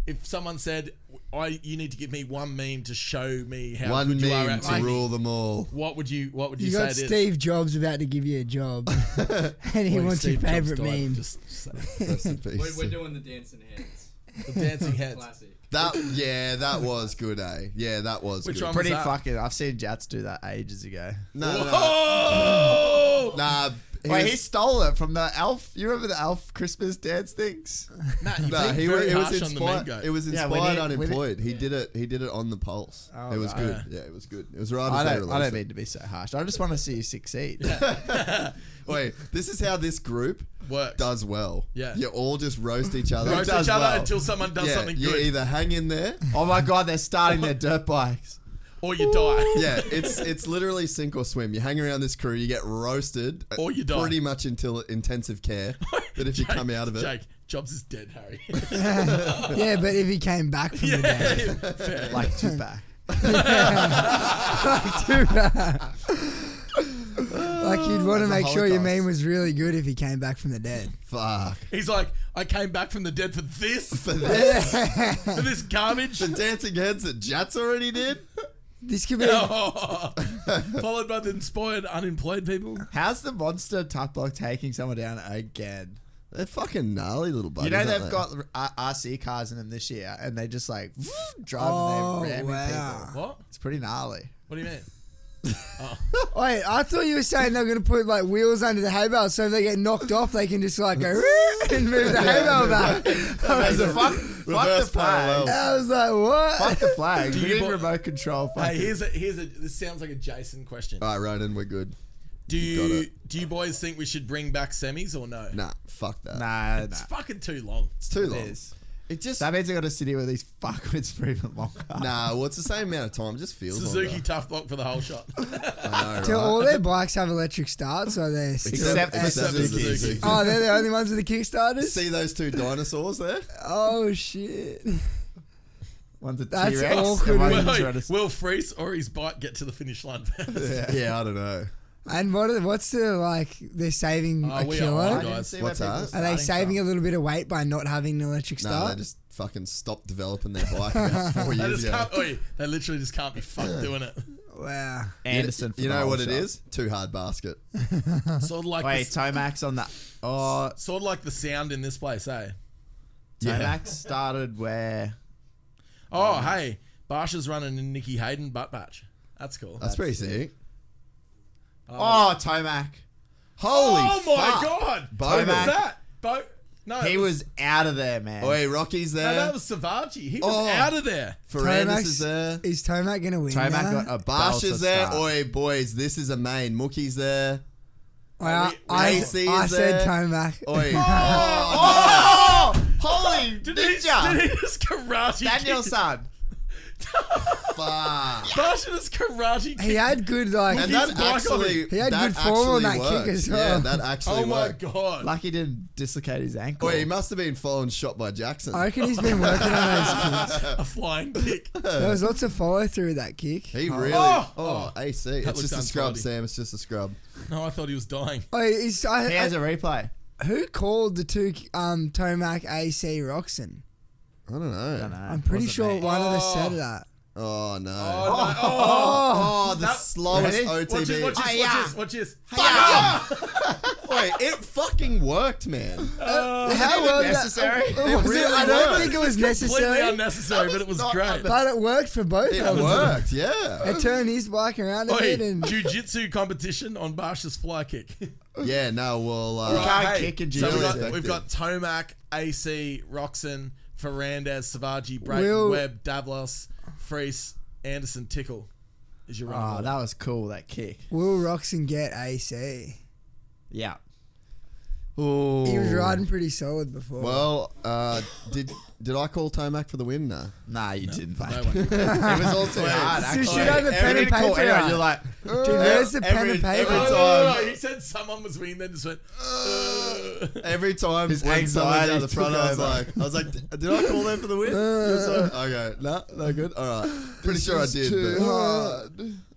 Speaker 4: If someone said, "I, you need to give me one meme to show me how
Speaker 2: One
Speaker 4: good you are
Speaker 2: meme
Speaker 4: at
Speaker 2: to
Speaker 4: meme,"
Speaker 2: rule them all.
Speaker 4: what would you? What would you,
Speaker 10: You,
Speaker 4: say?
Speaker 10: got
Speaker 4: it is?
Speaker 10: Steve Jobs about to give you a job, and he
Speaker 4: Well,
Speaker 10: wants your
Speaker 4: Steve Jobs
Speaker 10: favorite
Speaker 4: died.
Speaker 10: meme.
Speaker 4: Just say
Speaker 2: Rest in
Speaker 7: We're,
Speaker 2: peace.
Speaker 7: we're doing the dancing hands.
Speaker 4: the dancing heads.
Speaker 7: Classic.
Speaker 2: That yeah, that was good, eh? Yeah, that was
Speaker 4: Which
Speaker 2: good.
Speaker 4: one?
Speaker 5: Pretty
Speaker 4: What's that?
Speaker 5: fucking. I've seen Jats do that ages ago.
Speaker 2: No, no, no.
Speaker 4: Whoa!
Speaker 2: nah. He
Speaker 5: Wait,
Speaker 2: was-
Speaker 5: he stole it from the elf. You remember the elf Christmas dance things?
Speaker 4: Nah, you
Speaker 2: nah,
Speaker 4: being
Speaker 2: he,
Speaker 4: very
Speaker 2: was- it
Speaker 4: harsh
Speaker 2: was
Speaker 4: on the meme
Speaker 2: inspired.
Speaker 4: goat.
Speaker 2: It was
Speaker 5: Yeah,
Speaker 2: inspired
Speaker 5: we need- we need- Oh,
Speaker 2: unemployed. He did it. He did it on the pulse. it was good. Yeah, it was good. It was right
Speaker 5: I
Speaker 2: as they
Speaker 5: don't. I
Speaker 2: released
Speaker 5: don't
Speaker 2: it.
Speaker 5: mean to be so harsh. I just want to see you succeed.
Speaker 2: Wait, this is how this group
Speaker 4: Works.
Speaker 2: does well.
Speaker 4: Yeah.
Speaker 2: you all just roast each other.
Speaker 4: Roast
Speaker 2: It does
Speaker 4: each other
Speaker 2: well.
Speaker 4: until someone does
Speaker 2: yeah,
Speaker 4: something
Speaker 2: You
Speaker 4: good.
Speaker 2: either hang in there
Speaker 5: Oh my god, they're starting their dirt bikes.
Speaker 4: or you die.
Speaker 2: yeah, it's it's literally sink or swim. You hang around this crew, you get roasted, uh,
Speaker 4: Or you die.
Speaker 2: pretty much until intensive care. But if you
Speaker 4: Jake-
Speaker 2: come out of it,
Speaker 4: Jake Jobs is dead, Harry.
Speaker 10: yeah, but if he came back from the dead,
Speaker 5: Like Tupac.
Speaker 10: like, dude, like you'd want to make sure your
Speaker 2: Holocaust.
Speaker 10: meme was really good if he came back from the dead.
Speaker 2: fuck
Speaker 4: He's like, I came back from the dead for this,
Speaker 2: for this.
Speaker 4: for this garbage.
Speaker 2: the dancing heads that Jats already did.
Speaker 10: This could be
Speaker 5: Oh.
Speaker 4: Followed by the inspired unemployed people.
Speaker 5: How's the monster Tupac taking someone down again?
Speaker 2: They're fucking gnarly little buddies.
Speaker 5: You
Speaker 2: aren't
Speaker 5: know they've
Speaker 2: they?
Speaker 5: got uh, RC cars in them this year, and they just like drive
Speaker 10: Oh,
Speaker 5: and they're ramming
Speaker 10: wow.
Speaker 5: people.
Speaker 4: What?
Speaker 5: It's pretty gnarly.
Speaker 4: What do you mean?
Speaker 10: Wait, I thought you were saying they're going to put like wheels under the hay bale, so if they get knocked off, they can just like go and move the hay bale back. I was, like,
Speaker 5: fuck, fuck the
Speaker 2: Reverse parallel.
Speaker 5: flag.
Speaker 10: I was like, what?
Speaker 5: Fuck the flag.
Speaker 4: you
Speaker 5: We need
Speaker 4: bo-
Speaker 5: remote control. Fuck
Speaker 4: Hey, here's a here's a. This sounds like a Jason question.
Speaker 2: All right, Ronan, we're good.
Speaker 4: do
Speaker 2: got
Speaker 4: you
Speaker 2: it.
Speaker 4: do you boys think we should bring back semis or no?
Speaker 2: Nah, fuck that.
Speaker 5: Nah, nah.
Speaker 4: It's fucking too long.
Speaker 2: it's too long.
Speaker 5: is.
Speaker 2: It just
Speaker 5: That means I got to sit here with these fuckwits for even longer.
Speaker 2: nah. Well, it's the same amount of time. It just feels
Speaker 4: Suzuki
Speaker 2: longer.
Speaker 4: tough block for the whole shot.
Speaker 2: I know,
Speaker 10: Do
Speaker 2: right?
Speaker 10: all their bikes have electric starts? Or they still?
Speaker 5: Except-
Speaker 2: except
Speaker 5: except
Speaker 2: for
Speaker 4: Suzuki.
Speaker 2: Suzuki.
Speaker 10: oh, they're the only ones with the kickstarters.
Speaker 2: See those two dinosaurs there?
Speaker 10: Oh shit!
Speaker 5: One's a
Speaker 10: That's
Speaker 5: T-Rex,
Speaker 10: awkward.
Speaker 5: and one's a
Speaker 4: will,
Speaker 5: Tyrannosaurus.
Speaker 4: will Freeze or his bike get to the finish line first?
Speaker 2: Yeah, I don't know.
Speaker 10: And what? Are, what's the like? They're saving
Speaker 4: Oh,
Speaker 10: a
Speaker 4: we are
Speaker 10: kilo.
Speaker 4: on,
Speaker 5: I didn't
Speaker 4: guys.
Speaker 5: see
Speaker 2: What's
Speaker 5: where
Speaker 2: that?
Speaker 5: people
Speaker 10: Are they
Speaker 5: starting
Speaker 10: saving
Speaker 5: from.
Speaker 10: a little bit of weight by not having an electric
Speaker 2: No, they
Speaker 10: start?
Speaker 2: just fucking stopped developing their bike about four
Speaker 4: They
Speaker 2: years
Speaker 4: just
Speaker 2: ago.
Speaker 4: can't. Oi, they literally just can't be fucked doing it.
Speaker 10: wow.
Speaker 5: Anderson? For
Speaker 2: You
Speaker 5: the
Speaker 2: know
Speaker 5: whole
Speaker 2: what it
Speaker 5: shot.
Speaker 2: is? Too hard basket.
Speaker 4: Sort of like
Speaker 5: Wait,
Speaker 4: the,
Speaker 5: Tomax on that. Oh,
Speaker 4: sort of like the sound in this place, eh?
Speaker 5: Tomax started where?
Speaker 4: Oh, hey, Barsha's running in Nikki Hayden butt batch. That's cool.
Speaker 2: That's pretty sick.
Speaker 5: Oh, Tomac.
Speaker 2: Holy
Speaker 4: oh my
Speaker 2: fuck.
Speaker 4: god!
Speaker 2: Bo
Speaker 4: Who was
Speaker 2: Mac.
Speaker 4: that? Bo. No,
Speaker 5: He
Speaker 4: it
Speaker 5: was out of there, man.
Speaker 2: Oi, Rocky's
Speaker 4: No,
Speaker 2: there.
Speaker 4: that was Savachi. He was
Speaker 2: uh, Oh.
Speaker 4: out of there.
Speaker 2: Ferrandis is
Speaker 10: Tomac's-
Speaker 2: there.
Speaker 10: Is Tomac gonna win?
Speaker 5: Tomac
Speaker 10: now?
Speaker 5: got a
Speaker 2: Bash
Speaker 5: Bash
Speaker 2: is there. Oi, boys, this is a main. Mookie's there.
Speaker 10: I,
Speaker 4: we-
Speaker 10: I,
Speaker 2: AC
Speaker 10: I
Speaker 2: is
Speaker 10: said
Speaker 2: there.
Speaker 10: Tomac.
Speaker 2: Oi.
Speaker 5: Holy
Speaker 4: Oh! Did he, did he
Speaker 5: ninja!
Speaker 4: just karate?
Speaker 5: Daniel son.
Speaker 2: Fuck.
Speaker 4: Barsha's karate.
Speaker 10: He
Speaker 4: kick.
Speaker 10: had good like.
Speaker 2: And
Speaker 4: He's
Speaker 2: that
Speaker 4: back on
Speaker 2: actually,
Speaker 4: him.
Speaker 10: He had
Speaker 2: that
Speaker 10: good form on
Speaker 2: actually
Speaker 10: that kick
Speaker 2: worked.
Speaker 10: as
Speaker 2: Yeah,
Speaker 10: well.
Speaker 2: that actually
Speaker 4: Oh my
Speaker 2: worked.
Speaker 4: god!
Speaker 5: Lucky didn't dislocate his ankle.
Speaker 2: Oi, he must have been fallen shot by Jackson.
Speaker 10: I reckon he's been working on those kicks.
Speaker 4: a flying kick.
Speaker 10: There was lots of follow through with that kick.
Speaker 2: He really.
Speaker 4: Oh!
Speaker 2: Oh, AC. It's
Speaker 4: looks
Speaker 2: just a scrub,
Speaker 4: untidy.
Speaker 2: Sam. It's just a scrub.
Speaker 4: No, I thought he was dying.
Speaker 10: Oh, is, I,
Speaker 5: He
Speaker 10: I-
Speaker 5: has a replay.
Speaker 10: who called the two um, Tomac AC Roxon?
Speaker 2: I don't know.
Speaker 5: Uh,
Speaker 10: I'm pretty sure one of us said
Speaker 4: Oh.
Speaker 10: that.
Speaker 2: Oh no.
Speaker 4: Oh,
Speaker 2: Oh,
Speaker 4: no. oh,
Speaker 2: the
Speaker 4: That-
Speaker 2: slowest
Speaker 5: Ready?
Speaker 2: OTB.
Speaker 4: watch this! Watch this! Watch
Speaker 5: Hi-ya.
Speaker 4: this! Watch this!
Speaker 2: Wait, it fucking worked, man.
Speaker 10: How well that-
Speaker 5: necessary?
Speaker 10: Oh, oh,
Speaker 2: It
Speaker 10: really?
Speaker 2: really
Speaker 10: I don't
Speaker 2: worked.
Speaker 10: think it was necessary,
Speaker 4: Completely unnecessary, but it was
Speaker 2: not
Speaker 4: great.
Speaker 10: but it worked for both
Speaker 2: It
Speaker 10: of us.
Speaker 2: worked, yeah.
Speaker 10: They turned his bike around a
Speaker 4: Oi,
Speaker 10: bit and
Speaker 4: jiu-jitsu competition on Barsha's fly kick.
Speaker 2: Yeah, no, well, uh,
Speaker 5: can't kick in
Speaker 4: so
Speaker 2: jiu-jitsu.
Speaker 4: we've
Speaker 2: Really
Speaker 4: got, we've got Tomac, AC, Roxon, Ferrandez, Savaji, Brayton,
Speaker 10: Will-
Speaker 4: Webb, Davlos, Freese, Anderson, Tickle. Is
Speaker 10: Ah.
Speaker 4: your
Speaker 5: Oh,
Speaker 4: right?
Speaker 5: that was cool, that kick.
Speaker 10: will Roxon get AC?
Speaker 5: Yeah.
Speaker 10: He was riding pretty solid before.
Speaker 2: well, uh, did did I call Tomac for the win? No.
Speaker 5: Nah, you didn't, mate.
Speaker 4: no one.
Speaker 5: it was all
Speaker 10: So
Speaker 5: too hard,
Speaker 10: you
Speaker 5: actually.
Speaker 10: should have a pen
Speaker 5: Every
Speaker 10: and paper
Speaker 5: call, anyway,
Speaker 10: out.
Speaker 5: You're like,
Speaker 10: Dude, where's the pen and
Speaker 2: "Uh, every-
Speaker 10: paper?
Speaker 4: No, no,
Speaker 2: every
Speaker 4: no, no, He said someone was winning, then just went.
Speaker 10: Ah.
Speaker 4: "Uh."
Speaker 2: Every time
Speaker 5: His
Speaker 2: when someone
Speaker 5: anxiety
Speaker 2: down the front,
Speaker 5: took
Speaker 2: I was
Speaker 5: over.
Speaker 2: like, I was like, "D- did I call them for the win? You're so- okay, no, no good. All right, pretty sure I did.
Speaker 5: too
Speaker 2: but-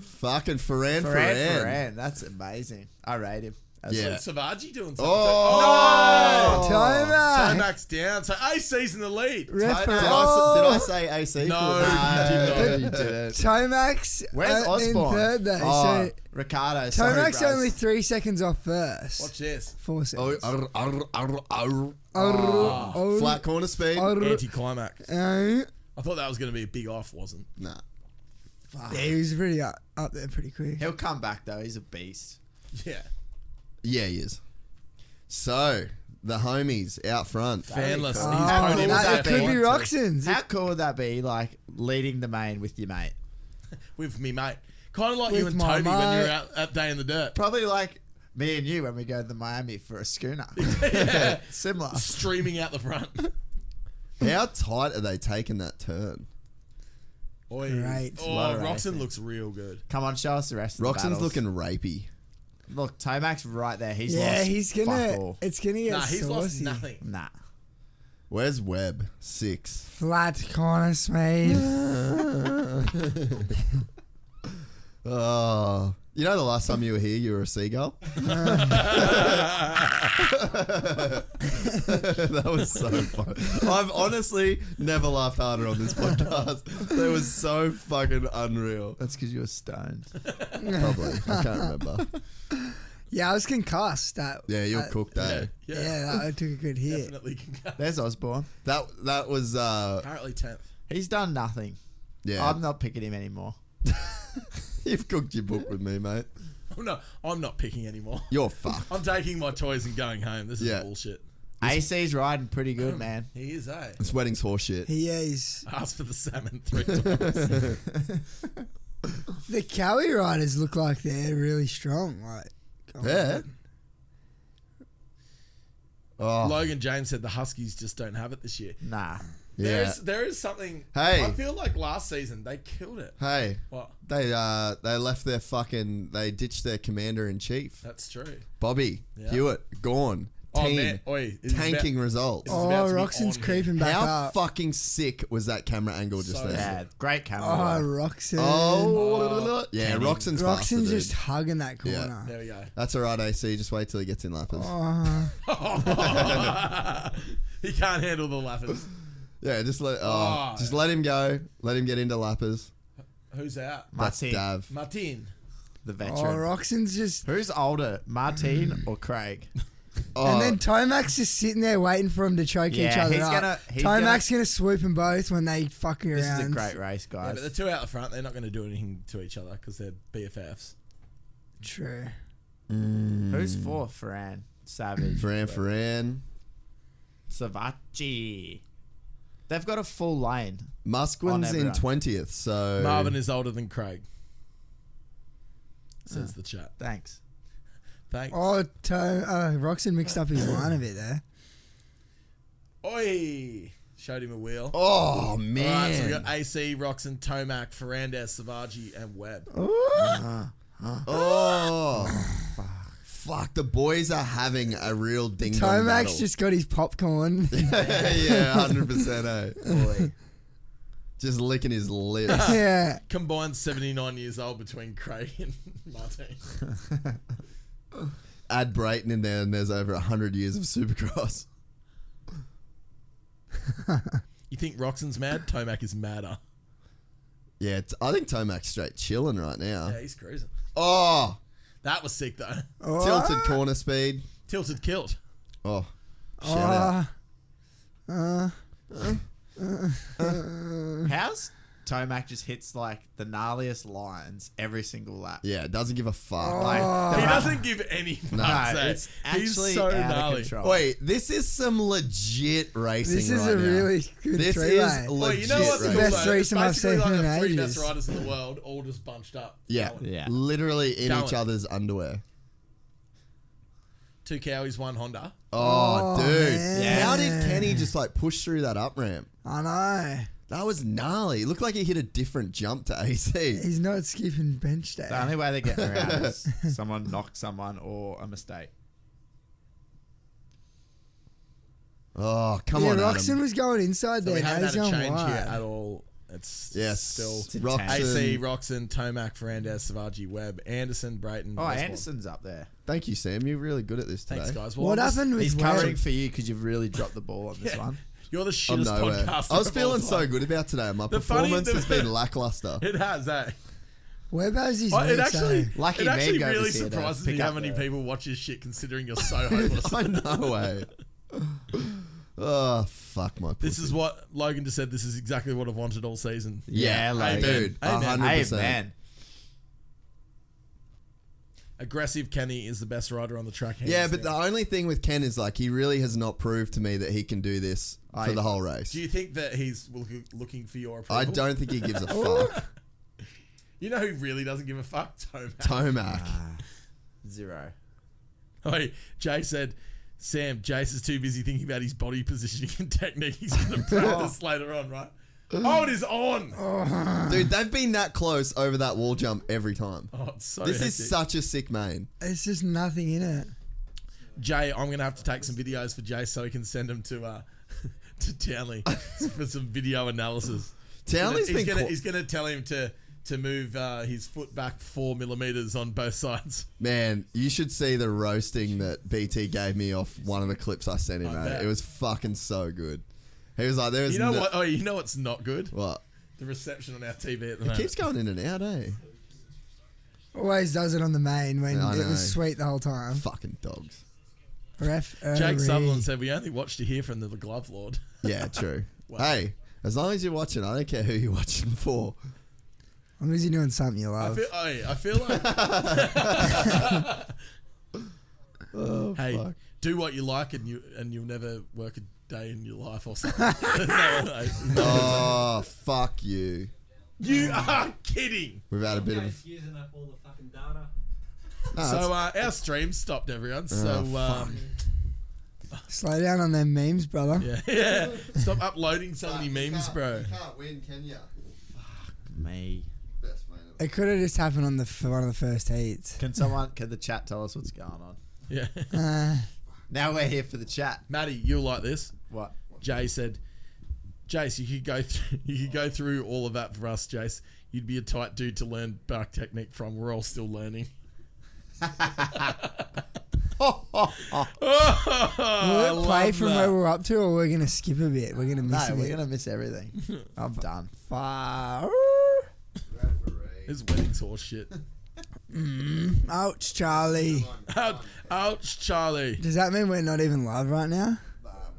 Speaker 2: Fucking Ferran,
Speaker 5: Ferran,
Speaker 2: Ferran.
Speaker 5: Ferran, that's amazing. I rate him. That's
Speaker 2: Yeah.
Speaker 4: What's Savaji doing something.
Speaker 2: Oh!
Speaker 4: Oh, no!
Speaker 10: Tomac!
Speaker 4: Tomac's down. So AC's in the lead.
Speaker 2: I-
Speaker 10: Ref-
Speaker 2: did,
Speaker 10: Oh.
Speaker 2: I, s- did I say AC?
Speaker 4: No,
Speaker 2: for
Speaker 4: you
Speaker 2: the
Speaker 4: did
Speaker 2: win?
Speaker 4: not.
Speaker 2: you didn't.
Speaker 10: Tomac's
Speaker 5: Where's
Speaker 10: uh,
Speaker 5: Osborne?
Speaker 10: in third though,
Speaker 5: Oh,
Speaker 10: so
Speaker 5: Ricardo. sorry,
Speaker 10: Tomac's
Speaker 5: bros.
Speaker 10: only three seconds off first.
Speaker 4: Watch this.
Speaker 10: Four seconds.
Speaker 2: Oh, arr, arr, arr, arr.
Speaker 10: Oh, oh,
Speaker 2: Flat corner speed.
Speaker 10: oh,
Speaker 4: Anticlimax.
Speaker 10: oh.
Speaker 4: I thought that was going to be a big off, wasn't?
Speaker 2: Nah.
Speaker 10: Yeah, he was pretty up, up there pretty quick.
Speaker 5: He'll come back, though. He's a beast.
Speaker 4: Yeah.
Speaker 2: Yeah, he is. So the homies out front.
Speaker 4: Fanless.
Speaker 10: Oh,
Speaker 4: He's
Speaker 5: How
Speaker 4: ponying
Speaker 5: cool
Speaker 10: that-
Speaker 4: himself
Speaker 5: was
Speaker 10: it
Speaker 5: that
Speaker 10: could
Speaker 4: up
Speaker 10: be
Speaker 5: being?
Speaker 10: Roxon's.
Speaker 5: How cool would that be, like, leading the main with your mate?
Speaker 4: with me, mate. Kind of like you
Speaker 10: With
Speaker 4: and
Speaker 10: my
Speaker 4: Toby when you were
Speaker 10: mate.
Speaker 4: out that day in the dirt.
Speaker 5: Probably like me and you when we go to Miami for a schooner. Similar.
Speaker 4: Streaming out the front.
Speaker 2: How tight are they taking that turn?
Speaker 4: Oi.
Speaker 10: Great.
Speaker 4: Oh, Roxon looks real good.
Speaker 5: Come on, show us the rest of the
Speaker 2: Roxon's
Speaker 5: battles.
Speaker 2: looking rapey.
Speaker 5: Look, Tomac's right there. He's
Speaker 10: yeah,
Speaker 5: lost
Speaker 10: he's
Speaker 5: fuck
Speaker 10: gonna.
Speaker 5: all.
Speaker 10: It's gonna get
Speaker 4: Nah, he's lost
Speaker 10: saucy.
Speaker 4: nothing.
Speaker 5: Nah.
Speaker 2: Where's Webb? Six.
Speaker 10: Flat corner speed.
Speaker 2: Oh, you know the last time you were here, you were a seagull. that was so fun. I've honestly never laughed harder on this podcast. That was so fucking unreal.
Speaker 5: That's because you were stoned.
Speaker 2: Probably, I can't remember.
Speaker 10: yeah, I was concussed. That.
Speaker 2: Yeah, you're
Speaker 5: Uh,
Speaker 10: that-
Speaker 2: cooked, eh?
Speaker 10: Yeah, that, I took a good hit.
Speaker 4: Definitely.
Speaker 5: There's Osborne.
Speaker 2: That that was uh,
Speaker 4: Apparently 10th.
Speaker 5: He's done nothing.
Speaker 2: yeah.
Speaker 5: I'm not picking him anymore.
Speaker 2: You've cooked your book with me, mate.
Speaker 4: Oh, no, I'm not picking anymore.
Speaker 2: You're fucked.
Speaker 4: I'm taking my toys and going home. This is
Speaker 2: Yeah.
Speaker 4: bullshit.
Speaker 5: AC's riding pretty good, man.
Speaker 4: He is, eh?
Speaker 2: This wedding's horseshit.
Speaker 10: He is.
Speaker 4: Ask for the salmon three times.
Speaker 10: The Cowie riders look like they're really strong. Like, God.
Speaker 2: Yeah. Oh,
Speaker 4: Logan James said the Huskies just don't have it this year.
Speaker 5: Nah.
Speaker 4: There
Speaker 2: yeah.
Speaker 4: is there is something.
Speaker 2: Hey.
Speaker 4: I feel like last season they killed it.
Speaker 2: Hey,
Speaker 4: What?
Speaker 2: they uh they left their fucking they ditched their commander in chief.
Speaker 4: That's true.
Speaker 2: Bobby Hewitt gone.
Speaker 4: Oh,
Speaker 2: Team
Speaker 4: man. Oi, it's
Speaker 2: tanking
Speaker 4: about-
Speaker 2: results.
Speaker 10: Oh,
Speaker 4: about to be
Speaker 10: Roxon's
Speaker 4: on here.
Speaker 10: creeping back
Speaker 2: How
Speaker 10: up.
Speaker 2: fucking sick was that camera angle just
Speaker 4: So
Speaker 2: there?
Speaker 5: Yeah, great camera.
Speaker 10: oh,
Speaker 5: work.
Speaker 10: Roxon.
Speaker 2: Oh, yeah, Roxon's faster,
Speaker 10: Roxon's
Speaker 2: dude.
Speaker 10: just hugging that corner.
Speaker 4: There we go.
Speaker 2: That's all right, AC. Just wait till he gets in lappers.
Speaker 10: Oh. Uh-huh.
Speaker 4: he can't handle the lappers.
Speaker 2: Yeah, just let oh,
Speaker 4: Oh.
Speaker 2: just let him go. Let him get into lappers.
Speaker 4: Who's out?
Speaker 2: That's
Speaker 5: Martin,
Speaker 2: Dav.
Speaker 4: Martin.
Speaker 5: the
Speaker 10: Oh,
Speaker 5: veteran.
Speaker 10: Roxon's just.
Speaker 5: Who's older, Martin or Craig?
Speaker 2: Oh,
Speaker 10: And then Tomac's just sitting there waiting for them to choke each
Speaker 5: Yeah,
Speaker 10: other
Speaker 5: he's
Speaker 10: up.
Speaker 5: gonna- he's
Speaker 10: Tomac's gonna, swoop them both when they fucking
Speaker 5: This
Speaker 10: around.
Speaker 5: is a great race,
Speaker 4: Yeah,
Speaker 5: guys.
Speaker 4: but the two out the front, they're not going to do anything to each other because they're BFFs.
Speaker 10: True.
Speaker 5: Who's for Fran Savage?
Speaker 2: Fran Fran.
Speaker 5: Savacci. They've got a full lane.
Speaker 2: Musquin's
Speaker 5: On
Speaker 2: in
Speaker 5: everyone.
Speaker 2: 20th, so.
Speaker 4: Marvin is older than Craig. Says
Speaker 5: Ah.
Speaker 4: the chat.
Speaker 5: Thanks.
Speaker 4: Thanks.
Speaker 10: Oh, to, uh, Roxon mixed up his line a bit there.
Speaker 4: Oi! Showed him a wheel.
Speaker 2: Oh,
Speaker 4: All right, so
Speaker 2: man.
Speaker 4: we got AC, Roxon, Tomac, Ferrandez, Savaji, and Webb.
Speaker 2: Oh. Fuck, the boys are having a real ding dong.
Speaker 10: Tomax just got his popcorn.
Speaker 2: yeah, hundred percent. eh? Just licking his lips.
Speaker 10: yeah.
Speaker 4: Combined 79 years old between Craig and Martin.
Speaker 2: Add Brayton in there, and there's over hundred years of Supercross.
Speaker 4: You think Roxon's mad? Tomac is madder.
Speaker 2: Yeah, t- I think Tomac's straight chilling right
Speaker 5: Uh.
Speaker 2: now.
Speaker 4: Yeah, he's cruising.
Speaker 2: Oh,
Speaker 4: That was sick, though.
Speaker 5: Oh.
Speaker 10: Ah.
Speaker 2: tilted corner speed.
Speaker 4: Tilted killed.
Speaker 2: Oh, shout out.
Speaker 10: Uh, uh,
Speaker 5: How's Tomac just hits like the gnarliest lines every single lap?
Speaker 2: Yeah, doesn't give a fuck.
Speaker 5: Like,
Speaker 10: Ah.
Speaker 5: the
Speaker 4: He
Speaker 5: ra-
Speaker 4: doesn't give any fucks,
Speaker 5: No,
Speaker 4: eh?
Speaker 5: Ah. it's
Speaker 4: He's
Speaker 5: actually
Speaker 4: so
Speaker 5: out of
Speaker 4: gnarly.
Speaker 5: control.
Speaker 2: Wait, this is some legit racing.
Speaker 10: this is
Speaker 2: right
Speaker 10: a
Speaker 2: now.
Speaker 10: really good
Speaker 2: This
Speaker 10: three
Speaker 2: is
Speaker 10: lane.
Speaker 2: legit.
Speaker 4: Well, you know what's
Speaker 2: racing.
Speaker 4: cool,
Speaker 10: Best
Speaker 4: though?
Speaker 10: racing I've
Speaker 4: It's basically
Speaker 10: seen
Speaker 4: like
Speaker 10: in
Speaker 4: the three
Speaker 10: ages.
Speaker 4: best riders in the world all just bunched up.
Speaker 2: Yeah,
Speaker 4: Going.
Speaker 5: Yeah.
Speaker 2: literally in each
Speaker 4: Going.
Speaker 2: other's underwear.
Speaker 4: Two cowies, one Honda.
Speaker 2: Oh, dude.
Speaker 10: man.
Speaker 2: How did Kenny just like push through that up ramp?
Speaker 10: I know.
Speaker 2: That was gnarly. It looked like he hit a different jump to AC.
Speaker 10: He's not skipping bench day.
Speaker 5: The only way they're getting around is someone knocks someone or a mistake.
Speaker 2: Oh, come
Speaker 10: yeah,
Speaker 2: on,
Speaker 10: Roxon
Speaker 2: Adam.
Speaker 10: was going inside
Speaker 4: So
Speaker 10: there.
Speaker 4: we
Speaker 10: now
Speaker 4: haven't
Speaker 10: He's
Speaker 4: had a
Speaker 10: going
Speaker 4: change Uh,
Speaker 10: wide.
Speaker 4: yet at all. It's
Speaker 2: Yes,
Speaker 4: still
Speaker 2: Roxon.
Speaker 4: AC, Roxon, Tomac, Fernandez, Savaji, Webb, Anderson, Brayton.
Speaker 5: Oh,
Speaker 4: Osborne.
Speaker 5: Anderson's up there.
Speaker 2: Thank you, Sam. You're really good at this today.
Speaker 4: Thanks, guys. Well,
Speaker 10: What
Speaker 4: I'm just-
Speaker 10: happened with
Speaker 5: He's
Speaker 10: Webb?
Speaker 5: covering for you because you've really dropped the ball on this one.
Speaker 4: You're the
Speaker 2: I'm
Speaker 4: shittest
Speaker 2: nowhere.
Speaker 4: podcast.
Speaker 2: I was feeling so good about today. My
Speaker 4: The funny-
Speaker 2: performance has
Speaker 4: the-
Speaker 2: been lackluster.
Speaker 4: It has, eh?
Speaker 10: Webb has his
Speaker 4: Oh, it
Speaker 10: legs,
Speaker 4: actually,
Speaker 10: eh?
Speaker 5: Lucky
Speaker 4: it actually
Speaker 5: Meg over
Speaker 4: really
Speaker 5: here to
Speaker 4: surprises
Speaker 5: pick
Speaker 4: me how
Speaker 5: up
Speaker 4: many
Speaker 5: the-
Speaker 4: people watch this shit considering you're so hopeless.
Speaker 2: I know, eh? Oh, fuck my pussy.
Speaker 4: this is what Logan just said. This is exactly what I've wanted all season.
Speaker 2: yeah,
Speaker 5: Yeah,
Speaker 2: like,
Speaker 5: like-
Speaker 2: dude,
Speaker 4: Amen.
Speaker 2: 100%.
Speaker 5: Hey, man.
Speaker 4: Aggressive Kenny is the best rider on the track. hands
Speaker 2: Yeah, but the
Speaker 4: down.
Speaker 2: only thing with Ken is like he really has not proved to me that he can do this for
Speaker 5: I-
Speaker 2: the whole race.
Speaker 4: do you think that he's looking- looking for your approval?
Speaker 2: I don't think he gives a fuck.
Speaker 4: You know who really doesn't give a fuck? Tomac.
Speaker 2: Tomac.
Speaker 5: Zero.
Speaker 4: Oi, Jay said, Sam, Jace is too busy thinking about his body positioning and technique. He's going to practice later on, right? Oh, it is on. Oh,
Speaker 2: Dude, they've been that close over that wall jump every time.
Speaker 4: it's so
Speaker 2: This
Speaker 4: hectic.
Speaker 2: is such a sick main.
Speaker 10: It's just nothing in it.
Speaker 4: Jay, I'm going to have to take some videos for Jay so he can send them to uh, to Townley for some video analysis.
Speaker 2: Townley's
Speaker 4: he's
Speaker 2: been
Speaker 4: gonna,
Speaker 2: caught-
Speaker 4: he's going to tell him to to move uh, his foot back four millimeters on both sides.
Speaker 2: Man, you should see the roasting that BT gave me off one of the clips I sent him, mate.
Speaker 4: bet.
Speaker 2: It was fucking so good. He was like, there is
Speaker 4: You know
Speaker 2: no-
Speaker 4: what? Oh, you know what's not good?
Speaker 2: What?
Speaker 4: The reception on our TV at the
Speaker 2: It
Speaker 4: moment.
Speaker 2: keeps going in and out, eh?
Speaker 10: Always does it on the main when
Speaker 2: I
Speaker 10: it
Speaker 2: know.
Speaker 10: was sweet the whole time.
Speaker 2: Fucking dogs.
Speaker 10: Ref.
Speaker 4: Jake Sutherland
Speaker 10: said.
Speaker 4: said, "We only watched to hear from the Glove Lord."
Speaker 2: Yeah, true. Hey, as long as you're watching, I don't care who you're watching for.
Speaker 10: I'm busy doing something you
Speaker 4: I
Speaker 10: love.
Speaker 4: feel, oi, I feel like.
Speaker 2: Oh,
Speaker 4: hey, do what you like, and you and you'll never work a day in your life or something. no, no, no.
Speaker 2: Oh, fuck you.
Speaker 4: You are kidding.
Speaker 2: We've had a bit of.
Speaker 7: Guys using up all the fucking data.
Speaker 4: so uh, our stream stopped,
Speaker 2: Ah,
Speaker 4: everyone. So um,
Speaker 10: Slow down on them memes, brother.
Speaker 4: yeah, yeah, stop uploading so many memes, bro.
Speaker 2: can't win, can ya?
Speaker 5: Me.
Speaker 2: Best man.
Speaker 10: It could have just happened on the f- one of the first heats.
Speaker 5: Can someone, can the chat tell us what's going on?
Speaker 4: Yeah,
Speaker 10: Uh,
Speaker 5: Now we're here for the chat.
Speaker 4: Maddie, you'll like this.
Speaker 5: What?
Speaker 4: Jay said, "Jace, you could go through, you could go through all of that for us, Jace. You'd be a tight dude to learn bark technique from. We're all still learning."
Speaker 2: Oh,
Speaker 10: will it play from
Speaker 4: that.
Speaker 10: where we're up to, or we're gonna skip a bit? We're gonna miss
Speaker 5: No,
Speaker 10: a
Speaker 5: we're
Speaker 10: bit.
Speaker 5: going to miss everything. I'm done.
Speaker 10: Far.
Speaker 4: His wedding's horse shit.
Speaker 10: Ouch, Charlie.
Speaker 4: Ouch, ouch, Charlie.
Speaker 10: Does that mean we're not even live right now?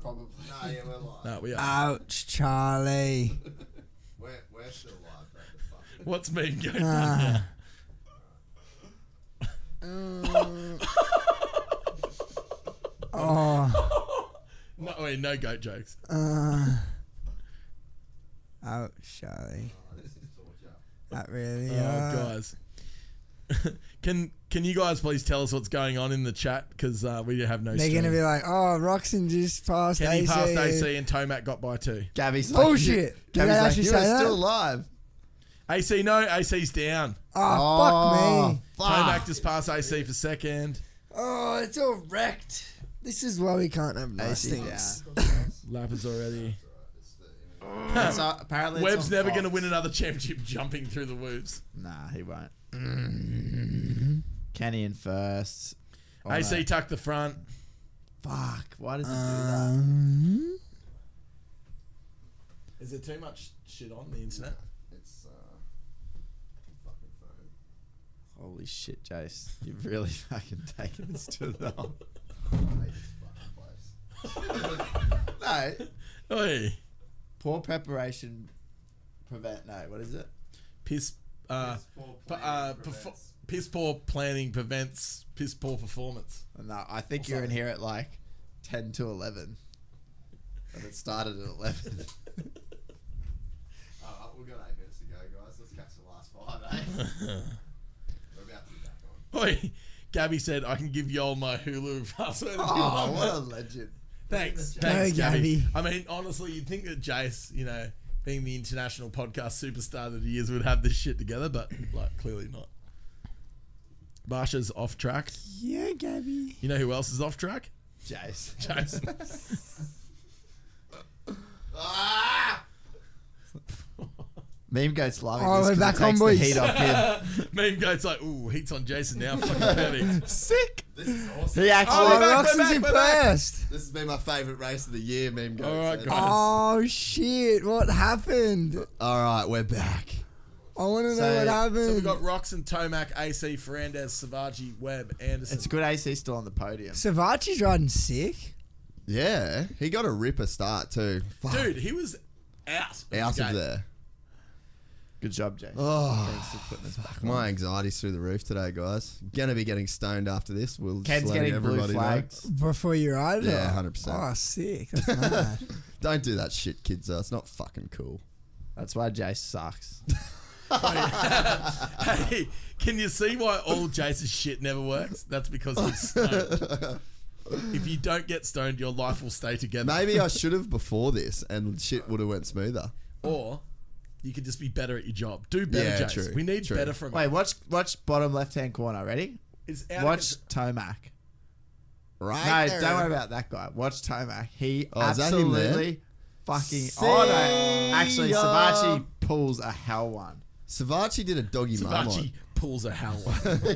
Speaker 2: probably. Nah, yeah, we're live.
Speaker 4: No, we are.
Speaker 10: Ah. Ouch, Charlie.
Speaker 2: We're, we're still live,
Speaker 4: What's me going
Speaker 10: Ah. Oh.
Speaker 4: No, wait, no goat jokes.
Speaker 10: Uh, oh, Charlie. That really.
Speaker 4: Oh,
Speaker 10: uh,
Speaker 4: guys. can can you guys please tell us what's going on in the chat? Because uh, we have no.
Speaker 10: They're
Speaker 4: stream.
Speaker 10: going to be like, oh, Roxon just passed
Speaker 4: Kenny
Speaker 10: AC.
Speaker 4: passed AC and Tomac got by two.
Speaker 5: Gavy's
Speaker 10: like, Bullshit. you- Did Gavy's they like, actually you say are that? still
Speaker 5: alive.
Speaker 4: AC, no, AC's down.
Speaker 10: Oh, fuck me.
Speaker 4: Tomac just passed AC for second.
Speaker 10: Oh, it's all wrecked. This is why we can't have nice things.
Speaker 4: Lapis already.
Speaker 5: It's, uh, apparently it's
Speaker 4: Webb's
Speaker 5: on
Speaker 4: never going to
Speaker 5: Fox.
Speaker 4: win another championship jumping through the whoops.
Speaker 5: Nah, he won't. Kenny in first. Oh,
Speaker 4: AC
Speaker 5: no.
Speaker 4: tucked the front.
Speaker 5: Fuck. Why does it
Speaker 10: Um,
Speaker 4: Is there too much shit on the internet?
Speaker 2: It's uh,
Speaker 5: do that? Holy shit, Jace. You've really fucking taken this to the No.
Speaker 4: Hey,
Speaker 5: Poor preparation prevent. No, what is it?
Speaker 4: piss. Uh, p- uh, perfo- piss poor planning prevents piss poor performance.
Speaker 5: No, I think you're in here at like 10 to 11. And it started at 11.
Speaker 2: All right, we've got eight minutes to go, guys. Let's catch the last five, eh? We're about to be back on.
Speaker 4: Oi, Gabby said I can give y'all my Hulu password. if you
Speaker 5: oh,
Speaker 4: want."
Speaker 5: what a legend.
Speaker 4: Thanks,
Speaker 5: Go,
Speaker 4: thanks, Gabby.
Speaker 10: Gabby.
Speaker 4: I mean, honestly, you'd think that Jace, you know, being the international podcast superstar that he is, would have this shit together, but like, clearly not. Barsha's off track.
Speaker 10: yeah, Gabby.
Speaker 4: You know who else is off track?
Speaker 5: Jace.
Speaker 4: Jace.
Speaker 5: Meme goes loving
Speaker 10: Oh,
Speaker 5: this
Speaker 10: we're
Speaker 5: 'cause it
Speaker 10: back on,
Speaker 5: takes the
Speaker 10: boys.
Speaker 5: heat off
Speaker 4: Oh,
Speaker 5: him.
Speaker 4: Meme goat's like, ooh, heat's on Jason now. Fucking perfect.
Speaker 5: Sick.
Speaker 2: This is awesome.
Speaker 5: He actually.
Speaker 10: Oh,
Speaker 4: back, we're
Speaker 10: Roxon's
Speaker 4: back,
Speaker 10: in
Speaker 4: we're back.
Speaker 10: first.
Speaker 2: This has been my favourite race of the year, meme goats.
Speaker 4: All right,
Speaker 2: That's-
Speaker 4: guys.
Speaker 10: Oh, shit. What happened?
Speaker 2: All right, we're back.
Speaker 10: I want to know
Speaker 5: So-
Speaker 10: what
Speaker 5: so
Speaker 10: happened.
Speaker 4: So we've got Rox and Tomac, AC, Fernandez, Savaji, Webb, Anderson.
Speaker 5: it's good AC still on the podium.
Speaker 10: Savachi's riding sick.
Speaker 2: Yeah, he got a ripper start too. Fuck,
Speaker 4: Dude, he was out. the
Speaker 2: out
Speaker 4: gate.
Speaker 2: of there.
Speaker 5: Good job, Jace.
Speaker 2: Oh,
Speaker 5: Thanks for putting us back on.
Speaker 2: my anxiety's through the roof today, guys. Gonna be getting stoned after this. We'll just
Speaker 5: Ken's
Speaker 2: letting
Speaker 5: getting blue
Speaker 2: everybody know.
Speaker 5: flags.
Speaker 10: Before you ride it?
Speaker 2: Yeah, 100%.
Speaker 10: Oh, sick. That's mad.
Speaker 2: Don't do that shit, kids. Though. It's not fucking cool.
Speaker 5: That's why Jace sucks.
Speaker 4: Hey, can you see why all Jace's shit never works? That's because he's stoned. if you don't get stoned, your life will stay together.
Speaker 2: Maybe I should have before this, and shit would have went smoother.
Speaker 4: Or you could just be better at your job. Do better,
Speaker 2: Yeah,
Speaker 4: Jace.
Speaker 2: true,
Speaker 4: we need
Speaker 2: true.
Speaker 4: better from
Speaker 5: Wait, watch watch bottom left hand corner. Ready?
Speaker 4: It's out of
Speaker 5: watch Tomac.
Speaker 2: Right?
Speaker 5: no,
Speaker 2: there.
Speaker 5: don't worry about that guy. Watch Tomac. He
Speaker 2: Oh, is that him there?
Speaker 5: absolutely fucking. Oh
Speaker 2: E
Speaker 5: no! Actually,
Speaker 2: ya.
Speaker 5: Savachi pulls a hell one.
Speaker 2: Savachi did a doggy
Speaker 4: Savachi
Speaker 2: marmot.
Speaker 4: pulls a howl.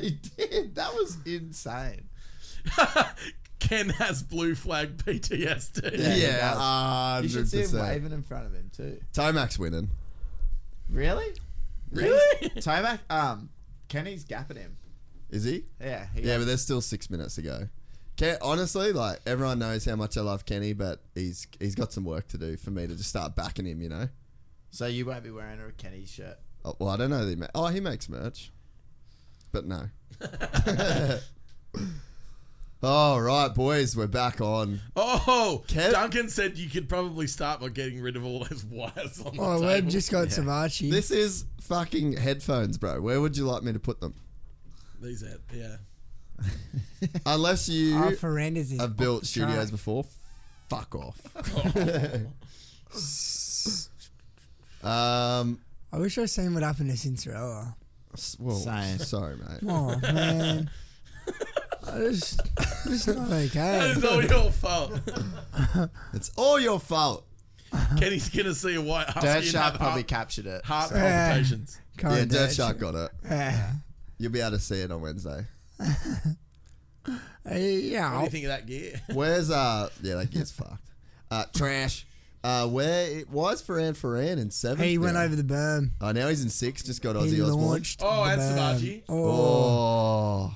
Speaker 5: he did. That was insane.
Speaker 4: Ken has blue flag PTSD.
Speaker 2: Yeah,
Speaker 5: You should
Speaker 2: hundred
Speaker 5: see him
Speaker 2: percent.
Speaker 5: waving in front of him too.
Speaker 2: Tomac's winning.
Speaker 5: Really?
Speaker 4: Really?
Speaker 5: Tomac, um, Kenny's gapping him.
Speaker 2: Is he?
Speaker 5: Yeah. He
Speaker 2: Yeah, but there's still six minutes to go. Ken, honestly, like everyone knows how much I love Kenny, but he's he's got some work to do for me to just start backing him. You know.
Speaker 5: so you won't be wearing a Kenny shirt.
Speaker 2: Oh, well, I don't know. That he ma- oh, he makes merch, but no. All right, boys, we're back on.
Speaker 4: Oh,
Speaker 2: Kev-
Speaker 4: Duncan said you could probably start by getting rid of all those wires on the
Speaker 10: oh,
Speaker 4: table.
Speaker 10: Webb just got Savachi.
Speaker 2: This is fucking headphones, bro. Where would you like me to put them?
Speaker 4: These out, yeah.
Speaker 2: Unless you
Speaker 10: oh, Fernandez is
Speaker 2: have built
Speaker 10: off the track.
Speaker 2: studios before, fuck off. um,
Speaker 10: I wish I'd seen what happened to Cinderella.
Speaker 2: s- well,
Speaker 5: Same.
Speaker 2: sorry, mate.
Speaker 10: Oh man, I just, just not okay.
Speaker 4: It's all your fault.
Speaker 2: It's all your fault.
Speaker 4: Kenny's gonna see a white husky
Speaker 5: Dirt
Speaker 4: and have
Speaker 5: Shark probably
Speaker 4: heart,
Speaker 5: captured it.
Speaker 4: heart
Speaker 5: so-
Speaker 10: Yeah.
Speaker 4: palpitations.
Speaker 10: Can't
Speaker 2: yeah,
Speaker 10: do
Speaker 2: Dirt
Speaker 10: it.
Speaker 2: Shark got it.
Speaker 10: Yeah.
Speaker 2: You'll be able to see it on Wednesday.
Speaker 10: Uh, yeah.
Speaker 4: What do you
Speaker 10: I'll-
Speaker 4: think of that gear?
Speaker 2: Where's uh? Yeah, that gets fucked. Uh, trash. Uh, where it was Ferran Ferran in seven.
Speaker 10: He went over the berm.
Speaker 2: Oh, now he's in six. Just got
Speaker 10: He
Speaker 2: Aussie Osborne.
Speaker 10: launched.
Speaker 4: Oh,
Speaker 10: the
Speaker 4: and
Speaker 10: berm.
Speaker 4: Savachi.
Speaker 10: Oh,
Speaker 2: Oh,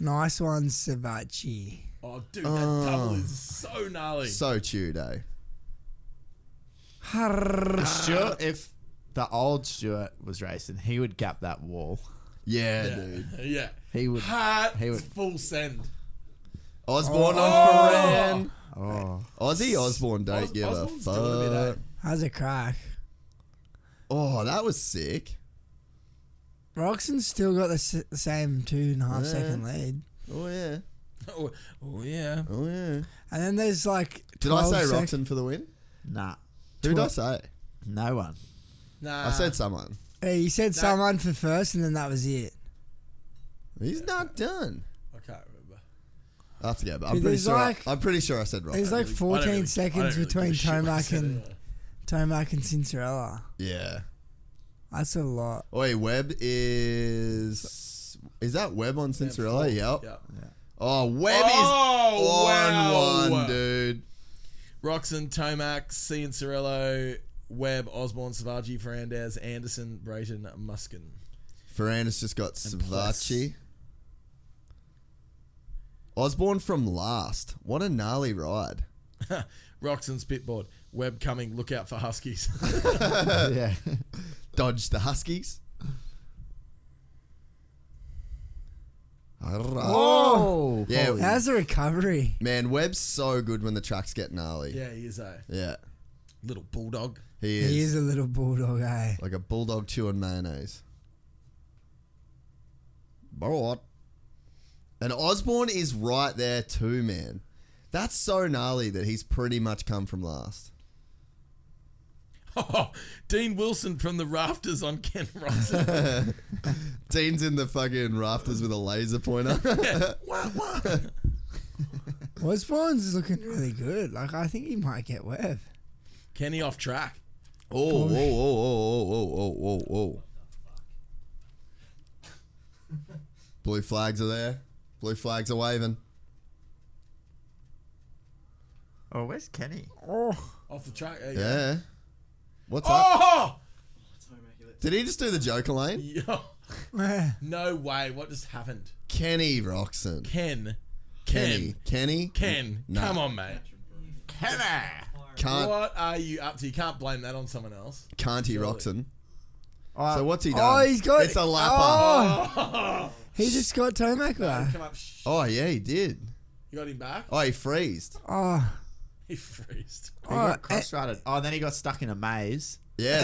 Speaker 10: nice one, Savachi.
Speaker 4: Oh, dude, that double is so gnarly.
Speaker 2: so chewed, eh?
Speaker 5: Stuart, if the old Stuart was racing, he would gap that wall.
Speaker 2: Yeah,
Speaker 4: yeah.
Speaker 2: dude.
Speaker 4: Yeah.
Speaker 2: He would-
Speaker 4: Heart
Speaker 2: he would-
Speaker 4: full send.
Speaker 2: Osborne
Speaker 4: Oh.
Speaker 2: on Ferran. Oh. Aussie Osborne don't
Speaker 4: Os-
Speaker 2: give
Speaker 4: Osborne's
Speaker 2: a
Speaker 4: doing it, eh?
Speaker 2: fuck.
Speaker 10: How's it crack?
Speaker 2: Oh, that was sick.
Speaker 10: Roxon's still got the s- the same two and a half
Speaker 2: Yeah.
Speaker 10: second lead.
Speaker 2: Oh yeah.
Speaker 4: Oh, oh yeah.
Speaker 2: Oh yeah.
Speaker 10: And then there's like.
Speaker 2: Did I
Speaker 10: 12
Speaker 2: say
Speaker 10: sec-
Speaker 2: Roxon for the win?
Speaker 5: Nah.
Speaker 2: Who did I
Speaker 10: Tw-
Speaker 2: say?
Speaker 5: uh, No one.
Speaker 4: Nah.
Speaker 2: I said someone.
Speaker 10: Hey, you said someone for first, and then that was it.
Speaker 2: He's not done.
Speaker 4: I can't remember.
Speaker 2: I forget, but
Speaker 10: Dude,
Speaker 2: I'm pretty
Speaker 10: there's
Speaker 2: sure. I-
Speaker 10: like-
Speaker 2: I'm pretty sure I said Roxon.
Speaker 10: There's like
Speaker 4: I don't
Speaker 10: 14
Speaker 4: really- I don't
Speaker 10: seconds
Speaker 4: really give
Speaker 10: between
Speaker 4: a shit what I
Speaker 10: Tomac
Speaker 4: said
Speaker 10: and
Speaker 4: anyway.
Speaker 10: Tomac and Cinderella.
Speaker 2: yeah.
Speaker 10: That's a lot.
Speaker 2: Oi, Webb is is that Webb on Cinderella? Yep.
Speaker 4: Yep.
Speaker 2: Oh, Webb
Speaker 4: Oh,
Speaker 2: is on
Speaker 4: wow.
Speaker 2: one, dude.
Speaker 4: Roxon, Tomac, C and Cirillo, Webb, Osborne, Savaji, Fernandez, Anderson, Brayton, Muskin.
Speaker 2: Ferrandis just got
Speaker 4: plus.
Speaker 2: Savachi. Osborne from last. What a gnarly ride.
Speaker 4: Roxon's pitboard. Webb coming. Look out for Huskies.
Speaker 5: yeah.
Speaker 2: Dodge the Huskies.
Speaker 5: Oh.
Speaker 2: Yeah.
Speaker 5: holy-
Speaker 10: How's the recovery?
Speaker 2: Man, Webb's so good when the tracks get gnarly.
Speaker 4: yeah, he is a
Speaker 2: Yeah,
Speaker 4: little bulldog.
Speaker 2: he is.
Speaker 10: He is a little bulldog, eh?
Speaker 2: Like a bulldog chewing mayonnaise. But and Osborne is right there too, man. That's so gnarly that he's pretty much come from last.
Speaker 4: Oh, Dean Wilson from the rafters on Ken Roxon.
Speaker 2: Dean's in the fucking rafters with a laser pointer.
Speaker 4: Wah, wah.
Speaker 10: Osborne's looking really good. Like I think he might get Webb.
Speaker 4: Kenny off track.
Speaker 2: Oh, whoa, whoa, whoa, whoa, whoa, whoa, whoa, whoa. oh. Blue flags are there. Blue flags are waving.
Speaker 5: Oh, where's Kenny?
Speaker 4: Off the track. There you go.
Speaker 2: Yeah. What's up?
Speaker 4: Oh!
Speaker 2: Did he just do the Joker lane?
Speaker 4: Yo.
Speaker 10: Eh,
Speaker 4: No way. What just happened?
Speaker 2: Kenny Roxon.
Speaker 4: Ken.
Speaker 2: Kenny. Kenny.
Speaker 4: Ken.
Speaker 2: Nah. Uh,
Speaker 4: Come on, mate.
Speaker 2: Can't
Speaker 4: What are you up to? You can't blame that on someone else.
Speaker 2: can't he
Speaker 4: Surely.
Speaker 2: Roxon. so what's he
Speaker 10: oh,
Speaker 2: done?
Speaker 10: he's got
Speaker 2: It's a lapper. Oh,
Speaker 10: Oh, he just got Tomac back.
Speaker 4: Come up. Shh.
Speaker 2: Oh, yeah, he did.
Speaker 4: You got him back?
Speaker 2: Oh, he freezed.
Speaker 10: Oh, eh,
Speaker 4: He freezed.
Speaker 5: He got cross-rided. Oh, then he got stuck in a maze.
Speaker 2: Yeah,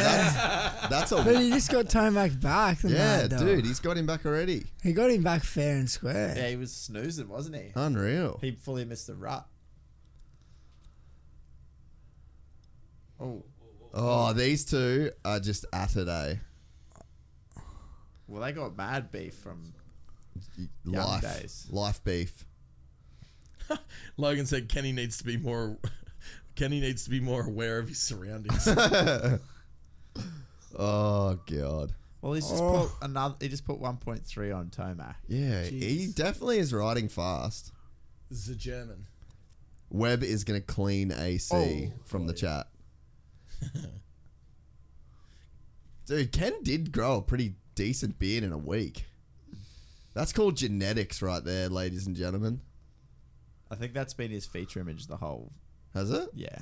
Speaker 2: that's that's
Speaker 10: but
Speaker 2: a
Speaker 10: he just got Tomac back. The
Speaker 2: yeah,
Speaker 10: mad dog.
Speaker 2: dude. He's got him back already.
Speaker 10: He got him back fair and square.
Speaker 5: Yeah, he was snoozing, wasn't he?
Speaker 2: Unreal.
Speaker 5: He fully missed the rut. Oh,
Speaker 2: Oh, these two are just at it, eh?
Speaker 5: well, they got mad beef from. Young
Speaker 2: Life,
Speaker 5: days.
Speaker 2: life beef.
Speaker 4: Logan said Kenny needs to be more. Kenny needs to be more aware of his surroundings.
Speaker 2: Oh god.
Speaker 5: Well, he's just
Speaker 2: Oh.
Speaker 5: put another. He just put 1.3 on Tomac.
Speaker 2: Yeah, he definitely is riding fast.
Speaker 4: this is a German.
Speaker 2: Webb is gonna clean
Speaker 10: Oh,
Speaker 2: AC from the chat. Dude, Ken did grow a pretty decent beard in a week. That's called genetics, right there, ladies and gentlemen.
Speaker 5: I think that's been his feature image the whole.
Speaker 2: Has it?
Speaker 5: Yeah,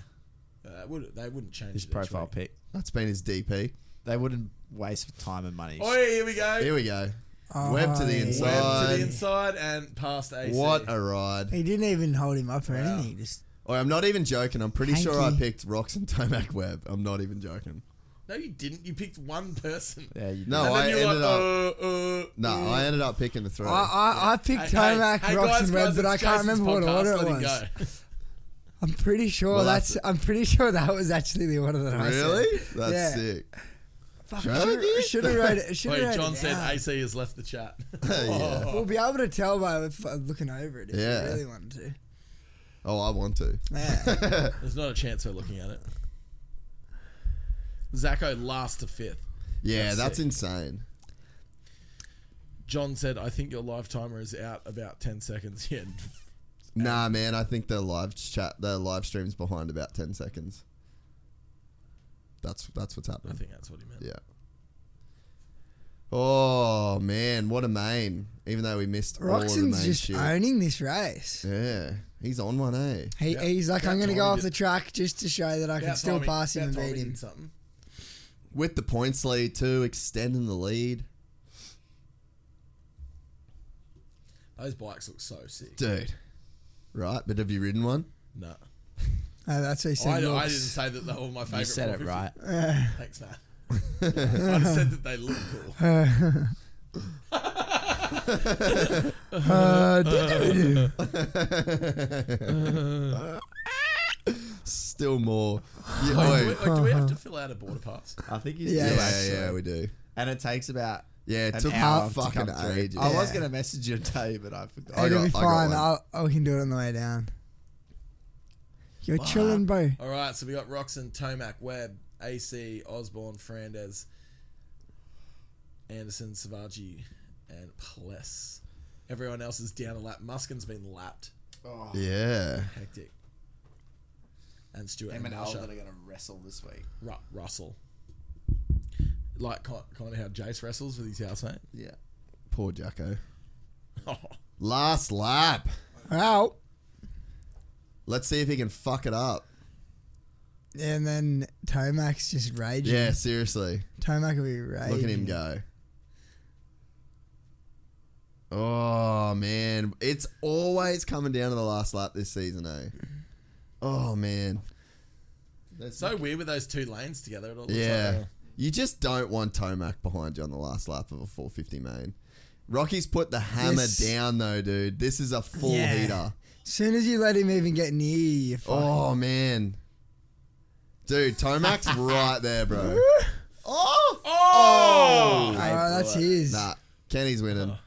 Speaker 4: Uh, that would, they wouldn't change
Speaker 5: his
Speaker 4: it each
Speaker 5: profile
Speaker 4: week.
Speaker 5: pic.
Speaker 2: That's been his DP.
Speaker 5: They wouldn't waste time and money.
Speaker 4: Oh, yeah, here we go.
Speaker 2: Here we go.
Speaker 10: Oh,
Speaker 2: Webb to the inside.
Speaker 4: Web to the inside and past AC.
Speaker 2: What a ride.
Speaker 10: He didn't even hold him up or anything. Just
Speaker 2: Oi, I'm not even joking. I'm pretty sure I
Speaker 10: Hanky.
Speaker 2: picked Rox and Tomac Webb. I'm not even joking.
Speaker 4: No, you didn't. You picked one person.
Speaker 5: Yeah, you
Speaker 2: No,
Speaker 4: And
Speaker 2: I
Speaker 4: then
Speaker 2: ended
Speaker 4: you're like,
Speaker 2: up.
Speaker 4: uh, uh,
Speaker 2: No,
Speaker 4: uh.
Speaker 2: I ended up picking the three.
Speaker 10: I, I, I picked Tomac,
Speaker 4: hey,
Speaker 10: Rox,
Speaker 4: guys,
Speaker 10: and Webb,
Speaker 4: guys,
Speaker 10: but I
Speaker 4: it's
Speaker 10: can't
Speaker 4: Jason's
Speaker 10: remember what
Speaker 4: podcast,
Speaker 10: order it
Speaker 4: let him
Speaker 10: was.
Speaker 4: go.
Speaker 10: I'm pretty sure
Speaker 2: Well,
Speaker 10: that's.
Speaker 2: that's-
Speaker 10: I'm pretty sure that was actually the order that I said.
Speaker 2: really? That's
Speaker 10: Yeah.
Speaker 2: sick.
Speaker 10: Fuck,
Speaker 2: Drug it?
Speaker 10: should have wrote it. Should have
Speaker 4: Wait,
Speaker 10: wrote
Speaker 4: John
Speaker 10: it
Speaker 4: said
Speaker 10: down.
Speaker 4: AC has left the chat.
Speaker 2: yeah.
Speaker 10: We'll be able to tell by f- looking over it if
Speaker 2: Yeah.
Speaker 10: we really wanted to.
Speaker 2: Oh, I want to.
Speaker 10: Yeah.
Speaker 4: There's not a chance we're looking at it. Zacho last to fifth.
Speaker 2: Yeah, that's,
Speaker 4: That's sick.
Speaker 2: insane.
Speaker 4: John said, I think your live timer is out about 10 seconds. Yeah.
Speaker 2: Nah, man, I think the live chat, the live stream's behind about ten seconds. That's that's what's
Speaker 4: I
Speaker 2: happening.
Speaker 4: think that's what he meant.
Speaker 2: Yeah. Oh man, what a main! Even though we missed all of the
Speaker 10: Roxon's
Speaker 2: main
Speaker 10: just
Speaker 2: shit.
Speaker 10: owning this race.
Speaker 2: yeah, he's on one, eh?
Speaker 10: He,
Speaker 4: Yeah.
Speaker 10: He's like,
Speaker 4: About
Speaker 10: I'm going to
Speaker 4: time
Speaker 10: go
Speaker 4: he
Speaker 10: off
Speaker 4: did-
Speaker 10: the track just to show that I can
Speaker 4: About
Speaker 10: still
Speaker 4: time he-
Speaker 10: pass him
Speaker 4: about
Speaker 10: and
Speaker 4: time
Speaker 10: beat
Speaker 4: he did
Speaker 10: him.
Speaker 4: Something.
Speaker 2: With the points lead too, extending the lead.
Speaker 4: Those bikes look so sick.
Speaker 2: Dude. Right, but have you ridden one?
Speaker 4: No.
Speaker 10: Oh, that's what he said.
Speaker 4: I, I
Speaker 10: looks.
Speaker 4: didn't say that they were my favourite.
Speaker 10: said it
Speaker 4: 450.
Speaker 10: right. Yeah.
Speaker 4: Thanks, man. I just said that they look cool.
Speaker 2: Still more.
Speaker 4: Wait, do, we, wait, do we have to fill out a border pass?
Speaker 5: I think you
Speaker 2: Oh, Yeah,
Speaker 5: do.
Speaker 2: yeah,
Speaker 5: Actually.
Speaker 2: yeah, we do.
Speaker 5: And it takes about
Speaker 2: Yeah, it
Speaker 5: an
Speaker 2: took
Speaker 5: hour
Speaker 2: half
Speaker 5: to come
Speaker 2: fucking
Speaker 5: through.
Speaker 2: ages.
Speaker 5: I was
Speaker 2: Yeah.
Speaker 5: gonna message you and tell you, but I forgot.
Speaker 10: It'll be
Speaker 5: I
Speaker 10: fine.
Speaker 5: one.
Speaker 10: I'll, I can do it on the way down. You're
Speaker 4: Fuck.
Speaker 10: chilling, bro.
Speaker 4: All right, so we got Roxon, Tomac, Webb, AC, Osborne, Fernandez, Anderson, Savaji, and Pless. Everyone else is down a lap. Muskin's been lapped.
Speaker 5: Oh.
Speaker 2: Yeah.
Speaker 4: Hectic. And Stuart
Speaker 5: Him
Speaker 4: and
Speaker 5: and Al that are
Speaker 4: Russia.
Speaker 5: gonna wrestle this week.
Speaker 4: Ru- Russell. Like kind of how Jace wrestles with his housemate.
Speaker 5: Yeah.
Speaker 2: Poor Jacko.
Speaker 4: Oh,
Speaker 2: Last lap.
Speaker 10: Wow.
Speaker 2: Let's see if he can fuck it up.
Speaker 10: And then Tomac's just raging.
Speaker 2: Yeah, seriously.
Speaker 10: Tomac will be raging.
Speaker 2: Look at him go. Oh man, it's always coming down to the last lap this season, eh? Oh man,
Speaker 4: it's so weird with those two lanes together. It all looks
Speaker 2: yeah.
Speaker 4: Like,
Speaker 2: You just don't want Tomac behind you on the last lap of a 450 main. Rocky's put the hammer
Speaker 10: This-
Speaker 2: down though, dude. This is a full
Speaker 10: Yeah.
Speaker 2: heater.
Speaker 10: Soon as you let him even get near you, you're fucked.
Speaker 2: Oh man, dude, Tomac's right there, bro.
Speaker 10: Oh!
Speaker 2: Oh,
Speaker 10: that's his.
Speaker 2: Nah, Kenny's winning.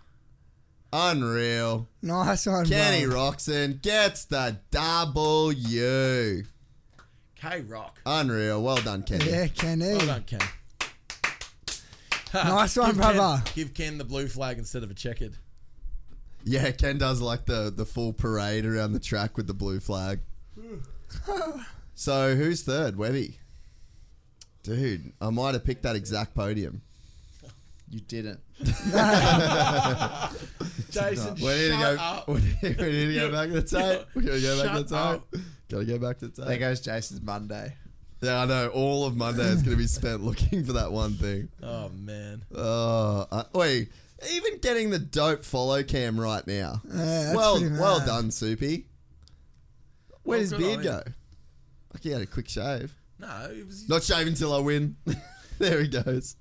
Speaker 2: Unreal.
Speaker 10: Nice one,
Speaker 2: Kenny
Speaker 10: bro.
Speaker 2: Roxon gets the W.
Speaker 4: K Rock.
Speaker 2: Um, Unreal. Well done, Kenny.
Speaker 10: Yeah, Kenny.
Speaker 4: Well done, Ken.
Speaker 10: Nice one,
Speaker 4: Give
Speaker 10: brother.
Speaker 4: Ken, give Ken the blue flag instead of a checkered.
Speaker 2: Yeah, Ken does like the, the full parade around the track with the blue flag. so who's third? Webby. Dude, I might have picked that exact podium.
Speaker 5: You didn't.
Speaker 4: Jason,
Speaker 2: We need to
Speaker 4: shut
Speaker 2: go.
Speaker 4: up.
Speaker 2: We need, we need to go
Speaker 4: You-
Speaker 2: back to the tape. We gotta go back to
Speaker 4: Shut
Speaker 2: the tape.
Speaker 4: up.
Speaker 2: Gotta go back to the
Speaker 5: There
Speaker 2: tape.
Speaker 5: goes Jason's Monday.
Speaker 2: Yeah, I know. All of Monday is gonna be spent looking for that one thing.
Speaker 4: Oh man.
Speaker 2: Oh, uh, wait. Even getting the dope follow cam right now.
Speaker 10: that's
Speaker 2: well,
Speaker 10: pretty
Speaker 2: well
Speaker 10: mad.
Speaker 2: done, Soupy.
Speaker 4: Well,
Speaker 2: Where does
Speaker 4: good on
Speaker 2: beard
Speaker 4: him.
Speaker 2: go? Like he had a quick shave.
Speaker 4: No, it was
Speaker 2: Not shave until I win. there he goes.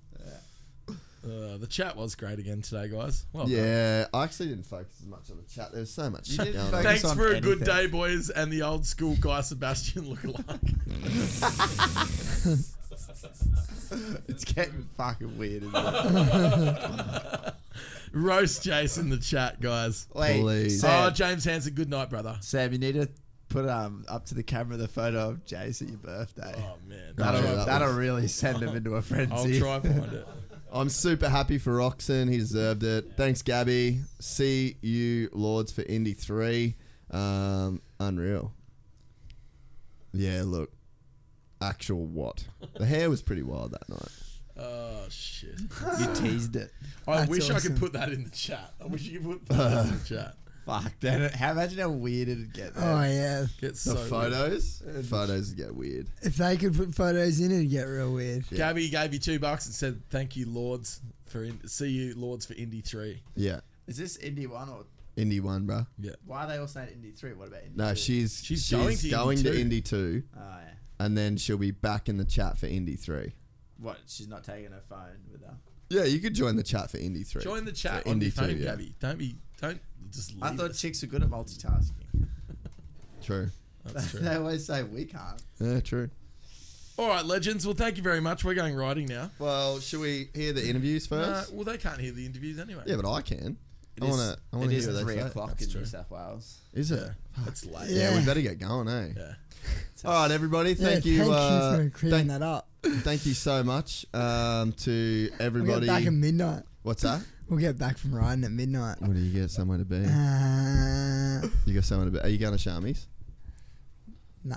Speaker 4: uh, the chat was great again today, guys. Well done.
Speaker 2: Yeah, I actually didn't focus as much on the chat. There was so much shit
Speaker 5: didn't
Speaker 2: going on.
Speaker 5: focus-
Speaker 4: Thanks
Speaker 5: on
Speaker 4: for a good
Speaker 5: anything.
Speaker 4: day, boys, and the old school Guy Sebastian look alike.
Speaker 5: It's getting fucking weird. Isn't it?
Speaker 4: Roast Jace in the chat, guys.
Speaker 5: Wait,
Speaker 2: Please.
Speaker 4: Oh,
Speaker 5: Sam,
Speaker 4: James Hanson, good night, brother.
Speaker 5: Sam, you need to put um up to the camera the photo of Jace at your birthday.
Speaker 4: Oh man,
Speaker 5: that'll
Speaker 2: Yeah, that
Speaker 5: that'll
Speaker 2: was-
Speaker 5: really send him into a
Speaker 4: I'll
Speaker 5: frenzy.
Speaker 4: try and find it.
Speaker 2: I'm super happy for Roxon. He deserved it. Thanks, Gabby. See you, Lords, for Indy 3. Um, unreal. Yeah, look. Actual what? The hair was pretty wild that night.
Speaker 4: Oh shit!
Speaker 5: you teased it.
Speaker 4: I
Speaker 10: That's
Speaker 4: wish I
Speaker 10: awesome.
Speaker 4: could put that in the chat. I wish you could put that in the chat.
Speaker 5: Fuck. Then how imagine how weird it'd get. Then.
Speaker 10: Oh, yeah.
Speaker 4: Get
Speaker 2: The
Speaker 4: so weird.
Speaker 2: photos? Photos get weird.
Speaker 10: If they could put photos in, it'd get real weird.
Speaker 4: Gabby gave you two bucks and said, "Thank you, Lords, for in- see you, Lords, for Indy 3.
Speaker 2: Yeah.
Speaker 5: Is this Indy one or
Speaker 2: Indy 1, bruh.
Speaker 4: Yeah.
Speaker 5: why are they all saying Indy three? What about Indy?
Speaker 2: No,
Speaker 5: two?
Speaker 2: she's she's,
Speaker 4: She's going to Indy
Speaker 2: going to
Speaker 4: 2.
Speaker 2: Indy 2,
Speaker 5: Oh yeah.
Speaker 2: and then she'll be back in the chat for Indy 3.
Speaker 5: What? She's not taking her phone with her.
Speaker 2: Yeah, you could join the chat for Indy 3.
Speaker 4: Join the chat
Speaker 2: For
Speaker 4: on
Speaker 2: Indy
Speaker 4: your phone,
Speaker 2: 2, yeah.
Speaker 4: Gabby. Don't be, don't just. Leave
Speaker 5: I thought
Speaker 4: us.
Speaker 5: chicks are good at multitasking.
Speaker 2: True.
Speaker 4: That's true.
Speaker 5: they always say we can't.
Speaker 2: Yeah, true.
Speaker 4: All right, legends. Well, thank you very much. We're going riding now.
Speaker 2: Well, should we hear the interviews
Speaker 4: No,
Speaker 2: first?
Speaker 4: well, they can't hear the interviews anyway.
Speaker 2: Yeah, but I can.
Speaker 5: It
Speaker 2: I
Speaker 5: is-
Speaker 2: want to. I want to
Speaker 5: it is
Speaker 2: hear what
Speaker 5: three
Speaker 2: they say.
Speaker 5: o'clock
Speaker 4: That's
Speaker 5: in
Speaker 4: true.
Speaker 5: New South Wales.
Speaker 2: Is it?
Speaker 4: It's late.
Speaker 2: Yeah,
Speaker 10: Yeah.
Speaker 2: we better get going, eh?
Speaker 4: Yeah.
Speaker 2: All right, everybody.
Speaker 10: Yeah,
Speaker 2: Thank you.
Speaker 10: Thank
Speaker 2: uh,
Speaker 10: you for
Speaker 2: thank,
Speaker 10: clearing that up.
Speaker 2: thank you so much um, to
Speaker 10: We'll get
Speaker 2: everybody.
Speaker 10: back at midnight.
Speaker 2: What's that?
Speaker 10: We'll get back from riding at midnight.
Speaker 2: What do you get somewhere to be?
Speaker 10: Uh,
Speaker 2: You got somewhere to be? Are you going to Shami's?
Speaker 10: nah,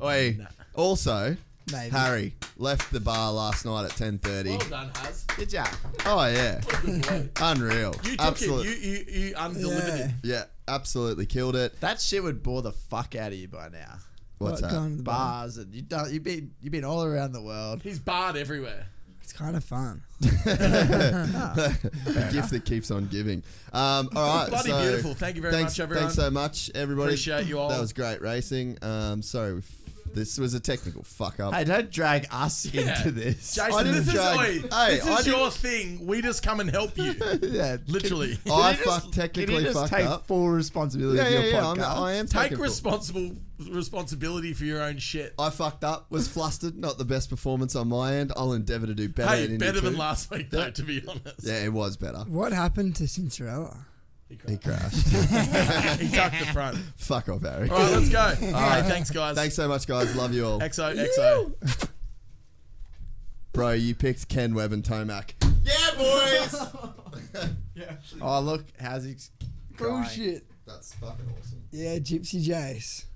Speaker 2: Oi. Also,
Speaker 10: maybe.
Speaker 2: Harry left the bar last night at ten thirty.
Speaker 4: Well done, Haz.
Speaker 5: Good job.
Speaker 2: Oh yeah,
Speaker 4: Good boy.
Speaker 2: unreal.
Speaker 4: You took
Speaker 2: Absolute-
Speaker 4: it. You you you undelivered
Speaker 10: Yeah.
Speaker 4: it.
Speaker 2: yeah, absolutely killed it.
Speaker 5: That shit would bore the fuck out of you by now.
Speaker 2: What's
Speaker 10: Like
Speaker 2: that?
Speaker 10: going to the bar.
Speaker 5: Bars and you done, you've been you've been all around the world.
Speaker 4: He's barred everywhere.
Speaker 10: It's kind of fun.
Speaker 2: the gift that keeps on giving. Um, all right,
Speaker 4: Bloody
Speaker 2: so
Speaker 4: beautiful. Thank you very
Speaker 2: thanks-
Speaker 4: much, everyone.
Speaker 2: Thanks so much, everybody.
Speaker 4: Appreciate you all.
Speaker 2: That was great racing. Um, sorry, we f- this was a technical fuck up.
Speaker 5: Hey, don't drag us into this.
Speaker 4: Jason,
Speaker 2: I didn't
Speaker 4: this is,
Speaker 2: drag-
Speaker 4: oi,
Speaker 2: Hey,
Speaker 4: this
Speaker 2: I
Speaker 4: is your
Speaker 2: didn't-
Speaker 4: thing. We just come and help you.
Speaker 5: Yeah,
Speaker 4: Literally.
Speaker 2: I fucked technically
Speaker 5: Can you just
Speaker 2: fucked
Speaker 5: take
Speaker 2: up.
Speaker 5: full responsibility
Speaker 2: Yeah,
Speaker 5: of your
Speaker 2: yeah, yeah, I'm-
Speaker 5: podcast?
Speaker 2: I am
Speaker 4: Take
Speaker 2: taking full-
Speaker 4: responsible responsibility for your own shit.
Speaker 2: I fucked up. Was flustered. Not the best performance on my end. I'll endeavour to do better.
Speaker 4: hey,
Speaker 2: in
Speaker 4: better than
Speaker 2: Indy
Speaker 4: last week, though, to be honest.
Speaker 2: two. Yeah, it was better.
Speaker 10: What happened to Cinderella?
Speaker 2: He crashed.
Speaker 4: he tucked the front.
Speaker 2: Fuck off, Harry.
Speaker 4: All right, let's go. All right, thanks, guys.
Speaker 2: Thanks so much, guys. Love you all.
Speaker 4: XO, XO.
Speaker 2: Bro, you picked Ken Webb and Tomac.
Speaker 5: Yeah, boys. Oh, look, how's he?
Speaker 10: Bullshit.
Speaker 2: That's fucking awesome.
Speaker 10: Yeah, Gypsy Jace.